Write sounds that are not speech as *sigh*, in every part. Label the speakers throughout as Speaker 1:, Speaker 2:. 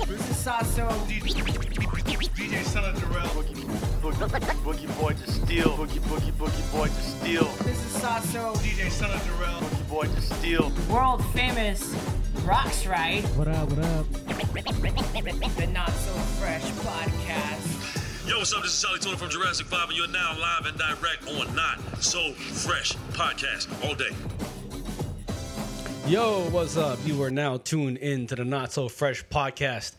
Speaker 1: Sasso.
Speaker 2: DJ, DJ Son of Jarrell. Boogie, boogie, boogie Boy to Steal. Boogie, boogie, boogie Boy to Steal.
Speaker 1: This is Sasso.
Speaker 2: DJ Son of Jarrell. Boogie Boy to Steal.
Speaker 1: World famous Rocks Right,
Speaker 3: What up, what up?
Speaker 1: the Not So Fresh podcast.
Speaker 4: Yo, what's up? This is Charlie Tuna from Jurassic 5, and you're now live and direct on Not So Fresh podcast all day.
Speaker 5: Yo, what's up? You are now tuned in to the Not So Fresh podcast.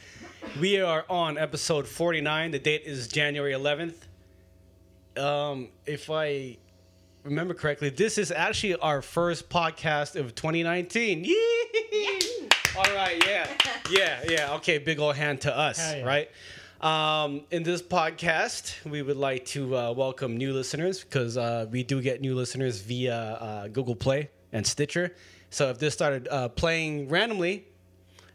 Speaker 5: We are on episode 49. The date is January 11th. Um, if I remember correctly, this is actually our first podcast of 2019. Yee! All right,
Speaker 3: *laughs*
Speaker 5: yeah. Yeah, yeah. Okay, big old hand to us,
Speaker 3: Hell yeah.
Speaker 5: right? Um, in this podcast, we would like to uh, welcome new listeners because uh, we do get new listeners via uh, Google Play and Stitcher. So if this started uh, playing randomly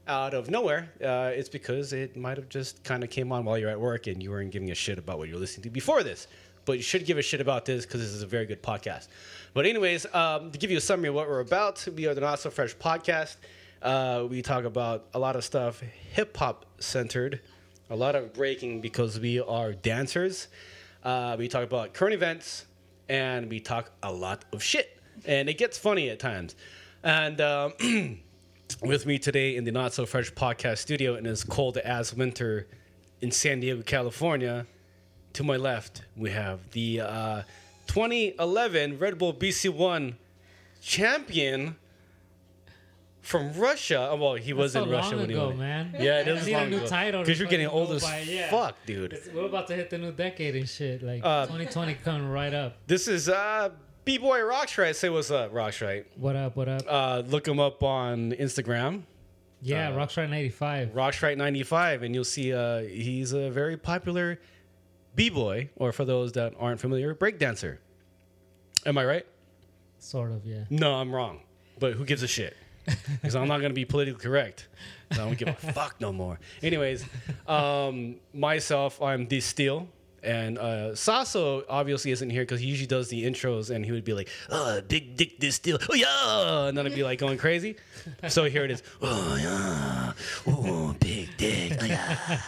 Speaker 5: out of nowhere, uh, it's because it might have just kind of came on while you're at work and you weren't giving a shit about what you're listening to before this. But you should give a shit about this because this is a very good podcast. But anyways, um, to give you a summary of what we're about, we are the Not So Fresh podcast. Uh, we talk about a lot of stuff hip hop centered, a lot of breaking because we are dancers. Uh, we talk about current events and we talk a lot of shit. And it gets funny at times. And um, with me today in the Not So Fresh podcast studio in this cold as winter in San Diego, California. To my left, we have the uh, 2011 Red Bull BC1 champion from Russia. Oh, well, he was
Speaker 3: so
Speaker 5: in Russia
Speaker 3: long
Speaker 5: when he
Speaker 3: ago,
Speaker 5: won it.
Speaker 3: man.
Speaker 5: Yeah, it
Speaker 3: I
Speaker 5: is
Speaker 3: need a
Speaker 5: long
Speaker 3: new
Speaker 5: ago.
Speaker 3: title to
Speaker 5: Because you're getting
Speaker 3: fucking
Speaker 5: old
Speaker 3: go
Speaker 5: as
Speaker 3: by, yeah.
Speaker 5: fuck, dude.
Speaker 3: It's- we're about to hit the new decade and shit. Like
Speaker 5: Uh,
Speaker 3: 2020 coming right up.
Speaker 5: This is uh, B Boy Rocks right. Say what's up, Rocks right.
Speaker 3: What up? What up?
Speaker 5: Uh, look him up on Instagram.
Speaker 3: yeah,
Speaker 5: Uh,
Speaker 3: Rockstar '95.
Speaker 5: Rockstrike 95, and you'll see uh, he's a very popular b boy, or for those that aren't familiar, breakdancer. Am I right?
Speaker 3: Sort of, yeah.
Speaker 5: No, I'm wrong. But who gives a shit? Because I'm not going to be politically correct. 'Cause I don't give a fuck no more. Anyways, um, myself, I'm D Steel. And uh, Sasso obviously isn't here because he usually does the intros and he would be like, oh, big dick this steel. Oh, yeah. And then I'd be like going crazy. So here it is. Oh, yeah. Oh, big dick. Oh, yeah.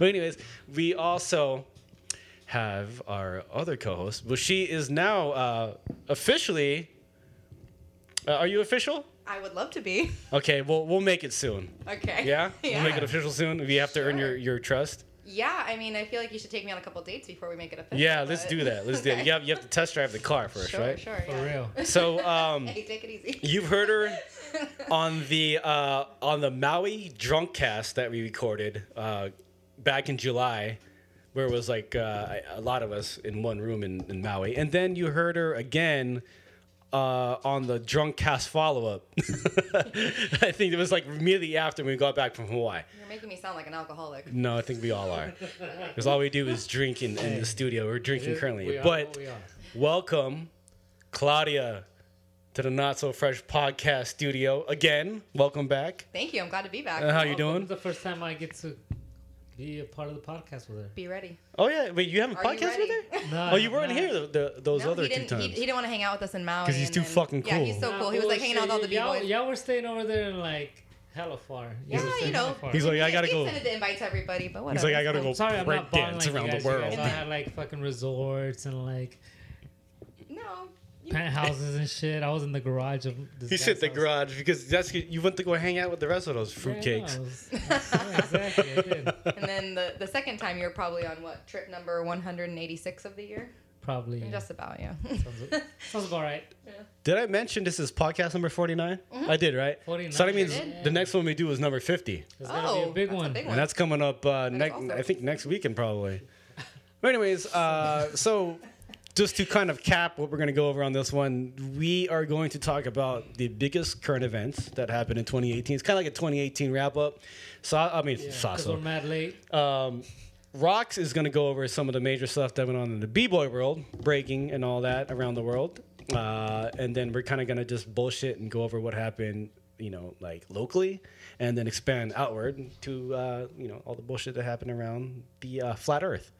Speaker 5: But anyways, we also have our other co-host. Well, she is now uh, officially. Uh, are you official?
Speaker 6: I would love to be. *laughs*
Speaker 5: Okay, we'll we'll make it soon.
Speaker 6: Okay. *laughs*
Speaker 5: Yeah,
Speaker 6: Yeah.
Speaker 5: we'll make it official soon. We have to earn your your trust.
Speaker 6: Yeah, I mean, I feel like you should take me on a couple dates before we make it official.
Speaker 5: Yeah, let's
Speaker 6: but-
Speaker 5: do
Speaker 6: *laughs*
Speaker 5: that. Let's do it.
Speaker 6: Okay.
Speaker 5: You have, you have to test drive the car first,
Speaker 6: Sure,
Speaker 5: right?
Speaker 6: sure.
Speaker 3: For
Speaker 6: yeah.
Speaker 3: real.
Speaker 6: *laughs*
Speaker 5: So um,
Speaker 6: Hey, take it easy.
Speaker 5: you've heard her on the uh, on the Maui drunk cast that we recorded uh, back in July, where it was like uh, a lot of us in one room in, in Maui, and then you heard her again uh, on the drunk cast follow up. *laughs* I think it was like immediately after we got back from Hawaii.
Speaker 6: You're making me sound like an alcoholic.
Speaker 5: No, I think we all are, because all we do is drink in, in the studio. We're drinking currently,
Speaker 3: We are
Speaker 5: but
Speaker 3: what we are.
Speaker 5: welcome Claudia to the Not So Fresh podcast studio again. Welcome back.
Speaker 6: Thank you. I'm glad to be back.
Speaker 5: Uh, how you
Speaker 3: This is
Speaker 5: doing?
Speaker 3: the first time I get to be a part of the podcast with her.
Speaker 6: Be ready.
Speaker 5: Oh yeah, wait, you have a
Speaker 6: Are you
Speaker 5: podcast with
Speaker 6: ready? *laughs*
Speaker 5: her?
Speaker 3: No,
Speaker 5: Oh, you weren't
Speaker 3: no.
Speaker 5: here the, the, those
Speaker 6: No,
Speaker 5: other
Speaker 6: he
Speaker 5: two
Speaker 6: didn't.
Speaker 5: times.
Speaker 6: He, he didn't want to hang out with us in Maui.
Speaker 5: 'Cause he's
Speaker 6: and
Speaker 5: too
Speaker 6: then-
Speaker 5: fucking
Speaker 6: Yeah, he's
Speaker 5: cool.
Speaker 6: so
Speaker 3: Nah,
Speaker 6: cool. He was like hanging out with all the
Speaker 3: bullshit. y'all,
Speaker 6: b-boys.
Speaker 3: y'all were staying over there like hella far.
Speaker 6: Yeah,
Speaker 3: were staying
Speaker 6: you know.
Speaker 3: hella far.
Speaker 5: He's like, I gotta
Speaker 6: we
Speaker 5: go.
Speaker 6: extended the invite to everybody, but whatever.
Speaker 5: He's like, I gotta go
Speaker 3: I'm sorry, I'm
Speaker 5: break
Speaker 3: not balling
Speaker 5: dance
Speaker 3: like
Speaker 5: around
Speaker 3: you guys.
Speaker 5: the world.
Speaker 3: You guys all had like fucking resorts and like
Speaker 6: No. You-
Speaker 3: penthouses and shit. I was in the garage of. This
Speaker 5: *laughs* He
Speaker 3: guy's
Speaker 5: said the
Speaker 3: house.
Speaker 5: garage because that's you went to go hang out with the rest of those
Speaker 3: Yeah, I know,
Speaker 5: fruitcakes.
Speaker 3: I
Speaker 5: *laughs*
Speaker 3: was- yeah, exactly. I did.
Speaker 6: And then the, the second time, you're probably on what trip number 186 of the year?
Speaker 3: Probably. yeah.
Speaker 6: Just about, yeah.
Speaker 3: Sounds, sounds about right.
Speaker 5: Did I mention this is podcast number 49?
Speaker 6: Mm-hmm.
Speaker 5: I did, right?
Speaker 3: 49.
Speaker 5: So that means
Speaker 3: You did?
Speaker 5: the next one we do is number 50.
Speaker 6: *laughs*
Speaker 3: It's gonna be a big
Speaker 6: Oh, that's
Speaker 3: one.
Speaker 6: A big
Speaker 5: And that's coming up uh,
Speaker 6: is
Speaker 5: next.
Speaker 6: awesome.
Speaker 5: I think next weekend probably. But anyways, uh, so just to kind of cap what we're going to go over on this one, we are going to talk about the biggest current events that happened in 2018. It's kind of like a 2018 wrap up. So I mean,
Speaker 3: Yeah, 'cause
Speaker 5: Sasso.
Speaker 3: we're mad late.
Speaker 5: Um, Rocks is going to go over some of the major stuff that went on in the b-boy world, breaking and all that around the world, uh, and then we're kind of going to just bullshit and go over what happened, you know, like locally, and then expand outward to uh, you know all the bullshit that happened around the uh, flat Earth.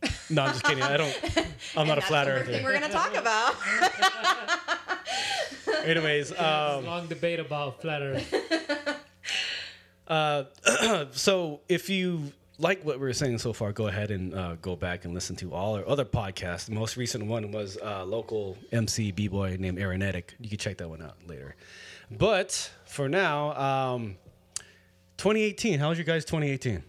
Speaker 5: *laughs* No, I'm just kidding. I don't. I'm not a flat
Speaker 6: the first thing
Speaker 5: earther.
Speaker 6: we're gonna
Speaker 5: *laughs*
Speaker 6: talk about.
Speaker 5: Anyways, um, *laughs*
Speaker 3: Long debate about flat earth.
Speaker 5: Uh, so if you like what we were saying so far, go ahead and uh, go back and listen to all our other podcasts. The most recent one was uh, local MC b boy named Aaronetic. You can check that one out later. But for now, um, 2018. How was your guys' 2018?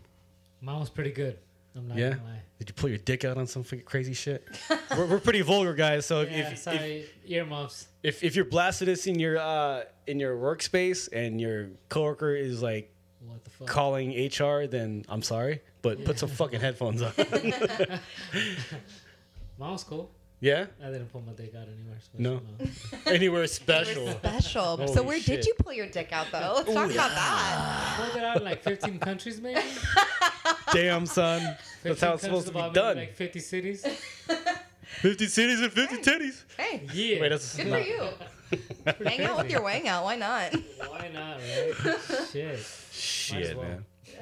Speaker 3: Mine was pretty good. I'm not
Speaker 5: Yeah.
Speaker 3: gonna lie.
Speaker 5: Did you pull your dick out on some fucking crazy shit? *laughs* we're, we're pretty vulgar guys, so if,
Speaker 3: Yeah,
Speaker 5: if, if,
Speaker 3: sorry, earmuffs.
Speaker 5: if if you're blasting this in your uh, in your workspace and your coworker is like
Speaker 3: What the fuck?
Speaker 5: calling HR, then I'm sorry, but put some fucking headphones on.
Speaker 3: Mine was cool.
Speaker 5: yeah?
Speaker 3: I didn't pull my dick out anywhere. Special,
Speaker 5: No. Anywhere special.
Speaker 6: *laughs* Special.
Speaker 5: Holy
Speaker 6: so where
Speaker 5: shit.
Speaker 6: did you pull your dick out though? Let's talk about that.
Speaker 5: *laughs*
Speaker 3: Pulled it out in like 15 countries, maybe.
Speaker 5: Damn, son. That's
Speaker 3: 15
Speaker 5: how it's
Speaker 3: countries
Speaker 5: supposed to be
Speaker 3: about
Speaker 5: done.
Speaker 3: Maybe like 50
Speaker 5: *laughs*
Speaker 3: cities.
Speaker 5: 50 cities and 50 titties.
Speaker 6: Hey,
Speaker 3: Yeah.
Speaker 5: Wait, that's
Speaker 6: good
Speaker 5: not-
Speaker 6: for you.
Speaker 5: *laughs*
Speaker 6: Hang out with your wang out. Why
Speaker 3: *laughs*
Speaker 6: not?
Speaker 3: Why not,
Speaker 5: *laughs*
Speaker 3: right? Shit. Might
Speaker 5: Shit,
Speaker 3: as well.
Speaker 5: man.
Speaker 6: So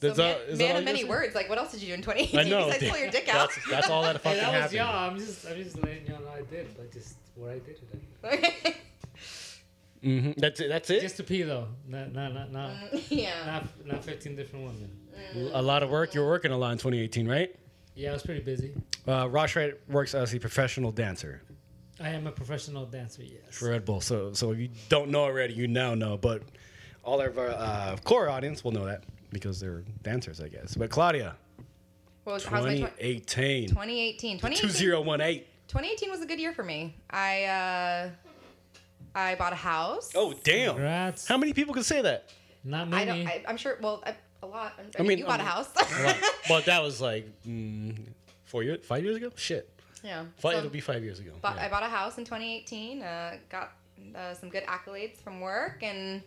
Speaker 5: That's all-
Speaker 6: man,
Speaker 5: is that
Speaker 6: man
Speaker 5: all
Speaker 6: of many
Speaker 5: yours?
Speaker 6: words. Like, what else did you do in 2018
Speaker 5: I know.
Speaker 6: besides
Speaker 5: dude.
Speaker 6: pull your dick out?
Speaker 5: That's, that's
Speaker 6: *laughs*
Speaker 5: all that
Speaker 3: Hey,
Speaker 5: fucking
Speaker 3: that was
Speaker 5: happened.
Speaker 3: y'all. I'm just, I'm just letting y'all know I did, but just what I did today.
Speaker 5: hmm That's it. That's it.
Speaker 3: Just to pee though, not, not, not, not,
Speaker 6: *laughs* Uh. yeah.
Speaker 3: not, not 15 different women.
Speaker 5: a lot of work. You were working a lot in 2018, right?
Speaker 3: Yeah, I was pretty busy.
Speaker 5: Uh, Rosh Wright works as a professional dancer
Speaker 3: I am a professional dancer. Yes.
Speaker 5: for Red Bull. So, so if you don't know already, you now know. But all of our uh, core audience will know that because they're dancers, I guess. But Claudia,
Speaker 6: What was, how's my twen-
Speaker 5: 2018,
Speaker 6: 2018? 2018.
Speaker 5: 2018.
Speaker 6: 2018 was a good year for me. I uh, I bought a house.
Speaker 5: Oh damn!
Speaker 3: Congrats.
Speaker 5: How many people can say that?
Speaker 3: Not
Speaker 6: I
Speaker 3: many.
Speaker 6: don't. I, I'm sure. Well, I, a lot. I,
Speaker 5: I
Speaker 6: mean,
Speaker 5: mean, um,
Speaker 6: you
Speaker 5: I
Speaker 6: bought
Speaker 5: mean-
Speaker 6: a house.
Speaker 5: Well, that was like mm, four years, five years ago. Shit,
Speaker 6: *laughs* yeah.
Speaker 5: five,
Speaker 6: So,
Speaker 5: it'll be five years ago.
Speaker 6: bought,
Speaker 5: Yeah.
Speaker 6: I bought a house in 2018. Uh, got uh, some good accolades from work and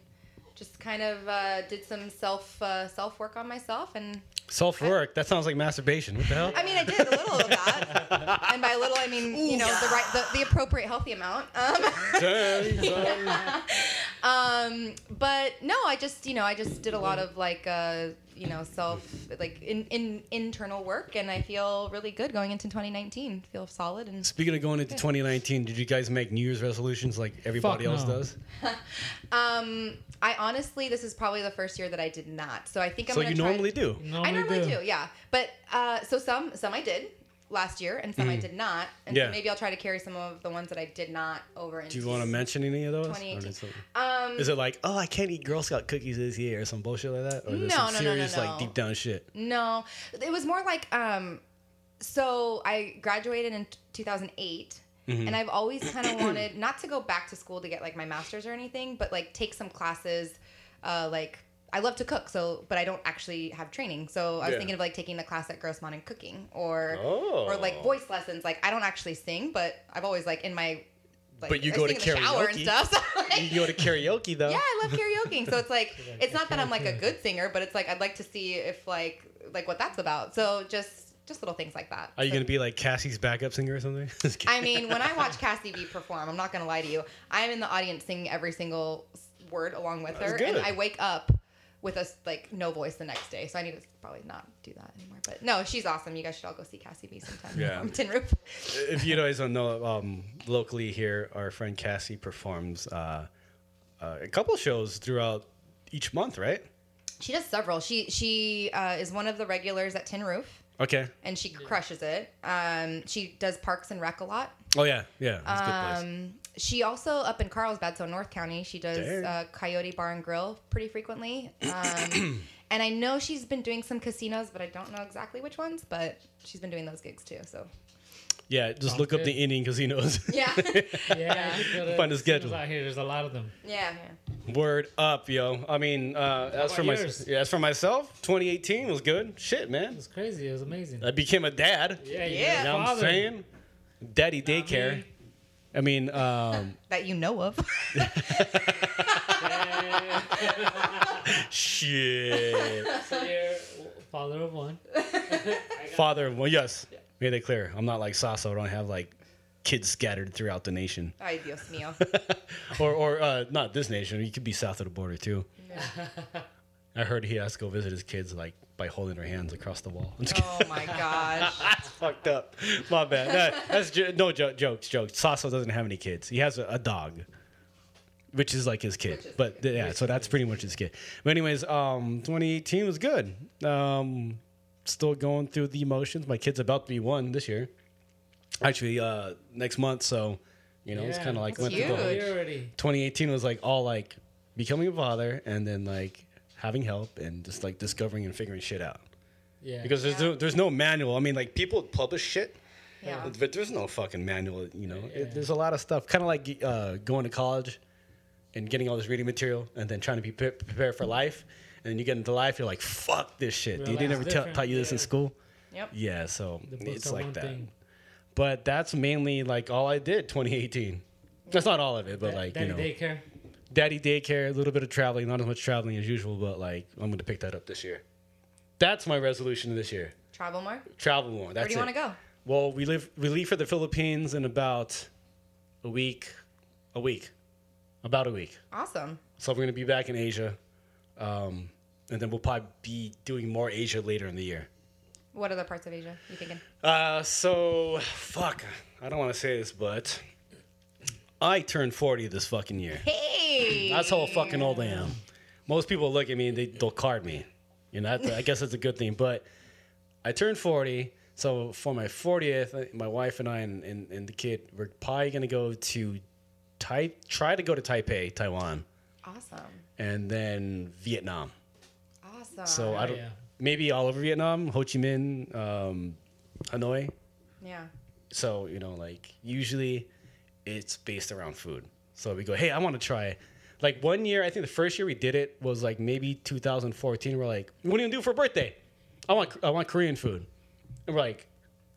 Speaker 6: just kind of uh, did some self uh, self work on myself and
Speaker 5: Self work. That sounds like masturbation. What the hell?
Speaker 6: I mean, I did a little of
Speaker 5: *laughs*
Speaker 6: that, and by little, I mean you know the right, the, the appropriate healthy amount. Um, um, but no, I just you know I just did a lot of like uh, you know self like in, in internal work, and I feel really good going into 2019. Feel solid and
Speaker 5: Speaking of going into 2019, did you guys make New Year's resolutions like everybody
Speaker 3: Fuck
Speaker 5: else
Speaker 3: no.
Speaker 5: does? Mm.
Speaker 6: um, I honestly this is probably the first year that I did not. So I think I'm
Speaker 5: so
Speaker 6: gonna
Speaker 5: you
Speaker 6: try-
Speaker 5: normally do.
Speaker 6: I normally do. yeah. But uh, so some some I did last year, and some I did not, and
Speaker 5: Mm. Yeah.
Speaker 6: so maybe I'll try to carry some of the ones that I did not over into.
Speaker 5: Do you want to mention any of those? Or
Speaker 6: 2018.
Speaker 5: is it-
Speaker 6: Um,
Speaker 5: Is it like, oh, I can't eat Girl Scout cookies this year or some bullshit like that? Or is it
Speaker 6: No,
Speaker 5: some
Speaker 6: no, no, no,
Speaker 5: serious,
Speaker 6: no.
Speaker 5: like, deep down shit?
Speaker 6: No, it was more like um. So I graduated in 2008,
Speaker 5: Mm-hmm.
Speaker 6: and I've always kind
Speaker 5: *clears throat*
Speaker 6: of wanted not to go back to school to get like my master's or anything, but like take some classes, uh, like. I love to cook, so but I don't actually have training. So I was
Speaker 5: Yeah.
Speaker 6: thinking of like taking a class at Grossmont in cooking, or
Speaker 5: Oh.
Speaker 6: or like voice lessons. Like I don't actually sing, but I've always like in my like
Speaker 5: But you
Speaker 6: I
Speaker 5: go
Speaker 6: sing
Speaker 5: to
Speaker 6: in the shower and
Speaker 5: karaoke.
Speaker 6: stuff. *laughs* So, like,
Speaker 5: You go to karaoke, though.
Speaker 6: yeah, I love karaoke. So it's like it's not that I'm like a good singer, but it's like I'd like to see if like like what that's about. So just just little things like that.
Speaker 5: Are you
Speaker 6: So-
Speaker 5: going to be like Cassie's backup singer or something? *laughs* Just kidding.
Speaker 6: I mean, when I watch Cassie B perform, I'm not gonna lie to you. I'm in the audience singing every single s- word along with
Speaker 5: That's
Speaker 6: her,
Speaker 5: good.
Speaker 6: and I wake up with us like no voice the next day. So I need to probably not do that anymore. But no, she's awesome. You guys should all go see Cassie B sometime. *laughs*
Speaker 5: Yeah.
Speaker 6: from Tin Roof.
Speaker 5: if you guys don't know, um, locally here, our friend Cassie performs uh, uh, a couple shows throughout each month, right?
Speaker 6: She does several. She she uh, is one of the regulars at Tin Roof.
Speaker 5: Okay.
Speaker 6: And she crushes it. Um, she does Parks and Rec a lot.
Speaker 5: Oh, yeah. Yeah. That's a good place.
Speaker 6: Um, she also up in Carlsbad, so North County. She does
Speaker 5: Dang.
Speaker 6: uh, Coyote Bar and Grill pretty frequently,
Speaker 5: *clears throat*
Speaker 6: um, and I know she's been doing some casinos, but I don't know exactly which ones. But she's been doing those gigs too. So
Speaker 5: Yeah. Just look up
Speaker 3: good.
Speaker 5: the Indian casinos.
Speaker 6: *laughs*
Speaker 5: *laughs*
Speaker 6: yeah,
Speaker 3: Yeah. you go to
Speaker 5: Find a
Speaker 3: casinos
Speaker 5: schedule.
Speaker 3: Out here, there's a lot of them.
Speaker 6: yeah,
Speaker 5: Word up, yo. I mean, uh, as for my
Speaker 3: yours?
Speaker 5: yeah, as for myself, 2018 was good. Shit, man.
Speaker 3: It's crazy. It was amazing.
Speaker 5: I became a dad.
Speaker 3: yeah. You
Speaker 6: Yeah.
Speaker 5: Uh, You know what I'm saying? Daddy daycare. I mean, um,
Speaker 6: that you know of.
Speaker 5: *laughs* shit.
Speaker 3: You're father of one.
Speaker 5: Father, well, yes. Made it clear. I'm not like Sasso. I don't have like kids scattered throughout the nation.
Speaker 6: *laughs* Ay, Dios mío.
Speaker 5: Or, or uh, not this nation. You could be south of the border too. *laughs* I heard he has to go visit his kids like by holding their hands across the wall. I'm just
Speaker 6: Oh *laughs* my gosh.
Speaker 5: fucked up. My bad. That- that's ju- no jo- jokes. Jokes. Sasso doesn't have any kids. He has a, a dog. which is like his kid.
Speaker 6: Which is-
Speaker 5: but th- yeah, so that's pretty much his kid. But anyways, um, 2018 was good. Um, still going through the emotions. My kid's about to be one this year, actually uh, next month. So you know, it's
Speaker 3: Yeah,
Speaker 5: kind of like
Speaker 6: that's
Speaker 5: went through the whole-
Speaker 6: huge.
Speaker 3: Here already.
Speaker 5: 2018 was like all like becoming a father and then like having help and just like discovering and figuring shit out.
Speaker 3: Yeah.
Speaker 5: Because there's no, there's no manual. I mean, like people publish shit,
Speaker 6: Yeah.
Speaker 5: but there's no fucking manual. You know, It- there's a lot of stuff. Kind of like uh, going to college and getting all this reading material, and then trying to be pre- prepared for life. And then you get into life, you're like, fuck this shit. Dude, they
Speaker 3: Realize
Speaker 5: never ta-
Speaker 3: different,
Speaker 5: taught you this in
Speaker 3: yeah.
Speaker 5: school.
Speaker 6: Yep.
Speaker 5: Yeah, so
Speaker 3: The books
Speaker 5: it's
Speaker 3: are
Speaker 5: like
Speaker 3: one
Speaker 5: that.
Speaker 3: thing.
Speaker 5: But that's mainly like all I did 2018. That's not all of it, but like
Speaker 3: Daddy
Speaker 5: you know,
Speaker 3: daycare.
Speaker 5: daddy daycare, a little bit of traveling, not as much traveling as usual, but like I'm gonna pick that up this year. That's my resolution this year.
Speaker 6: Travel more.
Speaker 5: Travel more. That's
Speaker 6: Where do you
Speaker 5: it.
Speaker 6: want to go?
Speaker 5: Well, we live we leave for the Philippines in about a week, a week, about a week.
Speaker 6: Awesome.
Speaker 5: So we're gonna be back in Asia, um, and then we'll probably be doing more Asia later in the year.
Speaker 6: What other parts of Asia you thinking?
Speaker 5: Uh, so fuck, I don't want to say this, but I turned forty this fucking year.
Speaker 6: Hey.
Speaker 5: That's how fucking old I am. Most people look at me and they, they'll card me. You know, that, I guess that's a good thing. But I turned 40. So for my 40th, my wife and I and, and, and the kid, we're probably going to go to Tai, try to go to Taipei, Taiwan,
Speaker 6: Awesome.
Speaker 5: and then Vietnam.
Speaker 6: Awesome.
Speaker 5: So uh, I don't,
Speaker 3: yeah.
Speaker 5: maybe all over Vietnam, Ho Chi Minh, um, Hanoi.
Speaker 6: yeah.
Speaker 5: So, you know, like usually it's based around food. So we go, hey, I want to try. Like one year, I think the first year we did it was like maybe 2014. We're like, what do you do for a birthday? I want, I want Korean food. And we're like,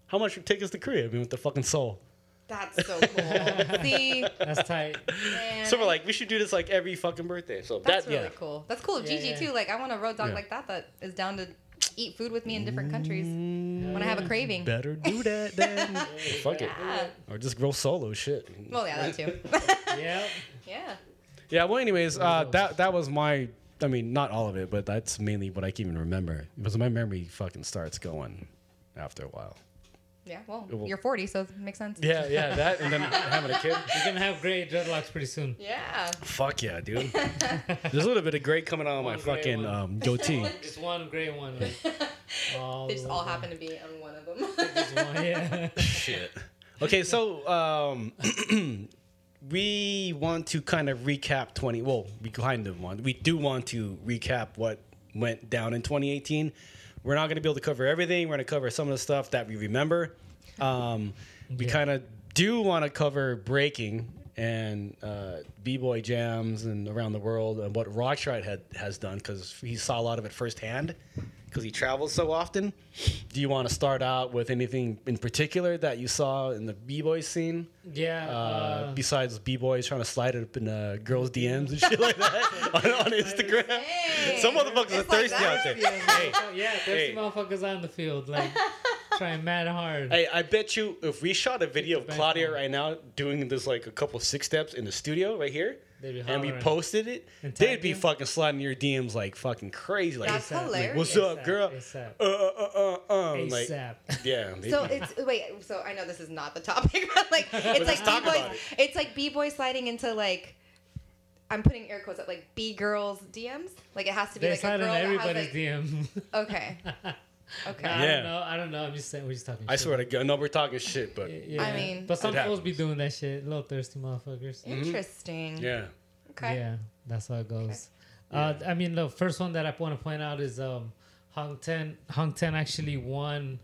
Speaker 5: how much would it take us to Korea? I mean, with the fucking soul.
Speaker 6: That's so cool. *laughs* See,
Speaker 3: That's
Speaker 5: *laughs*
Speaker 3: tight.
Speaker 6: man.
Speaker 5: So we're like, we should do this like every fucking birthday. So
Speaker 6: that's
Speaker 5: that,
Speaker 6: really
Speaker 5: yeah.
Speaker 6: cool. That's cool. of
Speaker 3: Yeah,
Speaker 6: Gigi
Speaker 3: yeah.
Speaker 6: too. Like, I want a road dog
Speaker 5: Yeah.
Speaker 6: like that that is down to eat food with me in different countries when I
Speaker 5: Mm.
Speaker 6: have a craving.
Speaker 5: Better do that then. *laughs* Fuck it.
Speaker 6: Yeah.
Speaker 5: Or just grow solo shit.
Speaker 6: Well, yeah, that too.
Speaker 5: *laughs*
Speaker 6: *laughs*
Speaker 3: Yeah.
Speaker 6: yeah.
Speaker 5: Yeah, well, anyways, uh, that that was my. I mean, not all of it, but that's mainly what I can even remember because my memory fucking starts going after a while.
Speaker 6: Yeah. Well,
Speaker 5: will-
Speaker 6: you're 40, so it makes sense.
Speaker 5: Yeah, yeah, that, and then *laughs* having a kid.
Speaker 3: You're gonna have gray dreadlocks pretty soon.
Speaker 6: Yeah.
Speaker 5: Fuck yeah, dude. There's a little bit of gray coming out of my
Speaker 3: One gray
Speaker 5: fucking
Speaker 3: one.
Speaker 5: um, goatee.
Speaker 3: Just one gray one. Like, all
Speaker 6: They just all
Speaker 3: over.
Speaker 6: happen to be on one of *laughs* them.
Speaker 3: Just one, Yeah. *laughs*
Speaker 5: Shit. Okay, so um, *clears throat* we want to kind of recap 20. Well, we kind of want. We do want to recap what went down in 2018. We're not going to be able to cover everything. We're going to cover some of the stuff that we remember. Um, we
Speaker 3: Yeah.
Speaker 5: kind of do want to cover breaking and uh, b-boy jams and around the world and what Rockstride had has done because he saw a lot of it firsthand because he travels so often. Do you want to start out with anything in particular that you saw in the b-boy scene?
Speaker 3: Yeah.
Speaker 5: Uh,
Speaker 3: Uh,
Speaker 5: besides b-boys trying to slide it up in uh, girls' DMs and *laughs* shit like that on, on Instagram, some motherfuckers are
Speaker 6: It's like
Speaker 5: thirsty
Speaker 6: that.
Speaker 5: out there. Hey,
Speaker 3: *laughs* yeah. There's
Speaker 5: hey.
Speaker 3: motherfuckers on the field
Speaker 6: *laughs*
Speaker 3: like trying mad hard.
Speaker 5: Hey, I bet you if we shot a video of
Speaker 3: Back
Speaker 5: Claudia
Speaker 3: home.
Speaker 5: right now doing this like a couple six steps in the studio right here,
Speaker 3: They'd be
Speaker 5: and we
Speaker 3: hollering.
Speaker 5: posted it,
Speaker 3: And
Speaker 5: they'd
Speaker 3: tagged
Speaker 5: be
Speaker 3: you?
Speaker 5: fucking sliding your DMs like fucking crazy. Like,
Speaker 6: That's
Speaker 3: Like,
Speaker 6: hilarious.
Speaker 5: what's up,
Speaker 3: ASAP,
Speaker 5: girl?
Speaker 3: ASAP.
Speaker 5: Uh, uh, uh, uh, um, like,
Speaker 3: ASAP.
Speaker 5: yeah. they'd
Speaker 6: So
Speaker 5: be-
Speaker 6: it's wait. So I know this is not the topic, *laughs* but like
Speaker 5: *laughs*
Speaker 6: it's
Speaker 5: let's
Speaker 6: like
Speaker 5: talk
Speaker 6: b boys.
Speaker 5: about it.
Speaker 6: It's like b boys sliding into like I'm putting air quotes up like b girls DMs. Like it has to be
Speaker 3: They
Speaker 6: like a
Speaker 3: slide
Speaker 6: girl
Speaker 3: on
Speaker 6: that has
Speaker 3: everybody's
Speaker 6: like
Speaker 5: *laughs*
Speaker 3: DM.
Speaker 6: okay, okay.
Speaker 3: I
Speaker 5: Yeah.
Speaker 3: don't know. I don't know. I'm just saying. We're just talking.
Speaker 5: I
Speaker 3: shit.
Speaker 5: swear to God, no, we're talking shit, but
Speaker 3: Yeah.
Speaker 6: I mean-
Speaker 3: but some
Speaker 5: It
Speaker 3: fools be doing that shit. Little thirsty motherfuckers.
Speaker 6: Interesting.
Speaker 5: Mm-hmm. yeah.
Speaker 6: Okay.
Speaker 3: Yeah, that's how it goes. Uh, I mean, the first one that I want to point out is um, Hong Ten. Hong Ten actually won,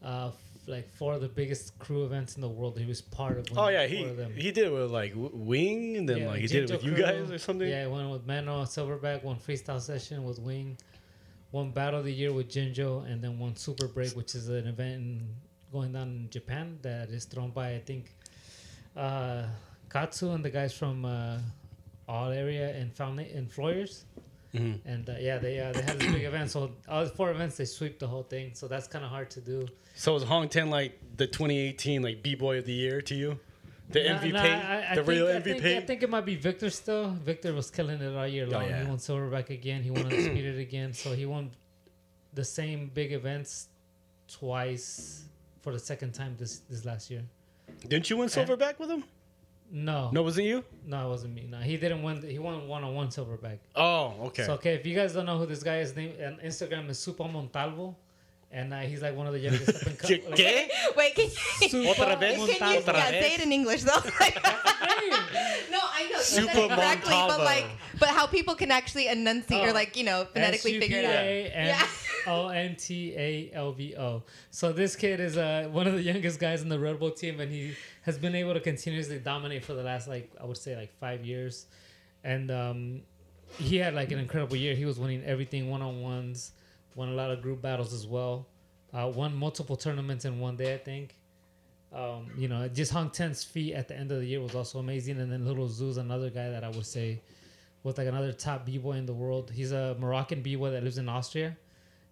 Speaker 3: uh, f- like four of the biggest crew events in the world. He was part of.
Speaker 5: Oh
Speaker 3: winning four
Speaker 5: yeah, he
Speaker 3: of them.
Speaker 5: he did it with like W- Wing, and then
Speaker 3: Yeah,
Speaker 5: like he did it
Speaker 3: Jinjo
Speaker 5: with you
Speaker 3: crew.
Speaker 5: guys or something.
Speaker 3: Yeah, he won with Mano Silverback, one freestyle session with Wing, one battle of the year with Jinjo, and then one Super Break, which is an event in, going down in Japan that is thrown by I think uh, Katsu and the guys from uh, All Area and Found and Floyers.
Speaker 5: Mm-hmm.
Speaker 3: And uh, yeah, they uh, they had this big event. So all four events they sweep the whole thing. So that's kind of hard to do.
Speaker 5: So was Hong Ten like the 2018 like B boy of the year to you? The
Speaker 3: Nah,
Speaker 5: MVP,
Speaker 3: nah, I- I
Speaker 5: the
Speaker 3: think-
Speaker 5: real
Speaker 3: I
Speaker 5: MVP.
Speaker 3: think- I think it might be Victor still. Victor was killing it all year long.
Speaker 5: Oh, yeah.
Speaker 3: He won silverback again. He won *clears throat* undisputed again. So he won the same big events twice for the second time this this last year. Eh?
Speaker 5: Didn't you win Silverback with him?
Speaker 3: No,
Speaker 5: No, was it you?
Speaker 3: no, it wasn't me. No, he didn't win. He won one on one silver bag.
Speaker 5: Oh, okay.
Speaker 3: So okay, if you guys don't know who this guy is, name on Instagram is Supa Montalvo, and uh, he's like one of the youngest up *laughs*
Speaker 5: *laughs*
Speaker 3: and
Speaker 5: ¿Qué?
Speaker 3: co- like,
Speaker 6: *laughs*
Speaker 5: ¿Qué?
Speaker 6: Wait, can you,
Speaker 3: Supa
Speaker 5: Otra vez?
Speaker 6: can you
Speaker 5: Otra
Speaker 6: yeah,
Speaker 5: vez?
Speaker 6: say it in English
Speaker 3: *laughs*
Speaker 6: though? no, I know you said
Speaker 5: Super
Speaker 6: it correctly, but
Speaker 5: Montalvo.
Speaker 6: like, but how people can actually enunciate
Speaker 3: Oh.
Speaker 6: or like you know phonetically figure it out. Yeah. *laughs*
Speaker 3: O N T A L V O. So this kid is uh, one of the youngest guys in the Red Bull team, and he has been able to continuously dominate for the last like I would say like five years, and um, he had like an incredible year. He was winning everything one on ones, won a lot of group battles as well, uh, won multiple tournaments in one day I think. Um, you know, just hung ten's feet at the end of the year was also amazing, and then Little Zoo's another guy that I would say with like another top b boy in the world. He's a Moroccan b boy that lives in Austria,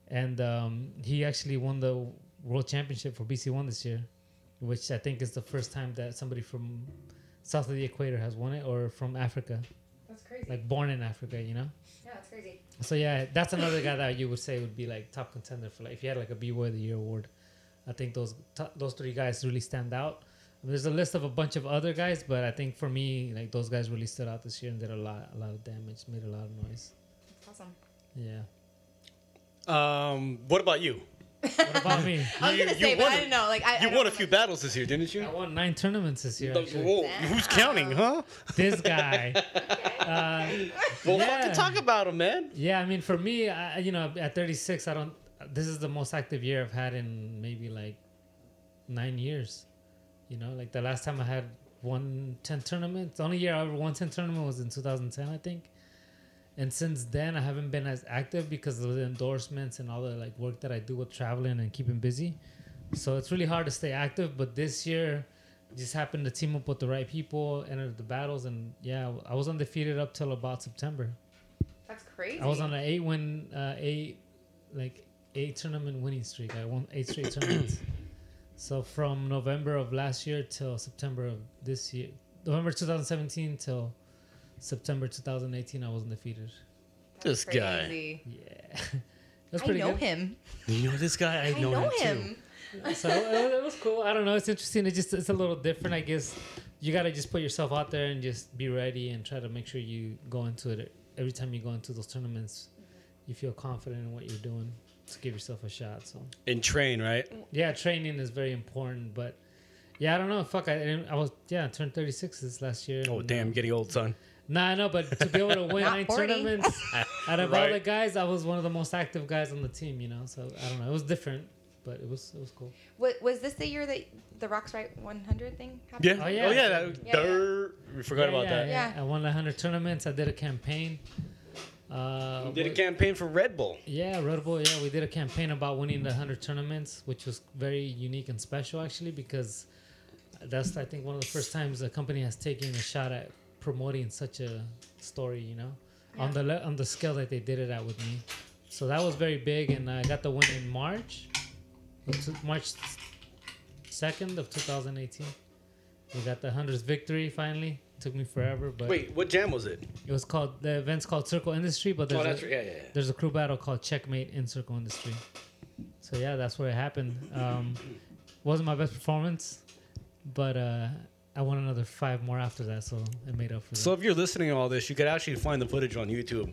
Speaker 3: and um, he actually won the world championship for BC One this year, which I think is the first time that somebody from south of the equator has won it or from Africa,
Speaker 6: That's crazy.
Speaker 3: like born in Africa, you know.
Speaker 6: yeah, that's crazy.
Speaker 3: So yeah, that's another guy that you would say would be like top contender for like if you had like a B boy of the year award. I think those t- those three guys really stand out. There's a list of a bunch of other guys, but I think for me, like those guys really stood out this year and did a lot, a lot of damage, made a lot of noise.
Speaker 6: That's awesome.
Speaker 3: Yeah.
Speaker 5: Um, what about you?
Speaker 3: What about me?
Speaker 6: I was
Speaker 5: You-
Speaker 6: gonna
Speaker 5: you
Speaker 6: say, but
Speaker 5: won
Speaker 6: I
Speaker 5: it.
Speaker 6: didn't know. Like, I, I
Speaker 5: You
Speaker 6: don't
Speaker 5: won a
Speaker 6: know.
Speaker 5: few battles this year, didn't you?
Speaker 3: I won nine tournaments this year. actually.
Speaker 5: Whoa, who's counting, huh?
Speaker 3: This guy.
Speaker 5: Well,
Speaker 3: Yeah.
Speaker 5: fucking talk about him, man.
Speaker 3: Yeah, I mean, for me, I, you know, at 36, I don't. This is the most active year I've had in maybe like nine years. You know, like the last time I had one 10 tournament, the only year I ever won 10 tournament was in 2010, I think. And since then, I haven't been as active because of the endorsements and all the like work that I do with traveling and keeping busy. So it's really hard to stay active. But this year, just happened to team up with the right people, entered the battles, and yeah, I was undefeated up till about September.
Speaker 6: That's crazy.
Speaker 3: I was on an eight win, uh, eight like eight tournament winning streak. I won eight straight
Speaker 6: *clears throat*
Speaker 3: tournaments. So from November of last year till September of this year, November 2017 till September 2018, I was undefeated.
Speaker 5: This guy.
Speaker 6: Crazy.
Speaker 3: *laughs* Yeah, that's
Speaker 6: I
Speaker 3: pretty
Speaker 6: know
Speaker 3: good.
Speaker 6: him.
Speaker 5: You know this guy?
Speaker 6: I know, him.
Speaker 3: So uh, it it was cool. I don't know. It's interesting. It just it's a little different, I guess. You gotta just put yourself out there and just be ready and try to make sure you go into it every time you go into those tournaments. You feel confident in what you're doing to give yourself a shot. So.
Speaker 5: And train, right?
Speaker 3: Yeah, training is very important, but yeah, I don't know. Fuck, I didn't, I was yeah, I turned thirty six this last year.
Speaker 5: Oh,
Speaker 3: and,
Speaker 5: damn,
Speaker 3: um,
Speaker 5: getting old, son.
Speaker 3: Nah, I know, but to be able to win
Speaker 6: Not
Speaker 3: nine
Speaker 6: 40.
Speaker 5: *laughs*
Speaker 3: tournaments out of all
Speaker 5: Right.
Speaker 3: the guys, I was one of the most active guys on the team. You know, so I don't know. It was different, but it was it was cool.
Speaker 6: Wa- was this the year that the Rocks Right 100 thing
Speaker 5: Yeah.
Speaker 6: happened?
Speaker 3: Oh, yeah.
Speaker 5: Oh, yeah. That,
Speaker 6: Yeah, yeah.
Speaker 5: Durr. We forgot about
Speaker 3: yeah,
Speaker 5: that.
Speaker 3: Yeah,
Speaker 6: Yeah.
Speaker 3: I won hundred tournaments. I did a campaign. Uh,
Speaker 5: Did a
Speaker 3: wh-
Speaker 5: campaign for Red Bull.
Speaker 3: Yeah, Red Bull. Yeah, we did a campaign about winning the 100 tournaments, which was very unique and special actually because that's I think one of the first times a company has taken a shot at promoting such a story, you know, on the le- on the scale that they did it at with me. So that was very big, and I got the win in March, of two- March second of 2018. We got the hundredth victory finally. Took me forever, but
Speaker 5: Wait, what jam was it?
Speaker 3: it was called the event's called Circle Industry, but there's
Speaker 5: Oh, that's
Speaker 3: a,
Speaker 5: right. Yeah, yeah, yeah.
Speaker 3: there's a crew battle called Checkmate in Circle Industry. So yeah, that's where it happened. Um, wasn't my best performance, but uh, I won another five more after that, so I made up for that.
Speaker 5: So if you're listening to all this, you could actually find the footage on YouTube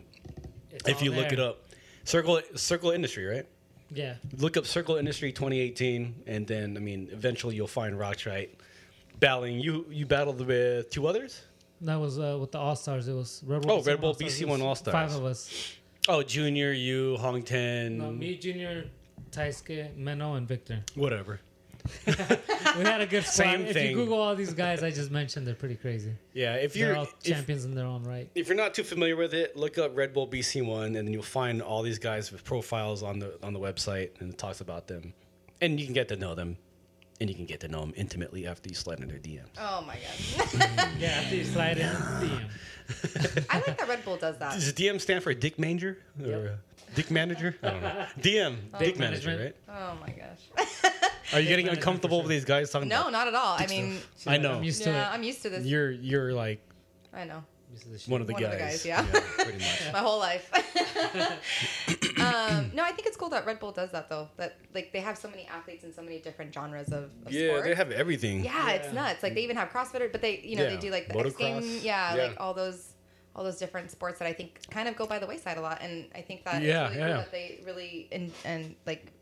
Speaker 3: It's
Speaker 5: if
Speaker 3: all
Speaker 5: you look
Speaker 3: there.
Speaker 5: it up. Circle Circle Industry, right?
Speaker 3: yeah,
Speaker 5: Look up Circle Industry 2018, and then I mean, eventually you'll find Rocks right. Battling you, you battled with two others.
Speaker 3: that was uh, with the All Stars. It was Red Bull.
Speaker 5: Oh,
Speaker 3: BC1
Speaker 5: Red Bull
Speaker 3: All-Stars. It
Speaker 5: BC1
Speaker 3: was
Speaker 5: All-Stars.
Speaker 3: Five of us.
Speaker 5: Oh, Junior, you, Hong
Speaker 3: No,
Speaker 5: Ten,
Speaker 3: Uh, me, Junior, Taisuke, Meno, and Victor.
Speaker 5: whatever.
Speaker 3: We had a
Speaker 5: *laughs*
Speaker 3: good squad.
Speaker 5: Same
Speaker 3: If
Speaker 5: thing.
Speaker 3: you Google all these guys I just mentioned, they're pretty crazy.
Speaker 5: Yeah, if
Speaker 3: They're
Speaker 5: you're
Speaker 3: all
Speaker 5: if,
Speaker 3: champions in their own right.
Speaker 5: if you're not too familiar with it, look up Red Bull BC1, and then you'll find all these guys with profiles on the on the website, and it talks about them, and you can get to know them, and you can get to know them intimately after you slide into their DMs.
Speaker 6: Oh my god. *laughs*
Speaker 3: Yeah, after you slide in, damn.
Speaker 6: I like that Red Bull does that.
Speaker 5: *laughs* Does DM stand for Dick Manger or uh, Dick Manager? I don't *laughs* know. DM, Dick Manager,
Speaker 3: Management.
Speaker 5: right?
Speaker 6: Oh my gosh. *laughs*
Speaker 5: Are you getting
Speaker 3: Management
Speaker 5: uncomfortable
Speaker 3: for
Speaker 5: with these guys talking?
Speaker 6: No,
Speaker 5: about-
Speaker 6: not at all. I mean,
Speaker 5: I know.
Speaker 3: I'm used to
Speaker 6: yeah,
Speaker 3: it.
Speaker 6: I'm used to this.
Speaker 5: you're you're like
Speaker 6: I know.
Speaker 3: used to this shit.
Speaker 5: one of the
Speaker 6: One
Speaker 5: guys. *laughs*
Speaker 6: of the guys, yeah.
Speaker 5: pretty much.
Speaker 6: My whole life. Um, no, I think it's cool that Red Bull does that though. That like they have so many athletes in so many different genres of, of
Speaker 5: Yeah,
Speaker 6: sport.
Speaker 5: they have everything.
Speaker 6: yeah, it's nuts. Like they even have CrossFitter, but they you know they
Speaker 5: Yeah,
Speaker 6: do like the X
Speaker 5: motocross.
Speaker 6: game, yeah,
Speaker 5: Yeah.
Speaker 6: like all those all those different sports that I think kind of go by the wayside a lot. And I think that it's
Speaker 5: Yeah,
Speaker 6: really
Speaker 5: yeah.
Speaker 6: cool that they really and and like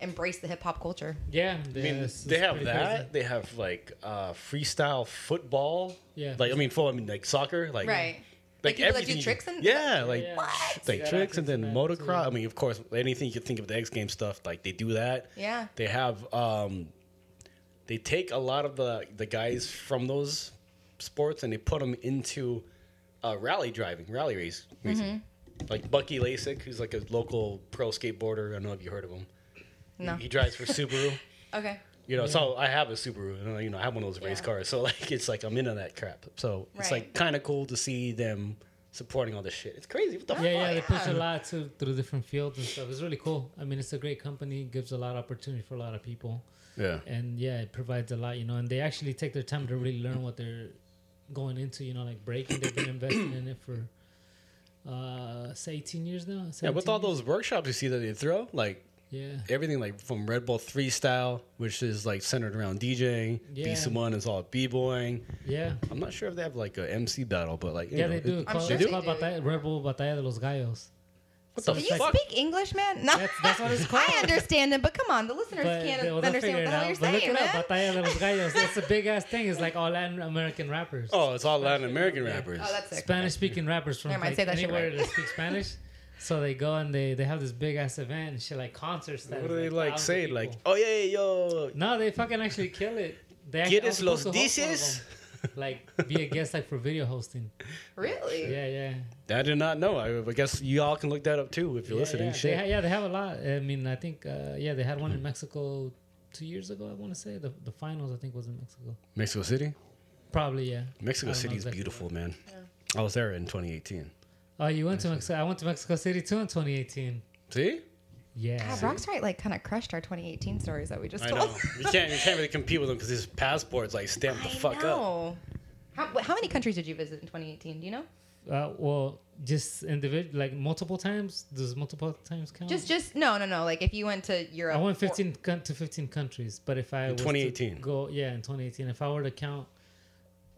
Speaker 6: embrace the hip hop culture.
Speaker 3: Yeah,
Speaker 5: I mean,
Speaker 3: it's-
Speaker 5: they
Speaker 3: it's
Speaker 5: have
Speaker 3: pretty crazy.
Speaker 5: that. They have like uh, freestyle football.
Speaker 3: Yeah.
Speaker 5: Like I mean, football. I mean, like soccer. Like
Speaker 6: Right. Like people that
Speaker 5: Like,
Speaker 6: do
Speaker 5: everything. you-
Speaker 6: tricks and-
Speaker 5: yeah, like
Speaker 3: Yeah.
Speaker 5: like
Speaker 3: Yeah,
Speaker 5: tricks and
Speaker 3: I
Speaker 5: then
Speaker 3: can see that,
Speaker 5: motocross. I
Speaker 3: too.
Speaker 5: mean, of course, anything you can think of the X Game stuff. Like they do that.
Speaker 6: Yeah.
Speaker 5: They have um, they take a lot of the the guys from those sports and they put them into uh, rally driving, rally race racing.
Speaker 6: Mm-hmm.
Speaker 5: Like Bucky Lasik, who's like a local pro skateboarder. I don't know if you heard of him.
Speaker 6: No.
Speaker 5: He drives for
Speaker 6: *laughs*
Speaker 5: Subaru.
Speaker 6: Okay.
Speaker 5: You know, so I have a Subaru, and you know, I have one of those race
Speaker 6: Yeah.
Speaker 5: cars. So *laughs* like, it's like I'm into that crap. So it's
Speaker 6: Right.
Speaker 5: like kind of cool to see them supporting all this shit. It's crazy. What the
Speaker 3: Yeah,
Speaker 5: fuck?
Speaker 3: yeah, they push a
Speaker 5: Oh,
Speaker 6: yeah.
Speaker 3: lot to, through different fields and stuff. It's really cool. I mean, it's a great company, gives a lot of opportunity for a lot of people,
Speaker 5: Yeah.
Speaker 3: and yeah, it provides a lot, you know. And they actually take their time to really learn what they're going into, you know, like breaking. They've been investing in it for uh, say 18 years now.
Speaker 5: Yeah, with all
Speaker 3: 17 years?
Speaker 5: those workshops you see that they throw, like
Speaker 3: yeah,
Speaker 5: everything, like from Red Bull Three Style, which is like centered around DJing.
Speaker 3: Yeah.
Speaker 5: Visa One is all b boying.
Speaker 3: yeah.
Speaker 5: I'm not sure if they have like a MC battle, but like you
Speaker 3: Yeah,
Speaker 5: know,
Speaker 3: they do.
Speaker 5: it-
Speaker 3: It's called,
Speaker 6: sure
Speaker 3: it's
Speaker 6: they
Speaker 3: called
Speaker 6: do.
Speaker 3: Batalla, Red Bull Batalla de los Gallos.
Speaker 5: What
Speaker 3: So
Speaker 6: Can
Speaker 5: the
Speaker 3: it's
Speaker 6: you
Speaker 5: fuck?
Speaker 6: speak English, man? No.
Speaker 3: That's, that's what it's called.
Speaker 6: *laughs* I understand them, but come on, the listeners
Speaker 3: But
Speaker 6: can't
Speaker 3: they- well, they'll
Speaker 6: understand
Speaker 3: figure
Speaker 6: what
Speaker 3: it
Speaker 6: the hell you're
Speaker 3: out. But look
Speaker 6: saying,
Speaker 3: it up, Batalla
Speaker 6: man.
Speaker 3: de los Gallos. It's a big ass thing. It's like all Latin American rappers.
Speaker 5: Oh, it's all Latin American rappers.
Speaker 6: Oh, that's sick.
Speaker 3: Spanish speaking rappers from
Speaker 6: Never mind,
Speaker 3: like,
Speaker 6: say that shit
Speaker 3: anywhere
Speaker 6: right.
Speaker 3: that speak
Speaker 6: *laughs*
Speaker 3: Spanish. So they go and they, they have this big ass event and shit like concerts. That
Speaker 5: what do
Speaker 3: is,
Speaker 5: they like
Speaker 3: thousands of
Speaker 5: say?
Speaker 3: people.
Speaker 5: Like, oh yeah, yeah, yo,
Speaker 3: no, they fucking actually kill it. They actually- I was
Speaker 5: ¿quieres los
Speaker 3: supposed to host one of
Speaker 5: dices?
Speaker 3: them, Like be a guest like for video hosting.
Speaker 6: Really?
Speaker 3: Yeah, yeah.
Speaker 5: I did not know. I, I guess you all can look that up too if you're
Speaker 3: yeah,
Speaker 5: listening.
Speaker 3: yeah.
Speaker 5: Shit.
Speaker 3: They, ha- yeah, they have a lot. I mean, I think uh, yeah, they had one in Mexico two years ago. I want to say the the finals. I think was in Mexico.
Speaker 5: Mexico City?
Speaker 3: Probably yeah. I
Speaker 5: Mexico
Speaker 3: don't know
Speaker 5: City is
Speaker 3: exactly
Speaker 5: beautiful, man. I was there in 2018.
Speaker 3: where. Oh, you went to Mexico. I went to Mexico City too in 2018.
Speaker 5: See?
Speaker 3: Yeah.
Speaker 6: God, Rock's right, like kind of crushed our 2018 stories that we just
Speaker 5: I
Speaker 6: told.
Speaker 5: *laughs* know. You can't, you can't really compete with them because his passport's like stamped the
Speaker 6: I
Speaker 5: fuck up.
Speaker 6: know. How, wh- how many countries did you visit in 2018? Do you know?
Speaker 3: Uh, well, just individual, like multiple times. Does multiple times count?
Speaker 6: Just, just no, no, no. Like if you went to Europe,
Speaker 3: I went
Speaker 6: or-
Speaker 3: 15 coun- to 15 countries, but if I was to
Speaker 5: 2018.
Speaker 3: go yeah in 2018, if I were to count,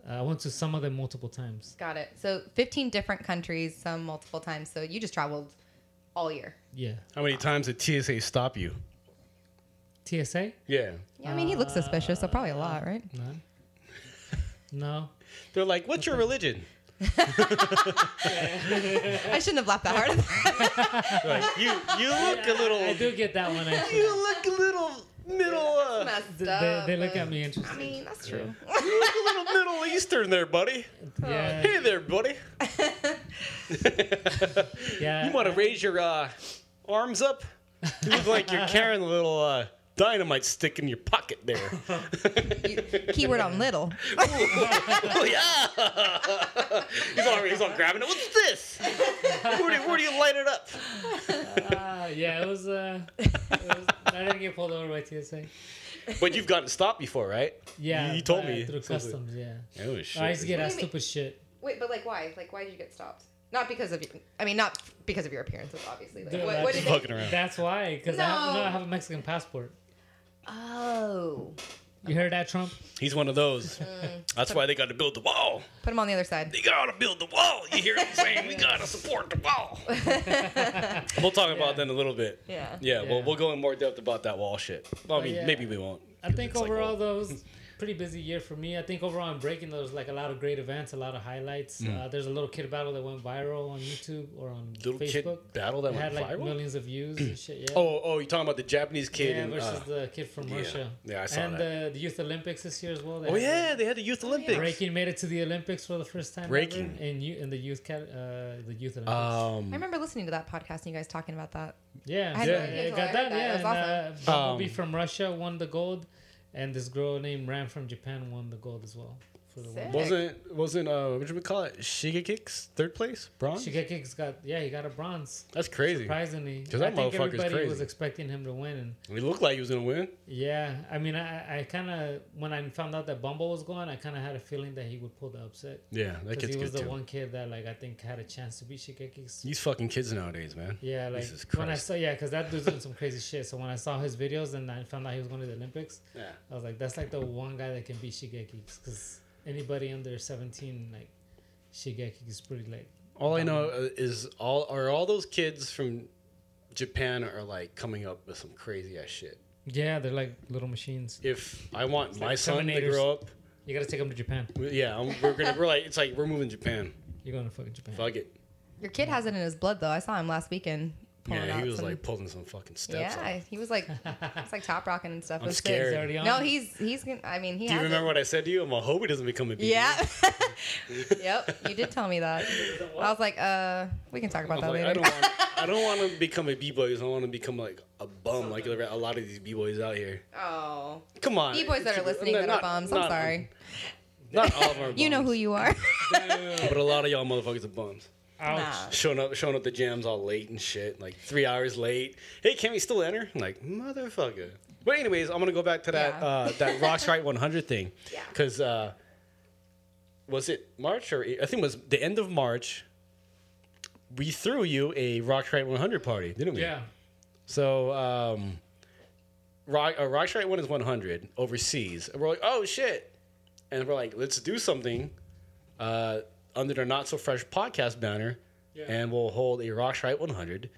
Speaker 3: uh, I went to some of them multiple times.
Speaker 6: Got it. So 15 different countries, some multiple times. So you just traveled all year.
Speaker 3: Yeah.
Speaker 5: How many times did TSA stop you?
Speaker 3: TSA?
Speaker 5: Yeah.
Speaker 6: Yeah, I mean, he looks suspicious, so probably a
Speaker 3: Uh,
Speaker 6: lot, right?
Speaker 3: No.
Speaker 5: *laughs*
Speaker 3: No.
Speaker 5: They're like, what's your religion?
Speaker 6: I shouldn't have laughed that hard. *laughs*
Speaker 5: They're like, you, you *laughs* look a little.
Speaker 3: I do get
Speaker 6: *laughs*
Speaker 3: that one. Actually.
Speaker 5: You look a little middle. Uh,
Speaker 6: Messed
Speaker 3: They- They,
Speaker 6: up,
Speaker 3: they look
Speaker 6: but-
Speaker 3: at me
Speaker 6: I
Speaker 3: interesting.
Speaker 6: mean, that's true.
Speaker 5: you look a little Middle Eastern there, buddy.
Speaker 3: Yeah.
Speaker 5: Hey there, buddy.
Speaker 3: Yeah.
Speaker 5: You want to raise your uh, arms up? You look like you're carrying a little uh, dynamite stick in your pocket there.
Speaker 6: Keyword
Speaker 5: *laughs*
Speaker 6: on little.
Speaker 5: Oh yeah! *laughs* he's on, he's on grabbing it. What's this? Where do, where do you light it up?
Speaker 3: uh, yeah. It was. Uh, it was I didn't get pulled over by TSA.
Speaker 5: But you've gotten stopped before, right?
Speaker 3: Yeah.
Speaker 5: You- you told
Speaker 3: but, uh,
Speaker 5: me
Speaker 3: through
Speaker 5: something.
Speaker 3: customs. Yeah.
Speaker 5: Oh shit!
Speaker 3: I used to get
Speaker 6: What
Speaker 3: that
Speaker 6: do you mean?
Speaker 3: stupid shit.
Speaker 6: Wait, but like why? Like why did you get stopped? Not because of your, I mean, not because of your appearances, obviously. Like,
Speaker 3: They're
Speaker 6: what,
Speaker 3: like-
Speaker 6: what did they?
Speaker 5: fucking around.
Speaker 3: That's why, because I, have- no,
Speaker 6: No.
Speaker 3: I have a Mexican passport.
Speaker 6: Oh,
Speaker 3: You
Speaker 5: Uh-huh.
Speaker 3: heard that, Trump?
Speaker 5: He's one of those. That's why they got to build the wall.
Speaker 6: put him on the other side.
Speaker 5: They got to build the wall. You hear me saying? We got to support the *laughs* wall. we'll talk about that in a little bit.
Speaker 6: Yeah.
Speaker 5: Yeah, Well,
Speaker 3: Yeah.
Speaker 5: we'll go in more depth about that wall shit. Well, I
Speaker 3: But
Speaker 5: mean,
Speaker 3: yeah.
Speaker 5: maybe we won't.
Speaker 3: I think
Speaker 5: It's like,
Speaker 3: overall
Speaker 5: well-
Speaker 3: though, it was
Speaker 5: *laughs*
Speaker 3: a pretty busy year for me. I think overall I'm breaking those like a lot of great events, a lot of highlights.
Speaker 5: Hmm.
Speaker 3: Uh, there's a little kid battle that went viral on YouTube or on
Speaker 5: Little kid
Speaker 3: Facebook.
Speaker 5: battle that
Speaker 3: It had
Speaker 5: went
Speaker 3: like
Speaker 5: viral?
Speaker 3: millions of views and shit. Yeah.
Speaker 5: *clears throat* Oh, oh, you're talking about the Japanese kid?
Speaker 3: yeah,
Speaker 5: and,
Speaker 3: versus
Speaker 5: uh,
Speaker 3: the kid from Russia.
Speaker 5: Yeah, I saw
Speaker 3: and
Speaker 5: that.
Speaker 3: uh, the Youth Olympics this year as well. They
Speaker 5: oh
Speaker 3: had
Speaker 5: yeah, they had the Youth Olympics.
Speaker 3: the- Breaking made it to the Olympics for the first time.
Speaker 5: Breaking.
Speaker 3: ever in you in the youth cat, uh, the youth Olympics.
Speaker 6: I
Speaker 5: Um,
Speaker 6: remember listening to that podcast and you guys talking about that.
Speaker 3: Yeah,
Speaker 6: I had
Speaker 5: no
Speaker 3: yeah,
Speaker 6: idea
Speaker 3: it
Speaker 6: until I
Speaker 3: got
Speaker 6: heard
Speaker 3: done.
Speaker 6: that.
Speaker 3: Yeah,
Speaker 6: It was
Speaker 3: and, uh, Bumblebee
Speaker 5: Um,
Speaker 3: from Russia won the gold, and this girl named Ram from Japan won the gold as well. for the
Speaker 6: Sick.
Speaker 3: win.
Speaker 5: Wasn't wasn't uh what should we call it? Shigekicks third place bronze.
Speaker 3: Shigeki's got yeah, he got a bronze.
Speaker 5: That's crazy.
Speaker 3: Surprisingly,
Speaker 5: 'Cause that
Speaker 3: I think
Speaker 5: motherfucker's
Speaker 3: everybody was
Speaker 5: crazy.
Speaker 3: expecting him to win, and
Speaker 5: It looked like he was gonna win.
Speaker 3: yeah, I mean, I, I kind of when I found out that Bumble was going, I kind of had a feeling that he would pull the upset
Speaker 5: Yeah, that
Speaker 3: because
Speaker 5: kid's
Speaker 3: he was
Speaker 5: good
Speaker 3: the
Speaker 5: too.
Speaker 3: one kid that like I think had a chance to beat Shigeki's.
Speaker 5: These fucking kids nowadays, man.
Speaker 3: Yeah, like
Speaker 5: Jesus Christ.
Speaker 3: when I saw yeah, because that dude's doing some crazy shit. So when I saw his videos and I found out he was going to the Olympics,
Speaker 5: Yeah.
Speaker 3: I was like, that's like the one guy that can beat Shigeki because anybody under seventeen like Shigeki is pretty like
Speaker 5: All I know uh, is all are all those kids from Japan are like coming up with some crazy ass shit.
Speaker 3: yeah, they're like little machines.
Speaker 5: If I want my son to
Speaker 3: Terminators.
Speaker 5: grow up,
Speaker 3: You gotta take them to Japan.
Speaker 5: we- yeah, I'm, we're gonna we're like it's like we're moving Japan.
Speaker 3: You're going to fucking Japan.
Speaker 5: Fuck it.
Speaker 6: Your kid has it in his blood, though. I saw him last weekend. pulling
Speaker 5: Yeah,
Speaker 6: out
Speaker 5: he was
Speaker 6: some-
Speaker 5: like pulling some fucking steps.
Speaker 6: yeah, he was
Speaker 5: *laughs*
Speaker 6: like, it's like top rocking and stuff.
Speaker 5: I'm
Speaker 6: It was sick.
Speaker 5: scared.
Speaker 3: He's already on.
Speaker 6: No, he's he's. gonna- I mean, he.
Speaker 5: Do you
Speaker 6: has
Speaker 5: remember
Speaker 6: it.
Speaker 5: what I said to you? I'm like, hope he doesn't become a beast. *laughs*
Speaker 6: Yeah. yep. You did tell me that. I was like, uh, we can talk about
Speaker 5: I,
Speaker 6: that
Speaker 5: was like,
Speaker 6: later.
Speaker 5: I don't want. I don't want to become a b boy. I want to become like a bum, like a lot of these b boys out here.
Speaker 6: *laughs* oh.
Speaker 5: Come on,
Speaker 6: E-boys that are listening that are bums. I'm
Speaker 5: not-
Speaker 6: sorry.
Speaker 5: Not all of them. Are
Speaker 6: *laughs* You know who you are.
Speaker 5: but a lot of y'all motherfuckers are bums.
Speaker 3: Ouch.
Speaker 6: Nah.
Speaker 5: Showing up, showing up the jams all late and shit, like three hours late. Hey, can we still enter? I'm like motherfucker. But anyways, I'm gonna go back to that
Speaker 6: Yeah.
Speaker 5: uh,
Speaker 6: *laughs*
Speaker 5: that Rocks Right 100 thing.
Speaker 6: Yeah.
Speaker 5: Cause uh, was it March or I think it was the end of March. We threw you a Rocks Right 100 party, didn't we?
Speaker 3: Yeah.
Speaker 5: So, um, Rock, uh, Rock Strike 1 is 100 overseas. And we're like, oh shit. And we're like, let's do something uh, under the Not So Fresh podcast banner. And we'll hold a Rock Strike 100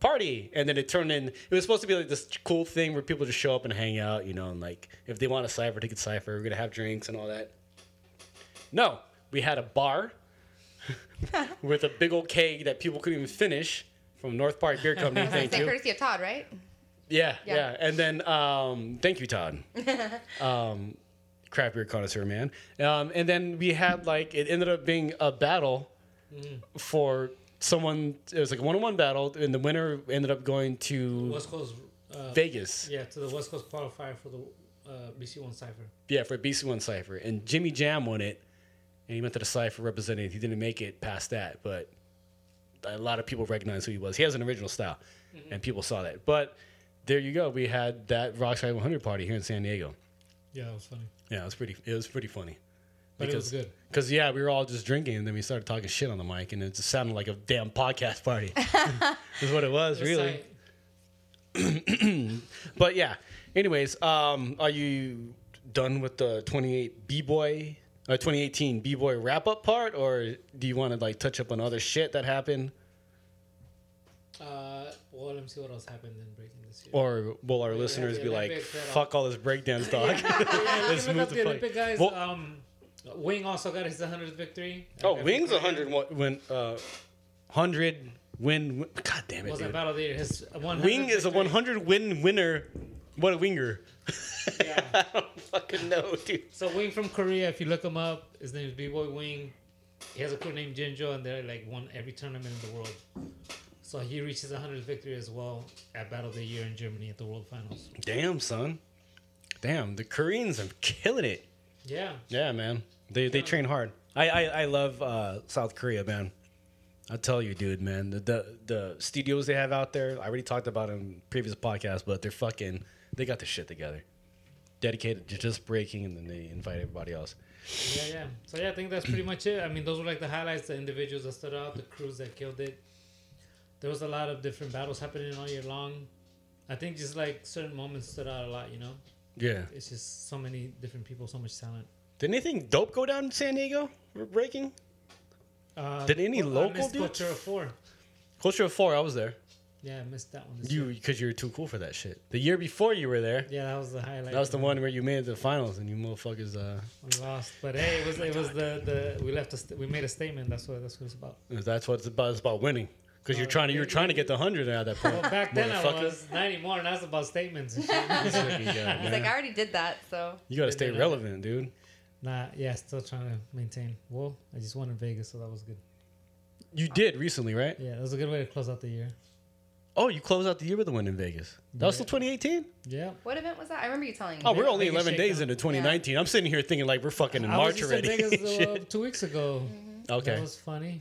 Speaker 5: party. And then it turned in, it was supposed to be like this cool thing where people just show up and hang out, you know, and like if they want a cypher, they could cypher. We're going to have drinks and all that. No, we had a bar *laughs* with a big old keg that people couldn't even finish from North Park Beer Company.
Speaker 6: Say
Speaker 5: Thank you.
Speaker 6: courtesy of Todd, right?
Speaker 5: Yeah, yeah,
Speaker 6: Yeah.
Speaker 5: And then um, thank you, Todd. um, craft beer connoisseur, man. Um, and then we had like it ended up being a battle for someone. It was like a one-on-one battle, and the winner ended up going to
Speaker 3: West Coast. Uh,
Speaker 5: Vegas. Yeah.
Speaker 3: yeah, to the West Coast qualifier for the uh, BC One Cipher.
Speaker 5: for BC One Cipher, and Jimmy Jam won it. And he went to the Cipher representing. He didn't make it past that, but a lot of people recognize who he was. He has an original style, and people saw that. But there you go. We had that Rockside 100 party here in San Diego.
Speaker 3: Yeah, that was funny.
Speaker 5: Yeah, it was pretty. It was pretty funny.
Speaker 3: But it was good.
Speaker 5: Cause yeah, we were all just drinking, and then we started talking shit on the mic, and it just sounded like a damn podcast party. is what *laughs* it was, really.
Speaker 3: Sci-
Speaker 5: But yeah. Anyways, um, are you done with the 28 b boy, uh, 2018 b boy wrap up part, or do you want to like touch up on other shit that happened,
Speaker 3: Uh, well, let me see what else happened in breaking this year.
Speaker 5: or will our listeners
Speaker 3: the
Speaker 5: be like,
Speaker 3: Olympics at all.
Speaker 5: "Fuck all this breakdance *laughs* talk"?
Speaker 3: yeah, you
Speaker 5: Let's
Speaker 3: can look up
Speaker 5: move the
Speaker 3: the
Speaker 5: fuck-
Speaker 3: Olympic guys.
Speaker 5: Well-
Speaker 3: um, Wing also got his 100th victory.
Speaker 5: oh,
Speaker 3: After
Speaker 5: Wings
Speaker 3: Korea.
Speaker 5: 100 won- win, uh, 100 win, win. God damn it,
Speaker 3: Was
Speaker 5: dude.
Speaker 3: that battle of the year? His 100th
Speaker 5: Wing is a
Speaker 3: victory.
Speaker 5: 100 win winner. What a winger.
Speaker 3: Yeah.
Speaker 5: *laughs* I don't fucking know, dude.
Speaker 3: So Wing from Korea, if you look him up, his name is B Boy Wing. He has a crew named Jinjo, and they're like won every tournament in the world. So he reaches 100th victory as well at Battle of the Year in Germany at the World Finals.
Speaker 5: Damn, son. Damn, the Koreans are killing it.
Speaker 3: Yeah,
Speaker 5: Yeah, man. They, they train hard. I, I, I love uh, South Korea, man. I tell you, dude, man. The, the the studios they have out there, I already talked about in previous podcasts, but they're fucking, they got their shit together. Dedicated to just breaking, and then they invite everybody else.
Speaker 3: yeah, yeah. So yeah, I think that's pretty much it. I mean, those were like the highlights, the individuals that stood out, the crews that killed it. There was a lot of different battles happening all year long. I think just like certain moments stood out a lot, you know.
Speaker 5: Yeah.
Speaker 3: It's just so many different people, so much talent.
Speaker 5: Did anything dope go down in San Diego? for Breaking?
Speaker 3: Uh,
Speaker 5: Did any
Speaker 3: I
Speaker 5: local
Speaker 3: missed
Speaker 5: dudes?
Speaker 3: Culture of Four.
Speaker 5: Culture of Four, I was there.
Speaker 3: Yeah, I missed that one. This
Speaker 5: You
Speaker 3: year.
Speaker 5: because you were too cool for that shit. The year before you were there,
Speaker 3: Yeah, that was the highlight.
Speaker 5: that was the one where you made it to the finals and you motherfuckers. Uh,
Speaker 3: We lost, but hey, it was it was the, the we left a st- we made a statement. That's what that's what it's about.
Speaker 5: that's what it's about. It's about winning because you're trying to you're trying to get the hundred out of that point.
Speaker 3: Oh, Well, back then I
Speaker 5: motherfucker.
Speaker 3: was not anymore. Now it's about statements. And shit.
Speaker 5: *laughs*
Speaker 3: *laughs*
Speaker 5: This fucking guy,
Speaker 6: He's
Speaker 5: man.
Speaker 6: like, I already did that, so.
Speaker 5: you gotta stay relevant, dude.
Speaker 3: nah, yeah, still trying to maintain. Well, I just won in Vegas, so that was good.
Speaker 5: You did recently, right?
Speaker 3: Yeah, that was a good way to close out the year.
Speaker 5: Oh, you closed out the year with a win in Vegas. That was still 2018.
Speaker 3: Yeah.
Speaker 6: What event was that? I remember you telling me.
Speaker 5: Oh, we're only
Speaker 3: Vegas
Speaker 5: 11 days
Speaker 3: shakedown.
Speaker 5: into 2019. I'm sitting here thinking like we're fucking in
Speaker 3: I
Speaker 5: March
Speaker 3: was just
Speaker 5: already. *laughs*
Speaker 3: in Vegas uh,
Speaker 5: Shit.
Speaker 3: two weeks ago.
Speaker 6: Mm-hmm.
Speaker 3: That
Speaker 5: *laughs* okay.
Speaker 3: was funny.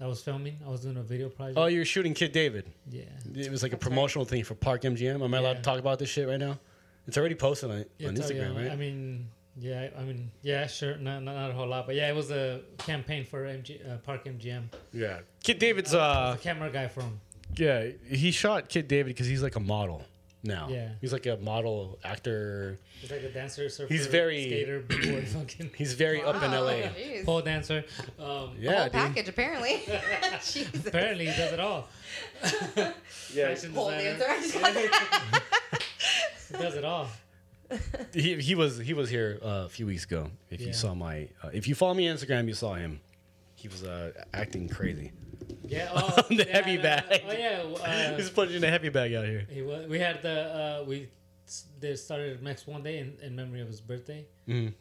Speaker 3: I was filming. I was doing a video project.
Speaker 5: Oh, you were shooting Kid David.
Speaker 3: yeah.
Speaker 5: It was like a promotional thing for Park MGM. Am I allowed
Speaker 3: Yeah.
Speaker 5: to talk about this shit right now? It's already posted on,
Speaker 3: Yeah,
Speaker 5: on
Speaker 3: tell you,
Speaker 5: Instagram, right?
Speaker 3: I mean, yeah. I mean, yeah. Sure. Not, not not a whole lot, but yeah, it was a campaign for MG, uh, Park MGM.
Speaker 5: yeah. Kid David's
Speaker 3: I
Speaker 5: uh
Speaker 3: was the camera guy from.
Speaker 5: yeah, he shot Kid David because he's like a model now.
Speaker 3: Yeah.
Speaker 5: He's like a model actor.
Speaker 3: He's like a dancer, surfer,
Speaker 5: He's very- *clears throat*
Speaker 3: skater, b-boy, fucking
Speaker 5: He's very up in LA.
Speaker 6: Oh, Jeez.
Speaker 3: pole dancer. Um,
Speaker 5: Yeah,
Speaker 6: Whole
Speaker 5: dude.
Speaker 6: package
Speaker 5: *laughs*
Speaker 6: apparently. Jesus.
Speaker 3: Apparently, he does it
Speaker 6: *laughs*
Speaker 3: all.
Speaker 5: Yeah.
Speaker 3: Fashion
Speaker 6: Pole
Speaker 3: designer.
Speaker 6: dancer. I just got that.
Speaker 3: He does it all.
Speaker 5: He, he was he was here uh, a few weeks ago. If
Speaker 3: Yeah.
Speaker 5: you saw my uh, if you follow me on Instagram, you saw him. He was uh, acting crazy. *laughs*
Speaker 3: Yeah. Oh,
Speaker 5: The
Speaker 3: yeah,
Speaker 5: heavy
Speaker 3: no, no,
Speaker 5: bag.
Speaker 3: Oh yeah. Uh,
Speaker 5: *laughs* He's punching a heavy bag out here.
Speaker 3: He was. We had the uh, we s- they started Max one day in, in memory of his birthday,
Speaker 5: Mm.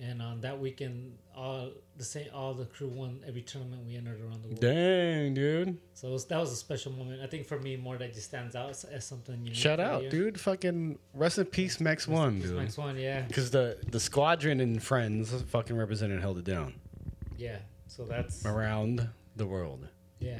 Speaker 3: and on that weekend, all the same, all the crew won every tournament we entered around the world.
Speaker 5: Dang, dude!
Speaker 3: So it was, that was a special moment. I think for me, more that just stands out as, as something unique.
Speaker 5: Shout
Speaker 3: for the
Speaker 5: out,
Speaker 3: year.
Speaker 5: dude! Fucking rest in peace, Max One,
Speaker 3: It's
Speaker 5: dude.
Speaker 3: Max one, yeah,
Speaker 5: Because the the squadron and friends fucking represented held it down
Speaker 3: yeah. So that's
Speaker 5: around the world.
Speaker 3: yeah,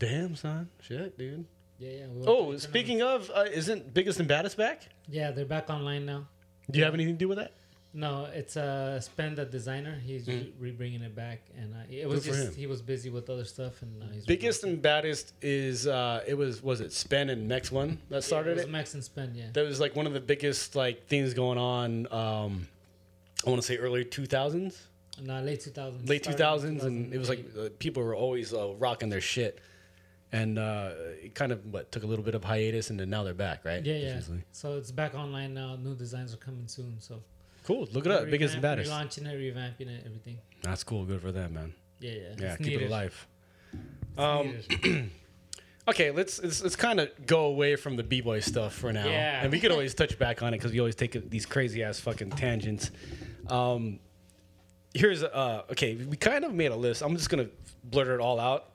Speaker 5: Damn, son, shit, dude.
Speaker 3: yeah, yeah. we went to
Speaker 5: Oh,
Speaker 3: the
Speaker 5: speaking of, uh, isn't biggest and baddest back?
Speaker 3: tournament. yeah, they're back online now.
Speaker 5: Do you have anything to do with that?
Speaker 3: No, it's uh, Spen, the designer. He's re bringing it back, and uh, it was
Speaker 5: Mm. Good for
Speaker 3: just
Speaker 5: him.
Speaker 3: he was busy with other stuff, and uh, he's
Speaker 5: Biggest and baddest is uh, it was was it Spen and Mex One that started
Speaker 3: It
Speaker 5: it.
Speaker 3: was Max and Spen, yeah.
Speaker 5: that was like one of the biggest like things going on. Um, I want to say early two thousands,
Speaker 3: No, late 2000s.
Speaker 5: late two
Speaker 3: Started
Speaker 5: thousands,
Speaker 3: in
Speaker 5: and it was like uh, people were always uh, rocking their shit, and uh, it kind of what took a little bit of hiatus, and then now they're back, right?
Speaker 3: 2008. Yeah, yeah.
Speaker 5: Officially.
Speaker 3: So it's back online now. New designs are coming soon. So
Speaker 5: Cool. Look it up. Uh, Biggest and baddest.
Speaker 3: Relaunching it, revamping it, everything.
Speaker 5: That's cool. Good for them, man.
Speaker 3: Yeah, yeah.
Speaker 5: Yeah,
Speaker 3: It's
Speaker 5: keep it
Speaker 3: needed.
Speaker 5: alive.
Speaker 3: It's
Speaker 5: Um,
Speaker 3: needed.
Speaker 5: Okay, let's let's, let's kind of go away from the b boy stuff for now,
Speaker 3: Yeah.
Speaker 5: and we
Speaker 6: *laughs*
Speaker 5: could always touch back on it because we always take these crazy ass fucking tangents. Um, here's uh, okay, we kind of made a list. I'm just gonna blurt it all out,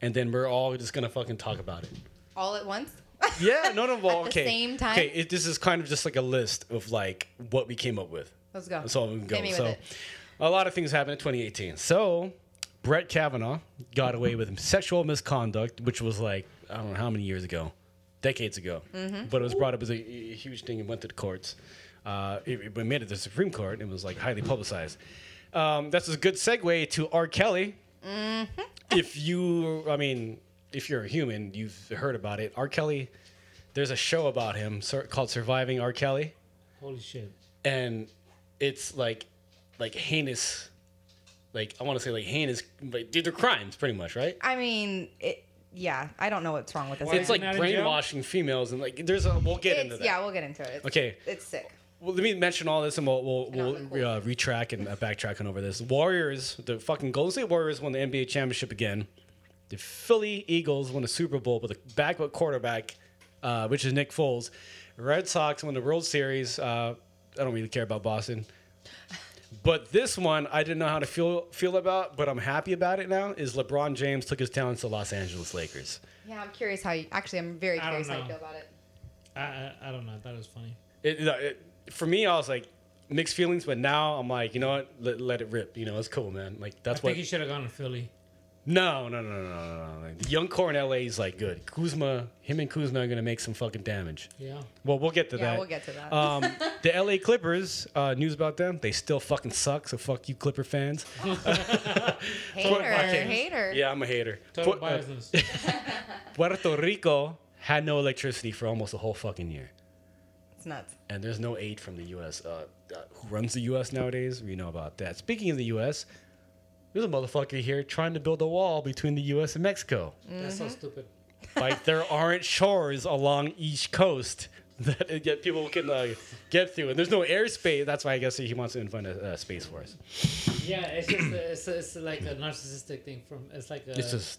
Speaker 5: and then we're all just gonna fucking talk about it.
Speaker 6: All at once. *laughs*
Speaker 5: Yeah, no, no, well,
Speaker 6: At the
Speaker 5: okay,
Speaker 6: same time?
Speaker 5: Okay, it, this is kind of just like a list of like what we came up with.
Speaker 6: Let's go.
Speaker 5: That's all we can go.
Speaker 6: Hit me with
Speaker 5: So,
Speaker 6: it.
Speaker 5: a lot of things happened in 2018. So, Brett Kavanaugh got away with sexual misconduct, which was like I don't know how many years ago, decades ago.
Speaker 6: Mm-hmm.
Speaker 5: But it was brought up as a, a huge thing and went to the courts. Uh, it, it made it to the Supreme Court and was like highly publicized. Um, that's a good segue to R. Kelly.
Speaker 6: Mm-hmm.
Speaker 5: If you, I mean, if you're a human, you've heard about it. R. Kelly. There's a show about him sur- called Surviving R. Kelly
Speaker 3: Holy shit.
Speaker 5: and it's like like heinous like i want to say like heinous like dude they're crimes pretty much right
Speaker 6: I mean, it, yeah. I don't know what's wrong with this.
Speaker 5: it's
Speaker 6: man.
Speaker 5: like
Speaker 3: Isn't that in jail?
Speaker 5: brainwashing females and like there's a we'll get
Speaker 6: It's-
Speaker 5: into that
Speaker 6: yeah. We'll get into it. It's,
Speaker 5: okay
Speaker 6: It's sick.
Speaker 5: well, let me mention all this and we'll we'll,
Speaker 6: Not
Speaker 5: we'll
Speaker 6: cool.
Speaker 5: uh, retrack and uh, backtrack on over this warriors the fucking golden state warriors won the nba championship again the philly eagles won the super bowl with a backup quarterback uh, which is nick foles red sox won the world series uh, i don't really care about boston But this one, I didn't know how to feel feel about, but I'm happy about it now. Is LeBron James took his talents to Los Angeles Lakers?
Speaker 6: Yeah. I'm curious how you. Actually, I'm very
Speaker 3: I don't
Speaker 6: curious how you
Speaker 3: know.
Speaker 6: feel about it.
Speaker 3: I, I, I don't know. I thought it was funny.
Speaker 5: It, you know, it- for me, I was like mixed feelings, but now I'm like, you know what? Let, let it rip. You know, it's cool, man. Like
Speaker 3: I
Speaker 5: that's
Speaker 3: think
Speaker 5: what.
Speaker 3: he should have gone to Philly.
Speaker 5: No, no, no, no, no, no, no. Like, the young core in LA is like good. Kuzma, him and Kuzma are gonna make some fucking damage.
Speaker 3: Yeah.
Speaker 5: Well, we'll get to
Speaker 6: Yeah,
Speaker 5: that.
Speaker 6: we'll get to that. *laughs*
Speaker 5: Um, the LA Clippers, uh, news about them, they still fucking suck. So fuck you, Clipper fans.
Speaker 6: Oh, hater.
Speaker 5: okay.
Speaker 6: Hater.
Speaker 5: Yeah, I'm a hater.
Speaker 3: Total
Speaker 5: Pu- uh,
Speaker 3: biasness.
Speaker 5: *laughs* Puerto Rico had no electricity for almost a whole fucking year.
Speaker 6: It's nuts.
Speaker 5: And there's no aid from the U.S. Uh, uh, who runs the U.S. nowadays? We know about that. Speaking of the U.S., there's a motherfucker here trying to build a wall between the U.S. and Mexico.
Speaker 6: Mm.
Speaker 3: That's so stupid.
Speaker 5: like, there aren't shores along each coast *laughs* that yet people can uh, get through. And there's no airspace. That's why I guess he wants to invent a, uh space for us.
Speaker 3: Yeah, it's just it's, it's like a narcissistic thing from it's like a
Speaker 5: It's just,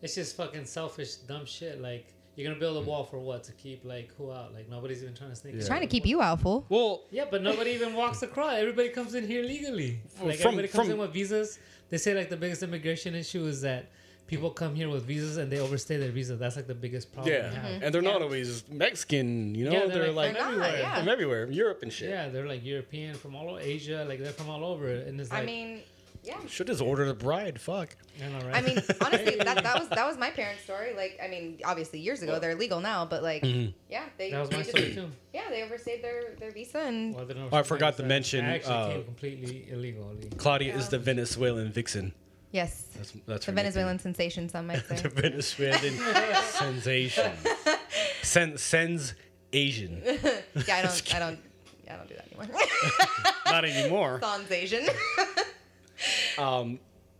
Speaker 3: it's just fucking selfish dumb shit. Like you're gonna build a wall for what to keep like who out? Like nobody's even trying to sneak. in.
Speaker 6: Trying to keep you out, fool.
Speaker 5: well,
Speaker 3: Yeah, but nobody even walks across. Everybody comes in here legally. Like
Speaker 5: from-
Speaker 3: everybody comes
Speaker 5: from-
Speaker 3: in with visas. They say like the biggest immigration issue is that people come here with visas and they overstay their visa. That's like the biggest problem.
Speaker 5: Oh, Yeah,
Speaker 3: we
Speaker 6: Mm-hmm.
Speaker 3: have.
Speaker 5: and they're not always Mexican. You know,
Speaker 3: Yeah,
Speaker 5: they're,
Speaker 3: they're
Speaker 5: like,
Speaker 3: like
Speaker 6: They're not,
Speaker 5: everywhere,
Speaker 6: yeah.
Speaker 5: from everywhere, Europe and shit.
Speaker 3: Yeah, they're like European from all over Asia, like they're from all over, and it's like,
Speaker 6: I mean, yeah.
Speaker 5: Should just order the bride. Fuck.
Speaker 3: I, know, right?
Speaker 6: I mean, honestly, that, that was that was my parents' story. Like, I mean, obviously years ago, they're legal now, but like, yeah,
Speaker 3: *laughs*
Speaker 6: they
Speaker 3: that was my
Speaker 6: they just-
Speaker 3: story too.
Speaker 6: Yeah, they overstayed their their visa and
Speaker 3: Well, don't know if
Speaker 5: Oh, I
Speaker 3: you
Speaker 5: forgot
Speaker 3: noticed
Speaker 5: to
Speaker 3: that.
Speaker 5: mention,
Speaker 3: I actually
Speaker 5: uh,
Speaker 3: came completely illegally.
Speaker 5: Claudia is the Venezuelan vixen.
Speaker 6: yes,
Speaker 5: That's that's
Speaker 6: the
Speaker 5: her
Speaker 6: Venezuelan sensation, some might say.
Speaker 5: nickname. *laughs*
Speaker 3: *laughs*
Speaker 5: The Venezuelan sensation. Sen- sens
Speaker 3: *laughs*
Speaker 5: Asian.
Speaker 6: yeah, I don't, I don't, yeah, I don't do that anymore. *laughs*
Speaker 5: Not anymore.
Speaker 6: Sans Asian.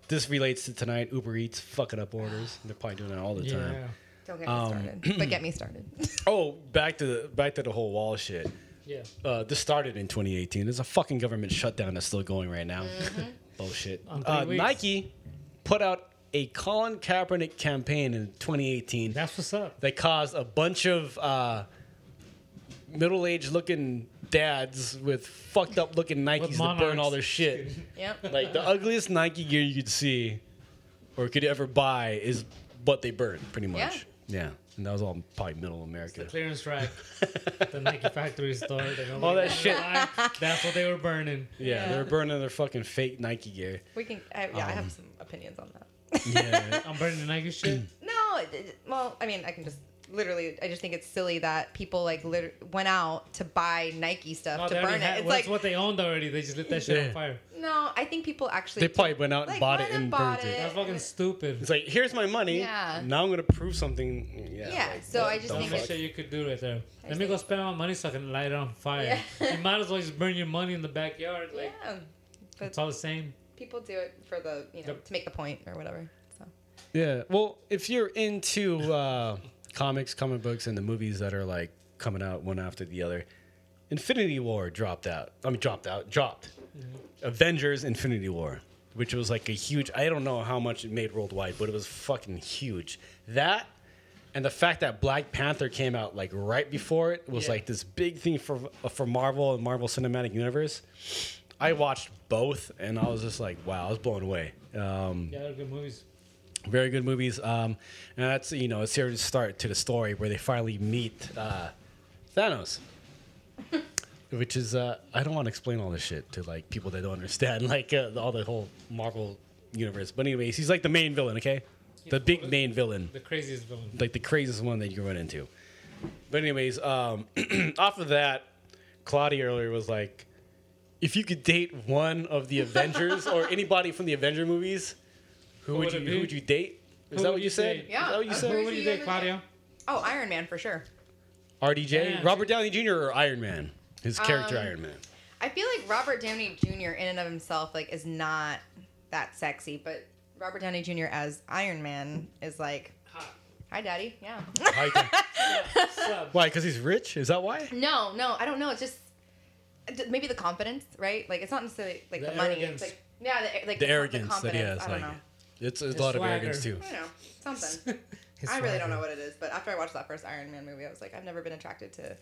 Speaker 5: This relates to tonight. Uber Eats fucking up orders. They're probably doing that all the time.
Speaker 3: Yeah,
Speaker 6: *laughs* don't get me started, but get me started. *laughs*
Speaker 5: Oh, back to the back to the whole wall shit.
Speaker 3: yeah.
Speaker 5: Uh, this started in 2018. There's a fucking government shutdown that's still going right now. Bullshit.
Speaker 3: Mm-hmm. On three
Speaker 5: Uh,
Speaker 3: weeks.
Speaker 5: Nike put out a Colin Kaepernick campaign in 2018
Speaker 3: That's what's up.
Speaker 5: that caused a bunch of uh, middle-aged looking dads with fucked up looking Nikes to burn
Speaker 3: monarchs.
Speaker 5: all their shit.
Speaker 6: yep.
Speaker 5: like the ugliest Nike gear you could see or could ever buy is what they burn, pretty
Speaker 6: Yeah.
Speaker 5: much. Yeah. And that was all probably middle America.
Speaker 3: The clearance rack,
Speaker 5: *laughs*
Speaker 3: the Nike factory store, the
Speaker 5: All that shit.
Speaker 3: That's what they were burning.
Speaker 5: Yeah,
Speaker 6: Yeah.
Speaker 5: they're burning their fucking fake Nike gear.
Speaker 6: We can. I, yeah, I have some opinions on that.
Speaker 5: Yeah.
Speaker 3: I'm burning the Nike
Speaker 5: *clears throat*
Speaker 3: shit.
Speaker 6: *laughs* No, it- it- well, I mean, I can just literally. I just think it's silly that people like lit- went out to buy Nike stuff
Speaker 3: No,
Speaker 6: to
Speaker 3: they already
Speaker 6: burn it.
Speaker 3: had-
Speaker 6: it's
Speaker 3: well, that's
Speaker 6: like
Speaker 3: what they owned already. They just lit that shit
Speaker 5: Yeah.
Speaker 3: on fire.
Speaker 6: no, I think people actually.
Speaker 5: They probably went out and
Speaker 6: like,
Speaker 5: bought
Speaker 6: went
Speaker 5: it and
Speaker 6: bought
Speaker 5: burned it.
Speaker 3: That's fucking
Speaker 5: It's
Speaker 3: stupid.
Speaker 5: like, here's my money.
Speaker 6: Yeah.
Speaker 5: Now I'm gonna prove something. Yeah.
Speaker 6: Yeah,
Speaker 5: like,
Speaker 6: so
Speaker 5: what
Speaker 6: I just
Speaker 5: the
Speaker 6: think
Speaker 5: fuck?
Speaker 3: That's shit you could do right there. Let
Speaker 6: just
Speaker 3: me go
Speaker 6: think-
Speaker 3: spend my money so I can light it on fire.
Speaker 6: Yeah.
Speaker 3: You might as well just burn your money in the backyard. Like
Speaker 6: Yeah,
Speaker 3: it's all the same.
Speaker 6: people do it for the you know
Speaker 3: Yep.
Speaker 6: to make the point or whatever. So
Speaker 5: Yeah. Well, if you're into uh, comics, comic books, and the movies that are like coming out one after the other, Infinity War dropped out. I mean, dropped out, dropped. Avengers: Infinity War, which was like a huge. I don't know how much it made worldwide, but it was fucking huge. That. And the fact that Black Panther came out like right before it was
Speaker 3: Yeah.
Speaker 5: like this big thing for uh, for Marvel and Marvel Cinematic Universe. I watched both and I was just like, wow, I was blown away. Um,
Speaker 3: Yeah, they're good movies.
Speaker 5: very good movies. Um, and that's you know a serious start to the story where they finally meet uh, Thanos, which is uh, I don't want to explain all this shit to like people that don't understand *laughs* like uh, all the whole Marvel universe. But anyways, he's like the main villain, okay, the big main villain
Speaker 3: The craziest villain.
Speaker 5: like the craziest one that you can run into. But anyways, um, *clears throat* off of that, Claudia earlier was like, if you could date one of the Avengers or anybody from the Avenger movies, who,
Speaker 3: would
Speaker 5: would you
Speaker 3: it
Speaker 5: who
Speaker 3: be?
Speaker 5: would you date? Is
Speaker 3: Who
Speaker 5: that
Speaker 3: would
Speaker 5: what you
Speaker 3: you
Speaker 5: said?
Speaker 3: date?
Speaker 5: Is
Speaker 6: Yeah.
Speaker 5: that what you
Speaker 6: Uh,
Speaker 5: said?
Speaker 6: who
Speaker 3: What do you think, Claudio?
Speaker 6: oh, Iron Man for sure.
Speaker 5: RDJ,
Speaker 3: Yeah.
Speaker 5: Robert Downey Jr. or Iron Man? His character Iron Man.
Speaker 6: I feel like Robert Downey Jr. in and of himself like is not that sexy, but Robert Downey Jr. as Iron Man is like, hi, Daddy. Yeah.
Speaker 5: Hi, Dan. why? Because he's rich? Is that why?
Speaker 6: *laughs* no, no, I don't know. It's just d- maybe the confidence, right? Like it's not necessarily like the,
Speaker 3: The
Speaker 6: money.
Speaker 3: arrogance.
Speaker 6: It's like yeah, the, like
Speaker 5: The arrogance that he
Speaker 6: confidence.
Speaker 5: has,
Speaker 6: I don't
Speaker 5: like
Speaker 6: know.
Speaker 5: it's, it's a lot
Speaker 3: swagger.
Speaker 5: of arrogance too.
Speaker 6: I don't know something. *laughs*
Speaker 5: *laughs*
Speaker 6: I really don't know what it is, but after I watched that first Iron Man movie, I was like, I've never been attracted to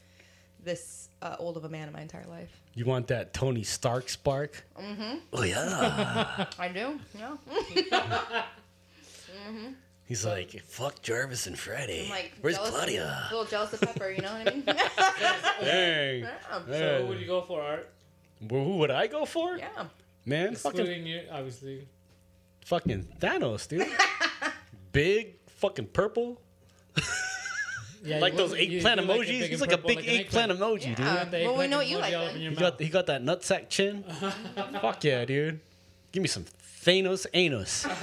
Speaker 6: this uh, old of a man in my entire life.
Speaker 5: You want that Tony Stark spark? Mm-hmm. Oh yeah.
Speaker 6: I do. No.
Speaker 5: He's like, fuck Jarvis and Freddy.
Speaker 6: I'm like
Speaker 5: Where's
Speaker 6: jealous,
Speaker 5: Claudia?
Speaker 6: A little jealous of Pepper, you know what I
Speaker 5: *laughs*
Speaker 6: mean?
Speaker 5: Dang.
Speaker 6: yeah.
Speaker 3: So who would you go for, Art?
Speaker 5: Well, who would I go for?
Speaker 6: yeah.
Speaker 5: Man, fucking,
Speaker 3: Excluding you, obviously.
Speaker 5: fucking
Speaker 6: *laughs*
Speaker 5: Thanos, dude. Big, fucking purple.
Speaker 3: Yeah,
Speaker 5: Like
Speaker 3: you
Speaker 5: those
Speaker 3: would- you-
Speaker 5: eggplant
Speaker 3: you like it
Speaker 5: emojis.
Speaker 3: big
Speaker 5: He's
Speaker 3: and
Speaker 5: like a
Speaker 3: purple,
Speaker 5: big
Speaker 3: an
Speaker 5: eggplant emoji, dude.
Speaker 6: Yeah.
Speaker 3: Put the
Speaker 6: Well, we
Speaker 3: eggplant
Speaker 6: know what you
Speaker 3: emoji
Speaker 6: like.
Speaker 3: all up
Speaker 6: then.
Speaker 3: in your
Speaker 5: He
Speaker 3: mouth.
Speaker 5: got, he got that
Speaker 3: *laughs*
Speaker 5: nutsack chin. Fuck yeah, dude. Give me some Thanos
Speaker 6: *laughs*
Speaker 5: anus.
Speaker 6: Nice.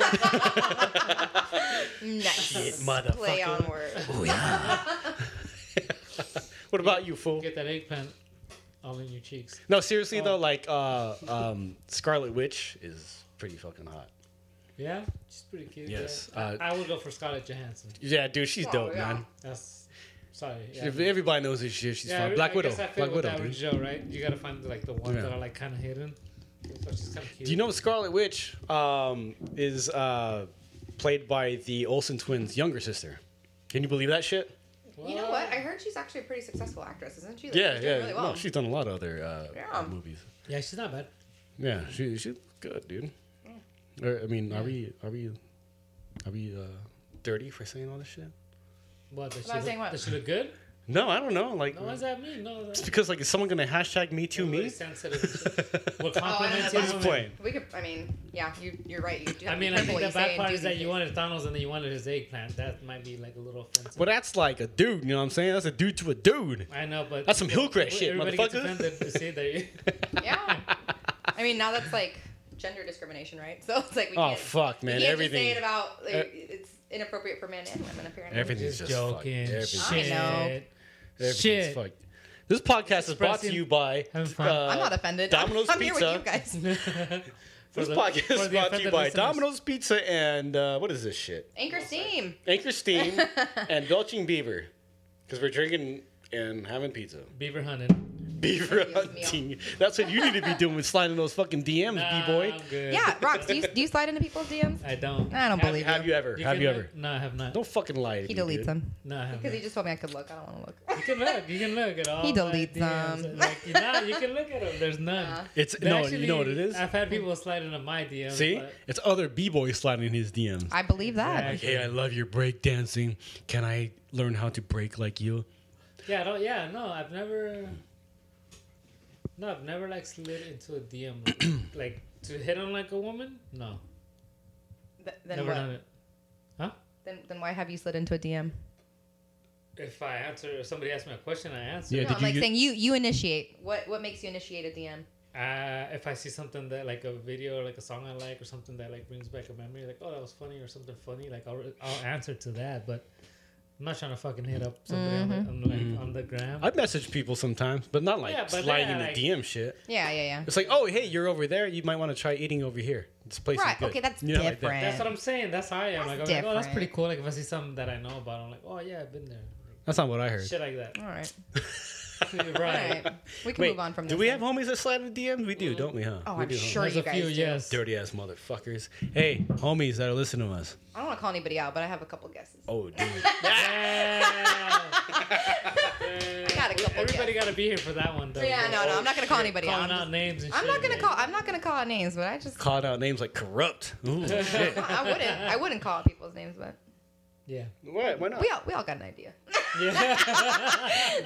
Speaker 5: Shit, motherfucker.
Speaker 6: Play on words.
Speaker 5: Oh, yeah. *laughs* what about you, fool?
Speaker 3: Get that eggplant all in your cheeks.
Speaker 5: No, seriously, though, like, uh, um, Scarlet Witch is pretty fucking hot.
Speaker 3: Yeah, she's pretty cute.
Speaker 5: Yes,
Speaker 3: Yeah.
Speaker 5: uh,
Speaker 3: I, I would go for Scarlett Johansson.
Speaker 5: Yeah, dude, she's
Speaker 6: Oh,
Speaker 5: dope,
Speaker 6: yeah.
Speaker 5: man.
Speaker 3: That's sorry. Yeah.
Speaker 5: If Everybody knows who she is. She's
Speaker 3: Yeah,
Speaker 5: fine.
Speaker 3: I-
Speaker 5: Black
Speaker 3: I
Speaker 5: Widow.
Speaker 3: guess I fit
Speaker 5: Black
Speaker 3: with
Speaker 5: Widow, dude.
Speaker 3: average Joe, right? You gotta find like the ones
Speaker 5: Yeah.
Speaker 3: that are like kind of hidden. So she's kinda cute.
Speaker 5: Do you know Scarlet Witch um, is uh, played by the Olsen twins' younger sister? Can you believe that shit?
Speaker 6: You know what? I heard she's actually a pretty successful actress, isn't she? Like,
Speaker 5: Yeah,
Speaker 6: she's doing
Speaker 5: yeah.
Speaker 6: Really well.
Speaker 5: No, she's done a lot of other uh,
Speaker 6: Yeah.
Speaker 5: movies.
Speaker 3: Yeah, she's not bad.
Speaker 5: Yeah, she, she's good, dude. Or, I mean, are we are we Are we uh, dirty for saying all this shit?
Speaker 3: What? Does she,
Speaker 6: I was
Speaker 3: look,
Speaker 6: saying what?
Speaker 3: does she look good?
Speaker 5: No, I don't know. Like,
Speaker 3: No, what does that mean? No, that's
Speaker 5: it's because like, is someone gonna hashtag Me Too
Speaker 3: really
Speaker 5: me? *laughs*
Speaker 3: sensitive. and shit.
Speaker 6: Oh,
Speaker 3: We're
Speaker 6: that's
Speaker 3: complimenting
Speaker 5: Just
Speaker 3: women.
Speaker 5: playing.
Speaker 6: We could. I mean, yeah, you, you're right. You do have
Speaker 3: I
Speaker 6: to be
Speaker 3: mean, I think
Speaker 6: careful what
Speaker 3: the
Speaker 6: you say
Speaker 3: bad
Speaker 6: and
Speaker 3: part
Speaker 6: do
Speaker 3: is that
Speaker 6: these
Speaker 3: you wanted
Speaker 6: things.
Speaker 3: Thanos and then you wanted his eggplant. That might be like a little offensive.
Speaker 5: Well, that's like a dude. You know what I'm saying? That's a dude to a dude.
Speaker 3: I know, but
Speaker 5: That's some Hillcrest shit,
Speaker 3: everybody gets
Speaker 5: motherfucker.
Speaker 3: offended to see that you-
Speaker 6: Yeah.
Speaker 3: *laughs*
Speaker 6: I mean, now that's like gender discrimination, right? *laughs* So it's like we
Speaker 5: Oh,
Speaker 6: can't.
Speaker 5: fuck,
Speaker 6: we
Speaker 5: man,
Speaker 6: can't
Speaker 5: everything. er-
Speaker 6: Just say it about. Like, it's inappropriate for men and women, apparently.
Speaker 5: Everything's
Speaker 3: just
Speaker 5: just fucked.
Speaker 3: joking.
Speaker 5: Everything's-
Speaker 6: I know.
Speaker 3: Shit.
Speaker 5: Everything's
Speaker 3: Shit.
Speaker 5: fucked. This podcast is brought to
Speaker 3: Expressing-
Speaker 5: you by.
Speaker 3: Having fun.
Speaker 5: uh,
Speaker 6: I'm not offended.
Speaker 5: Domino's
Speaker 6: I'm, I'm
Speaker 5: Pizza.
Speaker 6: here with you guys.
Speaker 5: *laughs*
Speaker 3: *laughs*
Speaker 5: This
Speaker 3: the-
Speaker 5: podcast
Speaker 3: for
Speaker 5: is
Speaker 3: the
Speaker 5: brought to you
Speaker 3: offended
Speaker 5: by
Speaker 3: listeners.
Speaker 5: Domino's Pizza and uh, what is this shit?
Speaker 6: Anchor Steam. *laughs*
Speaker 5: Anchor Steam and Belching Beaver, because we're drinking and having pizza.
Speaker 3: Beaver hunting.
Speaker 5: Beaver
Speaker 6: Yes, meow.
Speaker 5: hunting. That's what you need to
Speaker 6: *laughs*
Speaker 5: be doing with sliding those fucking DMs, b boy.
Speaker 3: Nah, I'm good.
Speaker 6: Yeah, Rox, do you, do you slide into people's DMs?
Speaker 3: I don't.
Speaker 6: I don't believe
Speaker 5: Have you ever? have
Speaker 3: can
Speaker 5: you
Speaker 3: look.
Speaker 5: ever?
Speaker 3: No, I have not.
Speaker 5: Don't fucking lie. To
Speaker 6: He
Speaker 5: me,
Speaker 6: deletes
Speaker 5: dude.
Speaker 6: them.
Speaker 3: No, I have
Speaker 6: Because
Speaker 3: not.
Speaker 6: he just told me I could look. I don't *laughs* want to look.
Speaker 3: You can look. You can look at all.
Speaker 6: *laughs* He
Speaker 3: my DMs.
Speaker 6: deletes them. Uh-huh.
Speaker 3: Like, nah, you can look at them. There's none.
Speaker 6: Nah.
Speaker 5: It's
Speaker 3: They
Speaker 5: no.
Speaker 3: actually-
Speaker 5: you know what it is?
Speaker 3: I've had people slide into my DMs.
Speaker 5: See,
Speaker 3: but-
Speaker 5: it's other b boys sliding his DMs.
Speaker 6: I believe that.
Speaker 3: Yeah.
Speaker 5: Like, hey, I love your break dancing. Can I learn how to break like you?
Speaker 3: yeah, I don't, yeah, no, I've never. No, I've never like slid into a DM like,
Speaker 5: *clears throat*
Speaker 3: like to hit on like a woman. No,
Speaker 6: Th- then
Speaker 3: never
Speaker 6: what?
Speaker 3: done it. Huh?
Speaker 6: Then, then why have you slid into a DM?
Speaker 3: If I answer, if somebody asks me a question, I answer.
Speaker 5: Yeah,
Speaker 6: No,
Speaker 5: did
Speaker 6: I'm
Speaker 5: you
Speaker 6: like
Speaker 5: get-
Speaker 6: saying you you initiate. What what makes you initiate a DM?
Speaker 3: Uh, if I see something that like a video or like a song I like or something that like brings back a memory, like oh that was funny or something funny, like I'll I'll answer to that. But I'm not trying to fucking hit up somebody
Speaker 6: Mm-hmm.
Speaker 3: on, the, on, like, on the gram.
Speaker 5: I message people sometimes, but not like
Speaker 3: Yeah, but
Speaker 5: sliding
Speaker 3: yeah,
Speaker 5: in the
Speaker 3: like-
Speaker 5: DM shit.
Speaker 6: Yeah, yeah, yeah.
Speaker 5: It's like, oh, hey, you're over there. You might want to try eating over here. This place
Speaker 6: Right.
Speaker 5: is good.
Speaker 6: Okay, that's
Speaker 5: You know, like that.
Speaker 6: different.
Speaker 3: That's what I'm saying. That's how I am.
Speaker 6: That's
Speaker 3: like, I'm like, oh, that's
Speaker 6: different.
Speaker 3: pretty cool. Like, if I see something that I know about, I'm like, oh, yeah, I've been there. Like,
Speaker 5: That's not what I heard.
Speaker 3: shit like that.
Speaker 6: All right.
Speaker 3: *laughs* right.
Speaker 6: All right. We can move on from this.
Speaker 5: do we
Speaker 6: then.
Speaker 5: have homies that slide in DMs? We
Speaker 3: Mm-hmm.
Speaker 5: do, don't we? Huh?
Speaker 6: Oh,
Speaker 5: we
Speaker 6: I'm
Speaker 5: do, huh?
Speaker 6: sure
Speaker 3: There's
Speaker 6: you
Speaker 3: a
Speaker 6: guys
Speaker 3: few,
Speaker 6: do.
Speaker 3: yes.
Speaker 5: Dirty ass motherfuckers. Hey, homies that are listening to us.
Speaker 6: I don't want to call anybody out, but I have a couple guesses.
Speaker 5: Oh,
Speaker 6: *laughs*
Speaker 5: dude.
Speaker 6: I got a couple.
Speaker 3: Everybody
Speaker 6: guesses.
Speaker 3: got to be here for that one, though.
Speaker 6: Yeah, no, no, I'm not gonna call anybody out.
Speaker 3: Calling
Speaker 6: I'm,
Speaker 3: out names and
Speaker 6: just- I'm
Speaker 3: shit.
Speaker 6: not gonna call. I'm not gonna call out names, but I just.
Speaker 5: Called out names like corrupt.
Speaker 3: *laughs*
Speaker 5: Ooh, shit.
Speaker 6: I wouldn't. I wouldn't call out people's names, but *laughs*
Speaker 3: Yeah.
Speaker 5: What? Why not?
Speaker 6: we all we all got an idea.
Speaker 5: We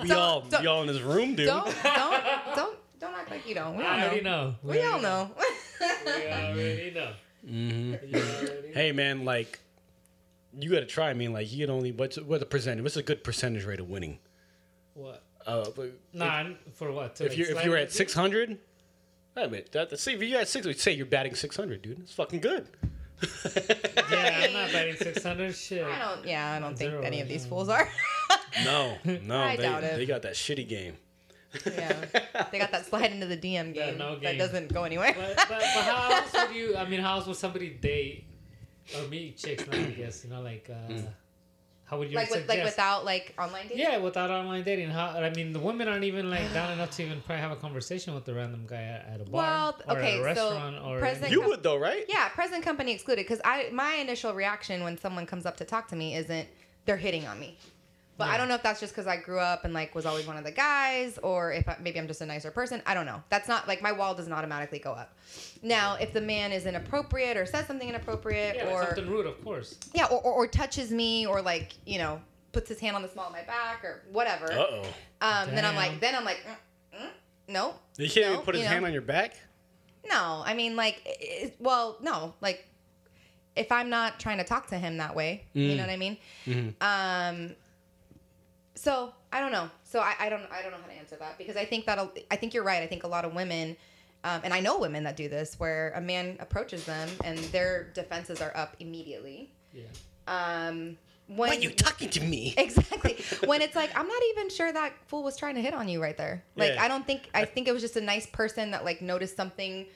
Speaker 6: Don't- *laughs*
Speaker 5: all,
Speaker 6: don't-
Speaker 5: we all in this room, dude.
Speaker 6: Don't don't don't don't act like you don't. We all
Speaker 3: I already
Speaker 6: know.
Speaker 3: know.
Speaker 6: We all know.
Speaker 3: *laughs* We already know.
Speaker 5: Mm-hmm.
Speaker 3: You already know.
Speaker 5: Hey, man, like, you got to try. I mean, like, you can only, what's, what's a percentage? What's a good percentage rate of winning?
Speaker 3: What?
Speaker 5: Uh, but-
Speaker 3: Nah, I'm- for what? To,
Speaker 5: if
Speaker 3: like,
Speaker 5: you if
Speaker 3: slide
Speaker 5: you were
Speaker 3: in
Speaker 5: at
Speaker 3: the-
Speaker 5: six hundred, I admit that. Let's see if you at six. Say you're batting six hundred, dude. It's fucking good.
Speaker 3: Yeah, I'm not betting 600. Shit.
Speaker 6: I don't. Yeah, I don't think
Speaker 3: Zero,
Speaker 6: any of these
Speaker 3: yeah. *laughs*
Speaker 6: fools are.
Speaker 5: No,
Speaker 6: *laughs*
Speaker 5: no,
Speaker 6: I
Speaker 5: they,
Speaker 6: doubt it.
Speaker 5: they got that shitty game.
Speaker 6: yeah, they got that slide into the DM game
Speaker 3: Yeah, no
Speaker 6: that
Speaker 3: game.
Speaker 6: doesn't go anywhere.
Speaker 3: But,
Speaker 6: *laughs*
Speaker 3: but, but how else would you? I mean, how else would somebody date or meet chicks? Now, I guess you know, like, uh,
Speaker 5: Mm.
Speaker 3: how would you
Speaker 6: like with,
Speaker 3: suggest?
Speaker 6: like without like online dating.
Speaker 3: yeah, without online dating. How? I mean, the women aren't even like down enough to even probably have a conversation with the random guy at, at a bar
Speaker 6: Well,
Speaker 3: or
Speaker 6: okay,
Speaker 3: at
Speaker 6: so
Speaker 3: a restaurant or
Speaker 6: present-
Speaker 3: anything.
Speaker 5: You would though, right?
Speaker 6: Yeah, present company excluded. Because I my initial reaction when someone comes up to talk to me isn't they're hitting on me. But I don't know if that's just because I grew up and like was always one of the guys, or if I, maybe I'm just a nicer person. I don't know. That's not like my wall doesn't automatically go up. Now, if the man is inappropriate or says something inappropriate,
Speaker 3: Yeah, like
Speaker 6: or
Speaker 3: something rude, of course.
Speaker 6: yeah, or, or, or touches me, or like you know puts his hand on the small of my back or whatever,
Speaker 5: Uh oh.
Speaker 6: um, then
Speaker 3: Damn.
Speaker 6: I'm like then I'm like mm, mm, no,
Speaker 5: You can't even
Speaker 6: No,
Speaker 5: put his
Speaker 6: you know.
Speaker 5: hand on your back.
Speaker 6: no, I mean, like, i- i well, no, like, if I'm not trying to talk to him that way, you know what I mean? Um, so I don't know. So I, I don't, I don't know how to answer that because I think that a- I think you're right. I think a lot of women, um, and I know women that do this, where a man approaches them and their defenses are up immediately.
Speaker 3: Yeah.
Speaker 6: Um, when
Speaker 5: Why are you talking to me?
Speaker 6: *laughs* Exactly. When it's like, I'm not even sure that fool was trying to hit on you right there. Like,
Speaker 5: Yeah.
Speaker 6: I don't think, I think it was just a nice person that like noticed something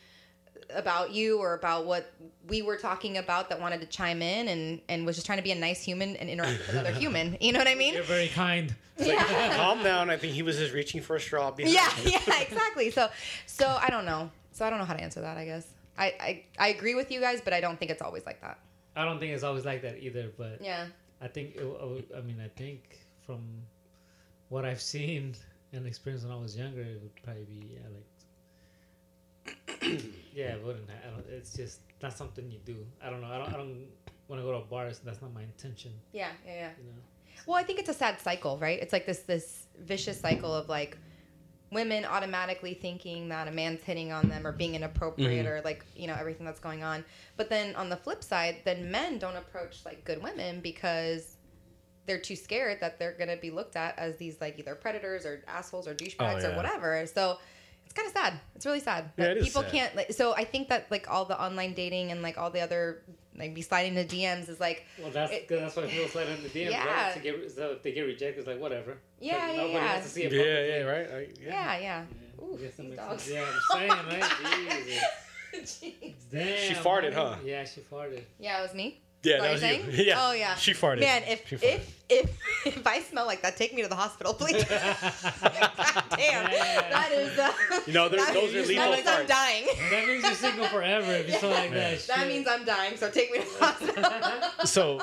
Speaker 6: about you or about what we were talking about that wanted to chime in and, and was just trying to be a nice human and interact with another human. You know what I mean?
Speaker 3: You're very kind.
Speaker 5: It's like, calm down. I think he was just reaching for a straw. Behind
Speaker 6: Yeah, *laughs*
Speaker 5: him.
Speaker 6: yeah, exactly. So, so I don't know. So I don't know how to answer that, I guess. I, I, I agree with you guys, but I don't think it's always like that.
Speaker 3: I don't think it's always like that either, but
Speaker 6: Yeah.
Speaker 3: I think, it, I would- I mean, I think from what I've seen and experienced when I was younger, it would probably be yeah, like *clears throat* yeah, it wouldn't. I don't, it's just not something you do. I don't know. I don't. I don't when I go to bars, that's not my intention.
Speaker 6: Yeah, yeah, yeah.
Speaker 3: You know?
Speaker 6: Well, I think it's a sad cycle, right? It's like this this vicious cycle of like women automatically thinking that a man's hitting on them or being
Speaker 5: Mm-hmm.
Speaker 6: inappropriate or like you know everything that's going on. But then on the flip side, then men don't approach like good women because they're too scared that they're gonna be looked at as these like either predators or assholes or douchebags
Speaker 5: Oh, yeah.
Speaker 6: or whatever. So. It's kind of sad. It's really sad.
Speaker 5: Yeah,
Speaker 6: that
Speaker 5: it is
Speaker 6: people
Speaker 5: sad.
Speaker 6: can't. Like, so I think that like all the online dating and like all the other like be sliding to DMs is like
Speaker 3: Well, that's
Speaker 6: It-
Speaker 3: that's why people slide in the DMs,
Speaker 6: Yeah.
Speaker 3: right? To get, so if they get rejected, it's like whatever.
Speaker 6: Yeah,
Speaker 3: Like,
Speaker 6: yeah,
Speaker 3: Nobody
Speaker 6: yeah.
Speaker 3: has to see it. publicly.
Speaker 5: Yeah, yeah, right. I-
Speaker 6: yeah, yeah. Ooh,
Speaker 3: I guess that
Speaker 6: these
Speaker 3: makes
Speaker 6: dogs.
Speaker 3: sense. Yeah, I'm saying, right? *laughs* Jesus.
Speaker 6: Jeez.
Speaker 3: Damn.
Speaker 5: She farted,
Speaker 3: man.
Speaker 5: huh?
Speaker 3: Yeah, she farted.
Speaker 6: *laughs*
Speaker 3: *laughs*
Speaker 6: Yeah, it was me.
Speaker 5: Yeah,
Speaker 6: Is
Speaker 5: that
Speaker 6: what
Speaker 5: was
Speaker 6: you're
Speaker 5: you. *laughs* Yeah.
Speaker 6: Oh *laughs* yeah.
Speaker 5: She farted.
Speaker 6: Man, if
Speaker 5: She farted.
Speaker 6: if if if *laughs* I smell like that, take me to the hospital, *laughs* please. God *laughs* damn,
Speaker 3: Yeah.
Speaker 6: that is. Uh,
Speaker 5: You know, there-
Speaker 6: that
Speaker 5: those
Speaker 6: means-
Speaker 5: are lethal
Speaker 6: That means I'm *laughs*
Speaker 5: farts.
Speaker 6: dying.
Speaker 3: That means you're single forever if you still like that. Shit.
Speaker 6: That means I'm dying. So take me to *laughs* the hospital.
Speaker 5: So,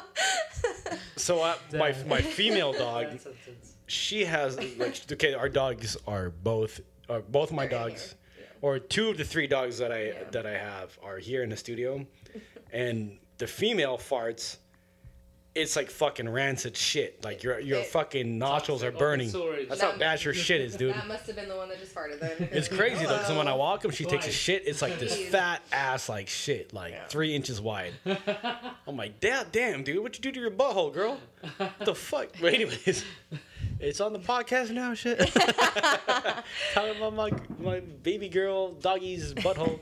Speaker 5: so I, my
Speaker 3: Damn.
Speaker 5: my female dog,
Speaker 3: That's sentence.
Speaker 5: she has like *laughs* okay. Our dogs are both are both my
Speaker 6: They're in
Speaker 5: dogs,
Speaker 6: here.
Speaker 5: or two of the three dogs that I
Speaker 6: Yeah.
Speaker 5: that I have are here in the studio, and the female farts. It's like fucking rancid shit. Like your your
Speaker 6: It-
Speaker 5: fucking nostrils are
Speaker 3: Open
Speaker 5: burning.
Speaker 3: sewerage.
Speaker 5: That's how bad your shit is, dude.
Speaker 6: that must have been the one that just farted. Then. *laughs*
Speaker 5: It's crazy though, because when I walk him, she takes a
Speaker 3: Why?
Speaker 5: shit. It's like this
Speaker 6: Jeez.
Speaker 5: fat ass, like shit, like three inches wide. I'm like, damn, damn, dude, what you do to your butthole, girl? What the fuck? But anyways, it's on the podcast now, shit. *laughs* Talking about my my baby girl doggy's butthole.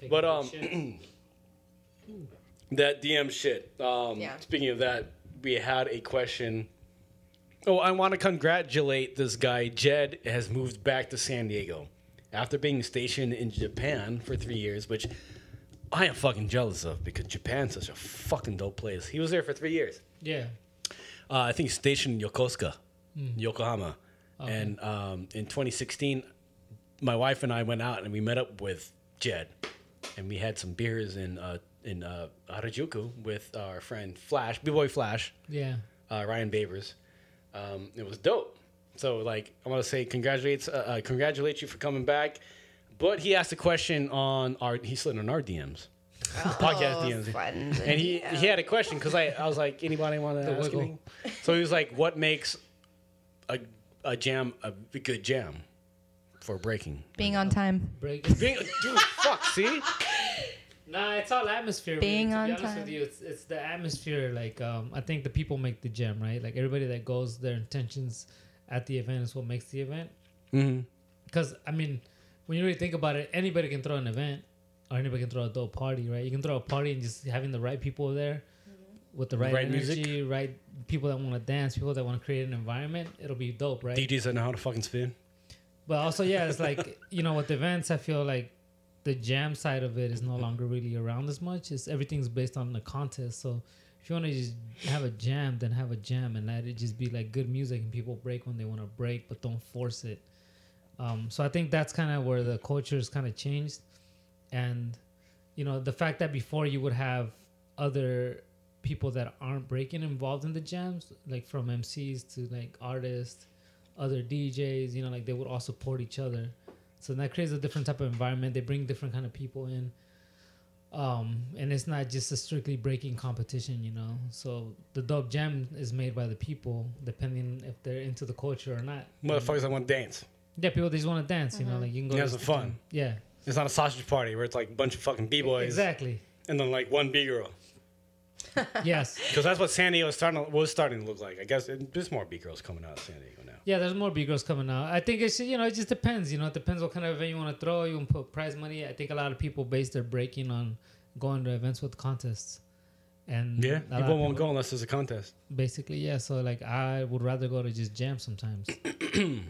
Speaker 3: Take
Speaker 5: But,
Speaker 3: a
Speaker 5: um, *clears throat*
Speaker 3: shit.
Speaker 5: That DM shit. Um,
Speaker 6: Yeah.
Speaker 5: Speaking of that, we had a question. Oh, I want to congratulate this guy. Jed has moved back to San Diego after being stationed in Japan for three years, which I am fucking jealous of because Japan's such a fucking dope place. He was there for three years.
Speaker 3: yeah.
Speaker 5: Uh, I think stationed in Yokosuka, Yokohama. And um, in 2016, my wife and I went out and we met up with Jed, and we had some beers in uh, in uh, Harajuku with our friend Flash, B Boy Flash,
Speaker 3: Yeah.
Speaker 5: uh, Ryan Babers. Um, it was dope. So like, I want to say congratulates, uh, uh, congratulate you for coming back. But he asked a question on our he slid on our DMs, podcast DMs,
Speaker 6: fun.
Speaker 5: and he he had a question because I, I was like, anybody want to ask
Speaker 3: wiggle.
Speaker 5: anything? So he was like, what makes a a jam a good jam for breaking?
Speaker 6: Being on time.
Speaker 3: Break.
Speaker 5: Being, dude, fuck, see?
Speaker 3: Nah, it's all atmosphere. really,
Speaker 6: Being
Speaker 3: to
Speaker 6: on
Speaker 3: be honest
Speaker 6: time.
Speaker 3: with you, it's it's the atmosphere. Like um, I think the people make the gym, right? Like everybody that goes, their intentions at the event is what makes the event.
Speaker 5: Mm-hmm.
Speaker 3: Because I mean, when you really think about it, anybody can throw an event, or anybody can throw a dope party, right? You can throw a party and just having the right people there, with the right,
Speaker 5: Mm-hmm. Right music.
Speaker 3: energy, right people that want to dance, people that want to create an environment. It'll be dope, right?
Speaker 5: DJs that know how to fucking spin.
Speaker 3: But also, yeah, it's like you know, with events, I feel like the jam side of it is no longer really around as much. It's everything's based on the contest. So if you want to just have a jam, then have a jam, and let it just be like good music, and people break when they want to break, but don't force it. Um, so I think that's kind of where the culture's kind of changed, and you know, the fact that before you would have other people that aren't breaking involved in the jams, like from MCs to like artists other DJs, you know, like they would all support each other. So that creates a different type of environment. They bring different kind of people in. Um, and it's not just a strictly breaking competition, you know. So the dope jam is made by the people, depending if they're into the culture or not.
Speaker 5: Motherfuckers that want to dance.
Speaker 3: Yeah, people just want to dance, you know, like you can go
Speaker 5: Yeah,
Speaker 3: to-
Speaker 5: it's fun.
Speaker 3: Yeah,
Speaker 5: It's not a sausage party where it's like a bunch of fucking b-boys
Speaker 3: exactly.
Speaker 5: and then like one b-girl.
Speaker 3: yes.
Speaker 5: Because that's what San Diego is starting, was starting to look like. I guess it, there's more b-girls coming out of San Diego now.
Speaker 3: Yeah, there's more B girls coming out. I think it's you know it just depends. You know, it depends what kind of event you want to throw. You want to put prize money. I think a lot of people base their breaking on going to events with contests, and a lot of
Speaker 5: People won't go unless there's a contest.
Speaker 3: Basically, yeah. So like, I would rather go to just jam sometimes,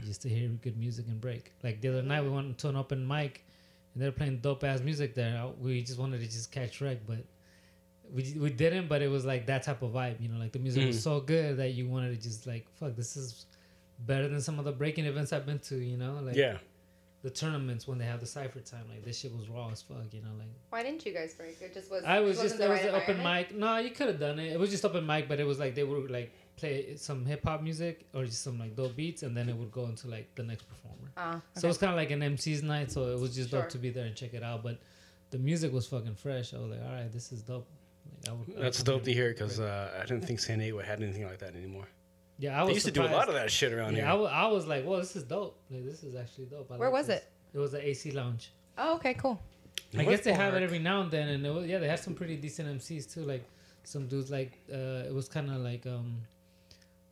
Speaker 3: just to hear good music and break. Like the other night, we went to an open mic, and they're playing dope ass music there. I- We just wanted to just catch rec, but we we didn't. But it was like that type of vibe, you know. Like the music was so good that you wanted to just like, fuck, this is better than some of the breaking events I've been to, you know. Like
Speaker 5: Yeah.
Speaker 3: the tournaments when they have the cipher time, like this shit was raw as fuck, you know. Like
Speaker 6: Why didn't you guys break? It just was.
Speaker 3: I was
Speaker 6: wasn't
Speaker 3: just
Speaker 6: the
Speaker 3: it was
Speaker 6: right
Speaker 3: an open
Speaker 6: environment?
Speaker 3: mic. No, you could have done it. It was just open mic, but it was like they would like play some hip hop music or just some like dope beats, and then it would go into like the next performer.
Speaker 6: Ah,
Speaker 3: So it was kind of like an MC's night. So it was just
Speaker 6: Sure.
Speaker 3: dope to be there and check it out. But the music was fucking fresh. I was like, all right, this is dope. Like, I would, I
Speaker 5: That's
Speaker 3: would
Speaker 5: dope to
Speaker 3: really-
Speaker 5: hear because uh, I didn't think San Diego had anything like that anymore.
Speaker 3: Yeah, I was
Speaker 5: They used to do a lot
Speaker 3: surprised.
Speaker 5: of that shit around
Speaker 3: Yeah, I
Speaker 5: here.
Speaker 3: wa- I was like, "Whoa, this is dope! Like, this is actually dope." I
Speaker 6: Where
Speaker 3: like
Speaker 6: was
Speaker 3: this.
Speaker 6: it?
Speaker 3: It was the AC Lounge.
Speaker 6: Oh, okay, cool.
Speaker 3: I guess they have it
Speaker 5: Northpark.
Speaker 3: every now and then, and it was, yeah, they had some pretty decent MCs too. Like some dudes, like uh, it was kind of like um,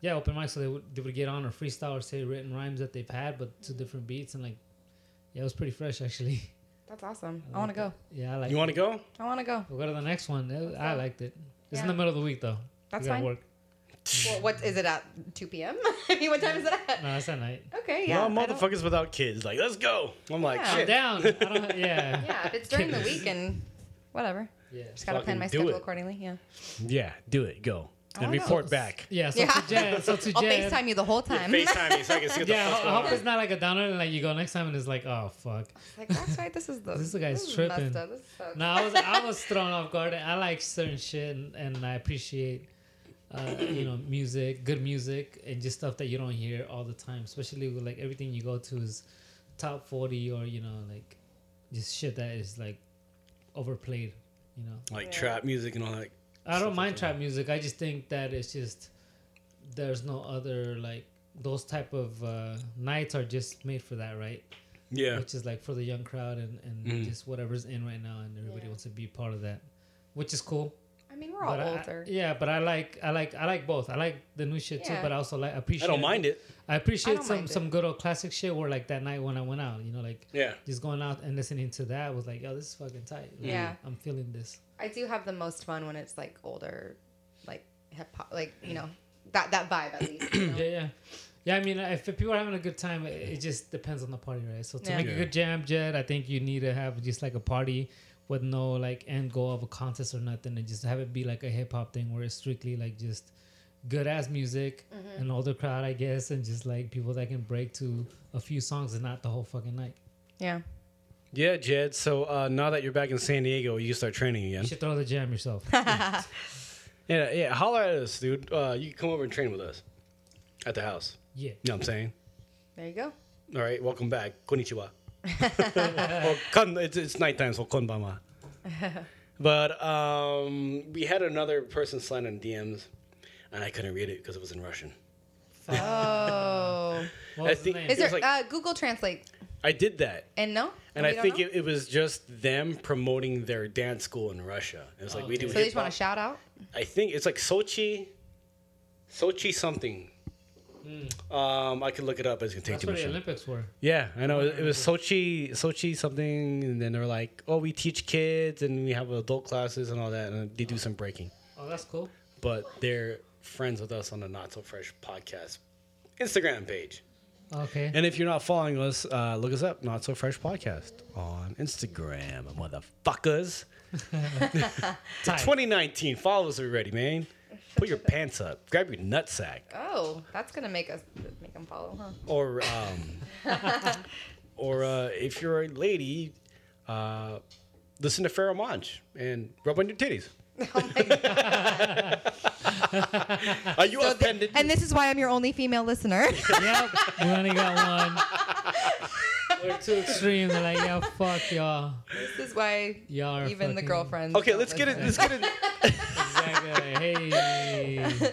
Speaker 3: yeah, open mic. So they would they would get on or freestyle or say written rhymes that they've had, but to different beats and like yeah, it was pretty fresh *laughs* actually.
Speaker 6: That's awesome. I want to go.
Speaker 3: Yeah, I like.
Speaker 5: You want to go?
Speaker 6: I want to go.
Speaker 3: We'll go to the next one. It- I liked it. It's in
Speaker 6: Yeah.
Speaker 3: the middle of the week though.
Speaker 6: That's
Speaker 3: We gotta
Speaker 6: fine.
Speaker 3: Work.
Speaker 6: Well, what is it at 2 p.m.? I mean, *laughs* what time is it at?
Speaker 3: No, that's at
Speaker 6: *laughs*
Speaker 3: night.
Speaker 6: Okay,
Speaker 5: Yeah,
Speaker 6: yeah.
Speaker 5: no,
Speaker 6: I don't-
Speaker 5: motherfuckers without kids. Like, let's go. I'm like,
Speaker 6: Yeah.
Speaker 5: shit.
Speaker 3: Down. I don't, yeah.
Speaker 6: *laughs* Yeah, if it's
Speaker 5: *laughs*
Speaker 6: during the week and whatever.
Speaker 3: Yeah.
Speaker 6: Just gotta plan
Speaker 5: Fucking
Speaker 6: my
Speaker 5: do
Speaker 6: schedule
Speaker 5: it.
Speaker 6: accordingly. Yeah.
Speaker 5: Yeah, do it. Go.
Speaker 6: I
Speaker 5: And
Speaker 6: wanna
Speaker 5: report
Speaker 6: go.
Speaker 5: back.
Speaker 3: Yeah. So
Speaker 6: yeah.
Speaker 3: to Jen. So to
Speaker 6: *laughs* I'll
Speaker 3: Jen.
Speaker 6: FaceTime you the whole time.
Speaker 5: FaceTime me so I can see what the
Speaker 3: Yeah, I
Speaker 5: fuck's
Speaker 3: ho-
Speaker 5: going
Speaker 3: I
Speaker 5: on.
Speaker 3: hope it's not like a downer and like you go next time and it's like, oh fuck.
Speaker 6: *laughs* like, that's right. This
Speaker 5: *laughs*
Speaker 6: is the.
Speaker 3: This guy's
Speaker 6: is
Speaker 3: tripping.
Speaker 6: Messed up. This sucks.
Speaker 3: No, I was I was thrown off guard. I like certain shit, and, and I appreciate, uh, you know, music, good music, and just stuff that you don't hear all the time. Especially with like everything you go to is top forty or you know like just shit that is like overplayed. You know,
Speaker 5: Like trap music and all that.
Speaker 3: I don't mind trap music. I just think that it's just there's no other like those type of uh, nights are just made for that, right?
Speaker 5: Yeah. Mm.
Speaker 3: which is like for the young crowd and, and just whatever's in right now and everybody
Speaker 6: Yeah.
Speaker 3: wants to be part of that which is cool
Speaker 6: *laughs* I mean, we're all
Speaker 3: but I-
Speaker 6: older.
Speaker 3: yeah but i like i like i like both i like the new shit too
Speaker 6: Yeah.
Speaker 3: but i also like appreciate
Speaker 5: I don't mind it.
Speaker 3: i appreciate
Speaker 6: I don't
Speaker 3: some
Speaker 6: mind it.
Speaker 3: some good old classic shit where like that night when i went out you know like
Speaker 5: Yeah.
Speaker 3: just going out and listening to that was like yo this is fucking tight Like,
Speaker 6: Yeah.
Speaker 3: i'm feeling this
Speaker 6: I do have the most fun when it's like older, like hip hop, like you know that that vibe at least. You know?
Speaker 3: yeah yeah yeah, I mean, if people are having a good time, it it just depends on the party, right? So to
Speaker 6: Yeah.
Speaker 3: make
Speaker 5: Yeah.
Speaker 3: a good jam, Jed, I think you need to have just like a party with no like end goal of a contest or nothing, and just have it be like a hip hop thing where it's strictly like just good ass music,
Speaker 6: Mm-hmm.
Speaker 3: an older crowd, I guess, and just like people that can break to a few songs and not the whole fucking night.
Speaker 6: yeah.
Speaker 5: *clears throat* Yeah, Jed. So uh, now that you're back in San Diego, you can start training again.
Speaker 3: You should throw the jam
Speaker 6: *laughs*
Speaker 3: yourself.
Speaker 5: Yeah, yeah. Holler at us, dude. Uh, you can come over and train with us at the house.
Speaker 3: yeah.
Speaker 5: You know what I'm saying?
Speaker 6: There you go.
Speaker 5: All right. Welcome back. Konnichiwa. *laughs* Or kon- it's, it's nighttime, so konbanwa. *laughs* but um, we had another person slide on DMs, and I couldn't read it because it was in Russian.
Speaker 6: Oh,
Speaker 3: What was
Speaker 5: I
Speaker 3: his
Speaker 5: think-
Speaker 3: name?
Speaker 6: is
Speaker 5: It was
Speaker 6: there
Speaker 5: like-
Speaker 6: uh, Google Translate?
Speaker 5: I did that.
Speaker 6: And no,
Speaker 5: And
Speaker 6: We
Speaker 5: I
Speaker 6: Oh, don't
Speaker 5: think
Speaker 6: know?
Speaker 5: it, it was just them promoting their dance school in Russia. It was like we do.
Speaker 6: so they just
Speaker 5: hip-hop.
Speaker 6: want to shout out.
Speaker 5: I think it's like Sochi, Sochi something. Um, I could look it up. It's gonna take
Speaker 3: That's
Speaker 5: too
Speaker 3: where
Speaker 5: much
Speaker 3: the
Speaker 5: time.
Speaker 3: Olympics were.
Speaker 5: Yeah, I know it, it was Sochi, Sochi something, and then they're like, "Oh, we teach kids and we have adult classes and all that," and they do some breaking.
Speaker 3: Oh, that's cool.
Speaker 5: But they're friends with us on the Not So Fresh podcast Instagram page.
Speaker 3: Okay.
Speaker 5: And if you're not following us, uh, look us up, Not So Fresh Podcast on Instagram, motherfuckers.
Speaker 3: Tight.
Speaker 5: 2019, follow us already, man. Put your pants up, grab your nutsack,
Speaker 6: Oh, that's gonna make us make them follow,
Speaker 5: *laughs*
Speaker 6: huh?
Speaker 5: or um,
Speaker 6: *laughs*
Speaker 5: or uh, if you're a lady, uh, listen to Pharaoh Monch and rub on your titties.
Speaker 6: *laughs* Oh my God.
Speaker 5: *laughs* Are you offended?
Speaker 6: and this is why I'm your only female listener. *laughs*
Speaker 3: yep, we only got one. We're too extreme. They're like, yo, fuck y'all.
Speaker 6: this is
Speaker 5: *laughs*
Speaker 6: why
Speaker 3: Y'all are
Speaker 6: *laughs* even the
Speaker 3: fucking-
Speaker 6: girlfriends.
Speaker 5: okay,
Speaker 6: don't
Speaker 5: let's get it.
Speaker 6: listen.
Speaker 5: Let's get
Speaker 6: *laughs*
Speaker 5: it.
Speaker 3: Exactly. Like, hey.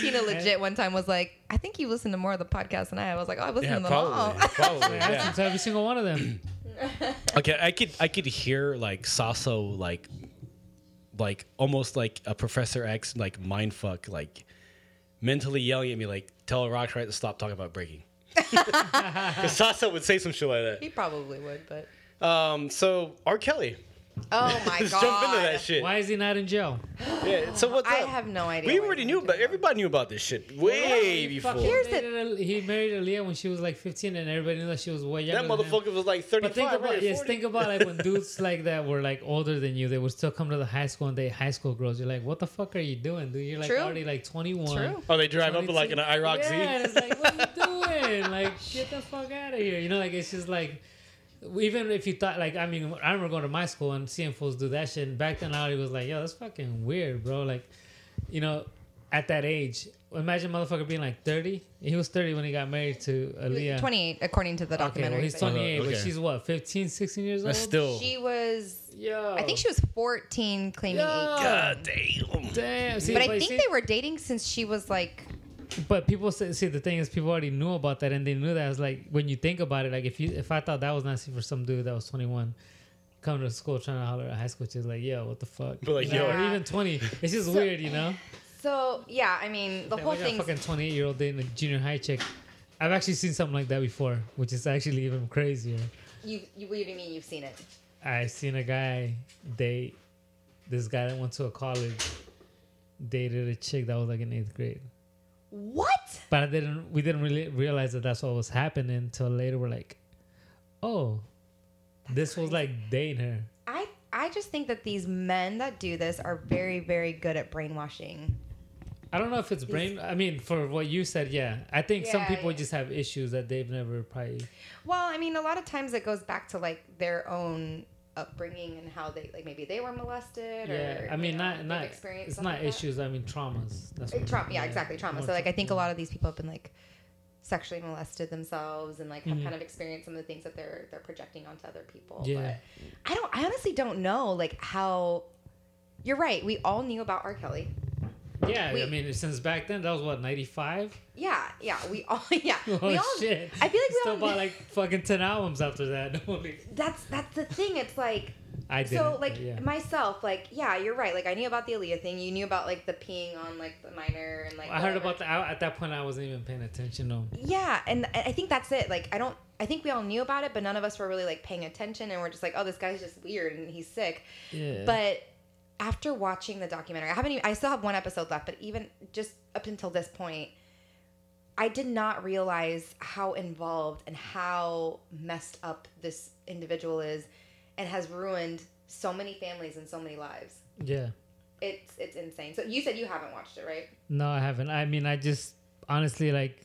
Speaker 6: Tina legit one time was like, I think you listen to more of the podcast than I have. I was like, oh, I listen
Speaker 5: Yeah,
Speaker 6: to them all. *laughs*
Speaker 5: probably, probably.
Speaker 3: I
Speaker 5: Yeah.
Speaker 3: listen to every single one of
Speaker 5: *laughs*
Speaker 3: them.
Speaker 5: Okay, I could I could hear like Sasso like like almost like a Professor X like mind fuck like mentally yelling at me like tell Rock right to stop talking about breaking. *laughs* Because Sasso would say some shit like
Speaker 6: he probably would, but
Speaker 5: that. Um, so R. Kelly,
Speaker 6: oh my
Speaker 5: *laughs* just
Speaker 6: god,
Speaker 5: jump into that shit.
Speaker 3: Why is he not in jail?
Speaker 5: Yeah, so what's
Speaker 6: I
Speaker 5: up?
Speaker 6: have no idea.
Speaker 5: we
Speaker 6: why
Speaker 5: already
Speaker 6: he's
Speaker 5: knew,
Speaker 6: into
Speaker 5: about
Speaker 6: it.
Speaker 5: everybody knew about this shit way
Speaker 3: He
Speaker 5: before.
Speaker 3: fucking
Speaker 6: Here's
Speaker 3: married Ale- he married Aaliyah when she was like 15, and everybody knew that she was way younger.
Speaker 5: That
Speaker 3: than him.
Speaker 5: motherfucker was like
Speaker 3: But
Speaker 5: thirty-five.
Speaker 3: think
Speaker 5: right?
Speaker 3: about yes,
Speaker 5: 40.
Speaker 3: think about like when dudes like that were like older than you, they would still come to the high school and they high school girls. You're like, what the fuck are you doing, dude? You're like
Speaker 6: True.
Speaker 3: already like 21.
Speaker 6: True.
Speaker 5: Oh, they drive up
Speaker 3: 22.
Speaker 5: like an IROC
Speaker 3: Yeah, and it's like, what are you doing? Like, get the fuck out of here. You know, like, it's just like, even if you thought, like, I mean, I remember going to my school and seeing fools do that shit. And back then, I already was like, yo, that's fucking weird, bro. Like, you know, at that age, imagine motherfucker being like 30. He was 30 when he got married to Aaliyah.
Speaker 6: 28, according to the
Speaker 3: Okay, well,
Speaker 6: documentary.
Speaker 3: he's
Speaker 6: but-
Speaker 3: 28, but
Speaker 7: Okay.
Speaker 3: she's what, 15, 16 years old?
Speaker 5: That's still.
Speaker 6: She was,
Speaker 3: Yo.
Speaker 6: I think she was 14 claiming
Speaker 3: Yo.
Speaker 6: eight.
Speaker 5: God damn.
Speaker 3: Damn. See,
Speaker 6: But I think
Speaker 3: see-
Speaker 6: they were dating since she was like,
Speaker 3: But people say, see the thing is people already knew about that and they knew that. It's like when you think about it, like if you if I thought that was nasty for some dude that was 21 coming to school trying to holler at high school kids like yo what the fuck
Speaker 5: But, like,
Speaker 3: You know,
Speaker 6: yo.
Speaker 3: or even 20 it's just weird you know
Speaker 6: so yeah, I mean, the
Speaker 3: Like,
Speaker 6: whole
Speaker 3: we got a
Speaker 6: thing.
Speaker 3: fucking 28 year old dating a junior high chick I've actually seen something like that before which is actually even crazier
Speaker 6: You, you, what do you mean you've seen it?
Speaker 3: I seen a guy date this guy that went to a college dated a chick that was like in eighth grade
Speaker 6: What?
Speaker 3: but I didn't. We didn't really realize that that's what was happening until later. We're like, oh, this was like dating her.
Speaker 6: I, I just think that these men that do this are very, very good at brainwashing.
Speaker 3: I don't know if it's brain. I mean, for what you said, yeah. I think some
Speaker 6: Yeah,
Speaker 3: people
Speaker 6: yeah.
Speaker 3: just have issues that they've never probably.
Speaker 6: Well, I mean, a lot of times it goes back to like their own upbringing and how they like maybe they were molested
Speaker 3: Yeah,
Speaker 6: or
Speaker 3: I mean,
Speaker 6: you know,
Speaker 3: not
Speaker 6: they've
Speaker 3: not.
Speaker 6: experienced
Speaker 3: It's
Speaker 6: something
Speaker 3: not
Speaker 6: like that.
Speaker 3: issues. I mean, traumas. That's
Speaker 6: Uh,
Speaker 3: what
Speaker 6: trauma yeah, exactly trauma so like i think a lot of these people have been like sexually molested themselves and like
Speaker 3: Mm-hmm.
Speaker 6: have kind of experienced some of the things that they're they're projecting onto other people
Speaker 3: Yeah.
Speaker 6: but i don't i honestly don't know like how you're right we all knew about r kelly
Speaker 3: Yeah, I
Speaker 6: we-
Speaker 3: mean, since back then, that was what ninety five.
Speaker 6: yeah yeah we all *laughs* yeah
Speaker 3: *laughs* Oh
Speaker 6: we all
Speaker 3: shit!
Speaker 6: i feel like we
Speaker 3: still
Speaker 6: all
Speaker 3: bought like fucking ten albums after that. *laughs*
Speaker 6: that's that's the thing it's like
Speaker 3: I did.
Speaker 6: so like
Speaker 3: yeah.
Speaker 6: myself like yeah you're right like i knew about the Aaliyah thing you knew about like the peeing on like the minor and like
Speaker 3: I heard
Speaker 6: whatever.
Speaker 3: about that. I- At that point, I wasn't even paying attention. No.
Speaker 6: Yeah, and I I think that's it. Like I don't I think we all knew about it, but none of us were really like paying attention and we're just like, "Oh, this guy's just weird and he's sick."
Speaker 3: Yeah.
Speaker 6: But after watching the documentary, I haven't even I still have one episode left, but even just up until this point, I did not realize how involved and how messed up this individual is and has ruined so many families and so many lives.
Speaker 3: yeah.
Speaker 6: It's it's insane. So you said you haven't watched it, right?
Speaker 3: No, I haven't. I mean, I just honestly like,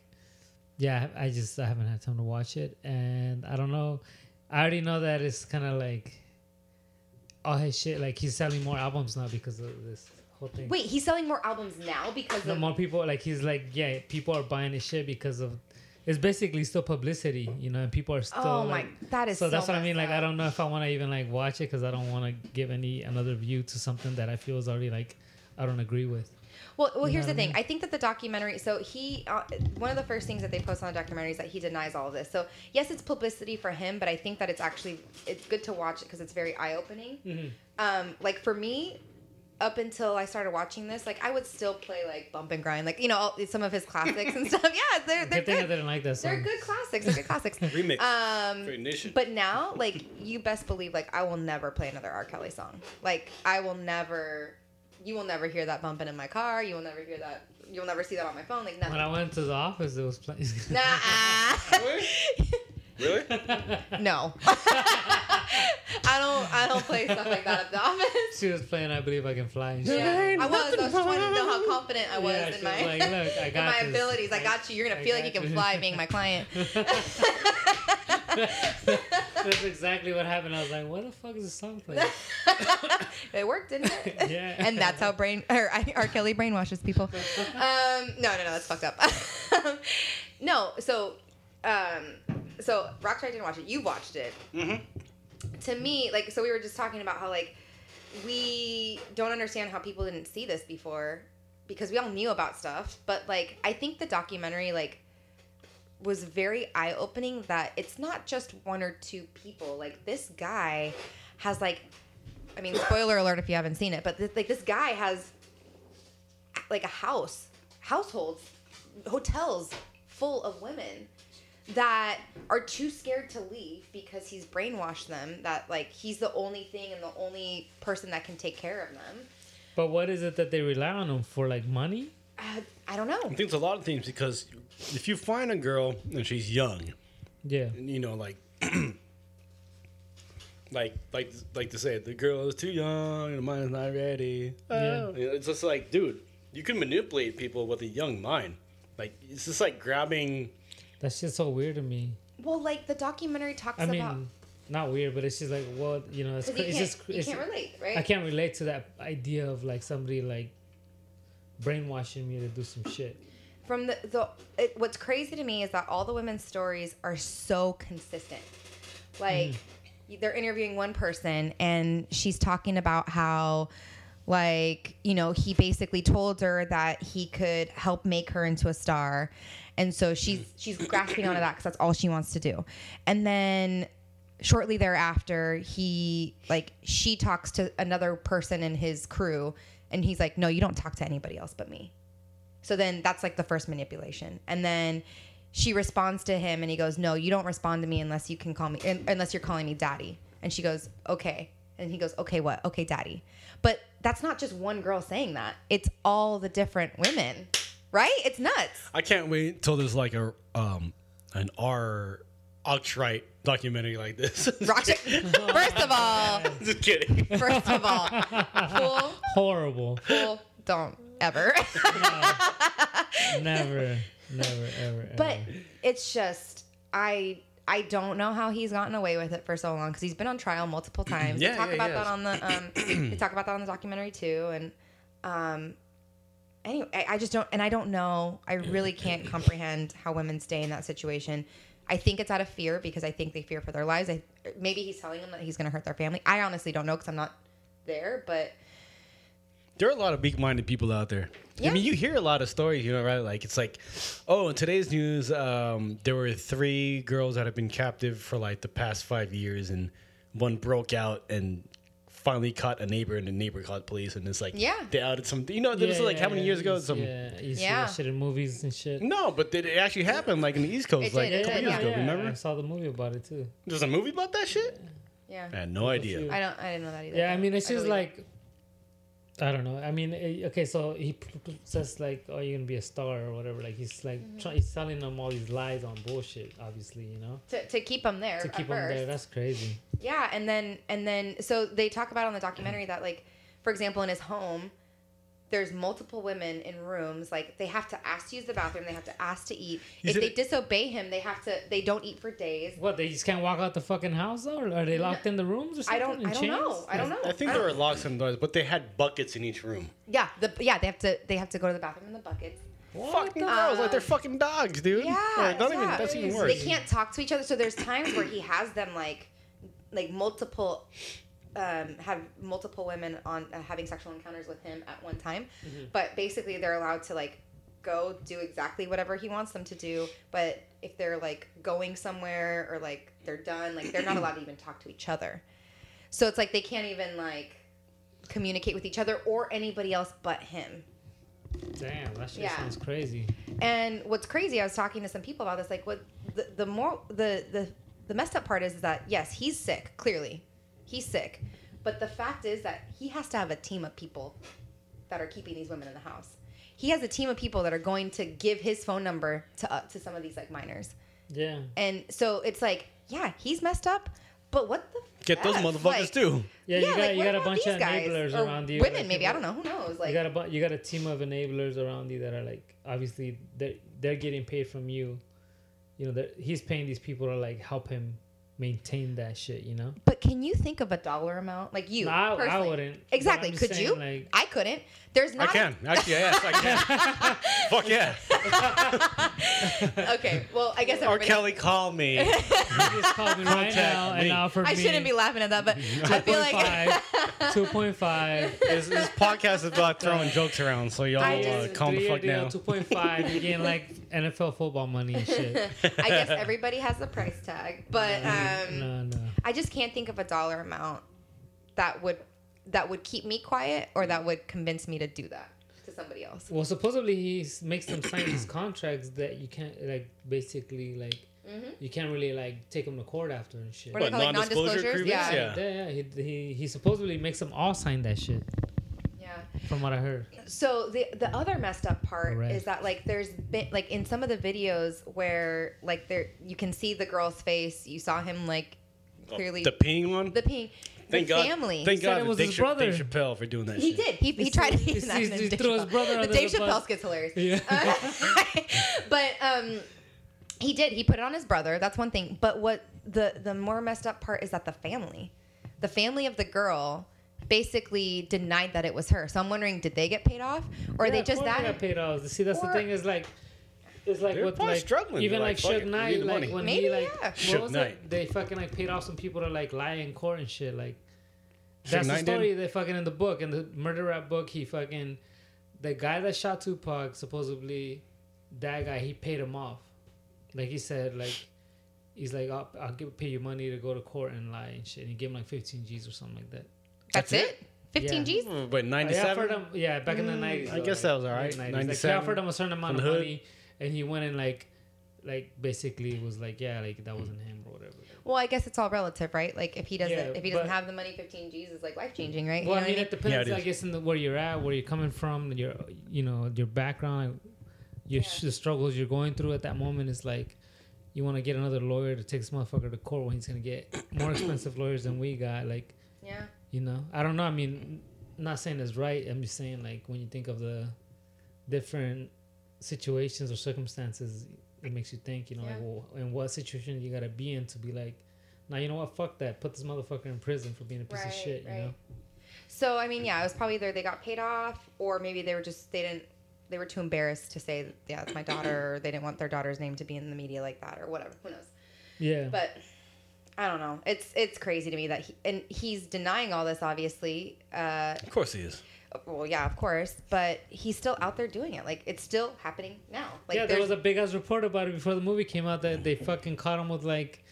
Speaker 3: yeah, I just I haven't had time to watch it, and I don't know. I already know that it's kind of like all his shit. Like he's selling more albums now because of this whole thing.
Speaker 6: Wait, he's selling more albums now because
Speaker 3: The
Speaker 6: of
Speaker 3: more people like he's like, yeah, people are buying his shit because of. It's basically still publicity, you know, and people are still.
Speaker 6: Oh
Speaker 3: like,
Speaker 6: my, that is
Speaker 3: so,
Speaker 6: so
Speaker 3: that's what I mean.
Speaker 6: messed
Speaker 3: Like, I
Speaker 6: up.
Speaker 3: don't know if I want to even like watch it because I don't want to give any another view to something that I feel is already like I don't agree with.
Speaker 6: Well, well, here's
Speaker 3: know
Speaker 6: the
Speaker 3: what I
Speaker 6: thing. I think that the documentary. So he, uh, one of the first things that they post on the documentary is that he denies all of this. So yes, it's publicity for him, but I think that it's actually it's good to watch it because it's very eye opening. Um, like for me, up until I started watching this, like I would still play like Bump and Grind, like you know all, some of his classics and stuff. Yeah, they're they're
Speaker 3: Good thing I
Speaker 6: good.
Speaker 3: didn't like that song.
Speaker 6: They're good classics. They're good classics.
Speaker 5: Remix.
Speaker 6: Um,
Speaker 5: For ignition.
Speaker 6: but now, like, you best believe, like, I will never play another R. Kelly song. Like, I will never, you will never hear that bumping in my car. You will never hear that. You'll never see that on my phone. Like,
Speaker 3: When I
Speaker 6: nothing.
Speaker 3: went to the office, it was playing. *laughs*
Speaker 6: Nah.
Speaker 5: Really?
Speaker 6: *laughs* no. *laughs* I don't. I don't play stuff like that at the
Speaker 3: *laughs*
Speaker 6: office.
Speaker 3: she was playing "I Believe I Can Fly." And shit.
Speaker 6: Yeah. I was. I was just wanting to know how confident I was
Speaker 3: Yeah, she
Speaker 6: in my
Speaker 3: was like, "Look, I
Speaker 6: *laughs* in
Speaker 3: got
Speaker 6: my
Speaker 3: this.
Speaker 6: abilities. I
Speaker 3: I-
Speaker 6: got you. You're gonna
Speaker 3: I
Speaker 6: feel like you
Speaker 3: got
Speaker 6: can
Speaker 3: you."
Speaker 6: fly being
Speaker 3: *laughs*
Speaker 6: my client. *laughs*
Speaker 3: That's exactly what happened. I was like, "What the fuck is this song playing?"
Speaker 6: *laughs* it worked, didn't it?
Speaker 3: Yeah.
Speaker 6: and that's how brain or I- R. Kelly brainwashes people. Um, no, no, no, that's fucked up. *laughs* no, so, um, so Rockstar didn't watch it. You watched it. Mm-hmm. To me, like, so we were just talking about how like we don't understand how people didn't see this before because we all knew about stuff, but like I think the documentary like was very eye opening that it's not just one or two people. Like this guy has like I mean, spoiler alert if you haven't seen it, but this, like this guy has like a house, households, hotels full of women that are too scared to leave because he's brainwashed them that like he's the only thing and the only person that can take care of them.
Speaker 3: But what is it that they rely on him for? Like money?
Speaker 6: Uh, I don't know.
Speaker 5: I think it's a lot of things because if you find a girl and she's young,
Speaker 3: Yeah.
Speaker 5: you know, like, *clears throat* like, like, like to say, the girl is too young, the mind is not ready. Oh. You know, It's just like, dude, you can manipulate people with a young mind. Like, it's just like grabbing.
Speaker 3: That shit's so weird to me.
Speaker 6: Well, like the documentary talks
Speaker 3: I mean,
Speaker 6: about
Speaker 3: not weird, but it's just like, what you know? It's, cr-
Speaker 6: because you
Speaker 3: it's
Speaker 6: can't,
Speaker 3: just cr-
Speaker 6: you
Speaker 3: it's,
Speaker 6: can't relate, right?
Speaker 3: I can't relate to that idea of like somebody like brainwashing me to do some shit.
Speaker 6: from the the it, what's crazy to me is that all the women's stories are so consistent. Like they're interviewing one person and she's talking about how like you know he basically told her that he could help make her into a star and so she's she's grasping onto that because that's all she wants to do and then shortly thereafter he like she talks to another person in his crew and he's like no you don't talk to anybody else but me so then that's like the first manipulation. And then she responds to him and he goes, "No, you don't respond to me unless you can call me un- unless you're calling me daddy." And she goes, "Okay." And he goes, "Okay, what? Okay, daddy." But that's not just one girl saying that. It's all the different women. Right? It's nuts.
Speaker 5: I can't wait till there's like a um an R outright documentary like this. *laughs*
Speaker 6: Roxy, first of all,
Speaker 5: Just kidding.
Speaker 6: first of all, cool,
Speaker 3: Horrible.
Speaker 6: cool, don't ever. *laughs*
Speaker 3: Never, never, ever.
Speaker 6: But
Speaker 3: ever.
Speaker 6: it's just I I don't know how he's gotten away with it for so long because he's been on trial
Speaker 5: *clears throat*
Speaker 6: multiple times.
Speaker 5: Yeah,
Speaker 6: they talk
Speaker 5: yeah,
Speaker 6: about
Speaker 5: yeah.
Speaker 6: that on the
Speaker 5: *clears throat*
Speaker 6: um they talk about that on the documentary too and um anyway I, I just don't and I don't know I really can't comprehend how women stay in that situation. I think it's out of fear because I think they fear for their lives. I maybe he's telling them that he's going to hurt their family. I honestly don't know because I'm not there, but
Speaker 5: there are a lot of weak-minded people out there. I
Speaker 6: Yeah.
Speaker 5: mean, you hear a lot of stories, you know, right? Like it's like, oh, in today's news, um, there were three girls that have been captive for like the past five years, and one broke out and finally caught a neighbor, and the neighbor caught police, and it's like,
Speaker 6: Yeah.
Speaker 5: they outed some, you know, this is like how many years ago?
Speaker 3: you see-
Speaker 5: Some
Speaker 3: yeah, you see
Speaker 6: Yeah.
Speaker 3: that shit in movies and shit.
Speaker 5: no, but it it actually happened like in the East Coast,
Speaker 6: It
Speaker 5: like
Speaker 6: did,
Speaker 5: a
Speaker 6: it
Speaker 5: couple
Speaker 6: did,
Speaker 5: Mm, years
Speaker 6: yeah.
Speaker 3: I
Speaker 5: ago. Remember?
Speaker 3: saw the movie about it too.
Speaker 5: There's a movie about that shit.
Speaker 6: yeah.
Speaker 5: I had no idea.
Speaker 3: few.
Speaker 6: I don't I didn't know that either.
Speaker 3: Yeah, I mean, it's just
Speaker 6: believe it.
Speaker 3: like, I don't know. I mean, eh, okay, so he p- p- p- says like, "Oh, you're gonna be a star or whatever." Like he's like,
Speaker 6: Mm-hmm.
Speaker 3: try, he's telling them all these lies on bullshit. Obviously, you know,
Speaker 6: to, to keep him there
Speaker 3: to
Speaker 6: at
Speaker 3: keep them
Speaker 6: first.
Speaker 3: there. That's crazy.
Speaker 6: Yeah, and then and then so they talk about on the documentary that like for example in his home there's multiple women in rooms like they have to ask to use the bathroom, they have to ask to eat.
Speaker 5: You
Speaker 6: if
Speaker 5: said-
Speaker 6: they disobey him, they have to they don't eat for days.
Speaker 3: What they just can't walk out the fucking house though? Or are they locked in the rooms or
Speaker 6: I
Speaker 3: something?
Speaker 6: don't
Speaker 3: in
Speaker 6: I don't
Speaker 3: chains?
Speaker 6: know. I don't know.
Speaker 5: I think
Speaker 6: I
Speaker 5: there
Speaker 6: don't-
Speaker 5: were locks and doors, but they had buckets in each room.
Speaker 6: Yeah, the yeah, they have to they have to go to the bathroom in the buckets.
Speaker 5: fucking girls, like they're fucking dogs, dude.
Speaker 6: Yeah,
Speaker 5: Like, not even
Speaker 6: yeah.
Speaker 5: that's even
Speaker 3: They
Speaker 5: worse.
Speaker 6: They can't talk to each other. So there's times where he has them like, like multiple, um, have multiple women on uh, having sexual encounters with him at one time,
Speaker 5: Mm-hmm.
Speaker 6: but basically they're allowed to like go do exactly whatever he wants them to do. But if they're like going somewhere or like they're done, like they're not allowed to even talk to each other. So it's like they can't even like communicate with each other or anybody else but him.
Speaker 3: Damn, that shit
Speaker 6: Yeah.
Speaker 3: sounds crazy.
Speaker 6: And what's crazy, I was talking to some people about this. Like, what the, the more the the the messed up part is, is that yes, he's sick. Clearly, he's sick. But the fact is that he has to have a team of people that are keeping these women in the house. He has a team of people that are going to give his phone number to uh, to some of these like minors.
Speaker 3: Yeah.
Speaker 6: And so it's like, yeah, he's messed up. But what the
Speaker 5: Get those
Speaker 6: F?
Speaker 5: motherfuckers
Speaker 6: Like,
Speaker 5: too.
Speaker 3: Yeah, you got
Speaker 6: like,
Speaker 3: you
Speaker 6: what
Speaker 3: got a
Speaker 6: about
Speaker 3: bunch
Speaker 6: these
Speaker 3: of
Speaker 6: guys?
Speaker 3: enablers
Speaker 6: Or
Speaker 3: around you.
Speaker 6: Women,
Speaker 3: like,
Speaker 6: maybe
Speaker 3: people-
Speaker 6: I don't know. Who knows? Like,
Speaker 3: you got a bu- you got a team of enablers around you that are like obviously they're they're getting paid from you you know that he's paying these people to like help him maintain that shit you know
Speaker 6: But can you think of a dollar amount? Like you,
Speaker 3: No, I- I
Speaker 6: personally.
Speaker 3: wouldn't, but
Speaker 6: Exactly.
Speaker 3: I'm just
Speaker 6: Could
Speaker 3: saying,
Speaker 6: you?
Speaker 3: like-
Speaker 6: I couldn't. There's
Speaker 5: I
Speaker 6: not.
Speaker 5: can. Actually, yes, I can.
Speaker 6: *laughs*
Speaker 5: Fuck yeah.
Speaker 6: Okay. Well, I guess
Speaker 5: *laughs* Or
Speaker 6: everybody.
Speaker 5: Kelly, call me.
Speaker 3: he
Speaker 6: *laughs*
Speaker 3: just called me right now
Speaker 5: me.
Speaker 3: and offered
Speaker 6: I
Speaker 3: me
Speaker 6: shouldn't be laughing at that,
Speaker 5: *laughs*
Speaker 6: but I feel *laughs* like
Speaker 3: 2.5
Speaker 6: *laughs*
Speaker 3: 2.5
Speaker 5: this, this podcast is about throwing jokes around, so y'all
Speaker 6: I
Speaker 5: uh,
Speaker 6: just-
Speaker 5: calm the
Speaker 3: Three-year
Speaker 5: fuck
Speaker 3: deal,
Speaker 5: down.
Speaker 3: 2.5 you getting
Speaker 5: *laughs*
Speaker 3: like nfl football money and shit
Speaker 6: I guess everybody has a price tag, but *laughs* um,
Speaker 3: no no
Speaker 6: I just can't think of a dollar amount that would that would keep me quiet or that would convince me to do that to somebody else.
Speaker 3: well supposedly he s- makes them sign these *coughs* contracts that you can't like basically like you can't really like take them to court after and shit
Speaker 6: What do they call it? Non-disclosures? Yeah.
Speaker 5: Yeah.
Speaker 3: Yeah, yeah. He, he, he supposedly makes them all sign that shit,
Speaker 6: Yeah.
Speaker 3: from what I heard.
Speaker 6: So the the other messed up part
Speaker 3: Correct.
Speaker 6: is that like there's been like in some of the videos where like there you can see the girl's face. You saw him like clearly
Speaker 5: The peeing one?
Speaker 6: the pink
Speaker 5: Thank
Speaker 6: the
Speaker 5: God.
Speaker 6: family.
Speaker 5: Thank
Speaker 3: He said
Speaker 5: God
Speaker 3: it was
Speaker 5: it was Dave,
Speaker 3: his
Speaker 5: Ch- Dave
Speaker 3: brother.
Speaker 5: Chappelle for doing that
Speaker 6: He
Speaker 5: shit.
Speaker 6: did. He, he
Speaker 3: He's-
Speaker 6: tried
Speaker 3: *laughs*
Speaker 6: to
Speaker 3: he's-
Speaker 6: do that.
Speaker 3: he's-
Speaker 6: in
Speaker 3: he
Speaker 6: Dave
Speaker 3: threw his
Speaker 6: Chappelle.
Speaker 3: brother under
Speaker 6: The Dave
Speaker 3: the bus.
Speaker 6: Chappelle skits hilarious.
Speaker 3: Yeah.
Speaker 6: *laughs* but um, he did. He put it on his brother. That's one thing. But what the the more messed up part is that the family, the family of the girl, basically denied that it was her. So I'm wondering, did they get paid off, or are
Speaker 3: Yeah,
Speaker 6: they
Speaker 3: of
Speaker 6: just
Speaker 3: course
Speaker 6: that?
Speaker 3: got paid off. See, that's the
Speaker 6: Or-
Speaker 3: thing is like, It's like
Speaker 5: They're
Speaker 3: with
Speaker 5: probably
Speaker 3: like
Speaker 5: struggling.
Speaker 3: even
Speaker 5: They're
Speaker 3: like,
Speaker 5: like, "Fuck
Speaker 3: Shug
Speaker 5: it, we
Speaker 3: Knight,
Speaker 5: need the
Speaker 3: like
Speaker 5: money."
Speaker 3: when
Speaker 6: Maybe,
Speaker 3: he like
Speaker 6: yeah.
Speaker 5: Suge
Speaker 3: what was
Speaker 5: Knight.
Speaker 3: it? They fucking like paid off some people to like lie in court and shit. Like that's
Speaker 5: Knight
Speaker 3: the
Speaker 5: did?
Speaker 3: story. They fucking in the book in the murder rap book. He fucking the guy that shot Tupac supposedly that guy he paid him off. Like he said like. He's like, I'll, I'll give, pay you money to go to court and lie and shit. And he gave him like 15 G's or something like that.
Speaker 6: That's,
Speaker 5: That's
Speaker 6: it? 15
Speaker 3: Oh, Yeah.
Speaker 6: G's?
Speaker 5: But
Speaker 3: I offered
Speaker 5: 97?
Speaker 3: him, yeah, back in the nineties.
Speaker 5: Mm, I guess that was all right.
Speaker 3: Like, I
Speaker 5: 97,
Speaker 3: offered him a certain amount of
Speaker 5: from the hood.
Speaker 3: money, and he went and like, like basically was like, yeah, like that wasn't him or whatever.
Speaker 6: Well, I guess it's all relative, right? Like if he doesn't
Speaker 3: Yeah,
Speaker 6: if he doesn't
Speaker 3: but-
Speaker 6: have the money, 15 G's is like life changing, right?
Speaker 3: Well,
Speaker 6: you know
Speaker 3: I mean,
Speaker 6: what
Speaker 3: it depends.
Speaker 5: Yeah, it
Speaker 3: I
Speaker 5: is.
Speaker 3: guess in the, where you're at, where you're coming from, your you know your background, your the struggles you're going through at that moment is like, you want to get another lawyer to take this motherfucker to court when he's gonna get more expensive lawyers than we got. Like,
Speaker 6: Yeah.
Speaker 3: you know, I don't know. I mean, I'm not saying it's right. I'm just saying like when you think of the different situations or circumstances, it makes you think. You know, like
Speaker 6: Yeah.
Speaker 3: well, in what situation you gotta be in to be like, now you know what? Fuck that. Put this motherfucker in prison for being a piece of shit. You know.
Speaker 6: So I mean, yeah, it was probably either they got paid off, or maybe they were just they didn't they were too embarrassed to say, yeah, it's my daughter, or they didn't want their daughter's name to be in the media like that, or whatever. Who knows?
Speaker 3: Yeah.
Speaker 6: But I don't know. It's it's crazy to me that he and he's denying all this, obviously. Uh,
Speaker 5: Of course he is.
Speaker 6: well, yeah, of course, but he's still out there doing it. Like it's still happening now. Like
Speaker 3: yeah, there
Speaker 6: there's
Speaker 3: was a big ass report about it before the movie came out that they fucking caught him with like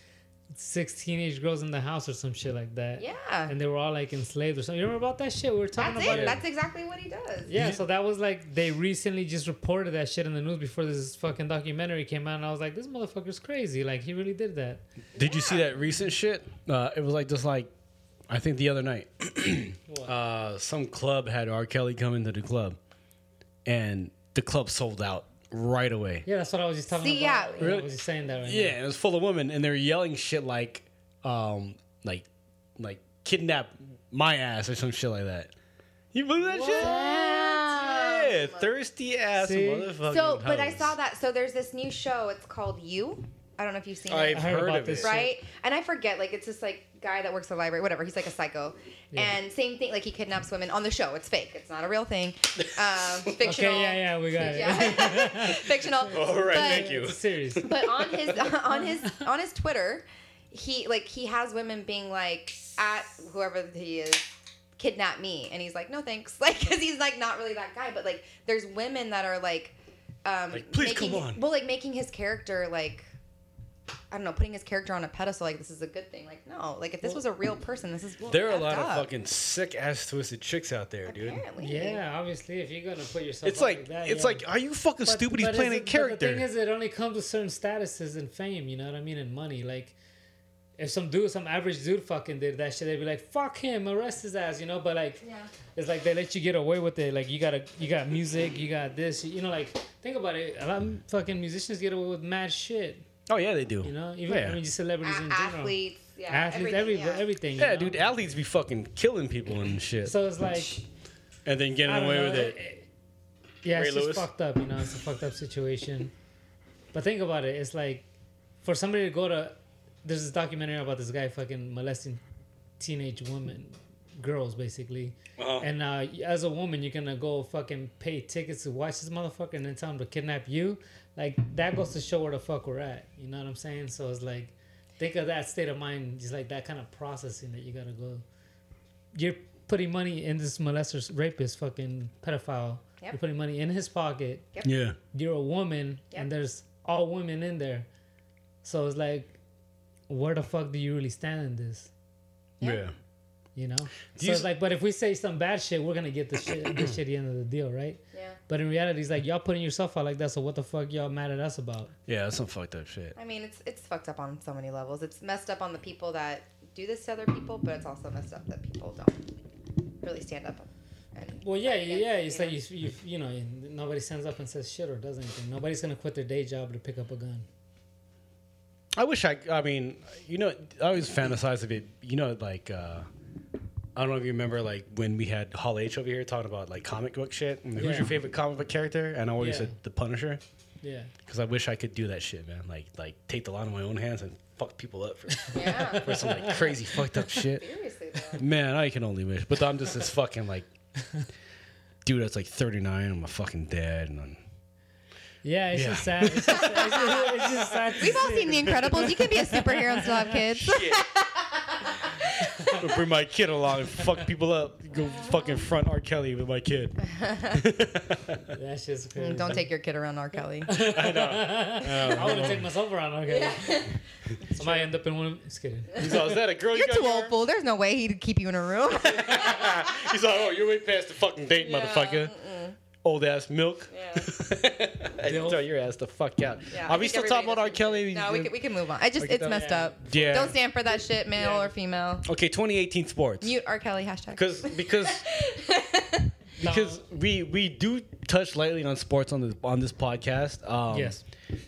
Speaker 3: six teenage girls in the house or some shit like that.
Speaker 6: yeah.
Speaker 3: And they were all like enslaved or something. You remember about that shit? We were talking
Speaker 6: That's
Speaker 3: about
Speaker 6: it.
Speaker 3: it.
Speaker 6: That's exactly what he does.
Speaker 3: Yeah, so that was like they recently just reported that shit in the news before this fucking documentary came out, and I was like, this motherfucker's crazy. Like he really did that.
Speaker 5: Did you see that recent shit? Uh, it was like just like, I think the other night, *clears throat* uh, some club had R. Kelly come into the club, and the club sold out right away.
Speaker 3: Yeah, that's what I was just talking
Speaker 6: See,
Speaker 3: about. Yeah,
Speaker 6: yeah.
Speaker 3: I
Speaker 5: Really?
Speaker 3: was just saying that right
Speaker 5: Yeah, and it was full of women, and they were yelling shit like, um, like, like kidnap my ass or some shit like that. You believe that shit? Yeah, thirsty ass
Speaker 3: See?
Speaker 5: motherfucker.
Speaker 6: So, but I saw that. So there's this new show. It's called You. I don't know if you've seen it.
Speaker 5: I've
Speaker 3: heard
Speaker 5: heard,
Speaker 3: about
Speaker 5: of
Speaker 3: this
Speaker 5: this.
Speaker 3: shit.
Speaker 6: right? And I forget, like, it's this like guy that works at the library, whatever. He's like a psycho, and same thing, like he kidnaps women on the show. It's fake. It's not a real thing. Um,
Speaker 3: now.
Speaker 6: fictional.
Speaker 3: Okay, yeah, yeah, we got it.
Speaker 6: *laughs* Yeah. fictional.
Speaker 5: All right,
Speaker 6: but,
Speaker 5: thank you.
Speaker 3: *laughs* It's serious.
Speaker 6: But on
Speaker 5: *laughs*
Speaker 6: his on his on his Twitter, he like he has women being like at whoever he is kidnap me and he's like no thanks *laughs* like because he's like not really that guy but like there's women that are like um
Speaker 5: Like, "Please
Speaker 6: making,
Speaker 5: come on."
Speaker 6: well like making his character like i don't know putting his character on a pedestal like this is a good thing like no like if this was a real person this is
Speaker 5: There are a
Speaker 6: effed
Speaker 5: lot of
Speaker 6: up.
Speaker 5: fucking sick ass twisted chicks out there, dude.
Speaker 6: Apparently.
Speaker 3: Yeah, obviously, if you're gonna put yourself,
Speaker 5: It's
Speaker 3: out
Speaker 5: like,
Speaker 3: that,
Speaker 5: it's
Speaker 3: yeah.
Speaker 5: like, are you fucking
Speaker 3: But-
Speaker 5: stupid? He's
Speaker 3: but
Speaker 5: playing a
Speaker 3: is it- but
Speaker 5: character.
Speaker 3: the thing is, it only comes with certain statuses and fame. You know what I mean? And money. Like, if some dude, some average dude, fucking did that shit, they'd be like, "Fuck him, arrest his ass." You know? But like, it's like they let you get away with it. Like, you gotta, you got music, you got this. You know, like, think about it. A lot of fucking musicians get away with mad shit.
Speaker 5: oh yeah, they do.
Speaker 3: You know? Even
Speaker 5: Yeah.
Speaker 3: I mean, just celebrities in
Speaker 6: A-
Speaker 3: general.
Speaker 6: athletes yeah
Speaker 3: Athletes,
Speaker 6: everything,
Speaker 3: every,
Speaker 6: yeah.
Speaker 3: everything. you
Speaker 5: yeah,
Speaker 3: know?
Speaker 5: dude, athletes be fucking killing people and shit,
Speaker 3: So it's like,
Speaker 5: and then getting
Speaker 3: I don't
Speaker 5: away
Speaker 3: know, Eh,
Speaker 5: with it.
Speaker 3: Yeah,
Speaker 5: Ray
Speaker 3: it's just
Speaker 5: Lewis.
Speaker 3: fucked up. You know, it's a fucked up situation. But think about it. It's like for somebody to go to. There's this documentary about this guy fucking molesting teenage women, girls basically. And uh, as a woman, you're gonna go fucking pay tickets to watch this motherfucker and then tell him to kidnap you. Like that goes to show where the fuck we're at. You know what I'm saying? So it's like, think of that state of mind, just like that kind of processing that you gotta go. You're putting money in this molester's rapist, fucking pedophile.
Speaker 6: Yep.
Speaker 3: You're putting money in his pocket
Speaker 5: Yeah.
Speaker 3: you're a woman and there's all women in there. So it's like, where the fuck do you really stand in this?
Speaker 5: yeah,
Speaker 3: You know?
Speaker 5: you
Speaker 3: So it's
Speaker 5: s-
Speaker 3: like, but if we say some bad shit, we're gonna get the *coughs* shit the shitty end of the deal, right?
Speaker 6: yeah
Speaker 3: But in reality, it's like y'all putting yourself out like that. So what the fuck y'all mad at us about?
Speaker 5: Yeah, that's some fucked up shit.
Speaker 6: I mean, it's it's fucked up on so many levels. It's messed up on the people that do this to other people, but it's also messed up that people don't really stand up. And
Speaker 3: Well, yeah,
Speaker 6: fight
Speaker 3: yeah. It's
Speaker 6: against,
Speaker 3: like you, you, you know, nobody stands up and says shit or does anything. Nobody's gonna quit their day job to pick up a gun.
Speaker 5: I wish I. I mean, you know, I always fantasize of it. You know, like uh, I don't know if you remember, like when we had Hall H over here talking about like comic book shit. And
Speaker 3: Yeah.
Speaker 5: Who's your favorite comic book character? And I always
Speaker 3: Yeah.
Speaker 5: said the Punisher
Speaker 3: Yeah.
Speaker 5: because I wish I could do that shit, man. Like, like take the law in my own hands and fuck people up
Speaker 3: *laughs*
Speaker 5: for,
Speaker 6: Yeah,
Speaker 5: for some like crazy fucked up shit.
Speaker 6: seriously though.
Speaker 5: Man, I can only wish. But I'm just this fucking like dude that's like 39. I'm a fucking dad, and I'm,
Speaker 3: Yeah, it's just sad. It's just, it's just- it's just sad. to
Speaker 6: *laughs* We've all
Speaker 3: see.
Speaker 6: seen The Incredibles. You can be a superhero and still have *laughs* kids.
Speaker 5: I'm gonna bring my kid along and fuck people up. Go fucking front R. Kelly with my kid.
Speaker 3: That shit's crazy.
Speaker 6: Mm, Don't take your kid around R.
Speaker 5: *laughs*
Speaker 6: Kelly.
Speaker 3: I want to take myself around. Okay. *laughs* I might end up in one of. Just kidding.
Speaker 5: He's all, is that a girl? you
Speaker 6: You're
Speaker 5: got
Speaker 6: too
Speaker 5: here?"
Speaker 6: old, fool. There's no way he'd keep you in a
Speaker 5: *laughs*
Speaker 6: room.
Speaker 5: He's like, oh, you're way past the fucking date, motherfucker. Old ass milk. *laughs* I
Speaker 3: Milk.
Speaker 5: throw your ass the fuck out.
Speaker 6: Yeah,
Speaker 5: Are
Speaker 6: I
Speaker 5: we
Speaker 6: think
Speaker 5: still talking
Speaker 6: everybody
Speaker 5: about R. Kelly?
Speaker 6: No, we can, we can move on. I just
Speaker 5: Okay,
Speaker 6: it's
Speaker 5: that-
Speaker 6: messed
Speaker 3: yeah.
Speaker 6: up.
Speaker 5: Yeah.
Speaker 6: Don't stand for that shit, male or female.
Speaker 5: okay, 2018 sports.
Speaker 6: Mute R. Kelly hashtag. *laughs*
Speaker 5: Because because because we we do touch lightly on sports on this on this podcast. Um,
Speaker 3: Yes.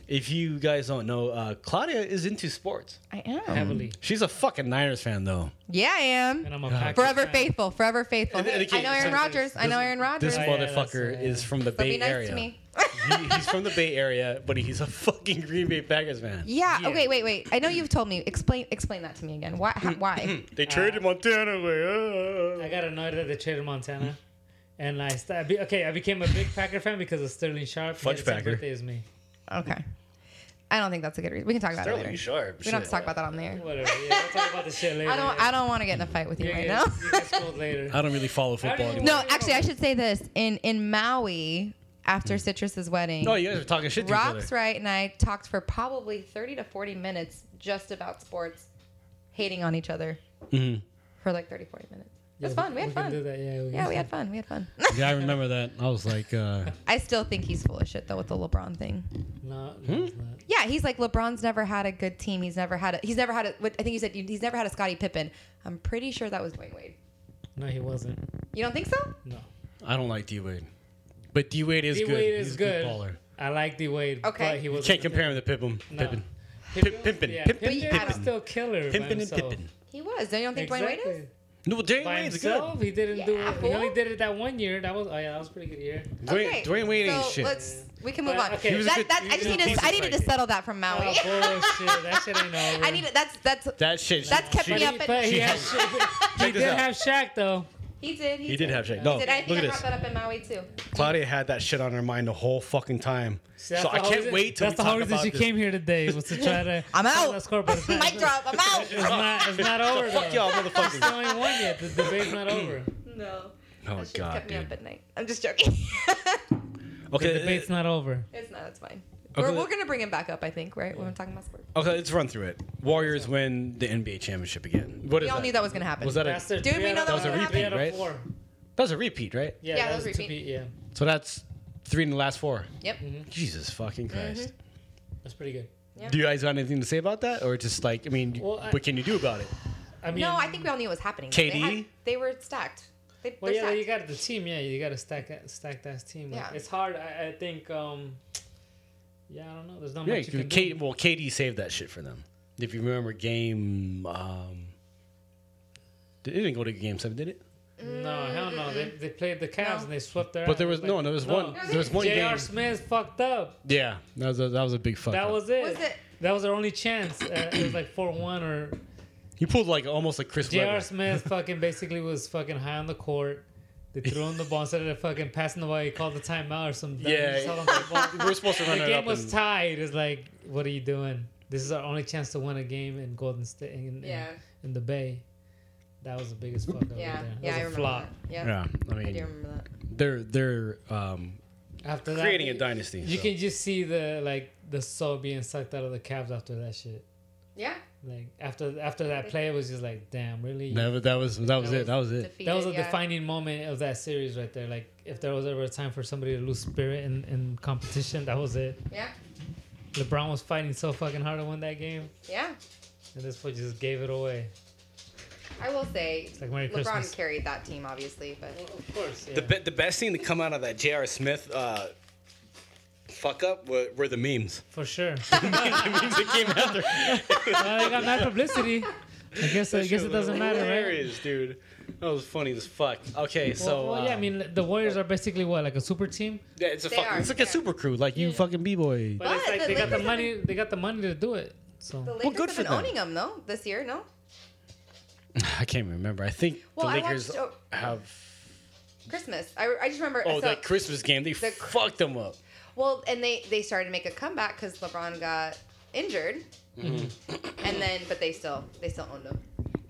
Speaker 5: If you guys don't know, uh, Claudia is into sports.
Speaker 6: I am.
Speaker 3: Heavily.
Speaker 5: She's a fucking Niners fan though.
Speaker 6: Yeah, I
Speaker 3: And
Speaker 6: am.
Speaker 3: I'm a Packers
Speaker 6: Forever
Speaker 3: fan.
Speaker 6: faithful. Forever faithful.
Speaker 5: And- and
Speaker 6: I
Speaker 5: okay,
Speaker 6: know Aaron
Speaker 5: so-
Speaker 6: Rodgers. I know
Speaker 5: this-
Speaker 6: Aaron Rodgers.
Speaker 5: This
Speaker 3: Oh, yeah, that's,
Speaker 5: motherfucker
Speaker 3: uh,
Speaker 5: is from the
Speaker 6: But
Speaker 5: Bay
Speaker 6: be nice
Speaker 5: Area.
Speaker 6: to me.
Speaker 5: He- he's from the Bay Area, but he's a fucking Green Bay Packers fan.
Speaker 6: Yeah.
Speaker 3: Yeah.
Speaker 6: Oh wait, wait, wait. I know you've told me. Explain, explain that to me again. Why? How,
Speaker 5: *clears throat*
Speaker 6: why?
Speaker 5: They traded Montana away.
Speaker 3: I got annoyed that they traded Montana, and I sta- I be- okay. I became a big Packer fan because of Sterling Sharp. He had the same
Speaker 5: Packer.
Speaker 3: birthday as me.
Speaker 6: okay. I don't think that's a good reason. We can talk about it later.
Speaker 5: Sharp.
Speaker 6: We don't have to talk about that on there.
Speaker 3: Whatever. Yeah, we'll talk about the shit later.
Speaker 6: *laughs* I don't. I don't want to get in a fight with you
Speaker 3: You
Speaker 6: right
Speaker 3: get-
Speaker 6: now.
Speaker 3: you get scolded later.
Speaker 5: I don't really follow football
Speaker 3: even-
Speaker 5: anymore.
Speaker 6: *laughs* No, actually, I should say this. In in Maui, after Citrus's wedding,
Speaker 5: Mm. No, Oh, you guys are talking shit to
Speaker 6: Rocks
Speaker 5: each other.
Speaker 6: Right and I talked for probably thirty to forty minutes just about sports, hating on each other
Speaker 5: Mm-hmm.
Speaker 6: for like 30, 40 minutes. It was
Speaker 3: Yeah,
Speaker 6: fun. We had
Speaker 3: we can do
Speaker 6: fun.
Speaker 3: that. Yeah. We
Speaker 6: Yeah,
Speaker 3: can-
Speaker 6: we had fun. We had fun.
Speaker 5: Yeah, I remember that. I was like, uh,
Speaker 6: *laughs* I still think he's full of shit though with the LeBron thing.
Speaker 3: No, no,
Speaker 5: Hmm?
Speaker 3: it's not.
Speaker 6: Yeah, he's like LeBron's never had a good team. He's never had a. He's never had a. What, I think you said he's never had a Scottie Pippen. I'm pretty sure that was Dwayne Wade.
Speaker 3: No, he wasn't.
Speaker 6: You don't think so?
Speaker 3: No.
Speaker 5: I don't like D Wade, but D Wade is
Speaker 3: D
Speaker 5: good.
Speaker 3: Wade is
Speaker 5: He's
Speaker 3: good.
Speaker 5: a good baller.
Speaker 3: I like D Wade.
Speaker 6: Okay.
Speaker 3: But he was
Speaker 5: Can't compare him to Pippin.
Speaker 3: No.
Speaker 5: Pippin.
Speaker 3: Pippen-
Speaker 5: Pippin,
Speaker 3: Yeah,
Speaker 5: Pippin,
Speaker 3: Pippen
Speaker 6: Pippin.
Speaker 3: was still killer. by
Speaker 5: Pimpin and
Speaker 3: himself.
Speaker 5: Pippin.
Speaker 6: He was. Don't you don't think Dwayne Wade is?
Speaker 3: Exactly.
Speaker 5: No, well, Dwayne
Speaker 3: By
Speaker 5: Wade's good.
Speaker 3: himself, he didn't do
Speaker 6: Yeah,
Speaker 3: it. He only
Speaker 6: fool.
Speaker 3: did it that one year. That was oh yeah, that was a pretty good year.
Speaker 5: Dwayne, Dwayne Wade ain't
Speaker 6: so
Speaker 5: shit.
Speaker 6: Let's, we can move
Speaker 3: But,
Speaker 6: on.
Speaker 3: okay. He was a
Speaker 6: That,
Speaker 5: good-
Speaker 6: that,
Speaker 5: he
Speaker 6: I
Speaker 5: was
Speaker 6: just
Speaker 5: a
Speaker 6: needed.
Speaker 5: decent
Speaker 6: I needed to
Speaker 5: fighter.
Speaker 6: settle that from
Speaker 3: Oh
Speaker 6: Maui.
Speaker 3: bullshit! That shit ain't over.
Speaker 6: *laughs* I needed. That's that's.
Speaker 5: That shit.
Speaker 6: That's kept
Speaker 5: she-
Speaker 6: me up
Speaker 3: But,
Speaker 6: at-
Speaker 3: but he,
Speaker 5: She
Speaker 3: had,
Speaker 5: *laughs* has-
Speaker 3: he did
Speaker 5: Check this out.
Speaker 3: have Shaq though.
Speaker 6: He did. He,
Speaker 5: He did have shit. No,
Speaker 6: He
Speaker 5: look
Speaker 6: did. I
Speaker 5: at
Speaker 6: think I brought
Speaker 5: this.
Speaker 6: that up in Maui too.
Speaker 5: Claudia had that shit on her mind the whole fucking time.
Speaker 3: See, that's
Speaker 5: so
Speaker 3: the
Speaker 5: I
Speaker 3: whole
Speaker 5: can't
Speaker 3: reason-
Speaker 5: wait till
Speaker 3: That's
Speaker 5: we
Speaker 3: the whole
Speaker 5: talk
Speaker 3: reason
Speaker 5: about
Speaker 3: she
Speaker 5: this.
Speaker 3: came here today was to try to.
Speaker 6: *laughs* I'm out.
Speaker 3: That's corporate. It's
Speaker 6: *laughs*
Speaker 3: not-
Speaker 6: Mic drop. I'm out.
Speaker 5: *laughs*
Speaker 3: It's not. It's not over.
Speaker 5: Fuck
Speaker 3: Fuck
Speaker 5: y'all,
Speaker 3: *laughs* y'all. It's the
Speaker 5: motherfuckers.
Speaker 3: only one yet. The debate's not
Speaker 5: *laughs*
Speaker 3: over.
Speaker 6: No.
Speaker 5: oh
Speaker 6: That shit
Speaker 5: god,
Speaker 6: kept me up
Speaker 5: dude.
Speaker 6: at night. I'm just joking. *laughs*
Speaker 3: The
Speaker 5: Okay,
Speaker 3: debate's not over.
Speaker 6: it's not. It's fine.
Speaker 5: Okay.
Speaker 6: We're, we're gonna bring him back up. I think. Right. When we're talking about sports.
Speaker 5: okay, let's run through it. Warriors win the NBA championship again. What is
Speaker 6: We all
Speaker 5: that?
Speaker 6: knew that was gonna happen.
Speaker 5: Was that a
Speaker 3: That's their
Speaker 6: Dude,
Speaker 3: three
Speaker 6: we
Speaker 3: out
Speaker 6: know
Speaker 3: of-
Speaker 6: that was
Speaker 3: three
Speaker 6: gonna happen.
Speaker 3: out of
Speaker 5: Right?
Speaker 3: four.
Speaker 5: that was a repeat, right?
Speaker 3: Yeah,
Speaker 6: Yeah,
Speaker 3: that
Speaker 6: that
Speaker 3: was
Speaker 6: was
Speaker 3: to
Speaker 6: repeat.
Speaker 3: be- Yeah,
Speaker 5: So that's three in the last four.
Speaker 6: Yep.
Speaker 5: Jesus fucking
Speaker 6: Mm-hmm,
Speaker 5: Christ.
Speaker 3: that's pretty good.
Speaker 5: Do you guys got anything to say about that, or just like I mean,
Speaker 3: Well, I-
Speaker 5: what can you do about it?
Speaker 3: I mean,
Speaker 6: No, I think we all knew it was happening. They,
Speaker 5: KD?
Speaker 6: had- they were stacked. They,
Speaker 3: Well,
Speaker 6: they're
Speaker 3: yeah, you got
Speaker 6: stacked.
Speaker 3: the team. Yeah, you got to stack that stack that team. Like,
Speaker 6: Yeah.
Speaker 3: it's hard. I, I think. um Yeah, I don't know. There's not
Speaker 5: Yeah,
Speaker 3: much you can
Speaker 5: K-
Speaker 3: do.
Speaker 5: well, KD saved that shit for them. If you remember, game um, it didn't go to game seven, did it?
Speaker 3: No, hell no. They, they played the Cavs and they swept their.
Speaker 5: But
Speaker 3: ass.
Speaker 5: there was
Speaker 3: Like,
Speaker 5: no, there was one, there was one
Speaker 3: J.R.
Speaker 5: game.
Speaker 3: Smith fucked up.
Speaker 5: Yeah, that was a, that was a big fuck.
Speaker 3: That
Speaker 5: up.
Speaker 3: was it.
Speaker 6: Was it-
Speaker 3: That was their only chance. Uh, it was like four one or
Speaker 5: he pulled like almost like Chris
Speaker 3: J.R.
Speaker 5: Webber.
Speaker 3: Smith fucking basically was fucking high on the court. They threw him the ball instead of fucking passing the ball. He called the timeout or some. dumb-
Speaker 5: Yeah.
Speaker 3: he held on to the ball.
Speaker 5: We're supposed to run
Speaker 3: the
Speaker 5: it
Speaker 3: game
Speaker 5: up.
Speaker 3: was
Speaker 5: and-
Speaker 3: tied. It's like, what are you doing? This is our only chance to win a game in Golden State in, in-
Speaker 6: Yeah.
Speaker 3: in the Bay. That was the biggest fuck up.
Speaker 6: Yeah.
Speaker 3: right there. That
Speaker 6: Yeah. I
Speaker 3: was a
Speaker 6: remember
Speaker 3: flop.
Speaker 6: that. Yeah.
Speaker 5: yeah, I
Speaker 6: I do
Speaker 5: mean,
Speaker 6: remember that.
Speaker 5: they're they're um,
Speaker 3: After that,
Speaker 5: creating a dynasty.
Speaker 3: You
Speaker 5: so.
Speaker 3: can just see the like the soul being sucked out of the Cavs after that shit.
Speaker 6: Yeah.
Speaker 3: Like after after that play, it was just like, damn, really.
Speaker 5: That was that was that was it. That was it.
Speaker 6: Defeated,
Speaker 3: that was a
Speaker 6: yeah.
Speaker 3: defining moment of that series right there. Like, if there was ever a time for somebody to lose spirit in, in competition, that was it.
Speaker 6: Yeah.
Speaker 3: LeBron was fighting so fucking hard to win that game,
Speaker 6: Yeah.
Speaker 3: and this fool just gave it away.
Speaker 6: I will say,
Speaker 3: like Merry
Speaker 6: LeBron
Speaker 3: Christmas.
Speaker 6: carried that team, obviously, but
Speaker 3: Of course,
Speaker 5: The, be- the best thing to come out of that J.R. Smith uh, fuck up were, were
Speaker 3: *laughs*
Speaker 5: the memes.
Speaker 3: for sure.
Speaker 5: the memes that came after.
Speaker 3: Well, they got mad publicity. I guess I guess it doesn't matter, right?
Speaker 5: Hilarious, dude. That was funny as fuck. Okay, so
Speaker 3: So, well, yeah, I
Speaker 5: um,
Speaker 3: mean, the Warriors are basically what like a super team,
Speaker 5: yeah, it's a
Speaker 6: They
Speaker 5: fucking,
Speaker 6: are,
Speaker 5: it's like
Speaker 6: yeah.
Speaker 5: a super crew, like you fucking b boy.
Speaker 3: but it's
Speaker 6: But
Speaker 3: like
Speaker 6: the
Speaker 3: they got the
Speaker 6: Lakers
Speaker 3: money. They got the money to do it.
Speaker 6: the
Speaker 3: So
Speaker 6: Lakers
Speaker 5: good
Speaker 6: have
Speaker 5: for
Speaker 6: been
Speaker 5: them.
Speaker 6: owning them, though, this year, no?
Speaker 5: *sighs* I can't remember. I think
Speaker 6: Well,
Speaker 5: the
Speaker 6: I
Speaker 5: Lakers
Speaker 6: watched- oh.
Speaker 5: have.
Speaker 6: Christmas. I, I just remember.
Speaker 5: Oh,
Speaker 6: so-
Speaker 5: that Christmas game, they fucked them up.
Speaker 6: Well, and they they started to make a comeback because LeBron got injured,
Speaker 5: Mm-hmm.
Speaker 6: and then but they still they still owned him.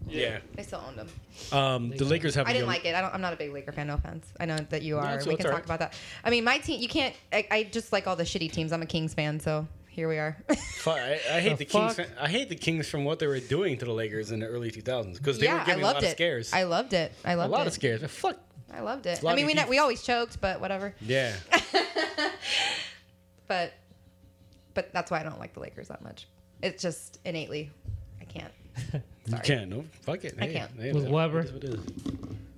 Speaker 5: Yeah.
Speaker 6: They still owned him.
Speaker 5: Um, the Lakers have.
Speaker 6: I
Speaker 5: a
Speaker 6: didn't
Speaker 5: young-
Speaker 6: like it. I don't, I'm not a big Laker fan. No offense. I know that you are.
Speaker 5: it's-
Speaker 6: we
Speaker 5: it's
Speaker 6: can talk
Speaker 5: alright.
Speaker 6: about that. I mean, my team. You can't. I, I just like all the shitty teams. I'm a Kings fan, so here we are. *laughs*
Speaker 5: Fu- I, I hate
Speaker 3: The
Speaker 5: the, Kings.
Speaker 3: fuck?
Speaker 5: fan- I hate the Kings from what they were doing to the Lakers in the early 2000s because they
Speaker 6: yeah,
Speaker 5: were
Speaker 6: I
Speaker 5: giving a lot
Speaker 6: loved
Speaker 5: of
Speaker 6: it.
Speaker 5: scares.
Speaker 6: I loved it. I
Speaker 5: a
Speaker 6: loved
Speaker 5: lot
Speaker 6: it.
Speaker 5: of scares. Fuck.
Speaker 6: I loved it.
Speaker 5: lot
Speaker 6: I mean,
Speaker 5: of
Speaker 6: we,
Speaker 5: heat.
Speaker 6: we always choked, but whatever. *laughs*
Speaker 5: Yeah.
Speaker 6: But but that's why I don't like the Lakers that much. It's just innately, I can't.
Speaker 5: you can't. No. Fuck it.
Speaker 6: I
Speaker 5: Hey,
Speaker 6: can't.
Speaker 5: hey,
Speaker 3: With
Speaker 5: it
Speaker 3: Weber.
Speaker 5: is what it is.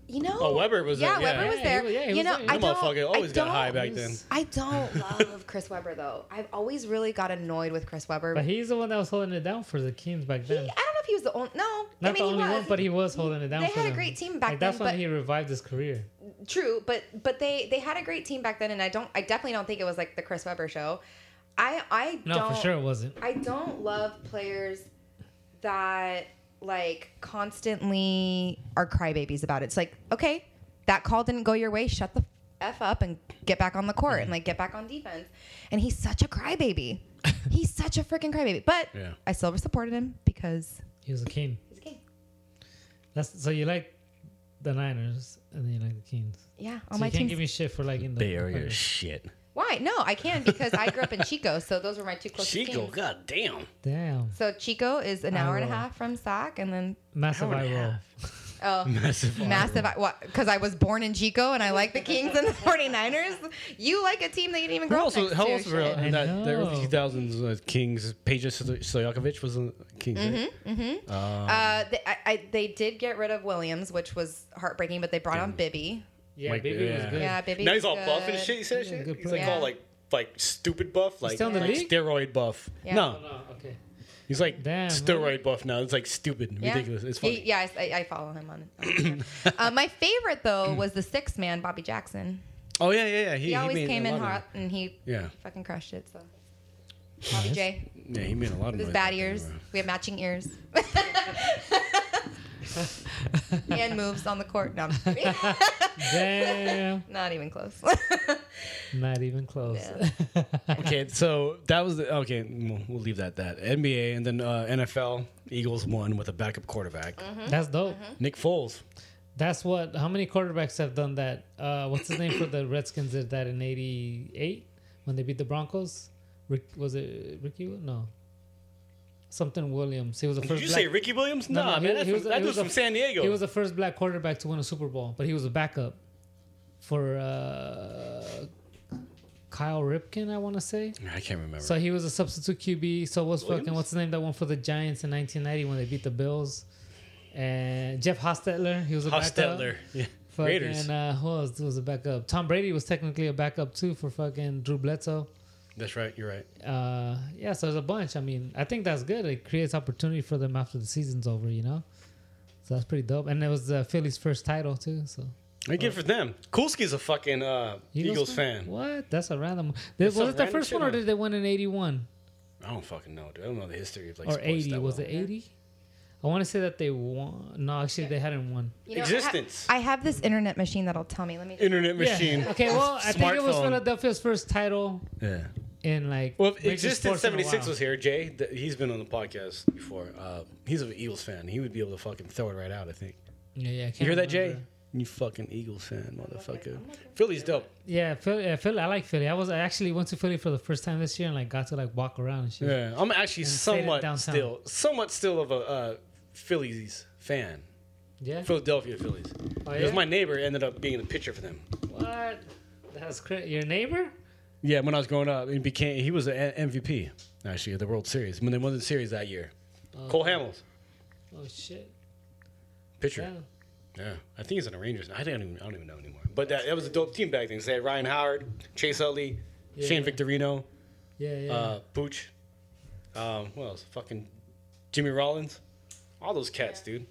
Speaker 6: You know.
Speaker 5: Oh, Weber was
Speaker 6: yeah,
Speaker 5: there, yeah.
Speaker 6: Weber was
Speaker 3: Yeah,
Speaker 6: there.
Speaker 3: he- yeah, he
Speaker 6: you
Speaker 3: was
Speaker 6: know,
Speaker 3: there.
Speaker 6: I
Speaker 5: That
Speaker 6: don't.
Speaker 5: motherfucker always
Speaker 6: I
Speaker 5: got
Speaker 6: don't-
Speaker 5: high back then.
Speaker 6: I
Speaker 5: *laughs*
Speaker 6: don't love Chris Webber though. I've always really got annoyed with Chris Webber.
Speaker 3: But he's the one that was holding it down for the Kings back
Speaker 6: He- I
Speaker 3: then.
Speaker 6: don't know if he was the only. No,
Speaker 3: Not
Speaker 6: I mean,
Speaker 3: the only
Speaker 6: he was,
Speaker 3: one, but he was holding it down.
Speaker 6: They
Speaker 3: for
Speaker 6: had a
Speaker 3: them.
Speaker 6: great team back
Speaker 3: like, That's
Speaker 6: then,
Speaker 3: when
Speaker 6: but-
Speaker 3: he revived his career.
Speaker 6: True, but but they they had a great team back then, and I don't. I definitely don't think it was like the Chris Webber show. I I
Speaker 3: No,
Speaker 6: don't.
Speaker 3: for sure it wasn't.
Speaker 6: I don't love players that like constantly are crybabies about it. It's like, okay, that call didn't go your way. Shut the f up and get back on the court and like get back on defense. And he's such a crybaby.
Speaker 3: *laughs*
Speaker 6: he's such a freaking crybaby. But
Speaker 5: Yeah.
Speaker 6: I still supported him because
Speaker 3: He was a king.
Speaker 6: he's a king.
Speaker 3: That's so you like the Niners and then you like the Kings.
Speaker 6: Yeah,
Speaker 3: So
Speaker 6: on my
Speaker 3: you can't
Speaker 6: team.
Speaker 3: give me shit for like in the
Speaker 5: Bay *laughs* Area
Speaker 3: Okay.
Speaker 5: shit.
Speaker 6: Why? No, I can because I grew up in Chico, so those were my two closest
Speaker 5: Chico,
Speaker 6: teams.
Speaker 5: god damn.
Speaker 3: Damn,
Speaker 6: So Chico is an
Speaker 3: I
Speaker 6: hour and a
Speaker 5: Oh.
Speaker 3: will.
Speaker 6: half from Sac, and
Speaker 5: *laughs*
Speaker 6: then
Speaker 3: massive
Speaker 5: Hour and
Speaker 3: eye
Speaker 5: a
Speaker 3: roll.
Speaker 6: oh,
Speaker 5: Massive.
Speaker 6: massive because I was born in Chico and I like the Kings
Speaker 5: *laughs*
Speaker 6: and the 49ers. You like a team that you didn't even
Speaker 5: Who
Speaker 6: grow up
Speaker 5: else? was-
Speaker 6: next
Speaker 5: How
Speaker 6: to.
Speaker 5: else
Speaker 6: shit.
Speaker 5: were
Speaker 3: I
Speaker 5: in that, the early
Speaker 3: know.
Speaker 5: 2000s uh, Kings? Peja Stojakovic was a Kings.
Speaker 6: Mm-hmm.
Speaker 5: right? Um,
Speaker 6: uh, they, I, I, they did get rid of Williams, which was heartbreaking, but they brought on Bibby.
Speaker 3: Yeah,
Speaker 5: Like,
Speaker 3: baby was
Speaker 5: yeah.
Speaker 3: good.
Speaker 6: Yeah, Bibby.
Speaker 5: Now
Speaker 6: was
Speaker 5: he's all buff and
Speaker 6: good.
Speaker 5: shit. He said
Speaker 3: Yeah,
Speaker 5: shit.
Speaker 3: good
Speaker 5: He's
Speaker 3: player.
Speaker 5: like all
Speaker 6: Yeah.
Speaker 5: like like stupid buff, like,
Speaker 3: still in the
Speaker 5: like
Speaker 3: league?
Speaker 5: steroid buff.
Speaker 6: Yeah.
Speaker 5: No,
Speaker 3: Oh, okay.
Speaker 5: he's like
Speaker 3: Damn,
Speaker 5: steroid buff now. It's like stupid,
Speaker 6: Yeah.
Speaker 5: ridiculous. It's funny.
Speaker 6: He- yeah, I, I- I follow him on.
Speaker 5: *coughs*
Speaker 6: on Instagram. uh, my favorite though was the sixth man, Bobby Jackson.
Speaker 5: Oh yeah, yeah, yeah. He,
Speaker 6: He always
Speaker 5: made
Speaker 6: came
Speaker 5: a
Speaker 6: in
Speaker 5: lot of-
Speaker 6: hot and he
Speaker 5: Yeah,
Speaker 6: fucking crushed it. So Bobby J.
Speaker 5: yeah. He made a lot of.
Speaker 6: With his
Speaker 5: noise
Speaker 6: bad
Speaker 5: back then,
Speaker 6: ears.
Speaker 5: bro.
Speaker 6: We have
Speaker 3: *laughs*
Speaker 6: matching ears. and moves on the court. No, I'm
Speaker 3: *laughs*
Speaker 6: just kidding.
Speaker 3: Damn,
Speaker 6: not even close. *laughs*
Speaker 3: not even close.
Speaker 5: Okay, so that was the, okay. We'll, we'll leave that that NBA and then uh, NFL. Eagles won with a backup
Speaker 3: *laughs*
Speaker 5: quarterback,
Speaker 6: Mm-hmm.
Speaker 3: That's dope.
Speaker 5: Nick Foles.
Speaker 3: That's what. How many quarterbacks have done that? Uh, what's his name for the Redskins? Did that in '88 when they beat the Broncos? Rick, was it Ricky? Wil- No, something Williams. He was the
Speaker 5: Did
Speaker 3: first.
Speaker 5: you
Speaker 3: black-
Speaker 5: say Ricky Williams?
Speaker 3: No,
Speaker 5: nah,
Speaker 3: no, he-
Speaker 5: man. That's
Speaker 3: he
Speaker 5: from,
Speaker 3: was a-
Speaker 5: that
Speaker 3: he
Speaker 5: dude's
Speaker 3: was a-
Speaker 5: from San Diego.
Speaker 3: He was the first black quarterback to win a Super Bowl, but he was a backup for uh, Kyle Ripken, I want to say.
Speaker 5: I can't remember.
Speaker 3: So he was a substitute QB. So was fucking
Speaker 5: Williams?
Speaker 3: what's the name that won for the Giants in 1990 when they beat the Bills. And Jeff Hostetler, he was a backup.
Speaker 5: Hostetler. Yeah. Raiders.
Speaker 3: *laughs* Fucking, uh, who else was a backup? Tom Brady was technically a backup too for fucking Drew Bledsoe.
Speaker 5: That's right. You're right.
Speaker 3: Uh, yeah, so there's a bunch. I mean, I think that's good. It creates opportunity for them after the season's over, you know? So that's pretty dope. And it was uh, Philly's first title too, so.
Speaker 5: I give for them. Kulski's a fucking uh, Eagles, fan.
Speaker 3: What? That's a random. This,
Speaker 5: That's
Speaker 3: was
Speaker 5: a
Speaker 3: it the
Speaker 5: random
Speaker 3: first
Speaker 5: shit,
Speaker 3: one, or
Speaker 5: man.
Speaker 3: did they win in '81
Speaker 5: I don't fucking know, dude. I don't know the history of like
Speaker 3: or
Speaker 5: sports
Speaker 3: '80?
Speaker 5: that
Speaker 3: Was
Speaker 5: well.
Speaker 3: it '80? I want to say that they won. No, actually, they hadn't won.
Speaker 6: You know, I ha-
Speaker 5: Existence.
Speaker 6: I, have this internet machine that'll tell me. Let me.
Speaker 5: Internet
Speaker 3: Yeah.
Speaker 5: machine.
Speaker 3: Okay. Well, I think it was
Speaker 5: Smartphone.
Speaker 3: Philadelphia's first title
Speaker 5: Yeah.
Speaker 3: in like.
Speaker 5: Well, if
Speaker 3: major
Speaker 5: Existence
Speaker 3: sports in a
Speaker 5: seventy six
Speaker 3: while.
Speaker 5: was here, Jay. Th- he's been on the podcast before. Uh, he's an Eagles fan. He would be able to fucking throw it right out. I think.
Speaker 3: Yeah, yeah. I can't
Speaker 5: You hear that, Jay?
Speaker 3: remember.
Speaker 5: You fucking Eagles fan, motherfucker. Philly's dope.
Speaker 3: Yeah, Philly, yeah, Philly. I like Philly. I was. I actually went to Philly for the first time this year and like got to like walk around and shit.
Speaker 5: Yeah, I'm actually
Speaker 3: stayed at
Speaker 5: somewhat
Speaker 3: downtown.
Speaker 5: still, somewhat still of a uh, Phillies fan.
Speaker 3: Yeah.
Speaker 5: Philadelphia Phillies.
Speaker 3: Oh,
Speaker 5: Because
Speaker 3: yeah?
Speaker 5: my neighbor ended up being a pitcher for them.
Speaker 3: What? That's cra- your neighbor.
Speaker 5: Yeah, when I was growing up, he became he was an MVP actually of the World Series when they won the series that year. Cole Hamels,
Speaker 3: Oh shit.
Speaker 5: pitcher.
Speaker 3: Yeah.
Speaker 5: Yeah. I think he's on the Rangers. now. I don't even I don't even know anymore. But that, that was a dope team back then. They had Ryan Howard, Chase Utley,
Speaker 3: Yeah,
Speaker 5: Shane
Speaker 3: yeah.
Speaker 5: Victorino,
Speaker 3: Yeah. Yeah.
Speaker 5: uh, Pooch. Um, what else? Fucking Jimmy Rollins. All those cats, dude.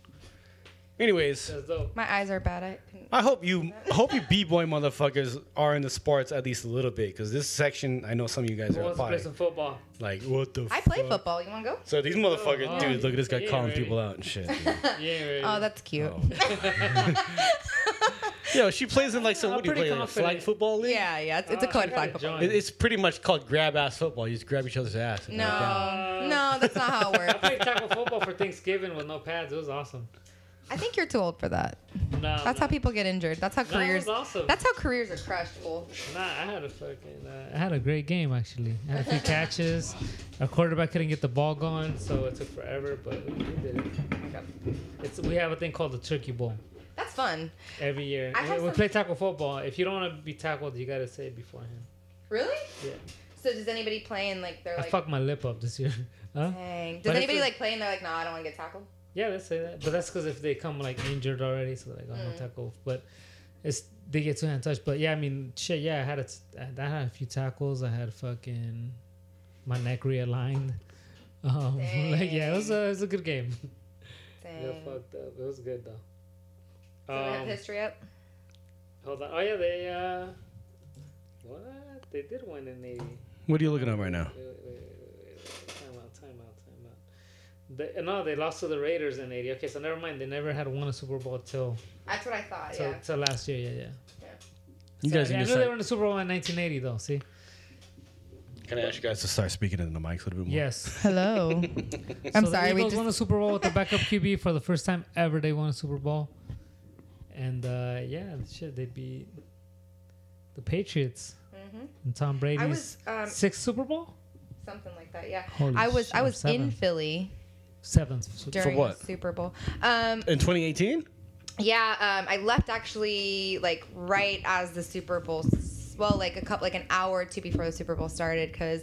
Speaker 5: Anyways,
Speaker 3: That's dope.
Speaker 6: My eyes are bad. I can,
Speaker 5: I hope you I hope you b boy motherfuckers are into sports at least a little bit because this section I know some of you guys
Speaker 3: Who
Speaker 5: are
Speaker 3: wants to play
Speaker 5: potty.
Speaker 3: some
Speaker 5: *laughs*
Speaker 3: football?
Speaker 5: Like what the
Speaker 6: I play
Speaker 5: fuck?
Speaker 6: football. You want to go?
Speaker 5: So these motherfuckers,
Speaker 3: Oh,
Speaker 5: dude, look at this guy
Speaker 3: yeah, *laughs*
Speaker 5: calling
Speaker 3: ready. Oh,
Speaker 5: people out and shit. dude.
Speaker 3: Yeah.
Speaker 6: Oh, that's cute.
Speaker 5: Oh. Yo, she plays in like some.
Speaker 3: I'm
Speaker 5: What do you
Speaker 3: pretty
Speaker 5: play in a
Speaker 3: confident.
Speaker 5: flag football league?
Speaker 6: Yeah, yeah. It's, it's a
Speaker 3: Oh,
Speaker 6: code
Speaker 3: she
Speaker 6: flag
Speaker 3: got a
Speaker 6: football.
Speaker 3: joint.
Speaker 5: It- It's pretty much called grab ass football. You just grab each other's ass. and
Speaker 6: No,
Speaker 5: knock down.
Speaker 6: no, that's not how it
Speaker 3: I *laughs*
Speaker 6: works.
Speaker 3: played tackle football for Thanksgiving with no pads. It was awesome.
Speaker 6: I think you're too old for that.
Speaker 3: Nah,
Speaker 6: That's
Speaker 3: nah,
Speaker 6: how people get injured. That's how
Speaker 3: that was
Speaker 6: careers.
Speaker 3: awesome.
Speaker 6: That's how careers are crushed, Oh, fool.
Speaker 3: Nah, I had a fucking. Uh, I had a great game actually. I had a few catches. Our quarterback couldn't get the ball going, so it took forever, but we we did it. It's, we have a thing called the Turkey Bowl
Speaker 6: That's fun.
Speaker 3: every year.
Speaker 6: I have
Speaker 3: We
Speaker 6: some-
Speaker 3: play tackle football. If you don't want to be tackled, you gotta say it beforehand.
Speaker 6: Really?
Speaker 3: Yeah.
Speaker 6: So does anybody play and like they're
Speaker 3: I
Speaker 6: like,
Speaker 3: fucked my lip up this year. *laughs* Huh?
Speaker 6: dang.
Speaker 3: But
Speaker 6: Does
Speaker 3: it's
Speaker 6: anybody
Speaker 3: a-
Speaker 6: like play and they're like, no, I don't want to get tackled?
Speaker 3: Yeah, let's say that. But that's because if they come like injured already, so like, oh, no tackle. But it's they get two hand touch. But yeah, I mean, shit. Yeah, I had a t- I I had a few tackles. I had fucking my neck realigned. *laughs* Um, *laughs* like, yeah, it was a it was a good game. *laughs*
Speaker 6: Dang.
Speaker 3: Yeah, fucked up. It was good though.
Speaker 6: Do we have
Speaker 3: Um,
Speaker 6: history up?
Speaker 3: hold on. Oh yeah, they uh, what they did win in eighty.
Speaker 5: What are you looking at right now?
Speaker 3: Wait, wait, wait, wait, wait, wait. Time out, time out, time out. They, no, they lost to the Raiders in '80. Okay, so never mind. They never had won a Super Bowl till
Speaker 6: That's what I thought.
Speaker 3: till,
Speaker 6: yeah.
Speaker 3: *laughs* till last year. Yeah, yeah.
Speaker 5: You
Speaker 3: So,
Speaker 5: guys
Speaker 3: I
Speaker 5: need
Speaker 3: knew
Speaker 5: to
Speaker 3: they were
Speaker 5: start.
Speaker 3: in the Super Bowl in 1980, though. See?
Speaker 5: Can I ask you guys to start speaking into the mics a little bit more? *laughs*
Speaker 3: Yes.
Speaker 6: Hello. I'm
Speaker 3: So
Speaker 6: sorry.
Speaker 3: The
Speaker 6: We
Speaker 3: Eagles
Speaker 6: just
Speaker 3: won a Super Bowl with the backup QB for the first time ever. They won a Super Bowl, and uh, yeah, shit, they beat the Patriots and Tom Brady's
Speaker 6: Mm-hmm. I was um,
Speaker 3: sixth Super Bowl,
Speaker 6: something like that. Yeah.
Speaker 3: Holy
Speaker 6: I was I
Speaker 3: shit,
Speaker 6: was
Speaker 3: seven.
Speaker 6: in Philly
Speaker 3: seventh. Super
Speaker 6: during
Speaker 5: what?
Speaker 6: the Super Bowl. Um,
Speaker 5: In 2018?
Speaker 6: yeah. Um, I left actually like right as the Super Bowl. s- Well, like a couple, like an hour or two before the Super Bowl started, because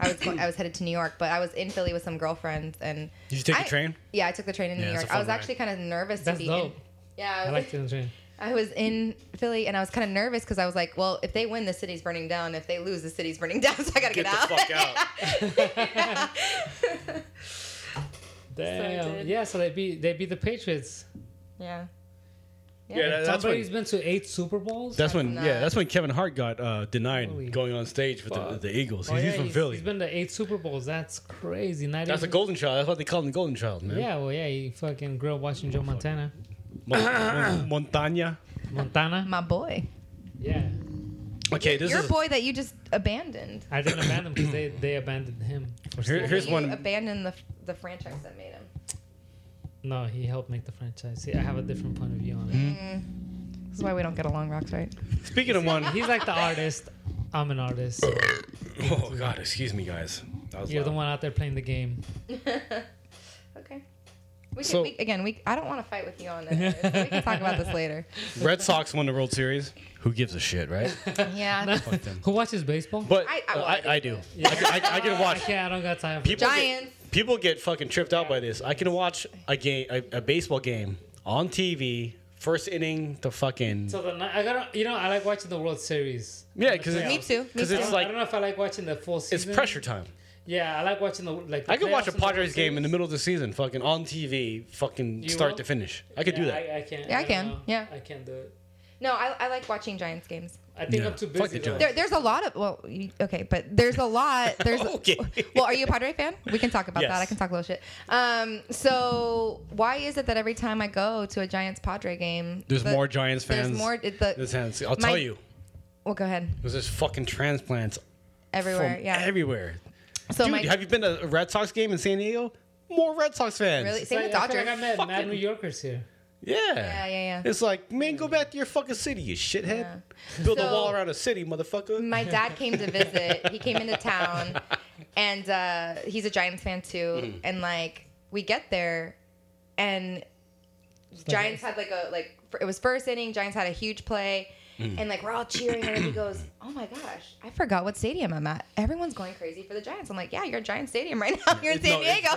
Speaker 6: I was going, I was headed to New York, but I was in Philly with some girlfriends, and
Speaker 5: Did you take
Speaker 6: I-
Speaker 5: a train?
Speaker 6: Yeah, I took the train in
Speaker 5: Yeah,
Speaker 6: New
Speaker 5: it's a
Speaker 6: York.
Speaker 5: fun
Speaker 6: I was
Speaker 5: ride.
Speaker 6: actually kind of nervous
Speaker 3: That's
Speaker 6: to be.
Speaker 3: dope.
Speaker 6: In, yeah, I
Speaker 3: I
Speaker 6: was,
Speaker 3: like the
Speaker 6: *laughs*
Speaker 3: train.
Speaker 6: I was in Philly and I was kind of nervous because I was like, well, if they win, the city's burning down. If they lose, the city's burning *laughs* down. So I gotta get,
Speaker 5: Get the
Speaker 6: out. *laughs*
Speaker 5: fuck out.
Speaker 3: Damn.
Speaker 6: did.
Speaker 3: yeah, so they beat they beat the Patriots.
Speaker 6: *laughs* yeah.
Speaker 5: Yeah, that-
Speaker 3: Tom
Speaker 5: that's
Speaker 3: Brady's
Speaker 5: when.
Speaker 3: been to eight Super Bowls.
Speaker 5: That's when.
Speaker 6: nuts.
Speaker 5: Yeah, that's when Kevin Hart got uh, denied
Speaker 3: Holy
Speaker 5: going on stage with the,
Speaker 3: fuck.
Speaker 5: the Eagles.
Speaker 3: Oh,
Speaker 5: he's
Speaker 3: yeah,
Speaker 5: from Philly.
Speaker 3: He's been to eight Super Bowls. That's crazy. Not
Speaker 5: that's a
Speaker 3: even-
Speaker 5: golden child. That's what they call him, the golden child, man.
Speaker 3: Yeah, well, yeah, he fucking grew up watching Joe Montana. *coughs*
Speaker 5: Mon- Mon- Montaña.
Speaker 3: Montana.
Speaker 6: My boy.
Speaker 3: Yeah,
Speaker 5: Okay, this
Speaker 6: Your
Speaker 5: is.
Speaker 6: boy that you just abandoned.
Speaker 3: I didn't abandon because they they abandoned him. For
Speaker 5: Here-
Speaker 3: Steve.
Speaker 5: here's
Speaker 6: you
Speaker 5: one-
Speaker 6: Abandoned the, the franchise that made him.
Speaker 3: no, he helped make the franchise. See, I have a different point of view on it.
Speaker 5: Hmm?
Speaker 6: This is why we don't get along, rocks, right?
Speaker 5: Speaking of one.
Speaker 3: He's like the artist. I'm an artist.
Speaker 5: Oh God, excuse me, guys. That was
Speaker 3: You're the
Speaker 5: loud.
Speaker 3: one out there playing the game.
Speaker 6: Okay. We can,
Speaker 5: So-
Speaker 6: we, again, we I don't want to fight with you
Speaker 5: *laughs*
Speaker 6: on this. so we can talk about this later.
Speaker 5: Red Sox won the World Series. Who gives a shit,
Speaker 3: *laughs*
Speaker 5: right?
Speaker 6: Yeah.
Speaker 3: Who watches baseball?
Speaker 5: But
Speaker 6: I-
Speaker 5: I,
Speaker 6: I-
Speaker 5: I,
Speaker 6: well, I
Speaker 5: I,
Speaker 6: do.
Speaker 5: do. I, can- I, I
Speaker 3: *laughs*
Speaker 5: can watch.
Speaker 3: Yeah, I don't got time. For
Speaker 5: People get-
Speaker 6: Giants.
Speaker 5: people get fucking tripped out by this. I can watch a game, a, a baseball game on TV, first inning to fucking.
Speaker 3: So the ni- I gotta, you know, I like watching the World Series.
Speaker 5: Yeah, because
Speaker 6: Me too. Me
Speaker 5: Because
Speaker 6: too.
Speaker 5: it's
Speaker 3: I
Speaker 5: like
Speaker 3: don't know if I like watching the full
Speaker 5: it's
Speaker 3: season.
Speaker 5: pressure time.
Speaker 3: Yeah, I like watching the like. The
Speaker 5: I could watch
Speaker 3: playoffs
Speaker 5: a
Speaker 3: and the World
Speaker 5: Padres game in the
Speaker 3: Series.
Speaker 5: middle of the season, fucking on TV, fucking
Speaker 3: You
Speaker 5: start
Speaker 3: will?
Speaker 5: to finish. I could do
Speaker 3: Yeah,
Speaker 5: that.
Speaker 3: I, I can't.
Speaker 6: Yeah, I
Speaker 3: don't
Speaker 6: can.
Speaker 3: know.
Speaker 6: Yeah.
Speaker 3: I can't do it.
Speaker 6: No, I, I like watching Giants games.
Speaker 3: I think
Speaker 5: Yeah.
Speaker 3: I'm too
Speaker 5: Fuck
Speaker 3: busy.
Speaker 5: the
Speaker 3: though.
Speaker 5: Giants.
Speaker 6: There, there's a lot of well, you, okay, but there's a
Speaker 5: *laughs*
Speaker 6: lot. There's
Speaker 5: Okay.
Speaker 6: well, are you a Padre fan? We can talk about
Speaker 5: Yes.
Speaker 6: that. I can talk a little shit. Um, so why is it that every time I go to a Giants Padre game,
Speaker 5: There's
Speaker 6: the-
Speaker 5: more Giants
Speaker 6: There's
Speaker 5: fans.
Speaker 6: more. It, the,
Speaker 5: This hands- I'll
Speaker 6: my-
Speaker 5: tell you,
Speaker 6: well, go ahead.
Speaker 5: there's just fucking transplants
Speaker 6: Everywhere,
Speaker 5: from
Speaker 6: yeah.
Speaker 5: everywhere.
Speaker 6: so
Speaker 5: Dude,
Speaker 6: my
Speaker 5: have you been to a Red Sox game in San Diego? More Red Sox fans.
Speaker 6: really
Speaker 3: So
Speaker 6: same with
Speaker 3: I feel
Speaker 6: Dodgers.
Speaker 3: like I met mad
Speaker 5: Fucking-
Speaker 3: New Yorkers here.
Speaker 5: Yeah.
Speaker 6: yeah, yeah.
Speaker 5: It's like, man, go back to your fucking city, you shithead.
Speaker 6: Yeah.
Speaker 5: Build a
Speaker 6: So-
Speaker 5: wall around a city, motherfucker.
Speaker 6: my dad came to visit. he came into town, and uh, he's a Giants fan too.
Speaker 5: Mm-hmm.
Speaker 6: And like we get there, and Giants had like a like fir- it was first inning. Giants had a huge play,
Speaker 5: Mm.
Speaker 6: and like we're all cheering. And then he
Speaker 5: *clears throat*
Speaker 6: goes, "Oh my gosh, I forgot what stadium I'm at. Everyone's going crazy for the Giants." I'm like, "Yeah, you're at Giant Stadium right now. *laughs* You're in
Speaker 5: It's-
Speaker 6: San
Speaker 5: no, it's-
Speaker 6: Diego."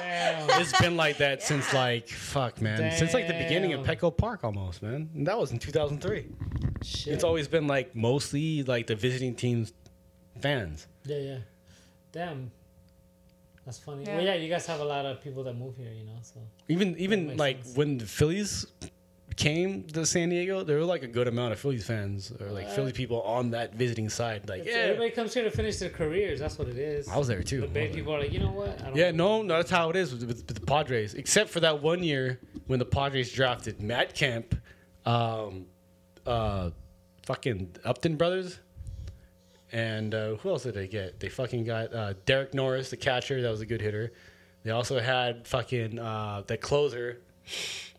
Speaker 3: Damn.
Speaker 5: *laughs* it's been like that since like fuck man since like the beginning of
Speaker 3: Damn.
Speaker 5: petco park almost man and that was in 2003
Speaker 3: Shit.
Speaker 5: it's always been like mostly like the visiting teams fans
Speaker 3: yeah, yeah. Damn. That's funny.
Speaker 6: Yeah.
Speaker 3: Well, yeah, you guys have a lot of people that move here, you know. So
Speaker 5: even even
Speaker 3: makes
Speaker 5: like
Speaker 3: sense.
Speaker 5: when the phillies came to san diego there were like a good amount of phillies fans or like
Speaker 3: Uh,
Speaker 5: philly people on that visiting side like
Speaker 3: It's-
Speaker 5: yeah
Speaker 3: everybody comes here to finish their careers. That's what it is.
Speaker 5: i was there too
Speaker 3: The big people are like, you know what? I don't
Speaker 5: yeah no no that's how it is with, with, with the padres except for that one year when the padres drafted matt kemp um uh, fucking Upton brothers. And uh, who else did they get? They fucking got uh, Derek Norris, the catcher. That was a good hitter. They also had fucking uh, the closer.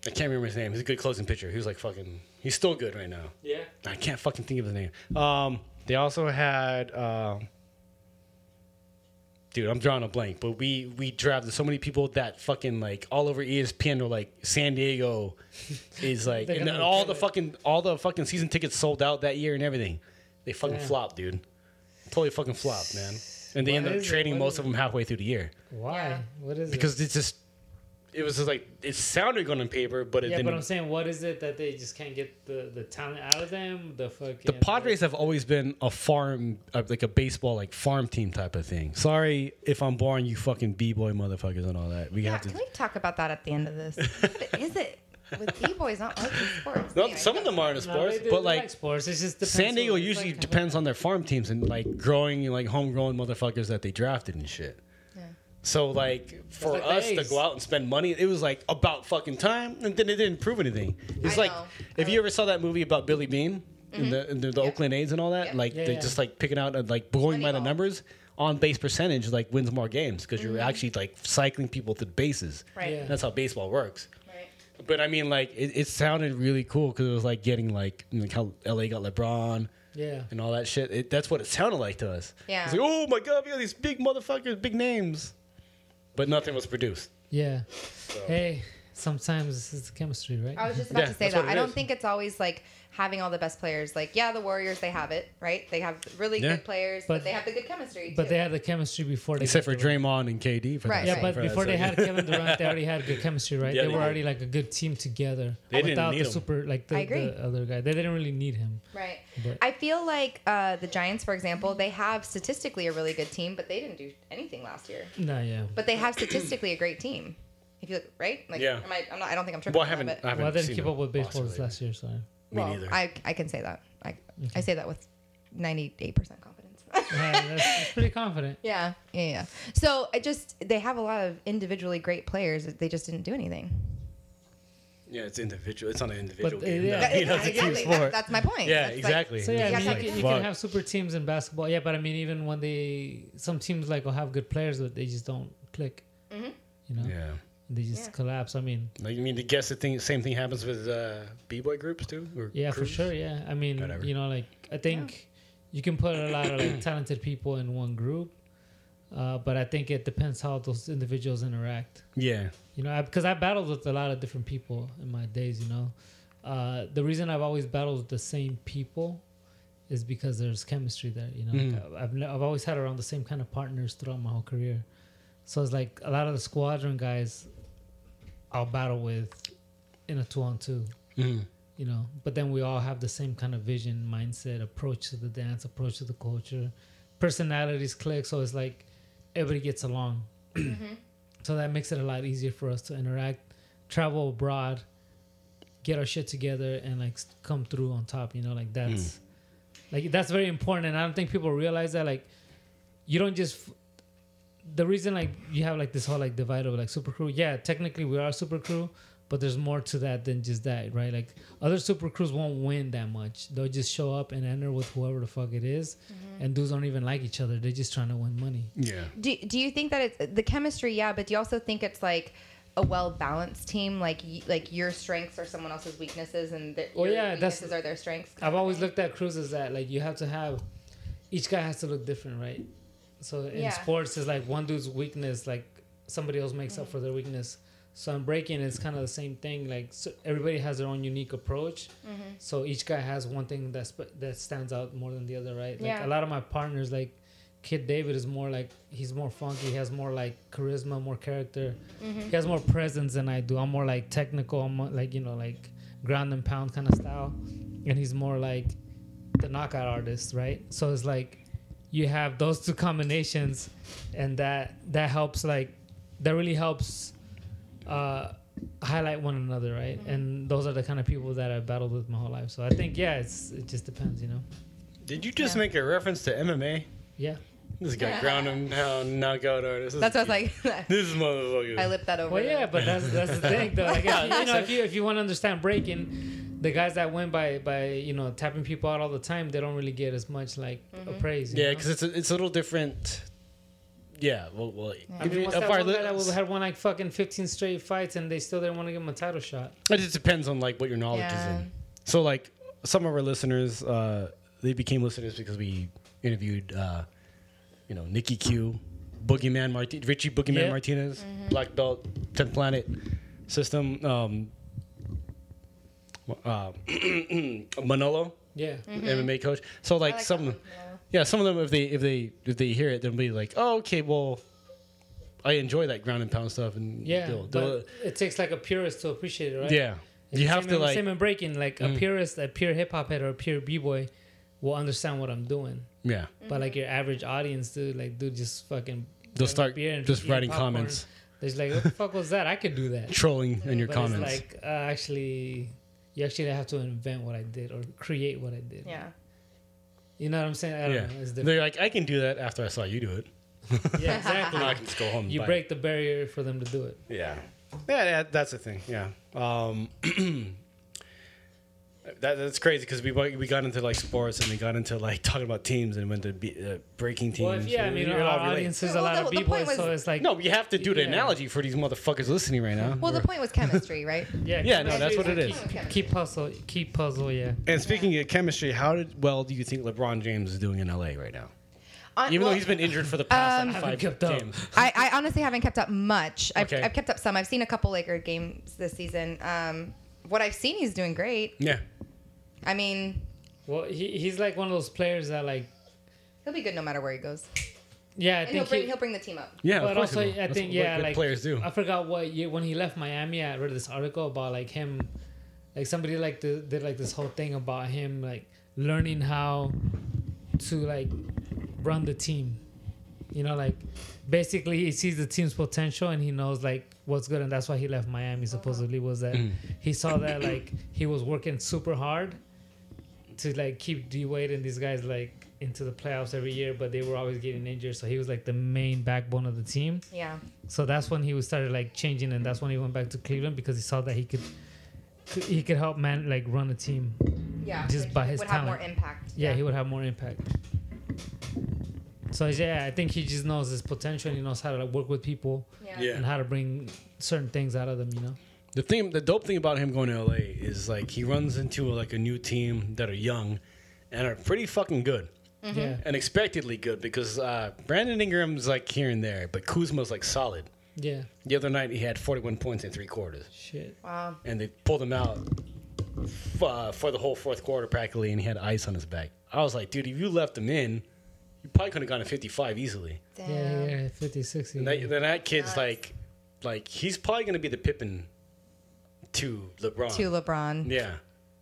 Speaker 5: I can't remember his name. He's a good closing pitcher. He was like fucking. He's still good right now.
Speaker 3: Yeah.
Speaker 5: I can't fucking think of his name. Um, they also had. Uh, dude, I'm drawing a blank. But we we drafted so many people that fucking like all over E ESPN were like San
Speaker 3: *laughs*
Speaker 5: Diego is like
Speaker 3: They're
Speaker 5: and
Speaker 3: gonna
Speaker 5: all
Speaker 3: kill
Speaker 5: the
Speaker 3: it.
Speaker 5: fucking all the fucking season tickets sold out that year and everything. They fucking flopped, dude. Totally fucking flopped, man. And they
Speaker 3: Why
Speaker 5: ended up
Speaker 3: is it?
Speaker 5: trading
Speaker 3: What
Speaker 5: most
Speaker 3: is
Speaker 5: of them halfway through the year
Speaker 3: Why?
Speaker 6: Yeah.
Speaker 3: What is it?
Speaker 5: because it's just it was just like it sounded good on paper, but it
Speaker 3: Yeah, but I'm
Speaker 5: didn't.
Speaker 3: saying, what is it that they just can't get the, the talent out of them? The fucking
Speaker 5: the Padres have always been a farm, uh, like a baseball, like farm team type of thing. Sorry if I'm boring you, fucking b boy motherfuckers and all that. We
Speaker 6: Yeah,
Speaker 5: have to.
Speaker 6: can we talk about that at the end of this?
Speaker 5: *laughs*
Speaker 6: what is it with b-boys not liking sports?
Speaker 5: No,
Speaker 6: Anyway,
Speaker 5: some of them are into
Speaker 3: No,
Speaker 5: sports,
Speaker 3: they do-
Speaker 5: but
Speaker 3: they
Speaker 5: like,
Speaker 3: sports. It's just depends
Speaker 5: San Diego
Speaker 3: on- it's
Speaker 5: usually
Speaker 3: like-
Speaker 5: depends on their farm teams and like growing like homegrown motherfuckers that they drafted and shit. So like for
Speaker 3: like the
Speaker 5: us to
Speaker 3: A's.
Speaker 5: go out and spend money, it was like about fucking time, and then it didn't prove anything. It's
Speaker 6: I
Speaker 5: like
Speaker 6: know.
Speaker 5: if
Speaker 6: I-
Speaker 5: you ever saw that movie about Billy Bean and the, and the, the Oakland A's and all that,
Speaker 6: Yep.
Speaker 5: like
Speaker 3: Mm-hmm. Yeah,
Speaker 5: they
Speaker 3: yeah.
Speaker 5: just like picking out uh, like going by the
Speaker 6: Moneyball.
Speaker 5: numbers on base percentage, like wins more games because you're
Speaker 3: Mm-hmm.
Speaker 5: actually like cycling people to the bases.
Speaker 6: Right.
Speaker 3: Yeah.
Speaker 5: That's how baseball works.
Speaker 6: Right.
Speaker 5: But I mean, like it, it sounded really cool because it was like getting like like how LA got LeBron
Speaker 3: Yeah.
Speaker 5: and all that shit. It, that's what it sounded like to us.
Speaker 6: Yeah.
Speaker 5: It's like, oh my god, we got these big motherfuckers, big names, but nothing was produced.
Speaker 3: Yeah. Hey, sometimes it's chemistry, right?
Speaker 6: I was just about
Speaker 5: Yeah,
Speaker 6: to say
Speaker 5: that's
Speaker 6: that.
Speaker 5: what it
Speaker 6: I don't
Speaker 5: is.
Speaker 6: think it's always like having all the best players. Like, yeah, the Warriors they have it, right? They have really
Speaker 5: Yeah.
Speaker 6: good players, but,
Speaker 3: But-
Speaker 6: they have the good chemistry.
Speaker 3: but
Speaker 6: too.
Speaker 3: they had the chemistry before they
Speaker 5: Except
Speaker 3: got
Speaker 5: for
Speaker 3: Durant.
Speaker 5: Draymond and KD. For
Speaker 6: Right,
Speaker 5: that
Speaker 3: Yeah,
Speaker 6: right.
Speaker 3: but
Speaker 5: for
Speaker 3: before
Speaker 5: that
Speaker 3: they had
Speaker 5: side.
Speaker 3: Kevin Durant, they already had good chemistry, right?
Speaker 5: Yeah,
Speaker 3: they,
Speaker 5: they
Speaker 3: were
Speaker 5: did.
Speaker 3: already like a good team together
Speaker 5: They didn't
Speaker 3: without
Speaker 5: need
Speaker 3: the
Speaker 5: him.
Speaker 3: super like the,
Speaker 6: I agree.
Speaker 3: the other guy. They didn't really need him.
Speaker 6: Right.
Speaker 3: But-
Speaker 6: I feel like uh, the Giants, for example, they have statistically a really good team, but they didn't do anything last year.
Speaker 3: No, yeah.
Speaker 6: But they have statistically a great team. If you look right, like,
Speaker 5: Yeah.
Speaker 6: am I, I'm not, I don't think I'm tripping.
Speaker 5: *laughs* Well, I
Speaker 6: on that,
Speaker 5: haven't.
Speaker 6: but-
Speaker 5: I haven't
Speaker 3: Well, I didn't
Speaker 5: seen
Speaker 3: keep
Speaker 5: the
Speaker 3: up with baseball this
Speaker 5: Boston
Speaker 3: last year, so
Speaker 5: Me
Speaker 6: well,
Speaker 5: neither.
Speaker 6: I, I can say that. I, I say that with 98% confidence. *laughs*
Speaker 3: yeah, that's, that's pretty confident.
Speaker 6: yeah. Yeah. Yeah. So I just, they have a lot of individually great players. They just didn't do anything.
Speaker 5: Yeah, it's individual. It's not an individual
Speaker 3: But uh,
Speaker 5: game.
Speaker 3: yeah,
Speaker 5: no.
Speaker 3: yeah,
Speaker 5: *laughs* You know, it's a team
Speaker 6: Exactly. That-
Speaker 5: sport.
Speaker 6: that's my point.
Speaker 5: Yeah,
Speaker 6: That's like-
Speaker 5: exactly.
Speaker 3: So yeah, I
Speaker 6: *laughs* Yeah,
Speaker 3: mean,
Speaker 6: like,
Speaker 3: you, can, you
Speaker 5: fuck.
Speaker 3: can have super teams in basketball. Yeah, but I mean, even when they some teams like will have good players, but they just don't click. You know,
Speaker 5: Yeah.
Speaker 3: they just
Speaker 6: Mm-hmm. Yeah.
Speaker 3: collapse. I mean,
Speaker 5: Like, you mean to guess the thing? Same thing happens with uh, b-boy groups too. Or
Speaker 3: Yeah,
Speaker 5: crews?
Speaker 3: for sure. Yeah, I mean,
Speaker 5: Whatever.
Speaker 3: you know, like I think you can put a lot of like, talented people in one group, uh, but I think it depends how those individuals interact.
Speaker 5: Yeah.
Speaker 3: You know, because I, battled with a lot of different people in my days. You know, uh, the reason I've always battled with the same people is because there's chemistry there. You know, Like, I- I've ne- I've always had around the same kind of partners throughout my whole career. So it's like a lot of the squadron guys, I'll battle with in a two on 2 You know, but then we all have the same kind of vision, mindset, approach to the dance, approach to the culture, personalities click. So it's like everybody gets along. So that makes it a lot easier for us to interact, travel abroad, get our shit together, and like s- come through on top. You know, like that's like that's very important, and I don't think people realize that. Like, you don't just f- the reason like you have like this whole like divide of like super crew. Yeah, technically we are super crew, but there's more to that than just that, right? Like other super crews won't win that much. They'll just show up and enter with whoever the fuck it is, and dudes don't even like each other. They're just trying to win money.
Speaker 5: Yeah.
Speaker 6: Do, do you think that it's the chemistry? Yeah, but do you also think it's like a well balanced team? Like y- like your strengths are someone else's weaknesses, and their
Speaker 3: Well,
Speaker 6: your
Speaker 3: yeah, that's-
Speaker 6: weaknesses are their strengths.
Speaker 3: I've always looked at crews as that like you have to have each guy has to look different, right? So in
Speaker 6: Yeah.
Speaker 3: sports, it's like one dude's weakness, like somebody else makes up for their weakness. So in breaking, it's kind of the same thing. Like so everybody has their own unique approach.
Speaker 6: Mm-hmm.
Speaker 3: So each guy has one thing that's that stands out more than the other, right? Like
Speaker 6: Yeah.
Speaker 3: a lot of my partners, like Kid David, is more like he's more funky. He has more like charisma, more character. He has more presence than I do. I'm more like technical. I'm more, like you know like ground and pound kind of style, and he's more like the knockout artist, right? So it's like you have those two combinations, and that that helps like that really helps uh, highlight one another, right? And those are the kind of people that I battled with my whole life. So I think yeah, it's it just depends, you know.
Speaker 5: Did you just make a reference to MMA?
Speaker 3: Yeah,
Speaker 5: This guy ground him down, knockout artist. This
Speaker 6: That's
Speaker 5: is
Speaker 6: what I was like.
Speaker 5: *laughs* This is motherfucker.
Speaker 6: *laughs* I lipped that over.
Speaker 3: well yeah, but that's that's the thing though. Like if you, you know if you if you want to understand breaking. the guys that win by by you know tapping people out all the time, they don't really get as much like praise. you
Speaker 5: Yeah,
Speaker 3: know?
Speaker 5: because it's a, it's a little different. Yeah, well, well
Speaker 3: I mean, what's
Speaker 5: if
Speaker 3: that
Speaker 5: our
Speaker 3: one
Speaker 5: li-
Speaker 3: guy that will- had won like fucking 15 straight fights and they still didn't want to give him a title shot.
Speaker 5: it just depends on like what your knowledge
Speaker 6: Yeah.
Speaker 5: is in. So like some of our listeners, uh, they became listeners because we interviewed, uh, you know, Nikki Q, Boogeyman Marti- Richie Boogeyman
Speaker 3: Yeah.
Speaker 5: Martinez,
Speaker 6: Mm-hmm.
Speaker 5: Black Belt, Tenth Planet System, um, *clears throat* uh, *clears throat* Manolo.
Speaker 3: Yeah.
Speaker 5: Mm-hmm. MMA coach. So like,
Speaker 6: Mm-hmm. like
Speaker 5: some,
Speaker 6: that one, yeah.
Speaker 5: yeah, some of them if they if they if they hear it, they'll be like, oh okay, well, I enjoy that ground and pound stuff, and
Speaker 3: Yeah.
Speaker 5: they'll- they'll-
Speaker 3: but it takes like a purist to appreciate it, right?
Speaker 5: yeah,
Speaker 3: It's
Speaker 5: you
Speaker 3: the
Speaker 5: have
Speaker 3: same
Speaker 5: to
Speaker 3: in-
Speaker 5: like, Mm.
Speaker 3: same in breaking like a purist, a pure hip hop head or a pure b boy, will understand what I'm doing.
Speaker 5: yeah,
Speaker 3: But like your average audience, dude, like dude, just fucking. grab
Speaker 5: They'll
Speaker 3: a
Speaker 5: start
Speaker 3: beer and
Speaker 5: just
Speaker 3: eat
Speaker 5: writing
Speaker 3: popcorn.
Speaker 5: comments.
Speaker 3: They're just like, what the fuck was that? I could do that.
Speaker 5: trolling in your
Speaker 3: but
Speaker 5: comments.
Speaker 3: it's like uh, actually, you actually have to invent what I did or create what I did.
Speaker 6: Yeah.
Speaker 3: You know what I'm saying? I don't
Speaker 5: yeah,
Speaker 3: know. It's different.
Speaker 5: they're like, I can do that after I saw you do it.
Speaker 3: Yeah,
Speaker 6: Uh-huh.
Speaker 3: exactly.
Speaker 5: Now I can just go home. and
Speaker 3: you
Speaker 5: buy it.
Speaker 3: break the barrier for them to do it.
Speaker 5: Yeah. Yeah, yeah, that's the thing. Yeah. Um, *clears throat* that, that's crazy because we wa- we got into like sports and we got into like talking about teams and went to be, uh, breaking teams.
Speaker 3: Well, if, yeah, I
Speaker 5: and
Speaker 3: mean,
Speaker 5: it all
Speaker 3: our
Speaker 5: relates.
Speaker 3: audience is a
Speaker 6: Well,
Speaker 3: lot
Speaker 6: the-
Speaker 3: of
Speaker 6: the
Speaker 3: people,
Speaker 6: point was-
Speaker 3: so it's like,
Speaker 5: No, we have to do the
Speaker 3: Yeah.
Speaker 5: analogy for these motherfuckers listening right now.
Speaker 6: Well, the point was chemistry, *laughs* right?
Speaker 3: yeah,
Speaker 5: yeah, no, that's
Speaker 3: keep-
Speaker 5: what it is.
Speaker 3: keep- Keep puzzle, keep puzzle, yeah.
Speaker 5: and speaking of chemistry, how did, well do you think LeBron James is doing in LA right now?
Speaker 6: On-
Speaker 5: Even
Speaker 6: well,
Speaker 5: though he's been injured for the past like, five
Speaker 3: kept Um, up.
Speaker 5: games.
Speaker 6: I, I honestly haven't kept up much. I've,
Speaker 5: Okay.
Speaker 6: I've kept up some. I've seen a couple Laker games this season. Um, what I've seen, he's doing great.
Speaker 5: Yeah.
Speaker 6: I mean,
Speaker 3: Well, he, he's like one of those players that like,
Speaker 6: he'll be good no matter where he goes,
Speaker 3: yeah, I
Speaker 6: and he'll
Speaker 3: think
Speaker 6: bring
Speaker 3: he,
Speaker 6: he'll bring the team up.
Speaker 5: Yeah. of
Speaker 3: but
Speaker 5: course he
Speaker 3: also
Speaker 5: will.
Speaker 3: I
Speaker 5: That's
Speaker 3: think
Speaker 5: what
Speaker 3: yeah,
Speaker 5: good
Speaker 3: like uh,
Speaker 5: players do.
Speaker 3: I forgot what year when he left Miami. I read this article about like him, like somebody like the, did like this whole thing about him like learning how to like run the team. You know, like basically he sees the team's potential and he knows like what's good, and that's why he left Miami. Supposedly was that
Speaker 5: Mm.
Speaker 3: he saw that like he was working super hard to like keep D Wade and these guys like into the playoffs every year, but they were always getting injured. So he was like the main backbone of the team.
Speaker 6: Yeah.
Speaker 3: So that's when he was started like changing, and that's when he went back to Cleveland because he saw that he could he could help man like run a team.
Speaker 6: Yeah.
Speaker 3: Just
Speaker 6: which
Speaker 3: by his
Speaker 6: would have
Speaker 3: talent.
Speaker 6: more impact.
Speaker 3: Yeah, he would have more impact. So yeah, I think he just knows his potential. and He knows how to like, work with people
Speaker 6: Yeah.
Speaker 5: Yeah.
Speaker 3: and how to bring certain things out of them. You know.
Speaker 5: The thing, the dope thing about him going to LA is like he runs into like a new team that are young, and are pretty fucking good,
Speaker 6: Mm-hmm.
Speaker 3: Yeah.
Speaker 5: and expectedly good because uh, Brandon Ingram's like here and there, but Kuzma's like solid.
Speaker 3: Yeah.
Speaker 5: The other night he had 41 points in three quarters,
Speaker 3: Shit.
Speaker 6: Wow.
Speaker 5: and they pulled him out f- uh, for the whole fourth quarter practically, and he had ice on his back. I was like, dude, if you left him in, you probably could have gone to 55 easily.
Speaker 6: Damn.
Speaker 3: Yeah, yeah, yeah, 50, 60.
Speaker 5: And that, then that kid's
Speaker 6: Nice.
Speaker 5: like, like he's probably gonna be the Pippin to LeBron.
Speaker 6: To LeBron,
Speaker 5: yeah.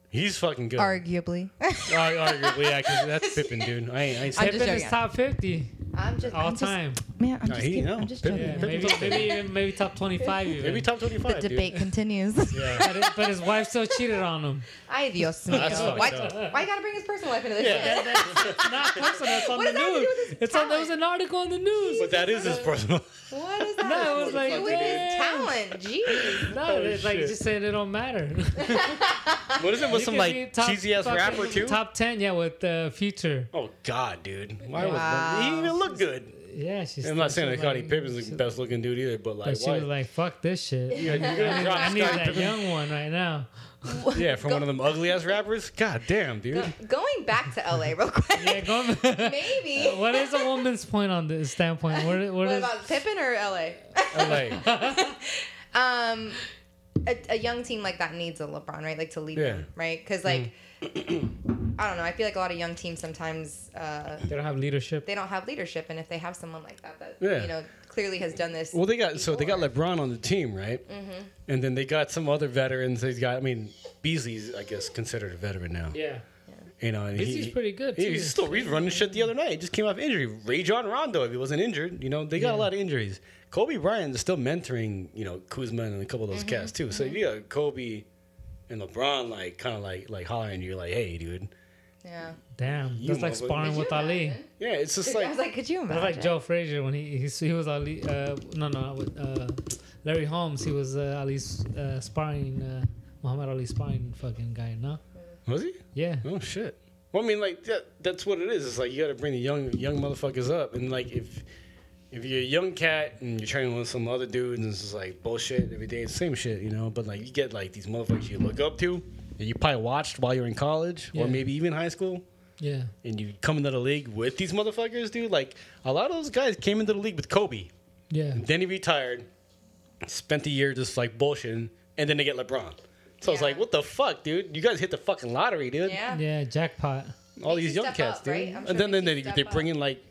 Speaker 5: He's fucking good.
Speaker 6: arguably. *laughs*
Speaker 5: Ar- arguably, yeah, because that's Pippin, dude. I ain't, I ain't
Speaker 6: I'm
Speaker 5: saying
Speaker 6: just
Speaker 3: Pippen is
Speaker 6: joking.
Speaker 3: top 50
Speaker 6: I'm just
Speaker 3: all
Speaker 6: I'm just-
Speaker 3: time.
Speaker 6: man, I'm
Speaker 5: No,
Speaker 6: just,
Speaker 5: he-
Speaker 6: keep-
Speaker 5: no,
Speaker 6: I'm just
Speaker 5: Pippen.
Speaker 6: joking.
Speaker 3: Yeah, maybe, maybe, even- maybe top 25 even.
Speaker 5: maybe top
Speaker 6: The
Speaker 5: twenty-five.
Speaker 6: debate
Speaker 5: Dude.
Speaker 6: continues.
Speaker 5: *laughs* Yeah.
Speaker 3: but, his, but his wife still cheated on him.
Speaker 6: Ay, Dios
Speaker 5: Nah, *laughs* that's
Speaker 6: mío.
Speaker 5: fucked
Speaker 6: Why,
Speaker 5: up.
Speaker 6: why you gotta bring his personal life into this? *laughs*
Speaker 5: Yeah.
Speaker 6: shit?
Speaker 3: It's not personal. It's on
Speaker 6: What
Speaker 3: the
Speaker 6: does that have to
Speaker 3: news.
Speaker 6: do with his
Speaker 3: It's on. There was an article in the news.
Speaker 5: But that is
Speaker 6: *laughs*
Speaker 5: his personal.
Speaker 6: What is that?
Speaker 3: No, it was
Speaker 6: have to do
Speaker 3: like,
Speaker 6: with his
Speaker 3: damn.
Speaker 6: talent. Jeez.
Speaker 3: No, it's like
Speaker 5: shit.
Speaker 3: just saying it don't matter.
Speaker 5: What is it with some
Speaker 3: You could be
Speaker 5: like
Speaker 3: top
Speaker 5: cheesy ass
Speaker 3: fucking-
Speaker 5: rapper too?
Speaker 3: Top ten, yeah, with uh, Future.
Speaker 5: Oh God, dude! Why
Speaker 6: Wow.
Speaker 5: was he didn't even look good?
Speaker 3: Yeah, she's.
Speaker 5: I'm not saying that
Speaker 3: she's
Speaker 5: Scottie
Speaker 3: like-
Speaker 5: Pippen's
Speaker 3: she-
Speaker 5: the best looking dude either, but like,
Speaker 3: But she
Speaker 5: why?
Speaker 3: was like, "Fuck this shit. *laughs*
Speaker 5: yeah, you're
Speaker 3: I
Speaker 5: gonna
Speaker 3: need, I
Speaker 5: drop
Speaker 3: need
Speaker 5: Scottie
Speaker 3: that
Speaker 5: Pippen.
Speaker 3: young one right
Speaker 6: *laughs*
Speaker 3: now."
Speaker 5: Yeah, from one of them ugly ass rappers. God damn, dude.
Speaker 6: Going back to LA real quick.
Speaker 3: *laughs* Yeah, go. Uh,
Speaker 6: Maybe.
Speaker 3: what is a woman's point on this standpoint? What, what,
Speaker 6: What
Speaker 3: is,
Speaker 6: about Pippen or LA?
Speaker 5: LA.
Speaker 6: Um, a, a young team like that needs a LeBron, right? Like to lead
Speaker 5: Yeah.
Speaker 6: them, right? Because like,
Speaker 3: Mm.
Speaker 6: *clears throat* I don't know. I feel like a lot of young teams sometimes uh,
Speaker 3: they don't have leadership.
Speaker 6: they don't have leadership, and if they have someone like that, that
Speaker 5: Yeah.
Speaker 6: you know clearly has done this.
Speaker 5: Well, they got so they got LeBron on the team, right?
Speaker 3: Mm-hmm.
Speaker 5: And then they got some other veterans. They got, I mean, Beasley's, I guess, considered a veteran now.
Speaker 3: Yeah.
Speaker 5: You know, and
Speaker 3: Beasley's
Speaker 5: he-
Speaker 3: pretty good,
Speaker 5: he-
Speaker 3: too.
Speaker 5: He's still he's running shit the other night. He just came off injury. Ray John Rondo, if he wasn't injured, you know, they got a lot of injuries. Kobe Bryant is still mentoring, you know, Kuzma and a couple of those
Speaker 3: Mm-hmm.
Speaker 5: cats too. So if you got Kobe and LeBron, like kind of like like hollering, you're like, hey, dude.
Speaker 6: yeah.
Speaker 3: Damn,
Speaker 5: You
Speaker 3: that's like
Speaker 5: motherfucker.
Speaker 3: sparring
Speaker 6: Could
Speaker 3: with
Speaker 6: you
Speaker 3: Ali.
Speaker 6: imagine?
Speaker 5: Yeah, it's just
Speaker 6: *laughs* I was
Speaker 5: like
Speaker 6: like, could you imagine?
Speaker 3: That's like Joe Frazier when he he, he was Ali. Uh, no, no, uh, Larry Holmes. He was uh, Ali's uh, sparring uh, Muhammad Ali Spine fucking guy, no?
Speaker 5: Was he?
Speaker 3: *laughs* Yeah.
Speaker 6: Hmm?
Speaker 5: Oh shit. Well, I mean, like that—that's what it is. It's like you got to bring the young, young motherfuckers up, and like if if you're a young cat and you're training with some other dudes, and it's just like bullshit every day, it's the same shit, you know. But like you get like these motherfuckers you look up to, and you probably watched while you're in college or
Speaker 3: Yeah.
Speaker 5: maybe even high school,
Speaker 3: Yeah.
Speaker 5: and you come into the league with these motherfuckers, dude. Like a lot of those guys came into the league with Kobe,
Speaker 3: Yeah.
Speaker 5: then he retired, spent the year just like bullshitting, and then they get LeBron. So it's
Speaker 6: Yeah.
Speaker 5: like, what the fuck, dude? You guys hit the fucking lottery, dude
Speaker 6: Yeah.
Speaker 3: Yeah, jackpot.
Speaker 5: all
Speaker 6: Makes
Speaker 5: these
Speaker 6: you
Speaker 5: young
Speaker 6: step
Speaker 5: cats,
Speaker 6: up,
Speaker 5: dude.
Speaker 6: right? I'm sure
Speaker 5: and then,
Speaker 6: it
Speaker 5: then
Speaker 6: makes
Speaker 5: they,
Speaker 6: you
Speaker 5: they
Speaker 6: step
Speaker 5: bring
Speaker 6: up.
Speaker 5: in like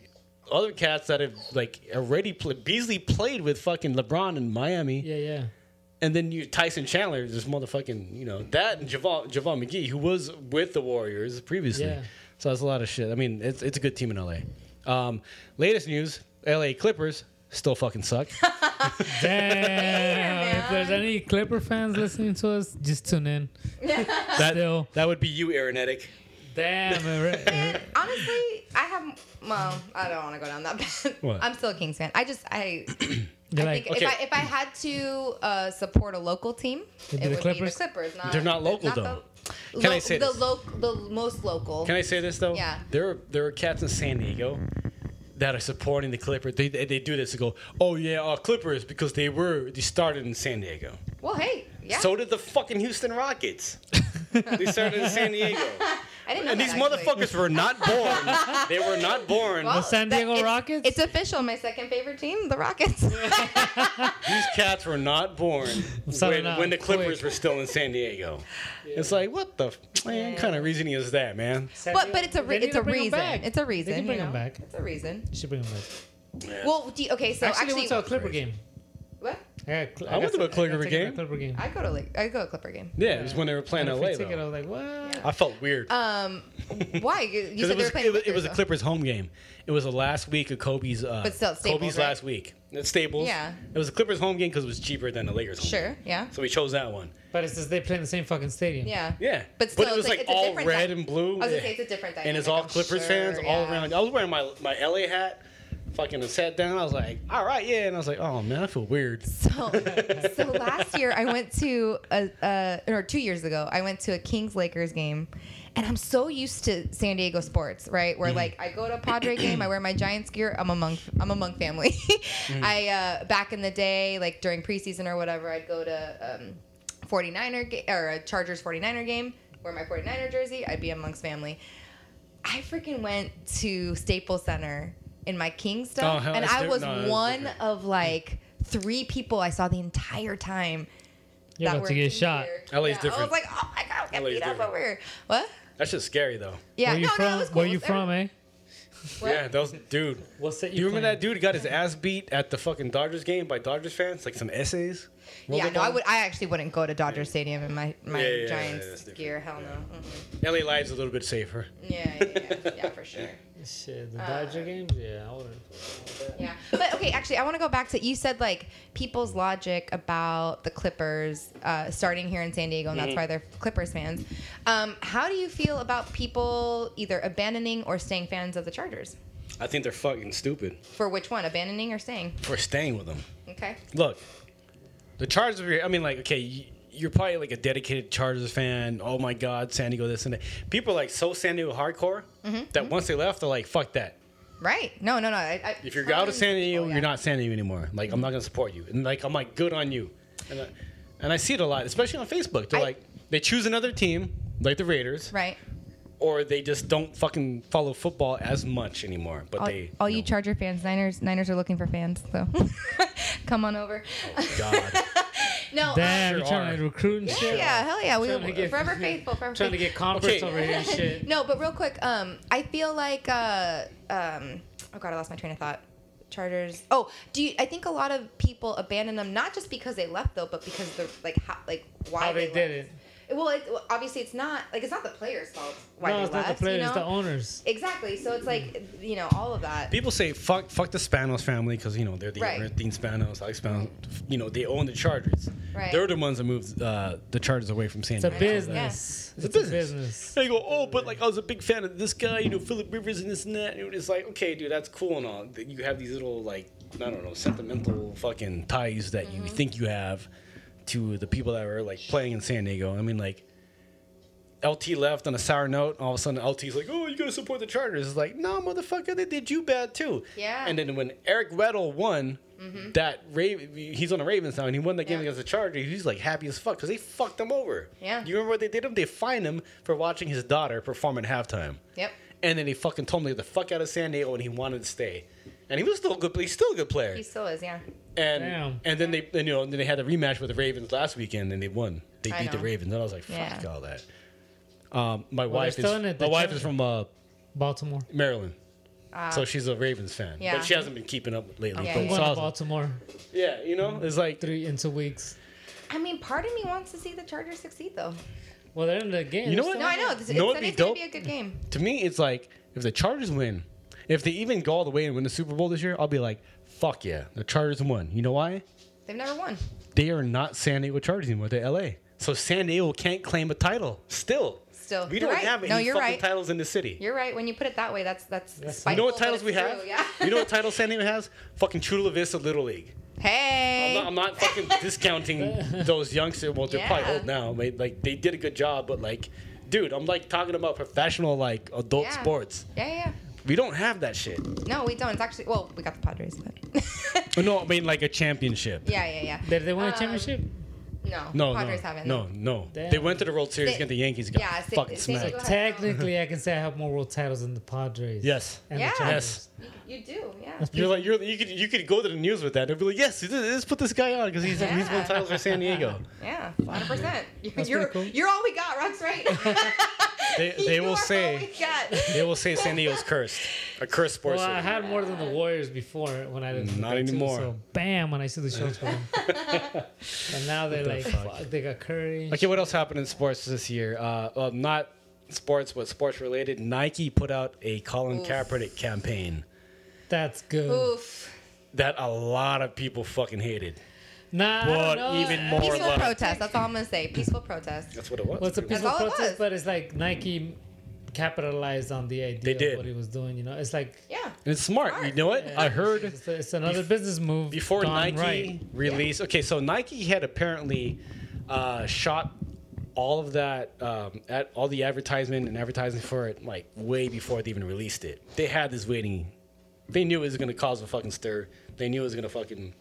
Speaker 5: other cats that have like already played. Beasley played with fucking LeBron in Miami,
Speaker 3: Yeah, yeah.
Speaker 6: *laughs*
Speaker 5: and then you Tyson Chandler, is this motherfucking you know that and Javon Javon McGee, who was with the Warriors previously.
Speaker 3: Yeah.
Speaker 5: So that's a lot of shit. I mean, it's it's a good team in LA. Um, latest news: LA Clippers still fucking
Speaker 6: *laughs*
Speaker 5: suck.
Speaker 3: Damn. if there's
Speaker 6: man.
Speaker 3: any Clipper fans listening to us, just tune
Speaker 6: *laughs*
Speaker 3: in.
Speaker 5: that
Speaker 3: Still.
Speaker 5: that would be you, Aaronetic.
Speaker 6: *laughs*
Speaker 3: Damn. it re- uh,
Speaker 6: And honestly, I have. Well, I don't want to go down that *laughs* path.
Speaker 5: What?
Speaker 6: I'm still a Kings fan. I just I.
Speaker 3: You're
Speaker 6: I
Speaker 3: like,
Speaker 6: think
Speaker 5: okay.
Speaker 6: if I if I had to uh, support a local team,
Speaker 3: It'd be the
Speaker 6: it would be the
Speaker 3: Clippers?
Speaker 6: Clippers. Not,
Speaker 5: They're not local,
Speaker 6: The,
Speaker 5: Can I
Speaker 6: lo-
Speaker 5: say
Speaker 6: the
Speaker 5: this?
Speaker 6: loc- the most local?
Speaker 5: Can I say this though?
Speaker 6: Yeah.
Speaker 5: There are there are cats in San Diego that are supporting the Clippers. They they, they do this to go, oh yeah, uh, Clippers because they were they started in San Diego.
Speaker 6: well, hey, yeah.
Speaker 5: So did the fucking
Speaker 6: *laughs*
Speaker 5: Houston Rockets. they started in San Diego.
Speaker 6: I didn't know
Speaker 5: And
Speaker 6: that,
Speaker 5: these
Speaker 6: actually.
Speaker 5: motherfuckers were not born. They were
Speaker 6: *laughs*
Speaker 5: not born.
Speaker 6: Well,
Speaker 3: San
Speaker 6: that-
Speaker 3: Diego
Speaker 6: it's-
Speaker 3: Rockets?
Speaker 6: It's official. My second favorite team, the Rockets.
Speaker 5: These cats were not born
Speaker 3: sorry,
Speaker 5: when,
Speaker 3: no,
Speaker 5: when the
Speaker 3: quick.
Speaker 5: Clippers were still in San Diego. It's like what the f- man, what kind of reasoning is that, man?
Speaker 6: *laughs* but but it's a re-
Speaker 3: They need
Speaker 6: it's a
Speaker 3: to bring 'em
Speaker 6: reason.
Speaker 3: back.
Speaker 6: It's a
Speaker 3: They
Speaker 6: reason.
Speaker 3: can bring
Speaker 6: you know?
Speaker 3: them back.
Speaker 6: It's a reason.
Speaker 3: You should bring them back.
Speaker 6: Well, do you- okay. So
Speaker 3: actually,
Speaker 6: actually,
Speaker 3: went to a Clipper game.
Speaker 6: what?
Speaker 3: I, got, cl-
Speaker 5: I went
Speaker 3: got
Speaker 5: to a
Speaker 3: some-
Speaker 5: Clipper
Speaker 3: got ticket to a
Speaker 5: game.
Speaker 3: Clipper game.
Speaker 6: I go to like I go to Clipper game.
Speaker 5: Yeah, it was when they were playing
Speaker 3: Got a
Speaker 5: LA.
Speaker 3: free ticket. I
Speaker 5: Though.
Speaker 3: was like, what?
Speaker 5: I felt weird. *laughs*
Speaker 6: Um, why? You, you said
Speaker 5: 'Cause it
Speaker 6: they
Speaker 5: was,
Speaker 6: were playing.
Speaker 5: it was, it was a
Speaker 6: though.
Speaker 5: Clippers home game. It was the last week of Kobe's. Uh,
Speaker 6: But still, it's Staples,
Speaker 5: Kobe's
Speaker 6: right?
Speaker 5: last week. It's Staples.
Speaker 6: Yeah.
Speaker 5: It was a Clippers home game because it was cheaper than the Lakers. Home
Speaker 6: Sure.
Speaker 5: game.
Speaker 6: Yeah.
Speaker 5: So we chose that one.
Speaker 3: But it's just they play in the same fucking stadium.
Speaker 6: Yeah.
Speaker 5: Yeah.
Speaker 6: But still,
Speaker 5: it was
Speaker 6: it's
Speaker 5: like,
Speaker 6: like- it's a
Speaker 5: all
Speaker 6: different
Speaker 5: red
Speaker 6: dy-
Speaker 5: and blue.
Speaker 6: I was gonna
Speaker 5: Yeah.
Speaker 6: say it's a different
Speaker 5: And it's
Speaker 6: dynamic,
Speaker 5: all
Speaker 6: I'm sure,
Speaker 5: Clippers fans all
Speaker 6: yeah.
Speaker 5: around. I was wearing my my LA hat. Fucking sat down. I was like, all right, yeah. And I was like, oh man, I feel weird.
Speaker 6: So,
Speaker 5: *laughs*
Speaker 6: so last year I went to a, a or two years ago I went to a Kings Lakers game, and I'm so used to San Diego sports, right?
Speaker 5: Mm-hmm.
Speaker 6: Where like I go to a
Speaker 5: *clears throat*
Speaker 6: Padre game, I wear my Giants gear. I'm a monk. I'm a monk family. *laughs*
Speaker 5: Mm-hmm.
Speaker 6: I uh, back in the day, like during preseason or whatever, I'd go to um, 49er ga- or a Chargers 49er game, wear my 49er jersey. I'd be a monk's family. I freaking went to Staples Center in my King
Speaker 5: Oh,
Speaker 6: stuff,
Speaker 5: hell,
Speaker 6: and
Speaker 5: it's
Speaker 6: I
Speaker 5: di-
Speaker 6: was
Speaker 5: no, it's
Speaker 6: one
Speaker 5: different.
Speaker 6: of like three people I saw the entire time.
Speaker 3: You're
Speaker 6: that
Speaker 3: about
Speaker 6: were
Speaker 3: to get
Speaker 6: Kings
Speaker 3: shot.
Speaker 6: gear.
Speaker 5: LA is
Speaker 6: Yeah, I was
Speaker 5: different.
Speaker 6: like, oh my god, get
Speaker 5: LA is
Speaker 6: beat up
Speaker 5: different.
Speaker 6: over here. What?
Speaker 5: That's just scary though.
Speaker 6: Yeah,
Speaker 3: Where you
Speaker 6: no,
Speaker 3: from?
Speaker 6: no, it was cool.
Speaker 3: Where you from, eh?
Speaker 6: What?
Speaker 5: Yeah, that was dude.
Speaker 3: What's that?
Speaker 5: You remember that dude who got his ass beat at the fucking Dodgers game by Dodgers fans? Like some essays?
Speaker 6: Yeah,
Speaker 5: Rollerball?
Speaker 6: no, I would. I actually wouldn't go to Dodger Stadium in my my
Speaker 5: Yeah, yeah, yeah,
Speaker 6: Giants
Speaker 5: that's different.
Speaker 6: gear. Hell no.
Speaker 5: LA Live's a little bit safer.
Speaker 6: Mm-mm. Yeah, yeah, yeah, yeah,
Speaker 5: *laughs*
Speaker 6: for sure.
Speaker 3: Shit, the
Speaker 6: Uh,
Speaker 3: Dodger games? Yeah, I wouldn't.
Speaker 6: Yeah. But okay, actually, I want to go back to you said like people's logic about the Clippers uh, starting here in San Diego, and that's why they're Clippers fans. Um, how do you feel about people either abandoning or staying fans of the Chargers?
Speaker 5: I think they're fucking stupid
Speaker 6: For which one, abandoning or staying?
Speaker 5: for staying with them.
Speaker 6: Okay.
Speaker 5: Look, the Chargers are. I mean, like, okay, y- you're probably like a dedicated Chargers fan. Oh my God, San Diego, this and that. People are like so San Diego hardcore
Speaker 6: Mm-hmm,
Speaker 5: that once they left, they're like, fuck that.
Speaker 6: Right. No, no, no. I, I,
Speaker 5: If you're out of San Diego,
Speaker 6: Oh, yeah.
Speaker 5: you're not San Diego anymore. Like, I'm not gonna support you. And like, I'm like, good on you. And I, and I see it a lot, especially on Facebook. They're
Speaker 6: I-
Speaker 5: like, they choose another team, like the Raiders,
Speaker 6: Right.
Speaker 5: or they just don't fucking follow football as much anymore. But
Speaker 6: All,
Speaker 5: they,
Speaker 6: all
Speaker 5: know.
Speaker 6: you Charger fans, Niners, Niners are looking for fans, so *laughs* come on over. *laughs*
Speaker 5: God.
Speaker 6: No. uh,
Speaker 3: Damn,
Speaker 5: sure
Speaker 3: you're trying
Speaker 5: are.
Speaker 3: to recruit and shit.
Speaker 6: yeah, hell yeah. We
Speaker 3: Trying to
Speaker 6: were
Speaker 3: get- *laughs*
Speaker 5: *laughs*
Speaker 6: forever faithful. Forever
Speaker 3: Trying to
Speaker 6: faithful.
Speaker 3: get converts
Speaker 5: Okay.
Speaker 3: over here and shit.
Speaker 6: No, but real quick, um, I feel like uh, um, oh god, I lost my train of thought. Chargers. Oh, do you? I think a lot of people abandon them not just because they left though, but because they're like how, like why
Speaker 3: How they did
Speaker 6: left. Well, it, well, obviously it's not like it's not the players' fault *laughs* why
Speaker 3: no,
Speaker 6: they
Speaker 3: it's
Speaker 6: left.
Speaker 3: not the players,
Speaker 6: you know?
Speaker 3: it's the owners.
Speaker 6: Exactly. So it's like you know all of that.
Speaker 5: People say fuck fuck the Spanos family because you know they're the
Speaker 6: Right.
Speaker 5: right. Dean Spanos, Alex Spanos. You know they own the Chargers.
Speaker 6: Right.
Speaker 5: They're the ones that moved uh, the Chargers away from San
Speaker 3: It's a
Speaker 5: Diego.
Speaker 3: business. It's, a business.
Speaker 5: They go, oh, but like I was a big fan of this guy, you know, Philip Rivers and this and that. And it's like, okay, dude, that's cool and all.
Speaker 6: Mm-hmm.
Speaker 5: that You have these little like I don't know sentimental fucking ties that you think you have to the people that were like playing in San Diego. I mean, like LT left on a sour note. All of a sudden, LT's like, "Oh, you gotta support the Chargers." It's like, "No, motherfucker, they did you bad too."
Speaker 6: Yeah. Mm-hmm.
Speaker 5: And then when Eric Weddle won that Raven, he's on the Ravens now, and he won that game
Speaker 6: Yeah.
Speaker 5: against the Chargers. He's like happy as fuck because they fucked him over.
Speaker 6: Yeah.
Speaker 5: You remember what they did to him? They fined him for watching his daughter perform at halftime.
Speaker 6: Yep.
Speaker 5: And then he fucking told him to get the fuck out of San Diego, and he wanted to stay. And he was still a good. He's still a good player.
Speaker 6: He still is, yeah.
Speaker 5: And
Speaker 3: Damn.
Speaker 5: and then they and, you know and then they had a rematch with the Ravens last weekend and they won. They
Speaker 6: I
Speaker 5: beat the
Speaker 6: know.
Speaker 5: Ravens and I was like, fuck
Speaker 6: Yeah.
Speaker 5: all that. Um, my
Speaker 3: they're
Speaker 5: wife is
Speaker 3: still in
Speaker 5: my
Speaker 3: it. The
Speaker 5: wife
Speaker 3: Chargers-
Speaker 5: is from uh,
Speaker 3: Baltimore.
Speaker 5: Maryland, so she's a Ravens fan.
Speaker 6: Ah. Yeah.
Speaker 5: But she hasn't been keeping up lately.
Speaker 6: Yeah,
Speaker 5: but
Speaker 3: I'm going
Speaker 5: it's
Speaker 3: to
Speaker 5: awesome.
Speaker 3: Baltimore
Speaker 5: yeah, you know, it's like
Speaker 3: three in two weeks.
Speaker 6: I mean, part of me wants to see the Chargers succeed, though.
Speaker 3: Well, they're in the game.
Speaker 5: You know
Speaker 3: They're
Speaker 5: what?
Speaker 6: No, I know. It's,
Speaker 5: You know
Speaker 6: it's,
Speaker 5: what'd be
Speaker 6: it's going to be a
Speaker 5: dope?
Speaker 6: good game.
Speaker 5: to me, it's like if the Chargers win, if they even go all the way and win the Super Bowl this year, I'll be like, fuck yeah, the Chargers won. You know why?
Speaker 6: They've never won.
Speaker 5: They are not San Diego Chargers anymore. They're L.A. So San Diego can't claim a title still.
Speaker 6: Still.
Speaker 5: we
Speaker 6: You're
Speaker 5: don't
Speaker 6: right.
Speaker 5: have any
Speaker 6: No, you're
Speaker 5: fucking
Speaker 6: right.
Speaker 5: titles in the city.
Speaker 6: You're right. When you put it that way, that's that's. Spiteful,
Speaker 5: you know what
Speaker 6: but
Speaker 5: titles
Speaker 6: it's
Speaker 5: we
Speaker 6: true,
Speaker 5: have?
Speaker 6: Yeah.
Speaker 5: You know what title San Diego has? Fucking Chula Vista Little League. I'm
Speaker 6: *laughs* hey.
Speaker 5: not, I'm
Speaker 6: *laughs*
Speaker 5: not fucking discounting those youngsters. Well, they're
Speaker 6: Yeah.
Speaker 5: probably old now. mate. Like they did a good job, but like, dude, I'm like talking about professional like adult
Speaker 6: Yeah.
Speaker 5: sports.
Speaker 6: Yeah, yeah,
Speaker 5: We don't have that shit.
Speaker 6: yeah. No, we don't. It's actually well, we got the Padres, but. *laughs*
Speaker 5: Oh, No, I mean like a championship.
Speaker 6: yeah, yeah, yeah.
Speaker 3: Did they win a
Speaker 6: Um,
Speaker 3: championship?
Speaker 6: No,
Speaker 5: No,
Speaker 6: Padres
Speaker 5: no,
Speaker 6: haven't.
Speaker 5: no, no.
Speaker 3: Damn.
Speaker 5: They went to the World Series
Speaker 6: They-
Speaker 5: against the Yankees. Got
Speaker 6: yeah, Sa-
Speaker 5: fucking
Speaker 6: San Diego
Speaker 5: smacked.
Speaker 6: has-
Speaker 3: Technically, I can say I have more world titles than the Padres.
Speaker 5: Yes.
Speaker 3: And
Speaker 6: Yeah.
Speaker 3: the
Speaker 5: Yes.
Speaker 3: Chargers.
Speaker 6: You do, yeah.
Speaker 5: You're like you're you could you could go to the news with that. They'd be like, yes, let's put this guy on because he's he's won
Speaker 6: Yeah.
Speaker 5: titles for San Diego.
Speaker 6: Yeah, 100%. You're, you're,
Speaker 3: pretty cool.
Speaker 6: you're all we got, Rock's right.
Speaker 5: They *laughs*
Speaker 6: *laughs*
Speaker 5: they
Speaker 6: You
Speaker 5: will
Speaker 6: are
Speaker 5: say.
Speaker 6: All we got.
Speaker 5: *laughs* They will say San Diego's cursed. A cursed sports
Speaker 3: Well, I
Speaker 5: city.
Speaker 3: had more than the Warriors before when I didn't.
Speaker 5: Not
Speaker 3: play too,
Speaker 5: anymore.
Speaker 3: so bam, when I see the shots
Speaker 6: *laughs*
Speaker 3: for them. and now they're like, fuck, they got Curry.
Speaker 5: Okay, what else happened in sports this year? Uh, well, not sports, but sports related. Nike put out a Colin
Speaker 6: Oof.
Speaker 5: Kaepernick campaign
Speaker 3: That's good.
Speaker 6: Oof.
Speaker 5: that a lot of people fucking hated.
Speaker 3: Nah, I
Speaker 5: But
Speaker 3: don't know.
Speaker 5: even
Speaker 3: I-
Speaker 5: more
Speaker 6: Peaceful
Speaker 5: love.
Speaker 6: protest. That's all I'm going to say. Peaceful protest.
Speaker 5: That's what it was.
Speaker 3: Well, it's a peaceful
Speaker 6: all it
Speaker 3: protest,
Speaker 6: was.
Speaker 3: but it's like Nike capitalized on the idea
Speaker 5: They did.
Speaker 3: of what he was doing. You know, it's like
Speaker 6: Yeah.
Speaker 5: And it's smart. You know what? I heard
Speaker 3: it's, it's another business move
Speaker 5: before
Speaker 3: gone
Speaker 5: Nike
Speaker 3: right.
Speaker 5: released. Okay, so Nike had apparently uh, shot all of that, um, at all the advertisement and advertising for it, like way before they even released it. They had this waiting. They knew it was gonna cause a fucking stir. They knew it was gonna fucking,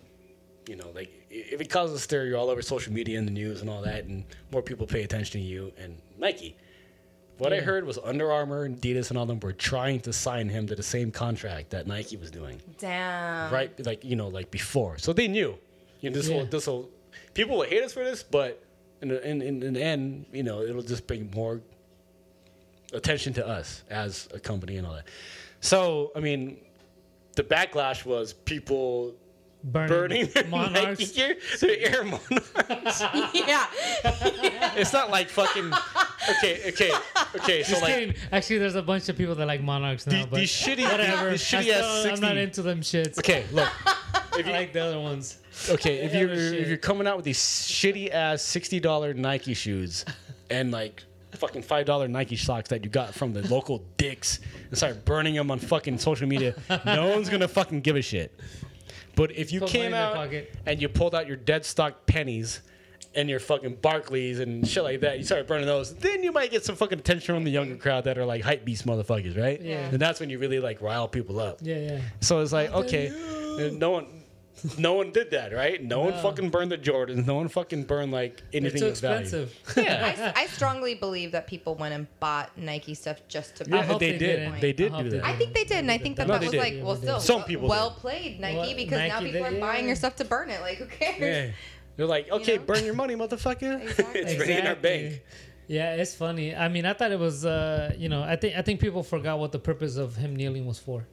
Speaker 5: you know, like i- if it causes a stir, you're all over social media and the news and all that, and more people pay attention to you and Nike. What I heard was Under Armour and Adidas and all them were trying to sign him to the same contract that Nike was doing
Speaker 6: Damn.
Speaker 5: right like you know like before so they knew you know this
Speaker 3: Uh-huh. Yeah.
Speaker 5: will this will people will hate us for this but in the, in, in, in the end you know it'll just bring more attention to us as a company and all that so i mean the backlash was people burning *laughs*
Speaker 3: burning,
Speaker 5: their
Speaker 3: monarchs.
Speaker 5: Nike gear, their air monarchs.
Speaker 6: Yeah.
Speaker 5: it's not like fucking. Okay, okay, okay. So
Speaker 3: Just
Speaker 5: like
Speaker 3: kidding. Actually, there's a bunch of people that like monarchs now,
Speaker 5: these,
Speaker 3: but
Speaker 5: these shitty,
Speaker 3: whatever.
Speaker 5: these
Speaker 3: I
Speaker 5: shitty
Speaker 3: still-
Speaker 5: ass
Speaker 3: I'm not
Speaker 5: sixty.
Speaker 3: into them shits.
Speaker 5: Okay, look.
Speaker 3: I like the other ones.
Speaker 5: Okay, if
Speaker 3: Yeah,
Speaker 5: you're
Speaker 3: no shit.
Speaker 5: if you're coming out with these shitty ass sixty dollar Nike shoes and like fucking five dollar Nike socks that you got from the local dicks and start burning them on fucking social media, no one's gonna fucking give a shit. But if you
Speaker 3: Put money in
Speaker 5: came
Speaker 3: their
Speaker 5: out
Speaker 3: pocket.
Speaker 5: and you pulled out your dead stock pennies and your fucking Barclays and shit like that, you started burning those, then you might get some fucking attention from the younger crowd that are like hype beast motherfuckers, right?
Speaker 3: Yeah.
Speaker 5: And that's when you really like rile people up.
Speaker 3: Yeah, yeah.
Speaker 5: So it's like, okay, no one, no one did that, right? No, one fucking burned the Jordans. No one fucking burned like
Speaker 3: They're
Speaker 5: anything
Speaker 3: too
Speaker 5: of value.
Speaker 3: expensive. *laughs*
Speaker 5: Yeah.
Speaker 6: I, I strongly believe that people went and bought Nike stuff just to
Speaker 5: Yeah,
Speaker 3: I hope
Speaker 5: they,
Speaker 3: they
Speaker 5: did.
Speaker 3: didn't.
Speaker 5: They
Speaker 3: I
Speaker 5: did
Speaker 3: hope
Speaker 5: do
Speaker 3: they
Speaker 5: that.
Speaker 6: I think they did, and I think that
Speaker 5: No,
Speaker 6: that
Speaker 5: they
Speaker 6: was
Speaker 5: did.
Speaker 6: like, well,
Speaker 3: They
Speaker 6: still,
Speaker 3: did.
Speaker 5: Some people
Speaker 6: well
Speaker 5: did.
Speaker 6: played Nike
Speaker 3: Well,
Speaker 6: because now
Speaker 3: Nike
Speaker 6: people
Speaker 3: did,
Speaker 6: are buying
Speaker 3: yeah.
Speaker 6: your stuff to burn it. Like, who cares?
Speaker 5: Yeah. They're like, okay,
Speaker 6: know?
Speaker 5: burn your money, motherfucker.
Speaker 6: *laughs* Exactly.
Speaker 5: it's right in our
Speaker 3: Exactly.
Speaker 5: bank.
Speaker 3: Yeah, it's funny. I mean, I thought it was, uh, you know, I think I think people forgot what the purpose of him kneeling was for.
Speaker 6: *laughs*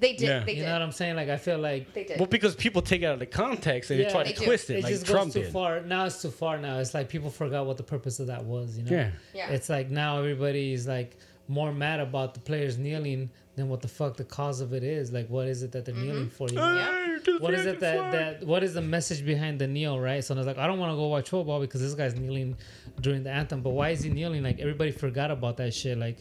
Speaker 6: They did.
Speaker 5: Yeah.
Speaker 6: They
Speaker 3: You
Speaker 6: did.
Speaker 3: know what I'm saying? Like, I feel like
Speaker 6: they did.
Speaker 5: Well, because people take it out of the context and they
Speaker 3: Yeah,
Speaker 5: try
Speaker 3: they
Speaker 5: to
Speaker 6: do.
Speaker 5: twist it,
Speaker 3: it
Speaker 5: like
Speaker 3: just
Speaker 5: Trump
Speaker 3: goes too
Speaker 5: did.
Speaker 3: far. Now it's too far. Now it's like people forgot what the purpose of that was. You know?
Speaker 5: Yeah.
Speaker 6: Yeah.
Speaker 3: It's like now everybody is like more mad about the players kneeling than what the fuck the cause of it is. Like, what is it that
Speaker 5: Mm-hmm.
Speaker 3: they're kneeling for? You know?
Speaker 5: Hey, just
Speaker 3: What is
Speaker 5: raise
Speaker 3: it
Speaker 5: the
Speaker 3: that,
Speaker 5: flag.
Speaker 3: that what is the message behind the kneel, right? So I was like, I don't want to go watch football because this guy's kneeling during the anthem. But why is he kneeling? Like everybody forgot about that shit. Like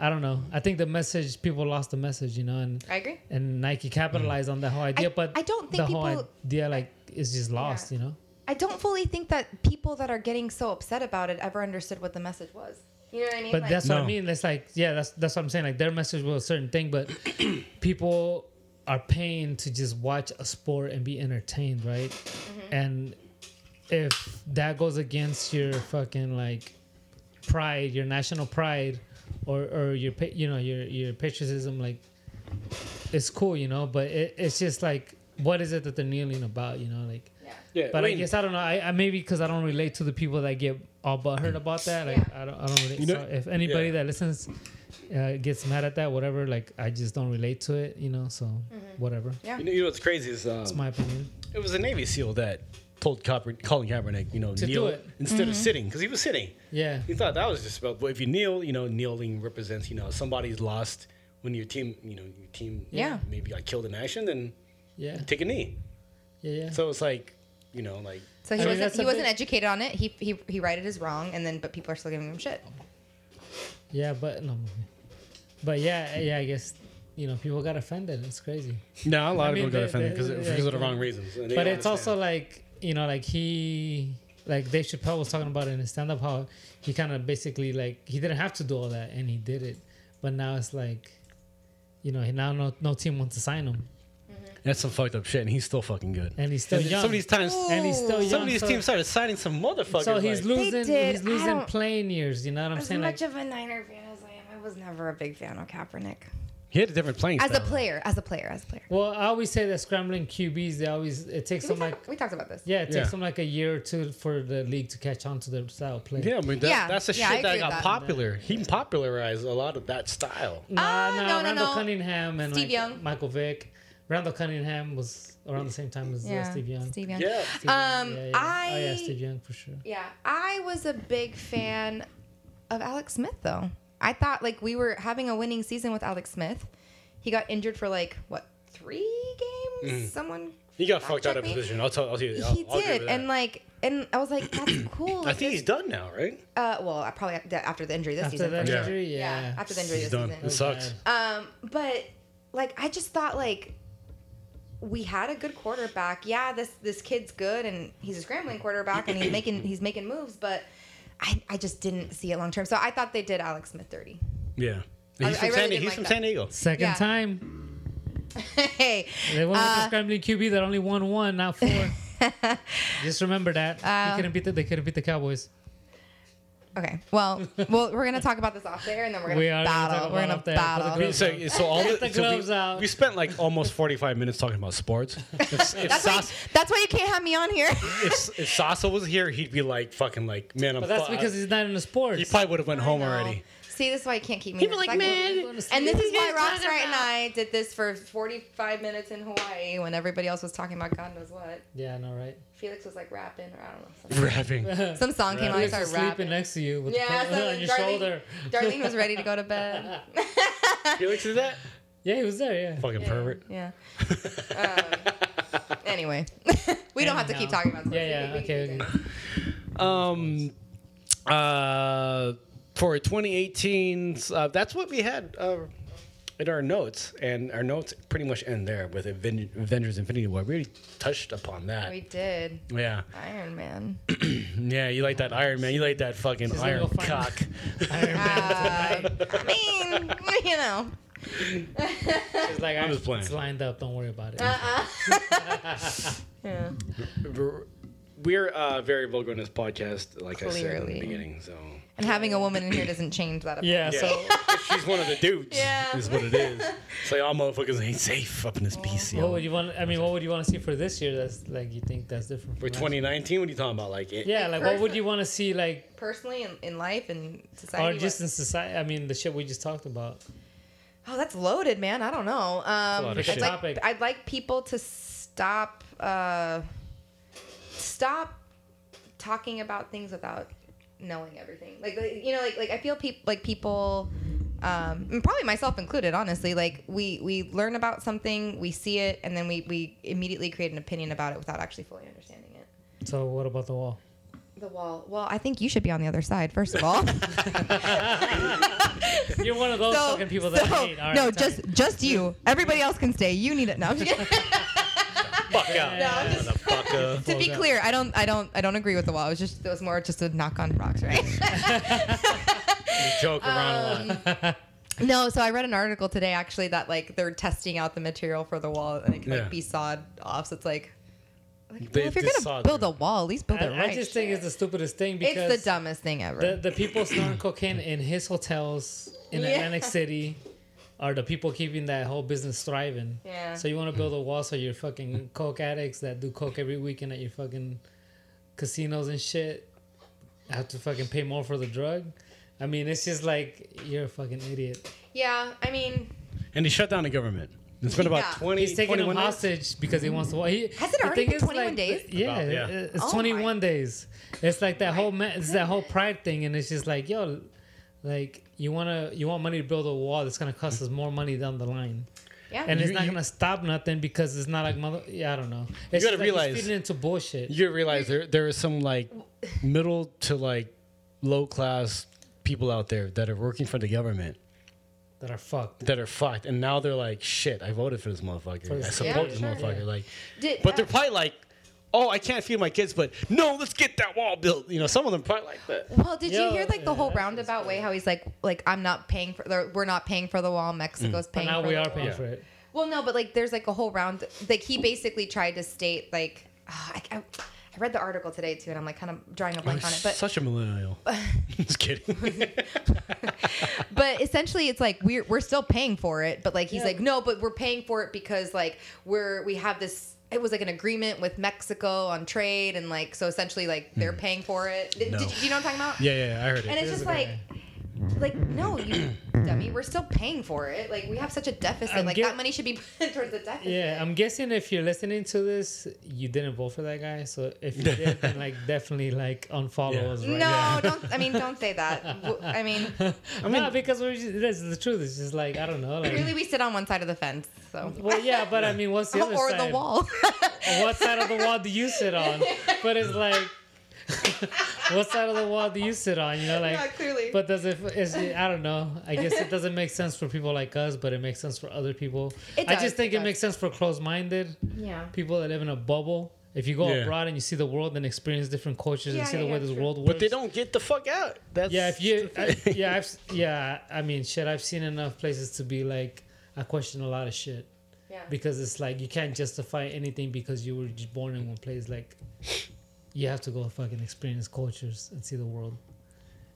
Speaker 3: I don't know. I think the message people lost the message, you know, and
Speaker 6: Mm-hmm. I agree.
Speaker 3: and Nike capitalized on that whole idea.
Speaker 6: I-
Speaker 3: but
Speaker 6: I don't think
Speaker 3: the whole
Speaker 6: people-
Speaker 3: idea like is just lost, you know.
Speaker 6: I don't fully think that people that are getting so upset about it ever understood what the message was. You know what I mean?
Speaker 3: But
Speaker 6: Like-
Speaker 3: that's what I
Speaker 5: No.
Speaker 3: mean. That's like, yeah, that's that's what I'm saying. Like their message was a certain thing, but *clears throat* people are paying to just watch a sport and be entertained, right?
Speaker 6: Mm-hmm.
Speaker 3: And if that goes against your fucking like pride, your national pride, or or your pa- you know your your patriotism, like it's cool, you know. But it, it's just like, what is it that they're kneeling about, you know? Like,
Speaker 5: Yeah,
Speaker 3: but I,
Speaker 5: mean,
Speaker 3: guess I don't know. I, I maybe because I don't relate to the people that get all butthurt about that. Like
Speaker 6: Yeah.
Speaker 3: I don't. I don't relate.
Speaker 5: You know-
Speaker 3: so if anybody
Speaker 5: yeah.
Speaker 3: that listens uh, gets mad at that, whatever. Like I just don't relate to it. You know. So whatever.
Speaker 5: you know, you know what's crazy is um,
Speaker 3: It's my opinion.
Speaker 5: it was a Navy SEAL that told Copper, Colin Kaepernick, you know,
Speaker 3: To
Speaker 5: kneel
Speaker 3: do it.
Speaker 5: instead
Speaker 6: Mm-hmm.
Speaker 5: of sitting because he was sitting.
Speaker 3: Yeah.
Speaker 5: He thought that was just about. But if you kneel, you know, kneeling represents, you know, somebody's lost when your team, you know, your team,
Speaker 6: Yeah.
Speaker 5: maybe got killed in action. Then
Speaker 3: Yeah.
Speaker 5: take a knee.
Speaker 3: Yeah. Yeah.
Speaker 5: So it's like, you know, like
Speaker 6: so he
Speaker 3: I mean,
Speaker 6: wasn't
Speaker 3: that's
Speaker 6: he
Speaker 3: a
Speaker 6: wasn't
Speaker 3: big-
Speaker 6: educated on it. He he he righted his wrong, and then but people are still giving him shit.
Speaker 3: yeah. But no. But yeah. Yeah. I guess you know people got offended. It's crazy.
Speaker 5: no, a lot
Speaker 3: I mean, the- the- yeah,
Speaker 5: because of the
Speaker 3: yeah.
Speaker 5: wrong reasons. And they
Speaker 3: but
Speaker 5: don't
Speaker 3: it's also
Speaker 5: understand.
Speaker 3: like you know like he like Dave Chappelle was talking about it in his stand up how he kind of basically like he didn't have to do all that and he did it but now it's like you know he now no, no team wants to sign him
Speaker 5: that's some fucked up shit, and he's still fucking good.
Speaker 3: and he's still
Speaker 5: And
Speaker 3: young
Speaker 5: Some of these times,
Speaker 3: and he's still young
Speaker 5: some of these
Speaker 3: so,
Speaker 5: teams started signing some motherfuckers.
Speaker 3: so he's
Speaker 5: like,
Speaker 3: losing
Speaker 6: did.
Speaker 3: he's
Speaker 6: I
Speaker 3: losing
Speaker 6: don't-
Speaker 3: playing years you know what I'm
Speaker 6: As
Speaker 3: saying like
Speaker 6: much of a Niner fan as I am, I was never a big fan of Kaepernick.
Speaker 5: he had a different playing
Speaker 6: As a
Speaker 5: style.
Speaker 6: player, as a player, as a player.
Speaker 3: well I always say that scrambling QBs they always it takes
Speaker 6: Did
Speaker 3: them
Speaker 6: we,
Speaker 3: like
Speaker 6: talk, we talked about this.
Speaker 3: yeah it takes
Speaker 5: Yeah.
Speaker 3: them like a year or two for the league to catch on to their style of play
Speaker 5: Yeah, I mean that,
Speaker 6: Yeah,
Speaker 5: that's the
Speaker 6: yeah, I
Speaker 5: shit that
Speaker 6: agree
Speaker 5: got
Speaker 6: with that.
Speaker 5: popular. He popularized a lot of that style.
Speaker 3: Nah,
Speaker 6: Ah,
Speaker 3: nah,
Speaker 6: no, no,
Speaker 3: Randall
Speaker 6: no.
Speaker 3: Cunningham and
Speaker 6: Steve
Speaker 3: like,
Speaker 6: Young.
Speaker 3: Michael Vick. Randall Cunningham was around the same time as uh, Steve Young.
Speaker 6: Steve Young.
Speaker 5: Yeah,
Speaker 3: Steve Young,
Speaker 6: Um,
Speaker 3: yeah, yeah.
Speaker 6: I-
Speaker 3: Oh, yeah, Steve Young for sure.
Speaker 6: Yeah, I was a big fan of Alex Smith though. I thought like we were having a winning season with Alex Smith. He got injured for like what three games? Someone
Speaker 5: Mm. he got fucked out
Speaker 6: check
Speaker 5: of
Speaker 6: me.
Speaker 5: position. I'll tell. I'll tell you. I'll,
Speaker 6: he
Speaker 5: I'll agree
Speaker 6: did,
Speaker 5: with
Speaker 6: and
Speaker 5: that.
Speaker 6: like, and I was like,
Speaker 5: *clears throat*
Speaker 6: that's cool.
Speaker 5: I
Speaker 6: Like,
Speaker 5: think he's done now, right?
Speaker 6: uh, well, I probably after- after the injury this
Speaker 3: After
Speaker 6: season.
Speaker 3: that
Speaker 6: for sure.
Speaker 3: injury, yeah.
Speaker 6: yeah, after the injury
Speaker 5: He's
Speaker 6: this
Speaker 5: done.
Speaker 6: season.
Speaker 5: It sucks.
Speaker 3: bad.
Speaker 6: Um, but like I just thought like we had a good quarterback. Yeah, this this kid's good and he's a scrambling
Speaker 3: *clears throat*
Speaker 6: quarterback and he's making he's making moves, but I, I just didn't see it long term. So I thought they did Alex Smith dirty. *laughs*
Speaker 5: Yeah.
Speaker 6: I- I
Speaker 5: He's from,
Speaker 6: really
Speaker 5: San,
Speaker 6: didn't
Speaker 5: he's
Speaker 6: like
Speaker 5: from
Speaker 6: that.
Speaker 5: San Diego.
Speaker 3: Second
Speaker 6: Yeah.
Speaker 3: time.
Speaker 6: hey. *laughs*
Speaker 3: They went with the
Speaker 6: Uh,
Speaker 3: scrambling QB that only won one, not
Speaker 6: *laughs*
Speaker 3: four. Just remember that.
Speaker 6: Uh,
Speaker 3: they couldn't beat the, they couldn't beat the Cowboys.
Speaker 6: Okay. Well, well, we're gonna talk about this off there, and then we're gonna
Speaker 3: We are gonna talk
Speaker 6: battle.
Speaker 3: about
Speaker 6: we're
Speaker 3: it
Speaker 6: gonna
Speaker 3: off there, but the
Speaker 6: battle.
Speaker 3: gloves- *laughs*
Speaker 5: So, so all the,
Speaker 3: the
Speaker 5: so we-
Speaker 3: gloves
Speaker 5: we,
Speaker 3: out.
Speaker 5: spent like almost forty-five minutes talking
Speaker 3: *laughs*
Speaker 5: about sports. If, if,
Speaker 6: That's why,
Speaker 5: Sas,
Speaker 6: that's why you can't have me on here.
Speaker 5: if, if Sasa was here, he'd be like fucking like man. I'm
Speaker 3: But that's
Speaker 5: fu-
Speaker 3: because he's not in the sports.
Speaker 5: he probably would have went home already.
Speaker 6: *laughs* See, this is why you can't keep me. People
Speaker 3: like, "Man,
Speaker 6: And this is why
Speaker 3: what are you
Speaker 6: Ross Wright and I did this for 45 minutes in Hawaii when everybody else was talking about God knows what.
Speaker 3: yeah, I know, right?
Speaker 6: Felix was like rapping, or I don't know. Something.
Speaker 3: *laughs*
Speaker 5: Rapping.
Speaker 6: Some song came on, I
Speaker 3: Alex was
Speaker 6: started
Speaker 3: sleeping *laughs*
Speaker 6: rapping.
Speaker 3: next to you with
Speaker 6: Yeah,
Speaker 3: the pillow *laughs*
Speaker 6: so
Speaker 3: on your
Speaker 6: Darlene-
Speaker 3: shoulder.
Speaker 6: Darlene was ready
Speaker 3: *laughs*
Speaker 6: to go to bed.
Speaker 5: Felix did that.
Speaker 3: Yeah, he was there. Yeah.
Speaker 5: Fucking pervert.
Speaker 3: *laughs*
Speaker 6: Yeah. Um, anyway, *laughs* we don't have to keep
Speaker 3: Anyhow.
Speaker 6: talking about this.
Speaker 3: Yeah, yeah. Okay. okay.
Speaker 5: Um, uh, for 2018, uh, that's what we had uh, in our notes, and our notes pretty much end there with Aven- Avengers: Infinity War. We already touched upon that.
Speaker 6: We did.
Speaker 5: yeah,
Speaker 3: *laughs*
Speaker 6: Iron Man.
Speaker 5: yeah. You like that Iron Man? You like that fucking
Speaker 3: gonna
Speaker 5: Iron
Speaker 3: go find-
Speaker 5: Cock?
Speaker 3: Iron Man.
Speaker 6: Uh, I mean, *laughs*
Speaker 3: *laughs*
Speaker 6: you know.
Speaker 3: It's like
Speaker 5: I'm just playing.
Speaker 3: It's lined up. Don't worry about it.
Speaker 6: Yeah.
Speaker 5: We're- *laughs* We're uh, very vulgar in this podcast, like I said in the
Speaker 6: Clearly.
Speaker 5: beginning. So
Speaker 6: And having a woman in here doesn't change that.
Speaker 3: yeah, So
Speaker 5: *laughs* she's one of the dudes.
Speaker 6: Yeah.
Speaker 5: is what it is. Oh. It's like all motherfuckers ain't safe up in this beast. yo.
Speaker 3: What would you want? I mean, what would you want to see for this year? That's like you think that's different.
Speaker 5: For
Speaker 3: from last-
Speaker 5: 2019, what are you talking about? Like, it,
Speaker 3: Yeah, like what would you want to see, like,
Speaker 6: Personally, in, in life and
Speaker 3: or
Speaker 6: society.
Speaker 3: just
Speaker 6: what-
Speaker 3: in society? I mean, the shit we just talked about.
Speaker 6: oh, that's loaded, man. I don't know. Um,
Speaker 5: lot of
Speaker 6: I'd,
Speaker 5: shit.
Speaker 6: Like,
Speaker 3: Topic.
Speaker 6: I'd like people to stop. Uh, stop talking about things without knowing everything. Like like, you know, like like I feel people like people um, and probably myself included, honestly. Like we we learn about something, we see it, and then we we immediately create an opinion about it without actually fully understanding it.
Speaker 3: So what about the wall?
Speaker 6: The wall. Well, I think you should be on the other side, first
Speaker 3: *laughs*
Speaker 6: of all.
Speaker 3: You're one of those fucking people that
Speaker 6: *laughs* so-
Speaker 3: I hate. All right,
Speaker 6: no,
Speaker 3: sorry. *laughs*
Speaker 6: just just you. Everybody else can stay. You need it. No, I'm just kidding.
Speaker 5: fuck out.
Speaker 6: No, I'm just-
Speaker 5: *laughs* motherfucker.
Speaker 6: to be
Speaker 3: down.
Speaker 6: clear, I don't, I don't, I don't agree with the wall. It was just, it was more just a knock on rocks, right? *laughs*
Speaker 5: You joke around
Speaker 6: Um,
Speaker 5: a lot.
Speaker 6: no, so I read an article today actually that like they're testing out the material for the wall and it can
Speaker 5: Yeah.
Speaker 6: like be sawed off. So it's like, like,
Speaker 5: They
Speaker 6: well, if you're
Speaker 5: just
Speaker 6: gonna
Speaker 5: sawed
Speaker 6: build
Speaker 5: through.
Speaker 6: a wall, at least build
Speaker 3: I,
Speaker 6: it
Speaker 3: I
Speaker 6: right.
Speaker 3: just think it's the stupidest thing because
Speaker 6: it's the dumbest thing ever.
Speaker 3: the, the people selling cocaine in his hotels in
Speaker 6: Yeah.
Speaker 3: Atlantic City are the people keeping that whole business thriving.
Speaker 6: Yeah.
Speaker 3: So you want to build a wall so your fucking coke addicts that do coke every weekend at your fucking casinos and shit have to fucking pay more for the drug. I mean, it's just like you're a fucking idiot.
Speaker 6: yeah, I mean,
Speaker 5: And he shut down the government. It's been about
Speaker 6: Yeah.
Speaker 5: 20,
Speaker 3: He's taking him
Speaker 5: 21 days.
Speaker 3: hostage because he wants to. Well, he,
Speaker 6: Has it
Speaker 3: the
Speaker 6: already
Speaker 3: thing
Speaker 6: been
Speaker 3: is,
Speaker 6: 21 days?
Speaker 3: Yeah,
Speaker 5: About, yeah.
Speaker 3: it- it's
Speaker 6: Oh my
Speaker 3: 21 days. It's like that whole ma- it's that whole pride thing, and it's just like, yo, like you wanna you want money to build a wall that's gonna cost us more money down the line,
Speaker 6: yeah.
Speaker 3: and it's
Speaker 5: You-
Speaker 3: not
Speaker 5: you-
Speaker 3: gonna stop nothing because it's not like mother. Yeah, I don't know. It's
Speaker 5: gotta
Speaker 3: just like he's
Speaker 5: realize-
Speaker 3: feeding into bullshit.
Speaker 5: You realize there there is some like middle to like low class people out there that are working for the government
Speaker 3: that are fucked.
Speaker 5: that are fucked, and now they're like, shit, I voted for this motherfucker. I
Speaker 3: Yeah,
Speaker 5: support this
Speaker 6: sure.
Speaker 5: motherfucker. Like,
Speaker 6: Did- uh,
Speaker 5: but they're probably like. Oh, I can't feed my kids, but no, let's get that wall built. You know, some of them probably like that.
Speaker 6: Well, did
Speaker 3: Yo,
Speaker 6: you hear like the whole
Speaker 3: yeah,
Speaker 6: roundabout way how he's like, like I'm not paying for, or, we're not paying for the wall. Mexico's
Speaker 3: Mm. But
Speaker 6: paying.
Speaker 3: now
Speaker 6: for
Speaker 3: we
Speaker 6: the
Speaker 3: are
Speaker 6: wall.
Speaker 3: paying
Speaker 5: Yeah.
Speaker 3: for it.
Speaker 6: Well, no, but like there's like a whole round. Like he basically tried to state like, ah, I, I, I read the article today too, and I'm like kind of drawing a blank on it, but
Speaker 5: Such
Speaker 6: *laughs*
Speaker 5: a millennial. Just kidding.
Speaker 6: but essentially it's like we're we're still paying for it, but like he's like no, but we're paying for it because like we're we have this. It was like an agreement with Mexico on trade, and like so essentially like they're paying for it. Did,
Speaker 5: Hmm. No.
Speaker 6: did you, you know what I'm talking about?
Speaker 5: Yeah, yeah, yeah, I heard it.
Speaker 6: And it's just like, like no, you dummy. We're still paying for it. Like we have such a deficit.
Speaker 3: I'm
Speaker 6: like
Speaker 3: gu-
Speaker 6: that money should be *laughs* put towards the deficit.
Speaker 3: Yeah, I'm guessing if you're listening to this, you didn't vote for that guy. So
Speaker 5: *laughs*
Speaker 3: if you did, then like definitely like unfollow
Speaker 5: Yeah.
Speaker 3: us.
Speaker 6: No,
Speaker 3: Right
Speaker 6: don't. I mean, don't say that. W- I mean,
Speaker 3: I no, because we're just, that's the truth. It's just like I don't know. Like,
Speaker 6: *laughs* really, we sit on one side of the fence. So. *laughs*
Speaker 3: Well, yeah, but I mean, what's the other
Speaker 6: or
Speaker 3: side?
Speaker 6: the wall. *laughs*
Speaker 3: What side of the wall do you sit on? But it's like, *laughs* what side of the wall do you sit on? You know, like.
Speaker 6: Yeah, clearly.
Speaker 3: But does it? Is it? I don't know. I guess it doesn't make sense for people like us, but it makes sense for other people.
Speaker 6: It
Speaker 3: I
Speaker 6: does,
Speaker 3: just think
Speaker 6: it
Speaker 3: it,
Speaker 6: does.
Speaker 3: makes sense for closed-minded
Speaker 6: yeah.
Speaker 3: people that live in a bubble. If you go
Speaker 5: Yeah.
Speaker 3: abroad and you see the world and experience different cultures
Speaker 6: Yeah,
Speaker 3: and see
Speaker 6: yeah,
Speaker 3: the way
Speaker 6: yeah,
Speaker 3: this
Speaker 6: true.
Speaker 3: world works,
Speaker 5: but they don't get the fuck out. That's
Speaker 3: Yeah, if you,
Speaker 5: the
Speaker 3: I,
Speaker 5: thing. *laughs*
Speaker 3: yeah, I've, s- yeah. I mean, shit. I've seen enough places to be like, I question a lot of shit
Speaker 6: Yeah.
Speaker 3: because it's like you can't justify anything because you were just born in one place. Like, you have to go fucking experience cultures and see the world.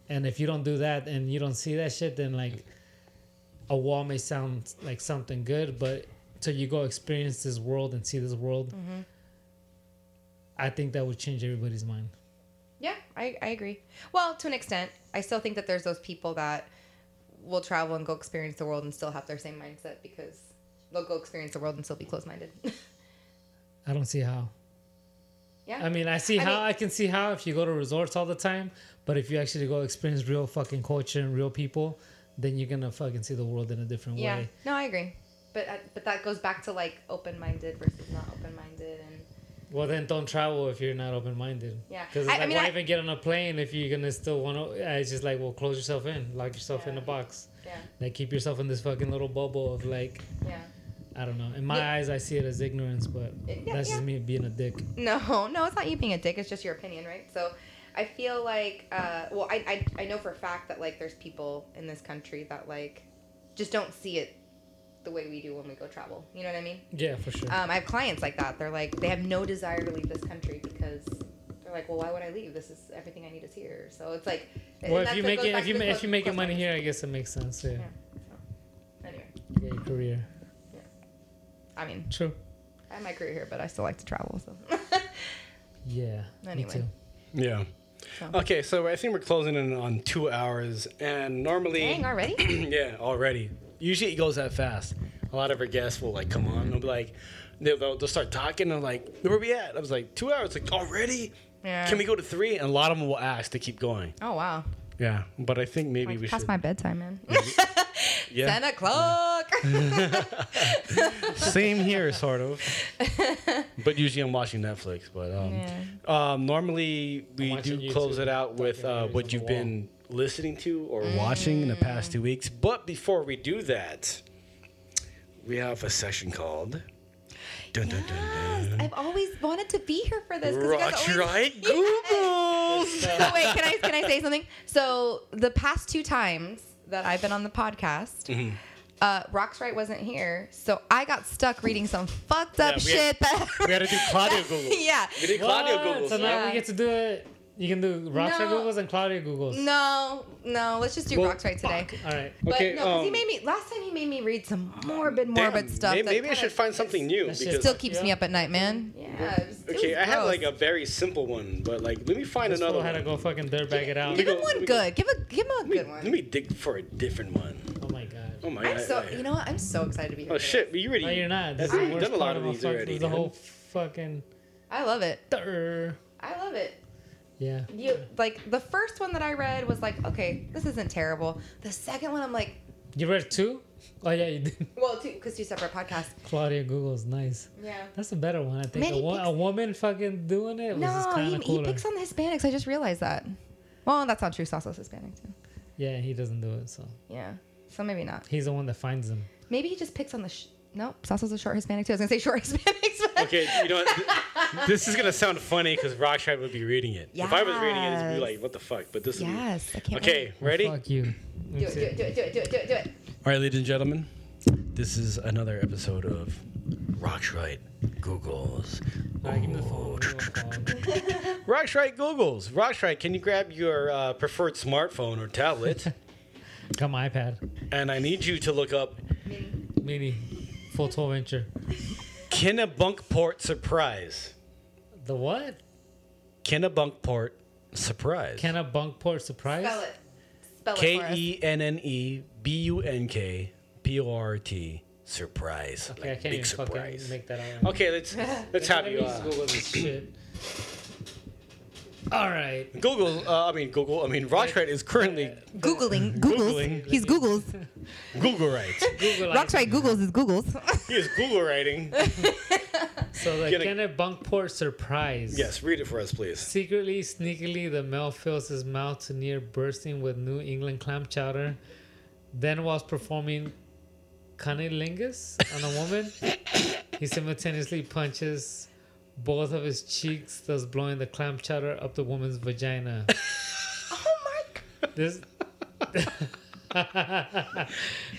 Speaker 3: And if you don't do that and you don't see that shit, then like, a wall may sound like something good, but till you go experience this world and see this world, I think that would change everybody's mind.
Speaker 6: Yeah, I, I agree. Well, to an extent, I still think that there's those people that will travel and go experience the world and still have their same mindset because they'll go experience the world and still be closed-minded.
Speaker 3: I don't see how.
Speaker 6: *laughs* yeah.
Speaker 3: I mean, I see
Speaker 6: I
Speaker 3: how
Speaker 6: mean-
Speaker 3: I can see how if you go to resorts all the time, but if you actually go experience real fucking culture and real people, then you're gonna fucking see the world in a different
Speaker 6: yeah.
Speaker 3: way.
Speaker 6: No, I agree. But uh, but that goes back to like open-minded versus not open-minded and
Speaker 3: Well, then don't travel if you're not open minded.
Speaker 6: Yeah.
Speaker 3: because
Speaker 6: I-
Speaker 3: like,
Speaker 6: I mean,
Speaker 3: why
Speaker 6: I-
Speaker 3: even get on a plane if you're gonna still want to? It's just like, well, close yourself in, lock yourself in a
Speaker 6: Yeah.
Speaker 3: box,
Speaker 6: yeah,
Speaker 3: like keep yourself in this fucking little bubble of like,
Speaker 6: yeah.
Speaker 3: I don't know. In my
Speaker 6: Yeah.
Speaker 3: eyes, I see it as ignorance, but
Speaker 6: Yeah,
Speaker 3: that's just
Speaker 6: yeah.
Speaker 3: me being a dick.
Speaker 6: No, *laughs* no, it's not you being a dick. It's just your opinion, right? So I feel like, uh, well, I, I, I know for a fact that, like, there's people in this country that, like, just don't see it the way we do when we go travel. You know what I mean?
Speaker 3: Yeah, for sure.
Speaker 6: Um, I have clients like that. They're like, they have no desire to leave this country because they're like, well, why would I leave? This is everything I need is here. So it's like, and
Speaker 3: well, if
Speaker 6: that's
Speaker 3: you
Speaker 6: what
Speaker 3: make
Speaker 6: goes
Speaker 3: it,
Speaker 6: back
Speaker 3: if
Speaker 6: to
Speaker 3: you
Speaker 6: the
Speaker 3: ma- if
Speaker 6: close-
Speaker 3: you making
Speaker 6: close
Speaker 3: money
Speaker 6: minded.
Speaker 3: here, I guess it makes sense. Yeah,
Speaker 6: Anyway,
Speaker 3: yeah. your career.
Speaker 6: I mean,
Speaker 3: True.
Speaker 6: I have my career here, but I still like to travel.
Speaker 3: *laughs*
Speaker 6: So
Speaker 3: Yeah.
Speaker 6: Anyway.
Speaker 3: Me too.
Speaker 5: Yeah. Okay, so I think we're closing in on two hours, and normally,
Speaker 6: dang,
Speaker 3: *coughs*
Speaker 6: *clears throat* already?
Speaker 5: yeah, already. Usually it goes that fast. A lot of our guests will like come on and they'll be like, they'll, they'll, they'll start talking. And I'm like, where we at? I was like, two hours. Like already?
Speaker 6: Yeah.
Speaker 5: Can we go to three? And a lot of them will ask to keep going.
Speaker 6: Oh wow,
Speaker 5: Yeah, but I think maybe we
Speaker 6: past
Speaker 5: should.
Speaker 6: my bedtime, man.
Speaker 5: yeah.
Speaker 6: Ten o'clock.
Speaker 5: Same here,
Speaker 6: *laughs*
Speaker 5: sort of. but usually I'm watching Netflix. But um, um, normally we
Speaker 3: watching
Speaker 5: do close
Speaker 3: YouTube
Speaker 5: it out with uh,
Speaker 3: documentaries
Speaker 5: what
Speaker 3: on
Speaker 5: you've
Speaker 3: the wall.
Speaker 5: been listening to or
Speaker 6: Mm.
Speaker 5: watching in the past two weeks. But before we do that, we have a session called Dun, dun, dun,
Speaker 6: Yes, I've always wanted to be here for this. 'cause you guys *laughs*
Speaker 5: Rock
Speaker 6: always-
Speaker 5: right
Speaker 6: Yes.
Speaker 5: Google.
Speaker 6: So wait, can I can I say something? So the past two times that I've been on the podcast,
Speaker 5: Mm-hmm.
Speaker 6: uh, Rock's Right wasn't here, so I got stuck reading some fucked up
Speaker 5: Yeah, we had-
Speaker 6: shit. that
Speaker 5: *laughs* we had to do Claudio
Speaker 6: *laughs*
Speaker 5: Google.
Speaker 6: yeah.
Speaker 5: Claudio
Speaker 3: What? So
Speaker 5: Google.
Speaker 3: now
Speaker 6: Yeah.
Speaker 3: we get to do it. You can do Rockstar
Speaker 6: No.
Speaker 3: Googles and Claudio Googles.
Speaker 6: No, no. Let's just do
Speaker 5: Well,
Speaker 6: Rock's Right today.
Speaker 3: All right.
Speaker 6: But
Speaker 5: Okay,
Speaker 6: no, 'cause he
Speaker 5: um,
Speaker 6: made me last time. He made me read some morbid, morbid stuff.
Speaker 5: Maybe,
Speaker 6: that
Speaker 5: maybe I
Speaker 6: kinda
Speaker 5: should find something new
Speaker 3: That shit
Speaker 5: because
Speaker 6: Still keeps me
Speaker 3: Yeah.
Speaker 6: up at night, man. Yeah. it was- it
Speaker 5: okay,
Speaker 6: was
Speaker 5: I had
Speaker 6: gross.
Speaker 5: like a very simple one, but like let me find
Speaker 3: This
Speaker 5: another
Speaker 3: fool
Speaker 5: one.
Speaker 3: had to go fucking dirtbag it out.
Speaker 6: Give him
Speaker 5: go-
Speaker 6: one
Speaker 5: we go-
Speaker 6: good. Give a give him a
Speaker 5: let,
Speaker 6: good
Speaker 5: me,
Speaker 6: one.
Speaker 5: let me dig for a different one.
Speaker 3: Oh my
Speaker 5: Oh
Speaker 3: god.
Speaker 5: my
Speaker 6: I'm
Speaker 5: god.
Speaker 6: so you know what? I'm so excited to be here.
Speaker 5: oh
Speaker 6: today.
Speaker 5: shit, but you already
Speaker 3: No, you're not. This
Speaker 5: That's,
Speaker 3: is the
Speaker 5: you've
Speaker 3: worst
Speaker 5: done a lot
Speaker 3: part
Speaker 5: of
Speaker 3: my
Speaker 5: these
Speaker 3: fuck-
Speaker 5: already.
Speaker 3: The
Speaker 5: dude.
Speaker 3: whole fucking.
Speaker 6: I love it.
Speaker 3: Durr.
Speaker 6: I love it.
Speaker 3: Yeah.
Speaker 6: You like the first one that I read was like, okay, this isn't terrible. The second one, I'm like,
Speaker 3: You read two? Oh yeah, you did. *laughs*
Speaker 6: well, two because two separate podcasts.
Speaker 3: Claudio Google's nice.
Speaker 6: Yeah.
Speaker 3: That's a better one, I think.
Speaker 6: Man,
Speaker 3: a,
Speaker 6: he
Speaker 3: wo-
Speaker 6: picks-
Speaker 3: a woman fucking doing it was just
Speaker 6: No,
Speaker 3: kind
Speaker 6: he,
Speaker 3: of
Speaker 6: he
Speaker 3: cooler.
Speaker 6: picks on the Hispanics. I just realized that. Well, that's not true. Sasa's Hispanic too.
Speaker 3: yeah, he doesn't do it, so
Speaker 6: Yeah. So maybe not.
Speaker 3: he's the one that finds them.
Speaker 6: Maybe he just picks on the. Sh- nope. Sasa's a short Hispanic too. I was gonna say short *laughs* Hispanics. but-
Speaker 5: Okay, you know
Speaker 6: *laughs*
Speaker 5: what? Th- this is gonna sound funny because Rockshot would be reading it. If I was reading it, it'd be like, what the fuck? But this
Speaker 6: Yes. I
Speaker 5: would be
Speaker 6: can't.
Speaker 5: Okay, ready?
Speaker 3: Fuck you.
Speaker 6: Wait. Do it. Do it. Do it. Do it. Do it. Do it. Do it.
Speaker 5: All right, ladies and gentlemen, this is another episode of Rockshite Googles.
Speaker 3: All right, give me the phone. Give me the phone.
Speaker 5: Rockshite Googles. Rockshite, can you grab your uh, preferred smartphone or tablet?
Speaker 3: Got my iPad.
Speaker 5: and I need you to look up
Speaker 3: Mini. Full 12 incher.
Speaker 5: Kennebunkport Surprise.
Speaker 3: The what?
Speaker 5: Kennebunkport Surprise.
Speaker 3: Can a bunk port surprise?
Speaker 6: Spell it. Spell it for
Speaker 5: K
Speaker 6: us.
Speaker 5: E N N E B U N K P O R T Surprise.
Speaker 3: Okay, I can't even fucking make that out.
Speaker 5: Okay, let's let's have
Speaker 3: Let
Speaker 5: you.
Speaker 3: me just
Speaker 5: Uh,
Speaker 3: Google
Speaker 5: *clears throat*
Speaker 3: this shit. All right.
Speaker 5: Google, uh, I mean Google, I mean Rockshite is currently
Speaker 6: Googling. Googles.
Speaker 5: Googling.
Speaker 6: He's Googles.
Speaker 5: Google right.
Speaker 3: Google
Speaker 6: Rock's
Speaker 3: it.
Speaker 6: right. Googles is Googles. *laughs*
Speaker 5: He is Google
Speaker 3: *laughs*
Speaker 5: writing.
Speaker 3: So the
Speaker 5: Get a-
Speaker 3: Kenneth Bunkport surprise.
Speaker 5: Yes, read it for us, please.
Speaker 3: Secretly, sneakily, the male fills his mouth to near bursting with New England clam chowder. Then, whilst performing cunnilingus on a woman, he simultaneously punches both of his cheeks, thus blowing the clam chowder up the woman's vagina.
Speaker 6: *laughs* oh my god.
Speaker 3: This *laughs*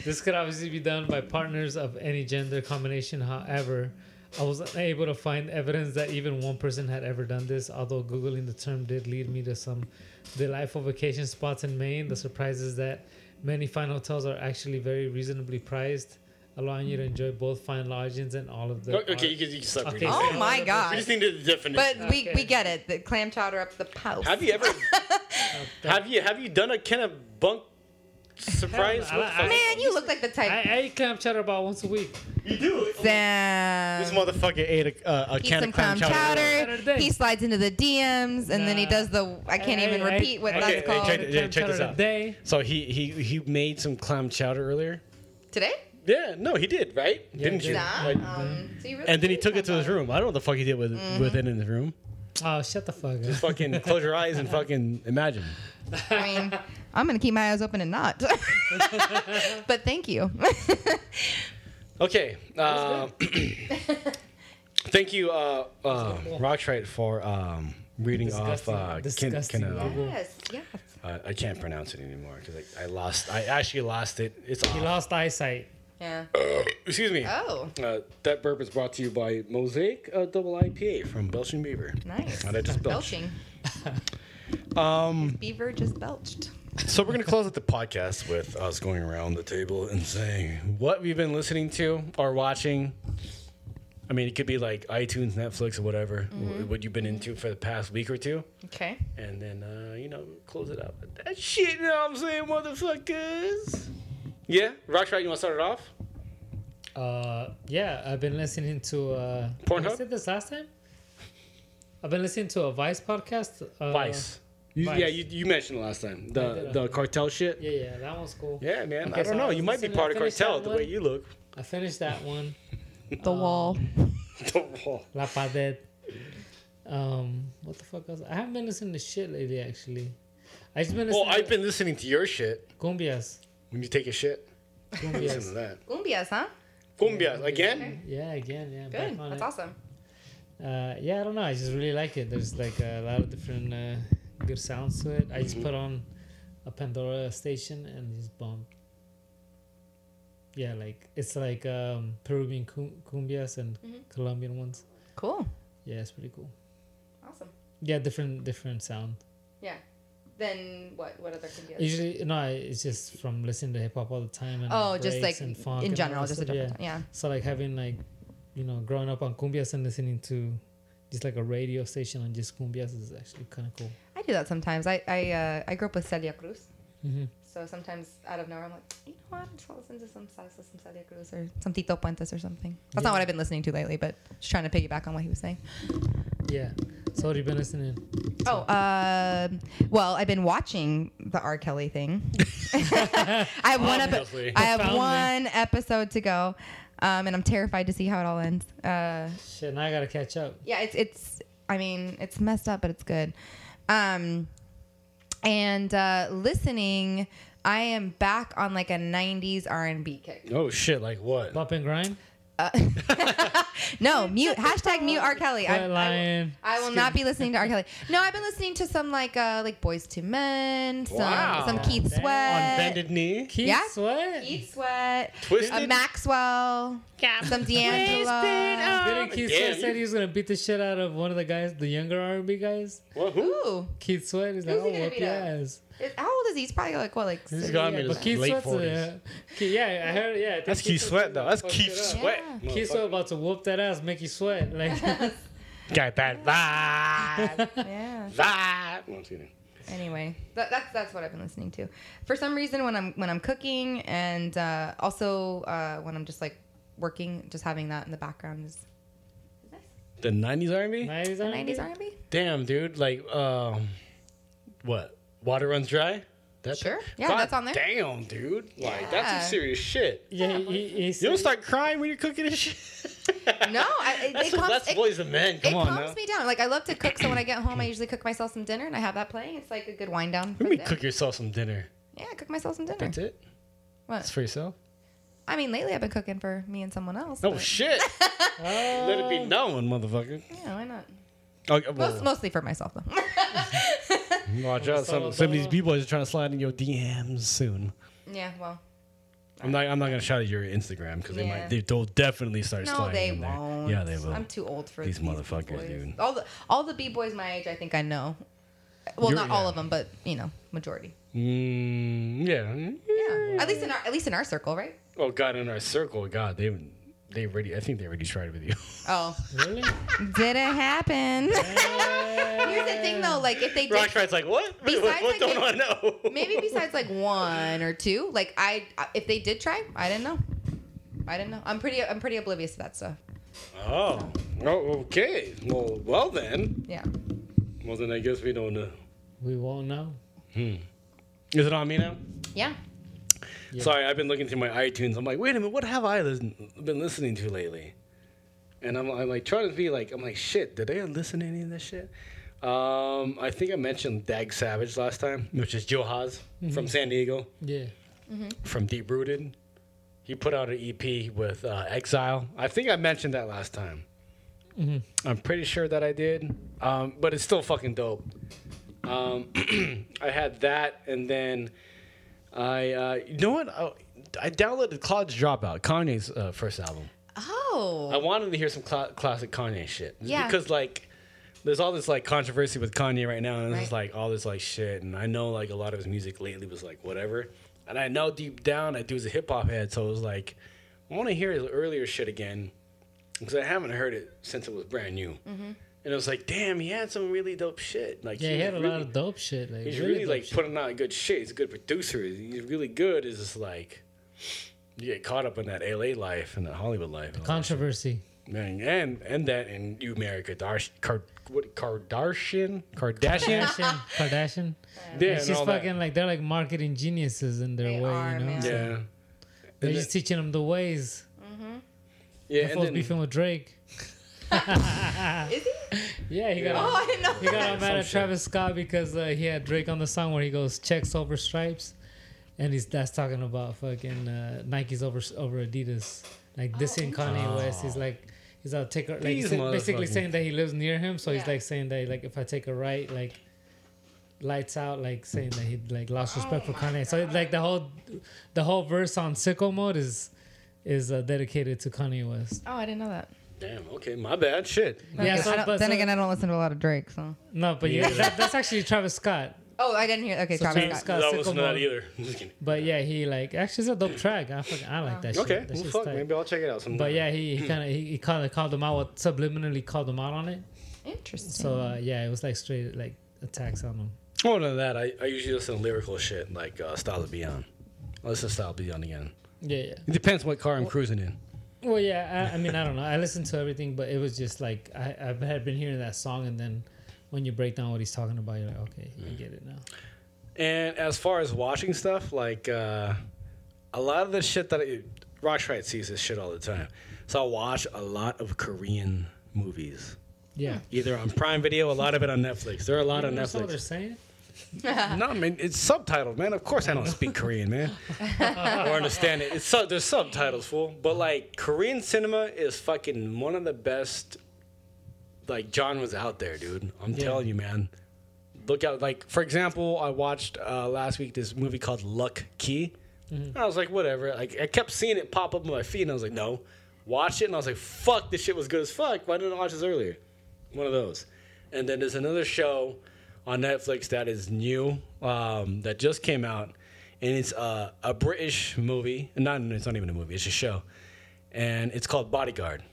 Speaker 3: this could obviously be done by partners of any gender combination. However, I was unable to find evidence that even one person had ever done this. Although googling the term did lead me to some delightful vacation spots in Maine, the surprise is that many fine hotels are actually very reasonably priced, allowing you to enjoy both fine lodgings and all of the.
Speaker 5: Okay, you can, you can
Speaker 3: *laughs*
Speaker 5: stop
Speaker 3: Okay,
Speaker 5: reading.
Speaker 3: so-
Speaker 6: Oh my
Speaker 5: We
Speaker 6: god.
Speaker 5: just need the definition.
Speaker 6: But we,
Speaker 3: Okay.
Speaker 6: we get it. The clam chowder up the pout.
Speaker 5: have
Speaker 3: *laughs*
Speaker 5: you ever have you have you done a kind of bunk surprise?
Speaker 3: Hell no,
Speaker 5: What the
Speaker 3: I-
Speaker 5: fuck?
Speaker 6: Man, you look like the type.
Speaker 3: I, I eat clam chowder about once a week.
Speaker 5: you do.
Speaker 6: Damn.
Speaker 5: This motherfucker ate a, uh, a
Speaker 6: Eat
Speaker 5: can
Speaker 6: some
Speaker 5: of clam
Speaker 6: clam
Speaker 5: chowder.
Speaker 6: chowder.
Speaker 3: Saturday.
Speaker 6: He slides into the DMs, and then he
Speaker 3: Nah.
Speaker 6: does the. I can't
Speaker 3: I-
Speaker 6: even
Speaker 3: I-
Speaker 6: repeat what
Speaker 3: I-
Speaker 5: Okay,
Speaker 6: that's
Speaker 5: hey,
Speaker 6: called.
Speaker 5: check, it- yeah,
Speaker 3: Clam
Speaker 5: check this
Speaker 3: chowder
Speaker 5: out.
Speaker 3: day.
Speaker 5: So he he he made some clam chowder earlier.
Speaker 6: Today?
Speaker 5: Yeah, no, he did, right? Didn't
Speaker 3: he
Speaker 5: you?
Speaker 3: did.
Speaker 6: Nah.
Speaker 5: Like-
Speaker 6: Um, so you really
Speaker 5: and then he
Speaker 6: did
Speaker 5: took it to
Speaker 6: clam
Speaker 5: his room. I don't know what the fuck he did with
Speaker 6: Mm-hmm.
Speaker 5: with it in his room.
Speaker 3: Oh, shut the fuck up.
Speaker 5: Fucking close your eyes and fucking imagine.
Speaker 6: chowder. I mean, *laughs* I'm gonna keep my eyes open and not. *laughs* but thank
Speaker 5: *laughs*
Speaker 6: you.
Speaker 5: Okay. Uh, *clears throat* thank you, uh, uh, Rockstrite, for um, reading
Speaker 3: Disgusting-
Speaker 5: off. Uh, can,
Speaker 3: disgusting
Speaker 5: can, uh,
Speaker 3: Google.
Speaker 6: yes. Yes.
Speaker 5: uh, I can't pronounce it anymore because I, I lost. I actually lost it. It's
Speaker 3: He
Speaker 5: off.
Speaker 3: lost eyesight.
Speaker 6: Yeah.
Speaker 5: Excuse me.
Speaker 6: Oh.
Speaker 5: Uh, that burp is brought to you by Mosaic uh, Double IPA from Belching Beaver.
Speaker 6: Nice.
Speaker 5: And I just belched.
Speaker 6: Belching. um. Beaver just belched.
Speaker 5: So we're gonna close out the podcast with us going around the table and saying what we've been listening to or watching. I mean, it could be like iTunes, Netflix, or whatever.
Speaker 3: Mm-hmm.
Speaker 5: wh- What you've been into for the past week or two,
Speaker 6: Okay.
Speaker 5: and then uh, you know close it out. with That shit, you know what I'm saying, motherfuckers. Yeah, Rockshot, you want to start it off?
Speaker 3: Uh, yeah, I've been listening to uh,
Speaker 5: Pornhub?
Speaker 3: I said this last time. I've been listening to a Vice podcast. Uh,
Speaker 5: Vice. You-
Speaker 3: Vice.
Speaker 5: Yeah, you, you mentioned it last time
Speaker 3: I
Speaker 5: the
Speaker 3: did,
Speaker 5: the
Speaker 3: okay.
Speaker 5: cartel shit.
Speaker 3: Yeah, yeah, that one's cool.
Speaker 5: Yeah, man.
Speaker 3: Okay,
Speaker 5: I don't
Speaker 3: so
Speaker 5: know.
Speaker 3: I
Speaker 5: You might be
Speaker 3: listened- I
Speaker 5: part of
Speaker 3: finished
Speaker 5: cartel
Speaker 3: that
Speaker 5: the way
Speaker 3: one.
Speaker 5: you look. *laughs*
Speaker 3: I finished that one.
Speaker 6: The wall.
Speaker 5: Um,
Speaker 3: La Padet. Um, what the fuck else? I haven't been listening to shit lately. Actually, I just been
Speaker 5: Well,
Speaker 3: listening
Speaker 5: I've
Speaker 3: to
Speaker 5: been listening to your shit
Speaker 3: cumbias.
Speaker 5: when you take a shit. Listen to *laughs*
Speaker 3: Cumbias.
Speaker 5: that.
Speaker 6: Umbias, huh?
Speaker 5: Cumbia again.
Speaker 3: Yeah, again, yeah.
Speaker 6: Good.
Speaker 3: back on
Speaker 6: That's
Speaker 3: it.
Speaker 6: awesome.
Speaker 3: Uh, yeah, I don't know. I just really like it. There's like a lot of different uh, good sounds to it. I just put on a Pandora station and just bump. Yeah, like it's like um, Peruvian cum- cumbias and
Speaker 6: Mm-hmm.
Speaker 3: Colombian ones.
Speaker 6: Cool.
Speaker 3: Yeah, it's pretty cool.
Speaker 6: Awesome.
Speaker 3: Yeah, different different sound.
Speaker 6: Yeah. Then what? What other can be?
Speaker 3: Usually, no, I- it's just from listening to hip hop all the time. And
Speaker 6: Oh, just
Speaker 3: breaks
Speaker 6: like
Speaker 3: and funk
Speaker 6: in
Speaker 3: and all
Speaker 6: general,
Speaker 3: that
Speaker 6: just a
Speaker 3: stuff,
Speaker 6: different. Yeah.
Speaker 3: So like having like, you know, growing up on cumbias and listening to just like a radio station on just cumbias is actually kind of cool.
Speaker 6: I do that sometimes. I I uh, I grew up with Celia Cruz. So sometimes out of nowhere, I'm like, you know what? Just I'll listen to some salsa, some Celia Cruz, or some Tito Puentes, or something. That's not
Speaker 3: Yeah.
Speaker 6: what I've been listening to lately, but just trying to piggyback on what he was saying.
Speaker 3: Yeah. So what have you been listening?
Speaker 6: Oh, uh, well, I've been watching the R. Kelly thing. I have one.
Speaker 5: Obviously.
Speaker 6: Epi- I have
Speaker 3: Profoundly.
Speaker 6: one episode to go, um, and I'm terrified to see how it all ends. Uh,
Speaker 3: Shit, now I gotta catch up.
Speaker 6: yeah, it's it's. I mean, it's messed up, but it's good. Um, and uh, listening, I am back on like a '90s R&B kick.
Speaker 5: Oh shit! Like what?
Speaker 3: Bump and grind.
Speaker 6: No, mute hashtag mute R. Kelly. I,
Speaker 3: Red
Speaker 6: I,
Speaker 3: Lion.
Speaker 6: I will not be listening to R. Kelly. No, I've been listening to some like uh like Boys to Men, some
Speaker 5: Wow.
Speaker 6: some Keith
Speaker 3: Damn.
Speaker 6: Sweat,
Speaker 5: On bended knee.
Speaker 3: Keith
Speaker 6: yeah.
Speaker 3: Sweat.
Speaker 6: Keith Sweat, uh,
Speaker 5: Twisted.
Speaker 6: Maxwell, some
Speaker 5: uh.
Speaker 6: D'Angelo.
Speaker 3: Didn't Keith
Speaker 5: Again.
Speaker 3: Sweat said he was gonna beat the shit out of one of the guys, the younger R&B guys?
Speaker 5: What? Who?
Speaker 6: Ooh,
Speaker 3: Keith Sweat. He's like,
Speaker 6: Who's
Speaker 3: oh,
Speaker 6: he gonna
Speaker 3: whoop
Speaker 6: beat
Speaker 3: your
Speaker 6: up?
Speaker 3: ass.
Speaker 6: Is- how old is he? He's probably like what, like
Speaker 5: He's
Speaker 6: six-
Speaker 5: got me in
Speaker 3: but
Speaker 5: his
Speaker 3: Keith
Speaker 5: late
Speaker 3: Sweat's
Speaker 5: forties.
Speaker 3: a, Ke- yeah, I heard. Yeah, I think
Speaker 5: That's Keith Sweat though. That's
Speaker 3: fucked
Speaker 5: Keith
Speaker 3: it up.
Speaker 5: Sweat.
Speaker 3: Keith Sweat about to whoop that ass, make you sweat. Like,
Speaker 6: *laughs*
Speaker 5: Got that vibe.
Speaker 6: Yeah.
Speaker 5: *laughs* vibe. No, I'm just kidding.
Speaker 6: Anyway, that, that's that's what I've been listening to. For some reason, when I'm when I'm cooking and uh, also uh, when I'm just like working, just having that in the background is
Speaker 5: The '90s R&B.
Speaker 3: nineties,
Speaker 6: '90s R&B.
Speaker 5: Damn, dude. Like, um, what? Water runs dry. That's
Speaker 6: Sure. Yeah, that's on there.
Speaker 5: Damn, dude. Like, that's
Speaker 6: Yeah.
Speaker 5: some serious shit.
Speaker 3: Yeah, he, he, he
Speaker 5: You don't
Speaker 3: said,
Speaker 5: start crying when you're cooking and *laughs* shit.
Speaker 6: No, I,
Speaker 5: *laughs*
Speaker 6: it,
Speaker 5: that's
Speaker 6: it comes.
Speaker 5: that's
Speaker 6: it-
Speaker 5: boys and men. Come
Speaker 6: it
Speaker 5: on,
Speaker 6: calms
Speaker 5: now.
Speaker 6: me down. Like I love to cook, so when I get home, I usually cook myself some dinner, and I have that playing. It's like a good wind down. For the
Speaker 5: Let me
Speaker 6: day.
Speaker 5: cook yourself some dinner.
Speaker 6: Yeah, I cook myself some dinner. *laughs*
Speaker 5: That's it. That's
Speaker 6: What?
Speaker 5: for yourself.
Speaker 6: I mean, lately I've been cooking for me and someone else.
Speaker 5: Oh
Speaker 6: but, *laughs*
Speaker 5: shit. Let it be known, motherfucker.
Speaker 6: yeah, why not?
Speaker 5: Okay, well,
Speaker 6: Most, mostly for myself though. *laughs*
Speaker 5: watch out. Some, some of these b boys are trying to slide in your DMs soon.
Speaker 6: yeah, well,
Speaker 5: I'm not. I'm not gonna shout at your Instagram because they
Speaker 6: Yeah.
Speaker 5: might. They, they'll definitely start
Speaker 6: no,
Speaker 5: sliding.
Speaker 6: they
Speaker 5: in there.
Speaker 6: won't.
Speaker 5: Yeah, they will.
Speaker 6: I'm too old for
Speaker 5: These motherfuckers,
Speaker 6: b-boys.
Speaker 5: dude.
Speaker 6: All the all the b boys my age, I think I know. Well,
Speaker 5: You're-
Speaker 6: not all
Speaker 5: yeah.
Speaker 6: of them, but you know, majority.
Speaker 5: Mm, yeah.
Speaker 6: Yeah, at least in our at least in our circle, right?
Speaker 5: Oh God, in our circle, God, they they already. I think they already tried
Speaker 6: *laughs*
Speaker 5: with you. *laughs*
Speaker 6: Oh,
Speaker 3: really?
Speaker 6: didn't happen. Here's the thing though, like if they did,
Speaker 5: Rockstride's like, what? *laughs*
Speaker 6: Besides,
Speaker 5: what what
Speaker 6: like,
Speaker 5: don't I
Speaker 6: maybe-
Speaker 5: know?
Speaker 6: maybe besides like one or two like i if they did try i didn't know i didn't know i'm pretty i'm pretty oblivious to that stuff
Speaker 5: *laughs* Oh. Oh. Okay. Well. Well then.
Speaker 6: yeah
Speaker 5: Well then, I guess we don't know.
Speaker 3: We won't know.
Speaker 5: Is it on me now?
Speaker 6: yeah
Speaker 5: Sorry, I've been looking through my iTunes. I'm like, wait a minute, what have I listen, been listening to lately? And I'm, I'm like trying to be like, I'm like, shit, did I listen to any of this shit? Um, I think I mentioned Dag Savage last time, which is Joe Haas from San Diego,
Speaker 3: Yeah.
Speaker 5: from Deep Rooted. He put out an EP with uh, Exile. I think I mentioned that last time. I'm pretty sure that I did, um, but it's still fucking dope. Um, *clears throat* I had that, and then I, uh, you know what? I, I downloaded Cloud's Dropout, Kanye's uh, first album. I
Speaker 6: oh
Speaker 5: wanted to hear some cla classic Kanye shit. Just
Speaker 6: Yeah.
Speaker 5: Because like, there's all this like controversy with Kanye right now, and there's
Speaker 6: Right.
Speaker 5: like all this like shit, and I know like a lot of his music lately was like whatever, and I know deep down I do as a hip hop head, so it was like, I want to hear his earlier shit again, because I haven't heard it since it was brand new.
Speaker 6: Mm-hmm.
Speaker 5: And it was like, damn, he had some really dope shit. Like,
Speaker 3: Yeah, he
Speaker 5: was
Speaker 3: had a
Speaker 5: really-
Speaker 3: lot of dope shit. Like,
Speaker 5: He's really
Speaker 3: dope
Speaker 5: like
Speaker 3: shit.
Speaker 5: putting out good shit. He's a good producer. He's really good. It's just like you get caught up in that LA life and that Hollywood
Speaker 6: *laughs*
Speaker 5: life.
Speaker 3: controversy.
Speaker 5: Man, and and that and you marry Kardash, Kar, what Kardashian, Kardashian.
Speaker 3: Kardashian. Kardashian.
Speaker 5: *laughs* yeah, and
Speaker 3: She's
Speaker 5: all that.
Speaker 3: fucking like they're like marketing geniuses in their
Speaker 6: They
Speaker 3: way.
Speaker 6: are,
Speaker 3: you know,
Speaker 6: man.
Speaker 5: yeah,
Speaker 3: they're just teaching them the ways.
Speaker 5: yeah.
Speaker 3: Before
Speaker 5: And then,
Speaker 3: beefing with
Speaker 6: *laughs*
Speaker 3: Drake.
Speaker 6: is he
Speaker 3: *laughs* Yeah, he got.
Speaker 6: oh i didn't know *laughs*
Speaker 3: He got all mad
Speaker 5: Some
Speaker 3: at
Speaker 5: shit.
Speaker 3: Travis Scott because uh, he had Drake on the song where he goes checks over stripes, and he's that's talking about fucking uh, Nike's over over Adidas. Like this in Kanye West, he's like he's out take a, like
Speaker 5: Oh. These
Speaker 3: he's basically
Speaker 5: motherfuckers.
Speaker 3: saying that he lives near him, so he's
Speaker 6: Yeah.
Speaker 3: like saying that like if I take a right, like lights out, like saying that he like lost
Speaker 6: Oh
Speaker 3: respect for Kanye. So it's like the whole the whole verse on sicko mode is is uh, dedicated to Kanye West.
Speaker 6: Oh, I didn't know that.
Speaker 5: Damn. Okay. My bad. Shit.
Speaker 3: Yeah,
Speaker 6: Okay,
Speaker 3: so-
Speaker 6: I don't-
Speaker 3: but-
Speaker 6: then
Speaker 3: so-
Speaker 6: again, I don't listen to a lot of Drake, so.
Speaker 3: No, but yeah, that, that's actually Travis Scott.
Speaker 6: Oh, I didn't hear. Okay,
Speaker 3: So
Speaker 6: Travis
Speaker 3: Travis Scott.
Speaker 6: Scott.
Speaker 5: I
Speaker 3: sicko
Speaker 5: don't listen to that
Speaker 3: mode.
Speaker 5: either. *laughs* I'm just kidding.
Speaker 3: But yeah, he like actually it's a dope track. I fucking, I like that.
Speaker 5: Okay.
Speaker 3: shit. That
Speaker 5: Well,
Speaker 3: shit's
Speaker 5: fuck.
Speaker 3: tight.
Speaker 5: Maybe I'll check it out sometime.
Speaker 3: But yeah, he, he kind of he, he kind of called them out, what- subliminally called them out on it.
Speaker 6: Interesting.
Speaker 3: So uh, yeah, it was like straight like attacks on them.
Speaker 5: More than that, I, I usually listen to lyrical shit like uh, Style of Beyond. I listen to Style of Beyond again.
Speaker 3: Yeah, yeah.
Speaker 5: It depends what car I'm cruising in.
Speaker 3: Well, yeah. I, I mean, I don't know. I listened to everything, but it was just like I, I had been hearing that song, and then when you break down what he's talking about, you're like, okay, I
Speaker 5: Mm.
Speaker 3: get it now.
Speaker 5: And as far as watching stuff, like uh, a lot of the shit that I, Rock Right sees this shit all the time. So I watch a lot of Korean movies,
Speaker 3: Yeah.
Speaker 5: either on Prime Video, a lot of it on Netflix. There are a lot on
Speaker 3: You understand what they're
Speaker 5: Netflix.
Speaker 3: saying?
Speaker 5: No, I mean it's subtitled, man. Of course I don't speak Korean, man, or understand it. It's sub- there's subtitles, fool. But like Korean cinema is fucking one of the best like genres out there, dude. I'm telling you, man. Look out! Like for example, I watched uh, last week this movie called Luck Key. I was like, whatever. Like I kept seeing it pop up on my feed, and I was like, no, watch it. And I was like, fuck, this shit was good as fuck. Why didn't I watch this earlier? One of those. And then there's another show on Netflix that is new um, that just came out, and it's uh, a British movie. Not it's not even a movie. It's a show, and it's called Bodyguard.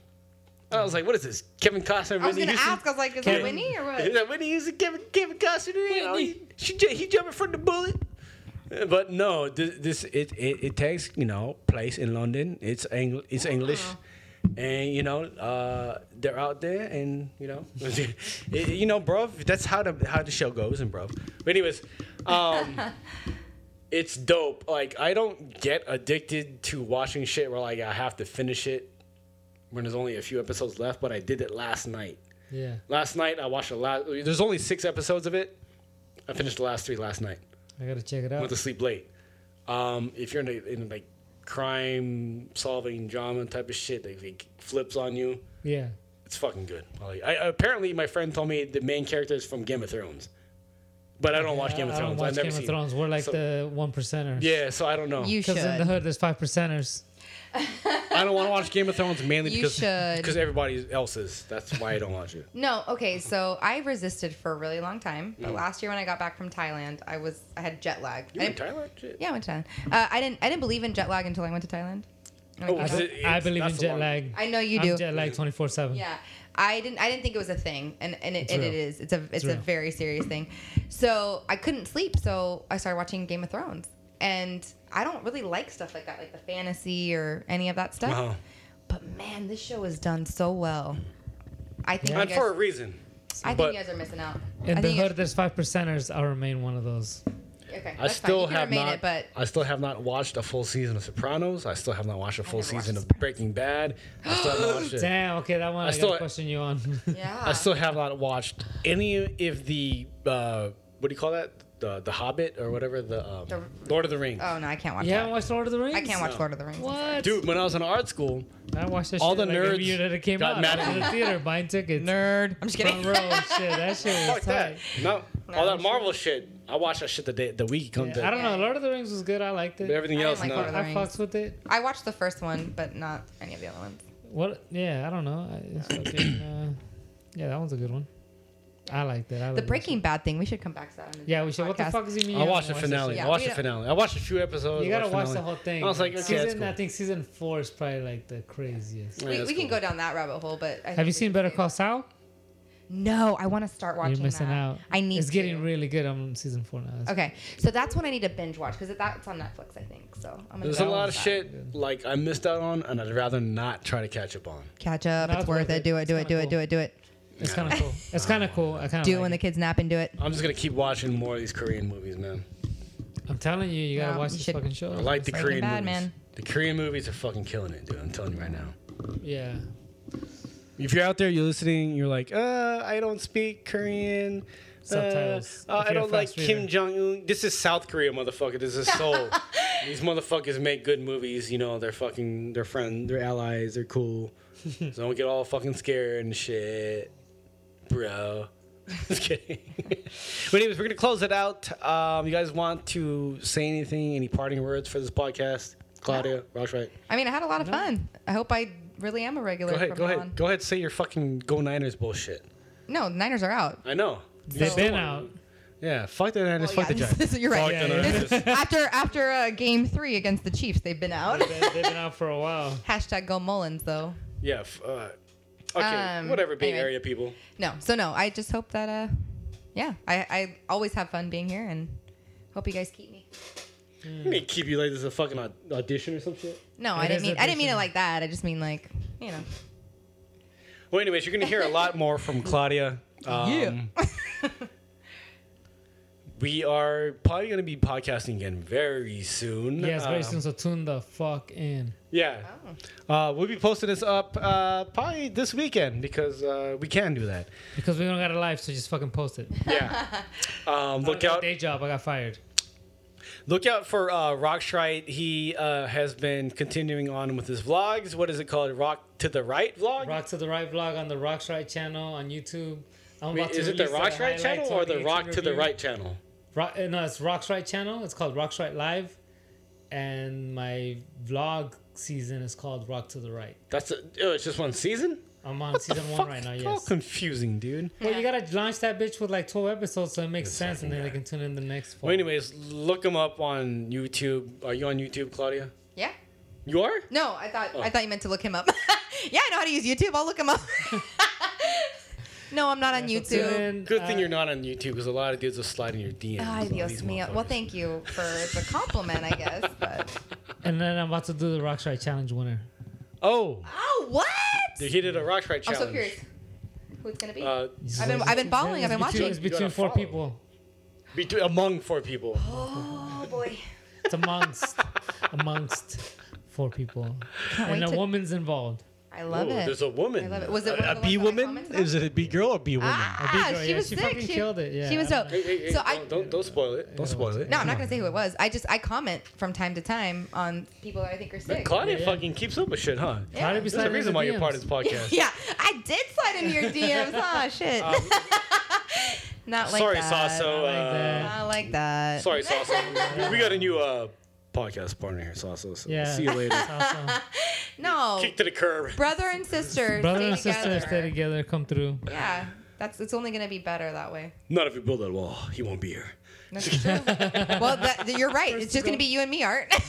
Speaker 5: I was like, what is this? Kevin Costner.
Speaker 6: I was
Speaker 5: Whitney
Speaker 6: gonna
Speaker 5: Houston?
Speaker 6: ask. I was like, is
Speaker 5: Kevin-
Speaker 6: it Winnie or
Speaker 5: *laughs* He's
Speaker 6: what?
Speaker 5: like, Whitney Houston, Kevin, Kevin Costner. You know, he, she, ju- he jumping from the bullet. Uh, But no, this, this it, it, it takes you know place in London. It's Eng, it's English, and you know uh, they're out there, and you know, *laughs* it- you know, bro. That's how the how the show goes, and bro. But anyways, um, it's dope. Like I don't get addicted to watching shit where like I have to finish it when there's only a few episodes left. But I did it last night.
Speaker 3: Yeah.
Speaker 5: Last night I watched the last. There's only six episodes of it. I finished the last three last night.
Speaker 3: I gotta check it out.
Speaker 5: Went to sleep late. Um, if you're in, a, in like crime solving drama type of shit, like it flips on you.
Speaker 3: yeah.
Speaker 5: It's fucking good. Like, I, apparently, my friend told me the main character is from Game of Thrones, but I don't watch Game of
Speaker 3: I don't
Speaker 5: Thrones.
Speaker 3: watch
Speaker 5: I've never
Speaker 3: Game
Speaker 5: seen.
Speaker 3: of Thrones. We're like
Speaker 5: So-
Speaker 3: the one percenters.
Speaker 5: Yeah, so I don't know.
Speaker 6: You should.
Speaker 3: Because in the hood, there's five percenters.
Speaker 5: I don't want to watch Game of Thrones mainly
Speaker 6: You
Speaker 5: because
Speaker 6: should.
Speaker 5: because everybody else is. That's why I don't
Speaker 6: *laughs*
Speaker 5: watch it.
Speaker 6: No, okay, so I resisted for a really long time, but last year when I got back from Thailand, I was I had jet lag.
Speaker 5: You
Speaker 6: I
Speaker 5: in
Speaker 6: didn't-
Speaker 5: Thailand? Shit.
Speaker 6: Yeah, I went to Thailand. Uh, I didn't I didn't believe in jet lag until I went to Thailand.
Speaker 5: Oh,
Speaker 3: I,
Speaker 5: is
Speaker 3: be-
Speaker 5: it- it's-
Speaker 3: I believe in
Speaker 5: that's a
Speaker 3: jet
Speaker 5: long-
Speaker 3: lag.
Speaker 6: I know you
Speaker 3: I'm
Speaker 6: do.
Speaker 3: jet lag 24 seven.
Speaker 6: Yeah, I didn't. I didn't think it was a thing, and and it, and
Speaker 3: real.
Speaker 6: it is. It's a it's, a
Speaker 3: real.
Speaker 6: very serious thing. So I couldn't sleep, so I started watching Game of Thrones, and I don't really like stuff like that, like the fantasy or any of that stuff.
Speaker 5: Uh-huh.
Speaker 6: But man, this show is done so well. I think you
Speaker 5: And
Speaker 6: guys,
Speaker 5: for a reason.
Speaker 6: I think
Speaker 5: but-
Speaker 6: you guys are missing out. I
Speaker 3: In the
Speaker 6: think you
Speaker 3: hood,
Speaker 6: guys-
Speaker 3: there's five percenters. I'll remain one of those.
Speaker 6: okay,
Speaker 5: I
Speaker 6: that's
Speaker 5: still
Speaker 6: fine. You
Speaker 5: have
Speaker 6: can remain
Speaker 5: not.
Speaker 6: It, but
Speaker 5: I still have not watched a full season of Sopranos. I still have not watched a full
Speaker 6: never watched
Speaker 5: season of
Speaker 6: Sopranos.
Speaker 5: Breaking Bad. I still
Speaker 3: *gasps*
Speaker 5: have not watched. it.
Speaker 3: Damn. Okay, that one I,
Speaker 5: still-
Speaker 3: gotta question you on.
Speaker 6: *laughs* yeah,
Speaker 5: I still have not watched any of the uh, what do you call that? The The Hobbit or whatever the, um,
Speaker 6: The-
Speaker 5: Lord of the Rings.
Speaker 6: oh no, I can't watch.
Speaker 3: you haven't
Speaker 6: that.
Speaker 3: watched Lord of the Rings?
Speaker 6: I can't watch Lord of the Rings. I'm sorry.
Speaker 3: What?
Speaker 5: Dude, when I was in art school,
Speaker 3: I watched that
Speaker 5: all
Speaker 3: shit
Speaker 5: the
Speaker 3: like every
Speaker 5: nerds
Speaker 3: year that it came
Speaker 5: got
Speaker 3: out.
Speaker 5: mad
Speaker 3: I was
Speaker 5: at
Speaker 3: in the theater buying tickets.
Speaker 6: Nerd. I'm just
Speaker 3: Front
Speaker 6: kidding.
Speaker 3: row shit. That shit was
Speaker 5: fuck that.
Speaker 3: tight.
Speaker 5: No,
Speaker 6: No,
Speaker 5: all
Speaker 6: I'm
Speaker 5: that
Speaker 6: sure.
Speaker 5: Marvel shit. I watched that shit the day the week it comes
Speaker 3: Yeah, I
Speaker 5: out.
Speaker 3: don't know. Lord of the Rings was good. I liked
Speaker 5: But
Speaker 3: it.
Speaker 5: everything
Speaker 6: I
Speaker 5: else,
Speaker 6: didn't like
Speaker 5: no.
Speaker 6: Lord of the
Speaker 3: I
Speaker 6: Rings.
Speaker 3: fucked with it.
Speaker 6: I watched the first one, but not any of the other ones.
Speaker 3: What? Yeah, I don't know. I, it's fucking, uh, yeah, that one's a good one. I like that. I like
Speaker 6: The
Speaker 3: that
Speaker 6: Breaking Bad thing. We should come back to that. on the
Speaker 3: shit. Yeah, we should. What the
Speaker 6: podcast.
Speaker 3: fuck is he mean?
Speaker 5: I
Speaker 3: you
Speaker 5: watched the
Speaker 3: haven't that
Speaker 5: finale.
Speaker 3: shit?
Speaker 6: shit.
Speaker 5: I watched
Speaker 6: Yeah,
Speaker 5: the
Speaker 6: we don't-
Speaker 5: finale. I watched a few episodes.
Speaker 3: You gotta
Speaker 5: watched
Speaker 3: watch the
Speaker 5: finale.
Speaker 3: whole thing.
Speaker 5: I was like, okay,
Speaker 3: season.
Speaker 5: that's cool.
Speaker 3: I think season four is probably like the craziest.
Speaker 5: Yeah,
Speaker 6: We,
Speaker 5: that's
Speaker 6: we can
Speaker 5: cool.
Speaker 6: go down that rabbit hole, but I
Speaker 3: Have
Speaker 6: think
Speaker 3: you
Speaker 6: we
Speaker 3: seen
Speaker 6: should
Speaker 3: Better
Speaker 6: do-
Speaker 3: Call Saul?
Speaker 6: No, I want to start watching.
Speaker 3: You're missing
Speaker 6: that.
Speaker 3: out.
Speaker 6: I need.
Speaker 3: It's
Speaker 6: to.
Speaker 3: getting really good. I'm on season four now. It's-
Speaker 6: Okay, so that's when I need to binge watch because that's on Netflix, I think. So I'm gonna.
Speaker 5: There's
Speaker 6: go
Speaker 5: a lot of
Speaker 6: watch that.
Speaker 5: shit like I missed out on, and I'd rather not try to catch up on.
Speaker 6: Catch up.
Speaker 3: No,
Speaker 6: it's worth it. Do it. Do
Speaker 3: It's
Speaker 6: it. Do
Speaker 3: kinda
Speaker 6: it. Do it. Do it.
Speaker 3: It's kind of cool. It's kind of cool. I kind of
Speaker 6: Do it
Speaker 3: like
Speaker 6: when the
Speaker 3: it.
Speaker 6: kids nap and do it.
Speaker 5: I'm just gonna keep watching more of these Korean movies, man.
Speaker 3: I'm telling you, you gotta
Speaker 6: No,
Speaker 3: watch
Speaker 6: you
Speaker 3: this
Speaker 6: should-
Speaker 3: fucking show.
Speaker 5: I like the
Speaker 6: Breaking
Speaker 5: Korean
Speaker 6: Bad,
Speaker 5: movies.
Speaker 6: man.
Speaker 5: The Korean movies are fucking killing it, dude. I'm telling you right now.
Speaker 3: Yeah.
Speaker 5: If you're out there, you're listening, you're like, uh, I don't speak Korean.
Speaker 3: subtitles. if
Speaker 5: Uh, I
Speaker 3: you're a
Speaker 5: don't like
Speaker 3: fast reader.
Speaker 5: Kim Jong Un. This is South Korea, motherfucker. This is *laughs* Seoul. These motherfuckers make good movies. You know, they're fucking, they're friend, they're allies, they're *laughs* cool. so don't get all fucking scared and shit, bro. *laughs* Just kidding. *laughs* but anyways, we're gonna close it out. Um, you guys want to say anything? Any parting words for this podcast, Claudia? Rosh, right?
Speaker 6: I mean, I had a lot of fun. I hope I really am a regular
Speaker 5: Go ahead,
Speaker 6: from
Speaker 5: go
Speaker 6: now
Speaker 5: ahead,
Speaker 6: on.
Speaker 5: go ahead. Say your fucking go Niners bullshit.
Speaker 6: No, the Niners are out. Oh,
Speaker 5: I know.
Speaker 3: They've been out.
Speaker 5: Oh, Yeah, fuck the Niners, fuck
Speaker 6: yeah,
Speaker 5: the Giants.
Speaker 6: this- you're right.
Speaker 3: Yeah,
Speaker 5: the
Speaker 3: yeah.
Speaker 5: Niners.
Speaker 6: after after uh, game three against the Chiefs, they've been out.
Speaker 3: They've been- they've been out for a while.
Speaker 6: Hashtag go Mullins though.
Speaker 5: Yeah. F- uh, okay.
Speaker 6: Um,
Speaker 5: whatever, Bay
Speaker 6: anyway.
Speaker 5: Area people.
Speaker 6: No, so no. I just hope that uh, yeah, I I always have fun being here and hope you guys keep me.
Speaker 5: I mean, keep you like this is a fucking au- audition or some shit.
Speaker 6: No,
Speaker 3: It
Speaker 6: I
Speaker 3: is
Speaker 6: didn't mean I didn't mean it
Speaker 3: addition.
Speaker 6: like that. I just mean like you know.
Speaker 5: Well, anyways, you're gonna hear a lot more from *laughs* Claudia. Um, we are probably gonna be podcasting again very soon.
Speaker 3: Yes, very
Speaker 5: Uh,
Speaker 3: soon. So tune the fuck in.
Speaker 5: Yeah.
Speaker 6: Oh.
Speaker 5: Uh, we'll be posting this up uh, probably this weekend because uh, we can do that.
Speaker 3: Because we don't got a life, so just fucking post it.
Speaker 6: *laughs*
Speaker 5: Yeah. um, look
Speaker 3: My
Speaker 5: out.
Speaker 3: Day job, I got fired.
Speaker 5: Look out for uh, Rock Strite. He uh, has been continuing on with his vlogs. What is it called? Rock to the Right vlog.
Speaker 3: Rock to the Right vlog on the Rock Right channel on YouTube. I'm
Speaker 5: Wait, is it the
Speaker 3: release
Speaker 5: Rock Right
Speaker 3: highlights
Speaker 5: channel or
Speaker 3: on
Speaker 5: the
Speaker 3: YouTube
Speaker 5: Rock to the
Speaker 3: review.
Speaker 5: Right channel?
Speaker 3: Rock, uh, no, it's Rock's Right channel. It's called Rock's Right Live, and my vlog season is called Rock to the Right.
Speaker 5: That's a, oh, it's just one season.
Speaker 3: I'm on season one right now.
Speaker 5: It's all
Speaker 3: Yes.
Speaker 5: confusing, dude.
Speaker 3: Well, you gotta launch that bitch with like 12 episodes, so it makes sense, and then they can tune in the next.
Speaker 5: Well,
Speaker 3: Fall.
Speaker 5: anyways, look him up on YouTube. Are you on YouTube, Claudia?
Speaker 6: Yeah.
Speaker 5: You are.
Speaker 6: No, I thought
Speaker 5: Oh.
Speaker 6: I thought you meant to look him up. *laughs* yeah, I know how to use YouTube. I'll look him up. *laughs* no, I'm not on
Speaker 3: So tune
Speaker 6: YouTube.
Speaker 3: in,
Speaker 5: Good
Speaker 3: uh,
Speaker 5: thing you're not on YouTube because a lot of dudes will slide in your DMs.
Speaker 6: Ay,
Speaker 5: all
Speaker 6: Dios
Speaker 5: these
Speaker 6: mío. Well,
Speaker 5: motherfuckers.
Speaker 6: thank you for the compliment, I
Speaker 5: *laughs*
Speaker 6: guess. But
Speaker 3: And then I'm about to do the Rock's Right challenge winner.
Speaker 5: Oh,
Speaker 6: oh, what?
Speaker 5: he did a Rock Right
Speaker 6: I'm
Speaker 5: challenge.
Speaker 6: so curious. Who it's gonna be?
Speaker 5: Uh,
Speaker 6: I've been I've been following. I've been
Speaker 3: It's between-
Speaker 6: watching.
Speaker 3: It's
Speaker 5: You gotta
Speaker 3: between four
Speaker 5: follow.
Speaker 3: people.
Speaker 5: between, among four people.
Speaker 6: Oh boy.
Speaker 3: It's amongst amongst four people,
Speaker 6: wait
Speaker 3: and a
Speaker 6: to-
Speaker 3: woman's involved.
Speaker 6: I love
Speaker 5: Ooh,
Speaker 6: it.
Speaker 5: There's a woman.
Speaker 6: I love it. Was it one
Speaker 5: a,
Speaker 6: of the ones
Speaker 5: bee
Speaker 6: that I
Speaker 5: woman?
Speaker 6: commented on?
Speaker 5: Is it a bee girl or bee woman?
Speaker 3: big
Speaker 6: Ah,
Speaker 3: girl,
Speaker 6: she
Speaker 3: yeah,
Speaker 6: was
Speaker 3: she
Speaker 6: sick.
Speaker 3: fucking killed it, yeah,
Speaker 6: she was
Speaker 3: I
Speaker 6: dope.
Speaker 5: Hey, hey, hey,
Speaker 6: so
Speaker 5: don't,
Speaker 6: I
Speaker 5: don't don't spoil it. Don't spoil it.
Speaker 6: no, I'm not gonna say who it was. I just I comment from time to time on people that I think are sick.
Speaker 5: Claudia
Speaker 3: Yeah.
Speaker 5: fucking keeps up with shit, huh?
Speaker 3: How did we
Speaker 5: There's
Speaker 3: slide
Speaker 5: a reason
Speaker 3: into
Speaker 5: why you're part of
Speaker 3: DMs?
Speaker 5: this
Speaker 6: *laughs* *laughs*
Speaker 5: podcast.
Speaker 6: Yeah, I did slide into your
Speaker 5: *laughs*
Speaker 6: DMs. Oh shit. *laughs* Not like
Speaker 5: Um, sorry,
Speaker 6: that.
Speaker 5: Sasso.
Speaker 3: like
Speaker 5: Uh,
Speaker 3: that.
Speaker 6: Not like that.
Speaker 5: sorry, Sasso. we got a new uh, podcast partner here, Sasso. So
Speaker 3: Yeah.
Speaker 5: See you later.
Speaker 3: Awesome.
Speaker 6: No.
Speaker 5: Kick to the curb.
Speaker 6: Brother and sister.
Speaker 3: Brother
Speaker 6: stay
Speaker 3: and sister,
Speaker 6: together. Oh,
Speaker 3: stay together. Come through.
Speaker 6: Yeah. That's it's only gonna be better that way.
Speaker 5: Not if we build that wall. He won't be here.
Speaker 6: That's
Speaker 5: *laughs*
Speaker 6: true. well, that, you're right. It's just gonna be you and me, Art. *laughs*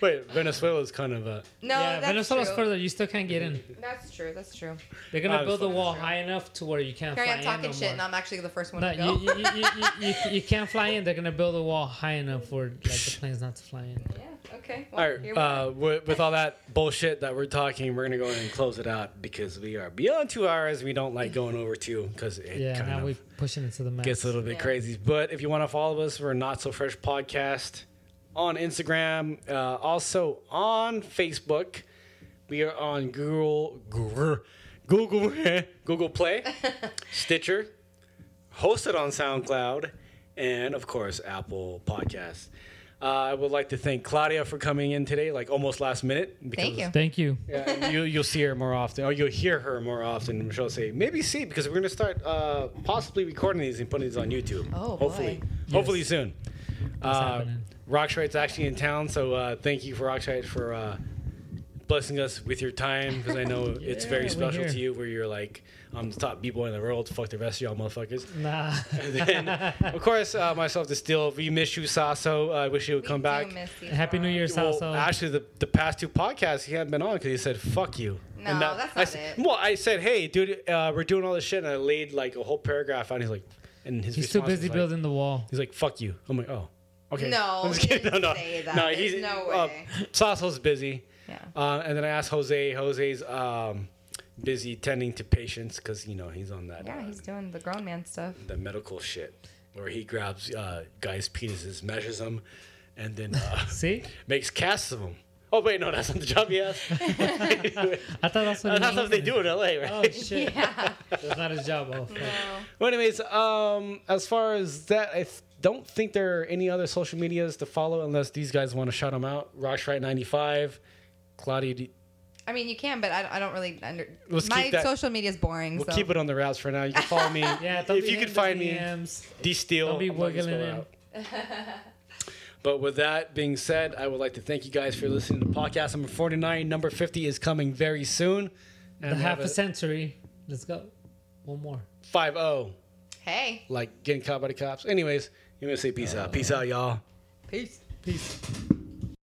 Speaker 5: Wait, Venezuela's kind of a.
Speaker 6: no,
Speaker 3: yeah,
Speaker 6: that's
Speaker 3: Venezuela's
Speaker 6: true.
Speaker 3: further. You still can't get in.
Speaker 6: That's true. That's true.
Speaker 3: They're gonna
Speaker 5: I'm
Speaker 3: build a
Speaker 5: fucking
Speaker 3: wall high enough to where you can't
Speaker 6: Carrie,
Speaker 3: fly
Speaker 6: I'm talking
Speaker 3: in no
Speaker 6: shit,
Speaker 3: more.
Speaker 6: and I'm actually the first one
Speaker 3: No,
Speaker 6: to go.
Speaker 3: you, you, you, you, you, you can't fly in. They're gonna build a wall high enough for like
Speaker 5: *laughs*
Speaker 3: the planes not to fly in.
Speaker 6: yeah. Okay. Well,
Speaker 5: All
Speaker 6: here
Speaker 5: right.
Speaker 6: we are.
Speaker 5: Uh, with, with all that bullshit that we're talking, we're gonna go ahead and close it out because we are beyond two hours. We don't like going over two because it
Speaker 3: Yeah,
Speaker 5: kind
Speaker 3: now
Speaker 5: of
Speaker 3: we're pushing into the max.
Speaker 5: gets a little bit
Speaker 6: Yeah.
Speaker 5: crazy. But if you want to follow us, we're Not So Fresh Podcast on Instagram, uh, also on Facebook. We are on Google, Google, Google, *laughs*
Speaker 6: *laughs*
Speaker 5: Google Play, Stitcher, hosted on SoundCloud, and of course Apple Podcasts. Uh, I would like to thank Claudia for coming in today, like almost last minute.
Speaker 6: Thank you.
Speaker 3: Thank you.
Speaker 5: Yeah, you, you'll see her more often, or you'll hear her more often. Michelle say maybe see because we're gonna start uh, possibly recording these and putting these on YouTube.
Speaker 6: Oh, boy.
Speaker 5: hopefully, hopefully
Speaker 3: Yes.
Speaker 5: soon. Uh,
Speaker 3: happening.
Speaker 5: Rockstrite's actually in town, so uh, thank you for Rockstrite for uh, blessing us with your time because
Speaker 3: *laughs*
Speaker 5: I know it's very
Speaker 3: we're
Speaker 5: special
Speaker 3: here.
Speaker 5: to you. Where you're like, I'm the top b boy in the world. Fuck the rest of y'all motherfuckers. *laughs*
Speaker 3: Nah.
Speaker 5: And of course, uh, myself to still. We miss you, Sasso. Uh, I wish you would
Speaker 6: We
Speaker 5: come
Speaker 6: do
Speaker 5: back.
Speaker 6: miss you,
Speaker 3: Happy New
Speaker 6: Ron.
Speaker 3: Year,
Speaker 5: Well,
Speaker 3: Salsa.
Speaker 5: actually, the, the past two podcasts he hadn't been on because he said "fuck you."
Speaker 6: No, that's
Speaker 5: I
Speaker 6: not
Speaker 5: said-
Speaker 6: it.
Speaker 5: Well, I said, "Hey, dude, uh, we're doing all this shit," and I laid like a whole paragraph out. And he's like, and his
Speaker 3: He's too
Speaker 5: response was
Speaker 3: busy
Speaker 5: like-
Speaker 3: building the wall.
Speaker 5: He's like, "Fuck you." I'm like, "Oh, okay."
Speaker 6: No,
Speaker 5: I'm just
Speaker 6: you
Speaker 5: kidding. *laughs*
Speaker 6: didn't
Speaker 5: no, no,
Speaker 6: say that.
Speaker 5: no.
Speaker 6: There's
Speaker 5: He's
Speaker 6: no
Speaker 5: uh,
Speaker 6: way.
Speaker 5: Saso's busy.
Speaker 6: Yeah.
Speaker 5: Uh, and then I asked Jose. Jose's um, busy tending to patients because you know he's on that
Speaker 6: Yeah,
Speaker 5: uh,
Speaker 6: he's doing the grown man stuff. *laughs*
Speaker 5: the medical shit where he grabs uh, *laughs* guys' penises, measures them, and then uh,
Speaker 3: See?
Speaker 5: makes casts of them. Oh wait, no, that's not the job he asked.
Speaker 3: I thought that's
Speaker 5: *laughs*
Speaker 3: what
Speaker 5: that's
Speaker 3: he
Speaker 5: what they
Speaker 3: meant.
Speaker 5: do in LA, right?
Speaker 3: Oh shit!
Speaker 6: Yeah.
Speaker 3: That's not his job. Oh, fuck.
Speaker 5: Well, anyways, um, as far as that, I th- don't think there are any other social medias to follow unless these guys want to shout them out. Rockstrite ninety five, Claudia. D-
Speaker 6: I mean, you can, but I, I don't really under.
Speaker 5: Let's
Speaker 6: my
Speaker 5: keep that-
Speaker 6: social media is boring.
Speaker 5: we'll
Speaker 6: so.
Speaker 5: keep it on the routes for now.
Speaker 3: *laughs*
Speaker 5: You can follow me.
Speaker 3: Yeah, don't
Speaker 5: if
Speaker 3: be
Speaker 5: you can
Speaker 3: hitting
Speaker 5: find
Speaker 3: the
Speaker 5: me,
Speaker 3: DMs.
Speaker 5: D Steel.
Speaker 3: Don't be wiggling in.
Speaker 5: *laughs* But with that being said, I would like to thank you guys for listening to podcast number forty nine. Number fifty is coming very soon.
Speaker 3: The half
Speaker 5: have
Speaker 3: a century. Let's go. One more.
Speaker 5: five oh, zero,
Speaker 6: Hey,
Speaker 5: like getting caught by the cops. Anyways, you want to say peace out. Peace out, y'all.
Speaker 6: peace.
Speaker 3: Peace.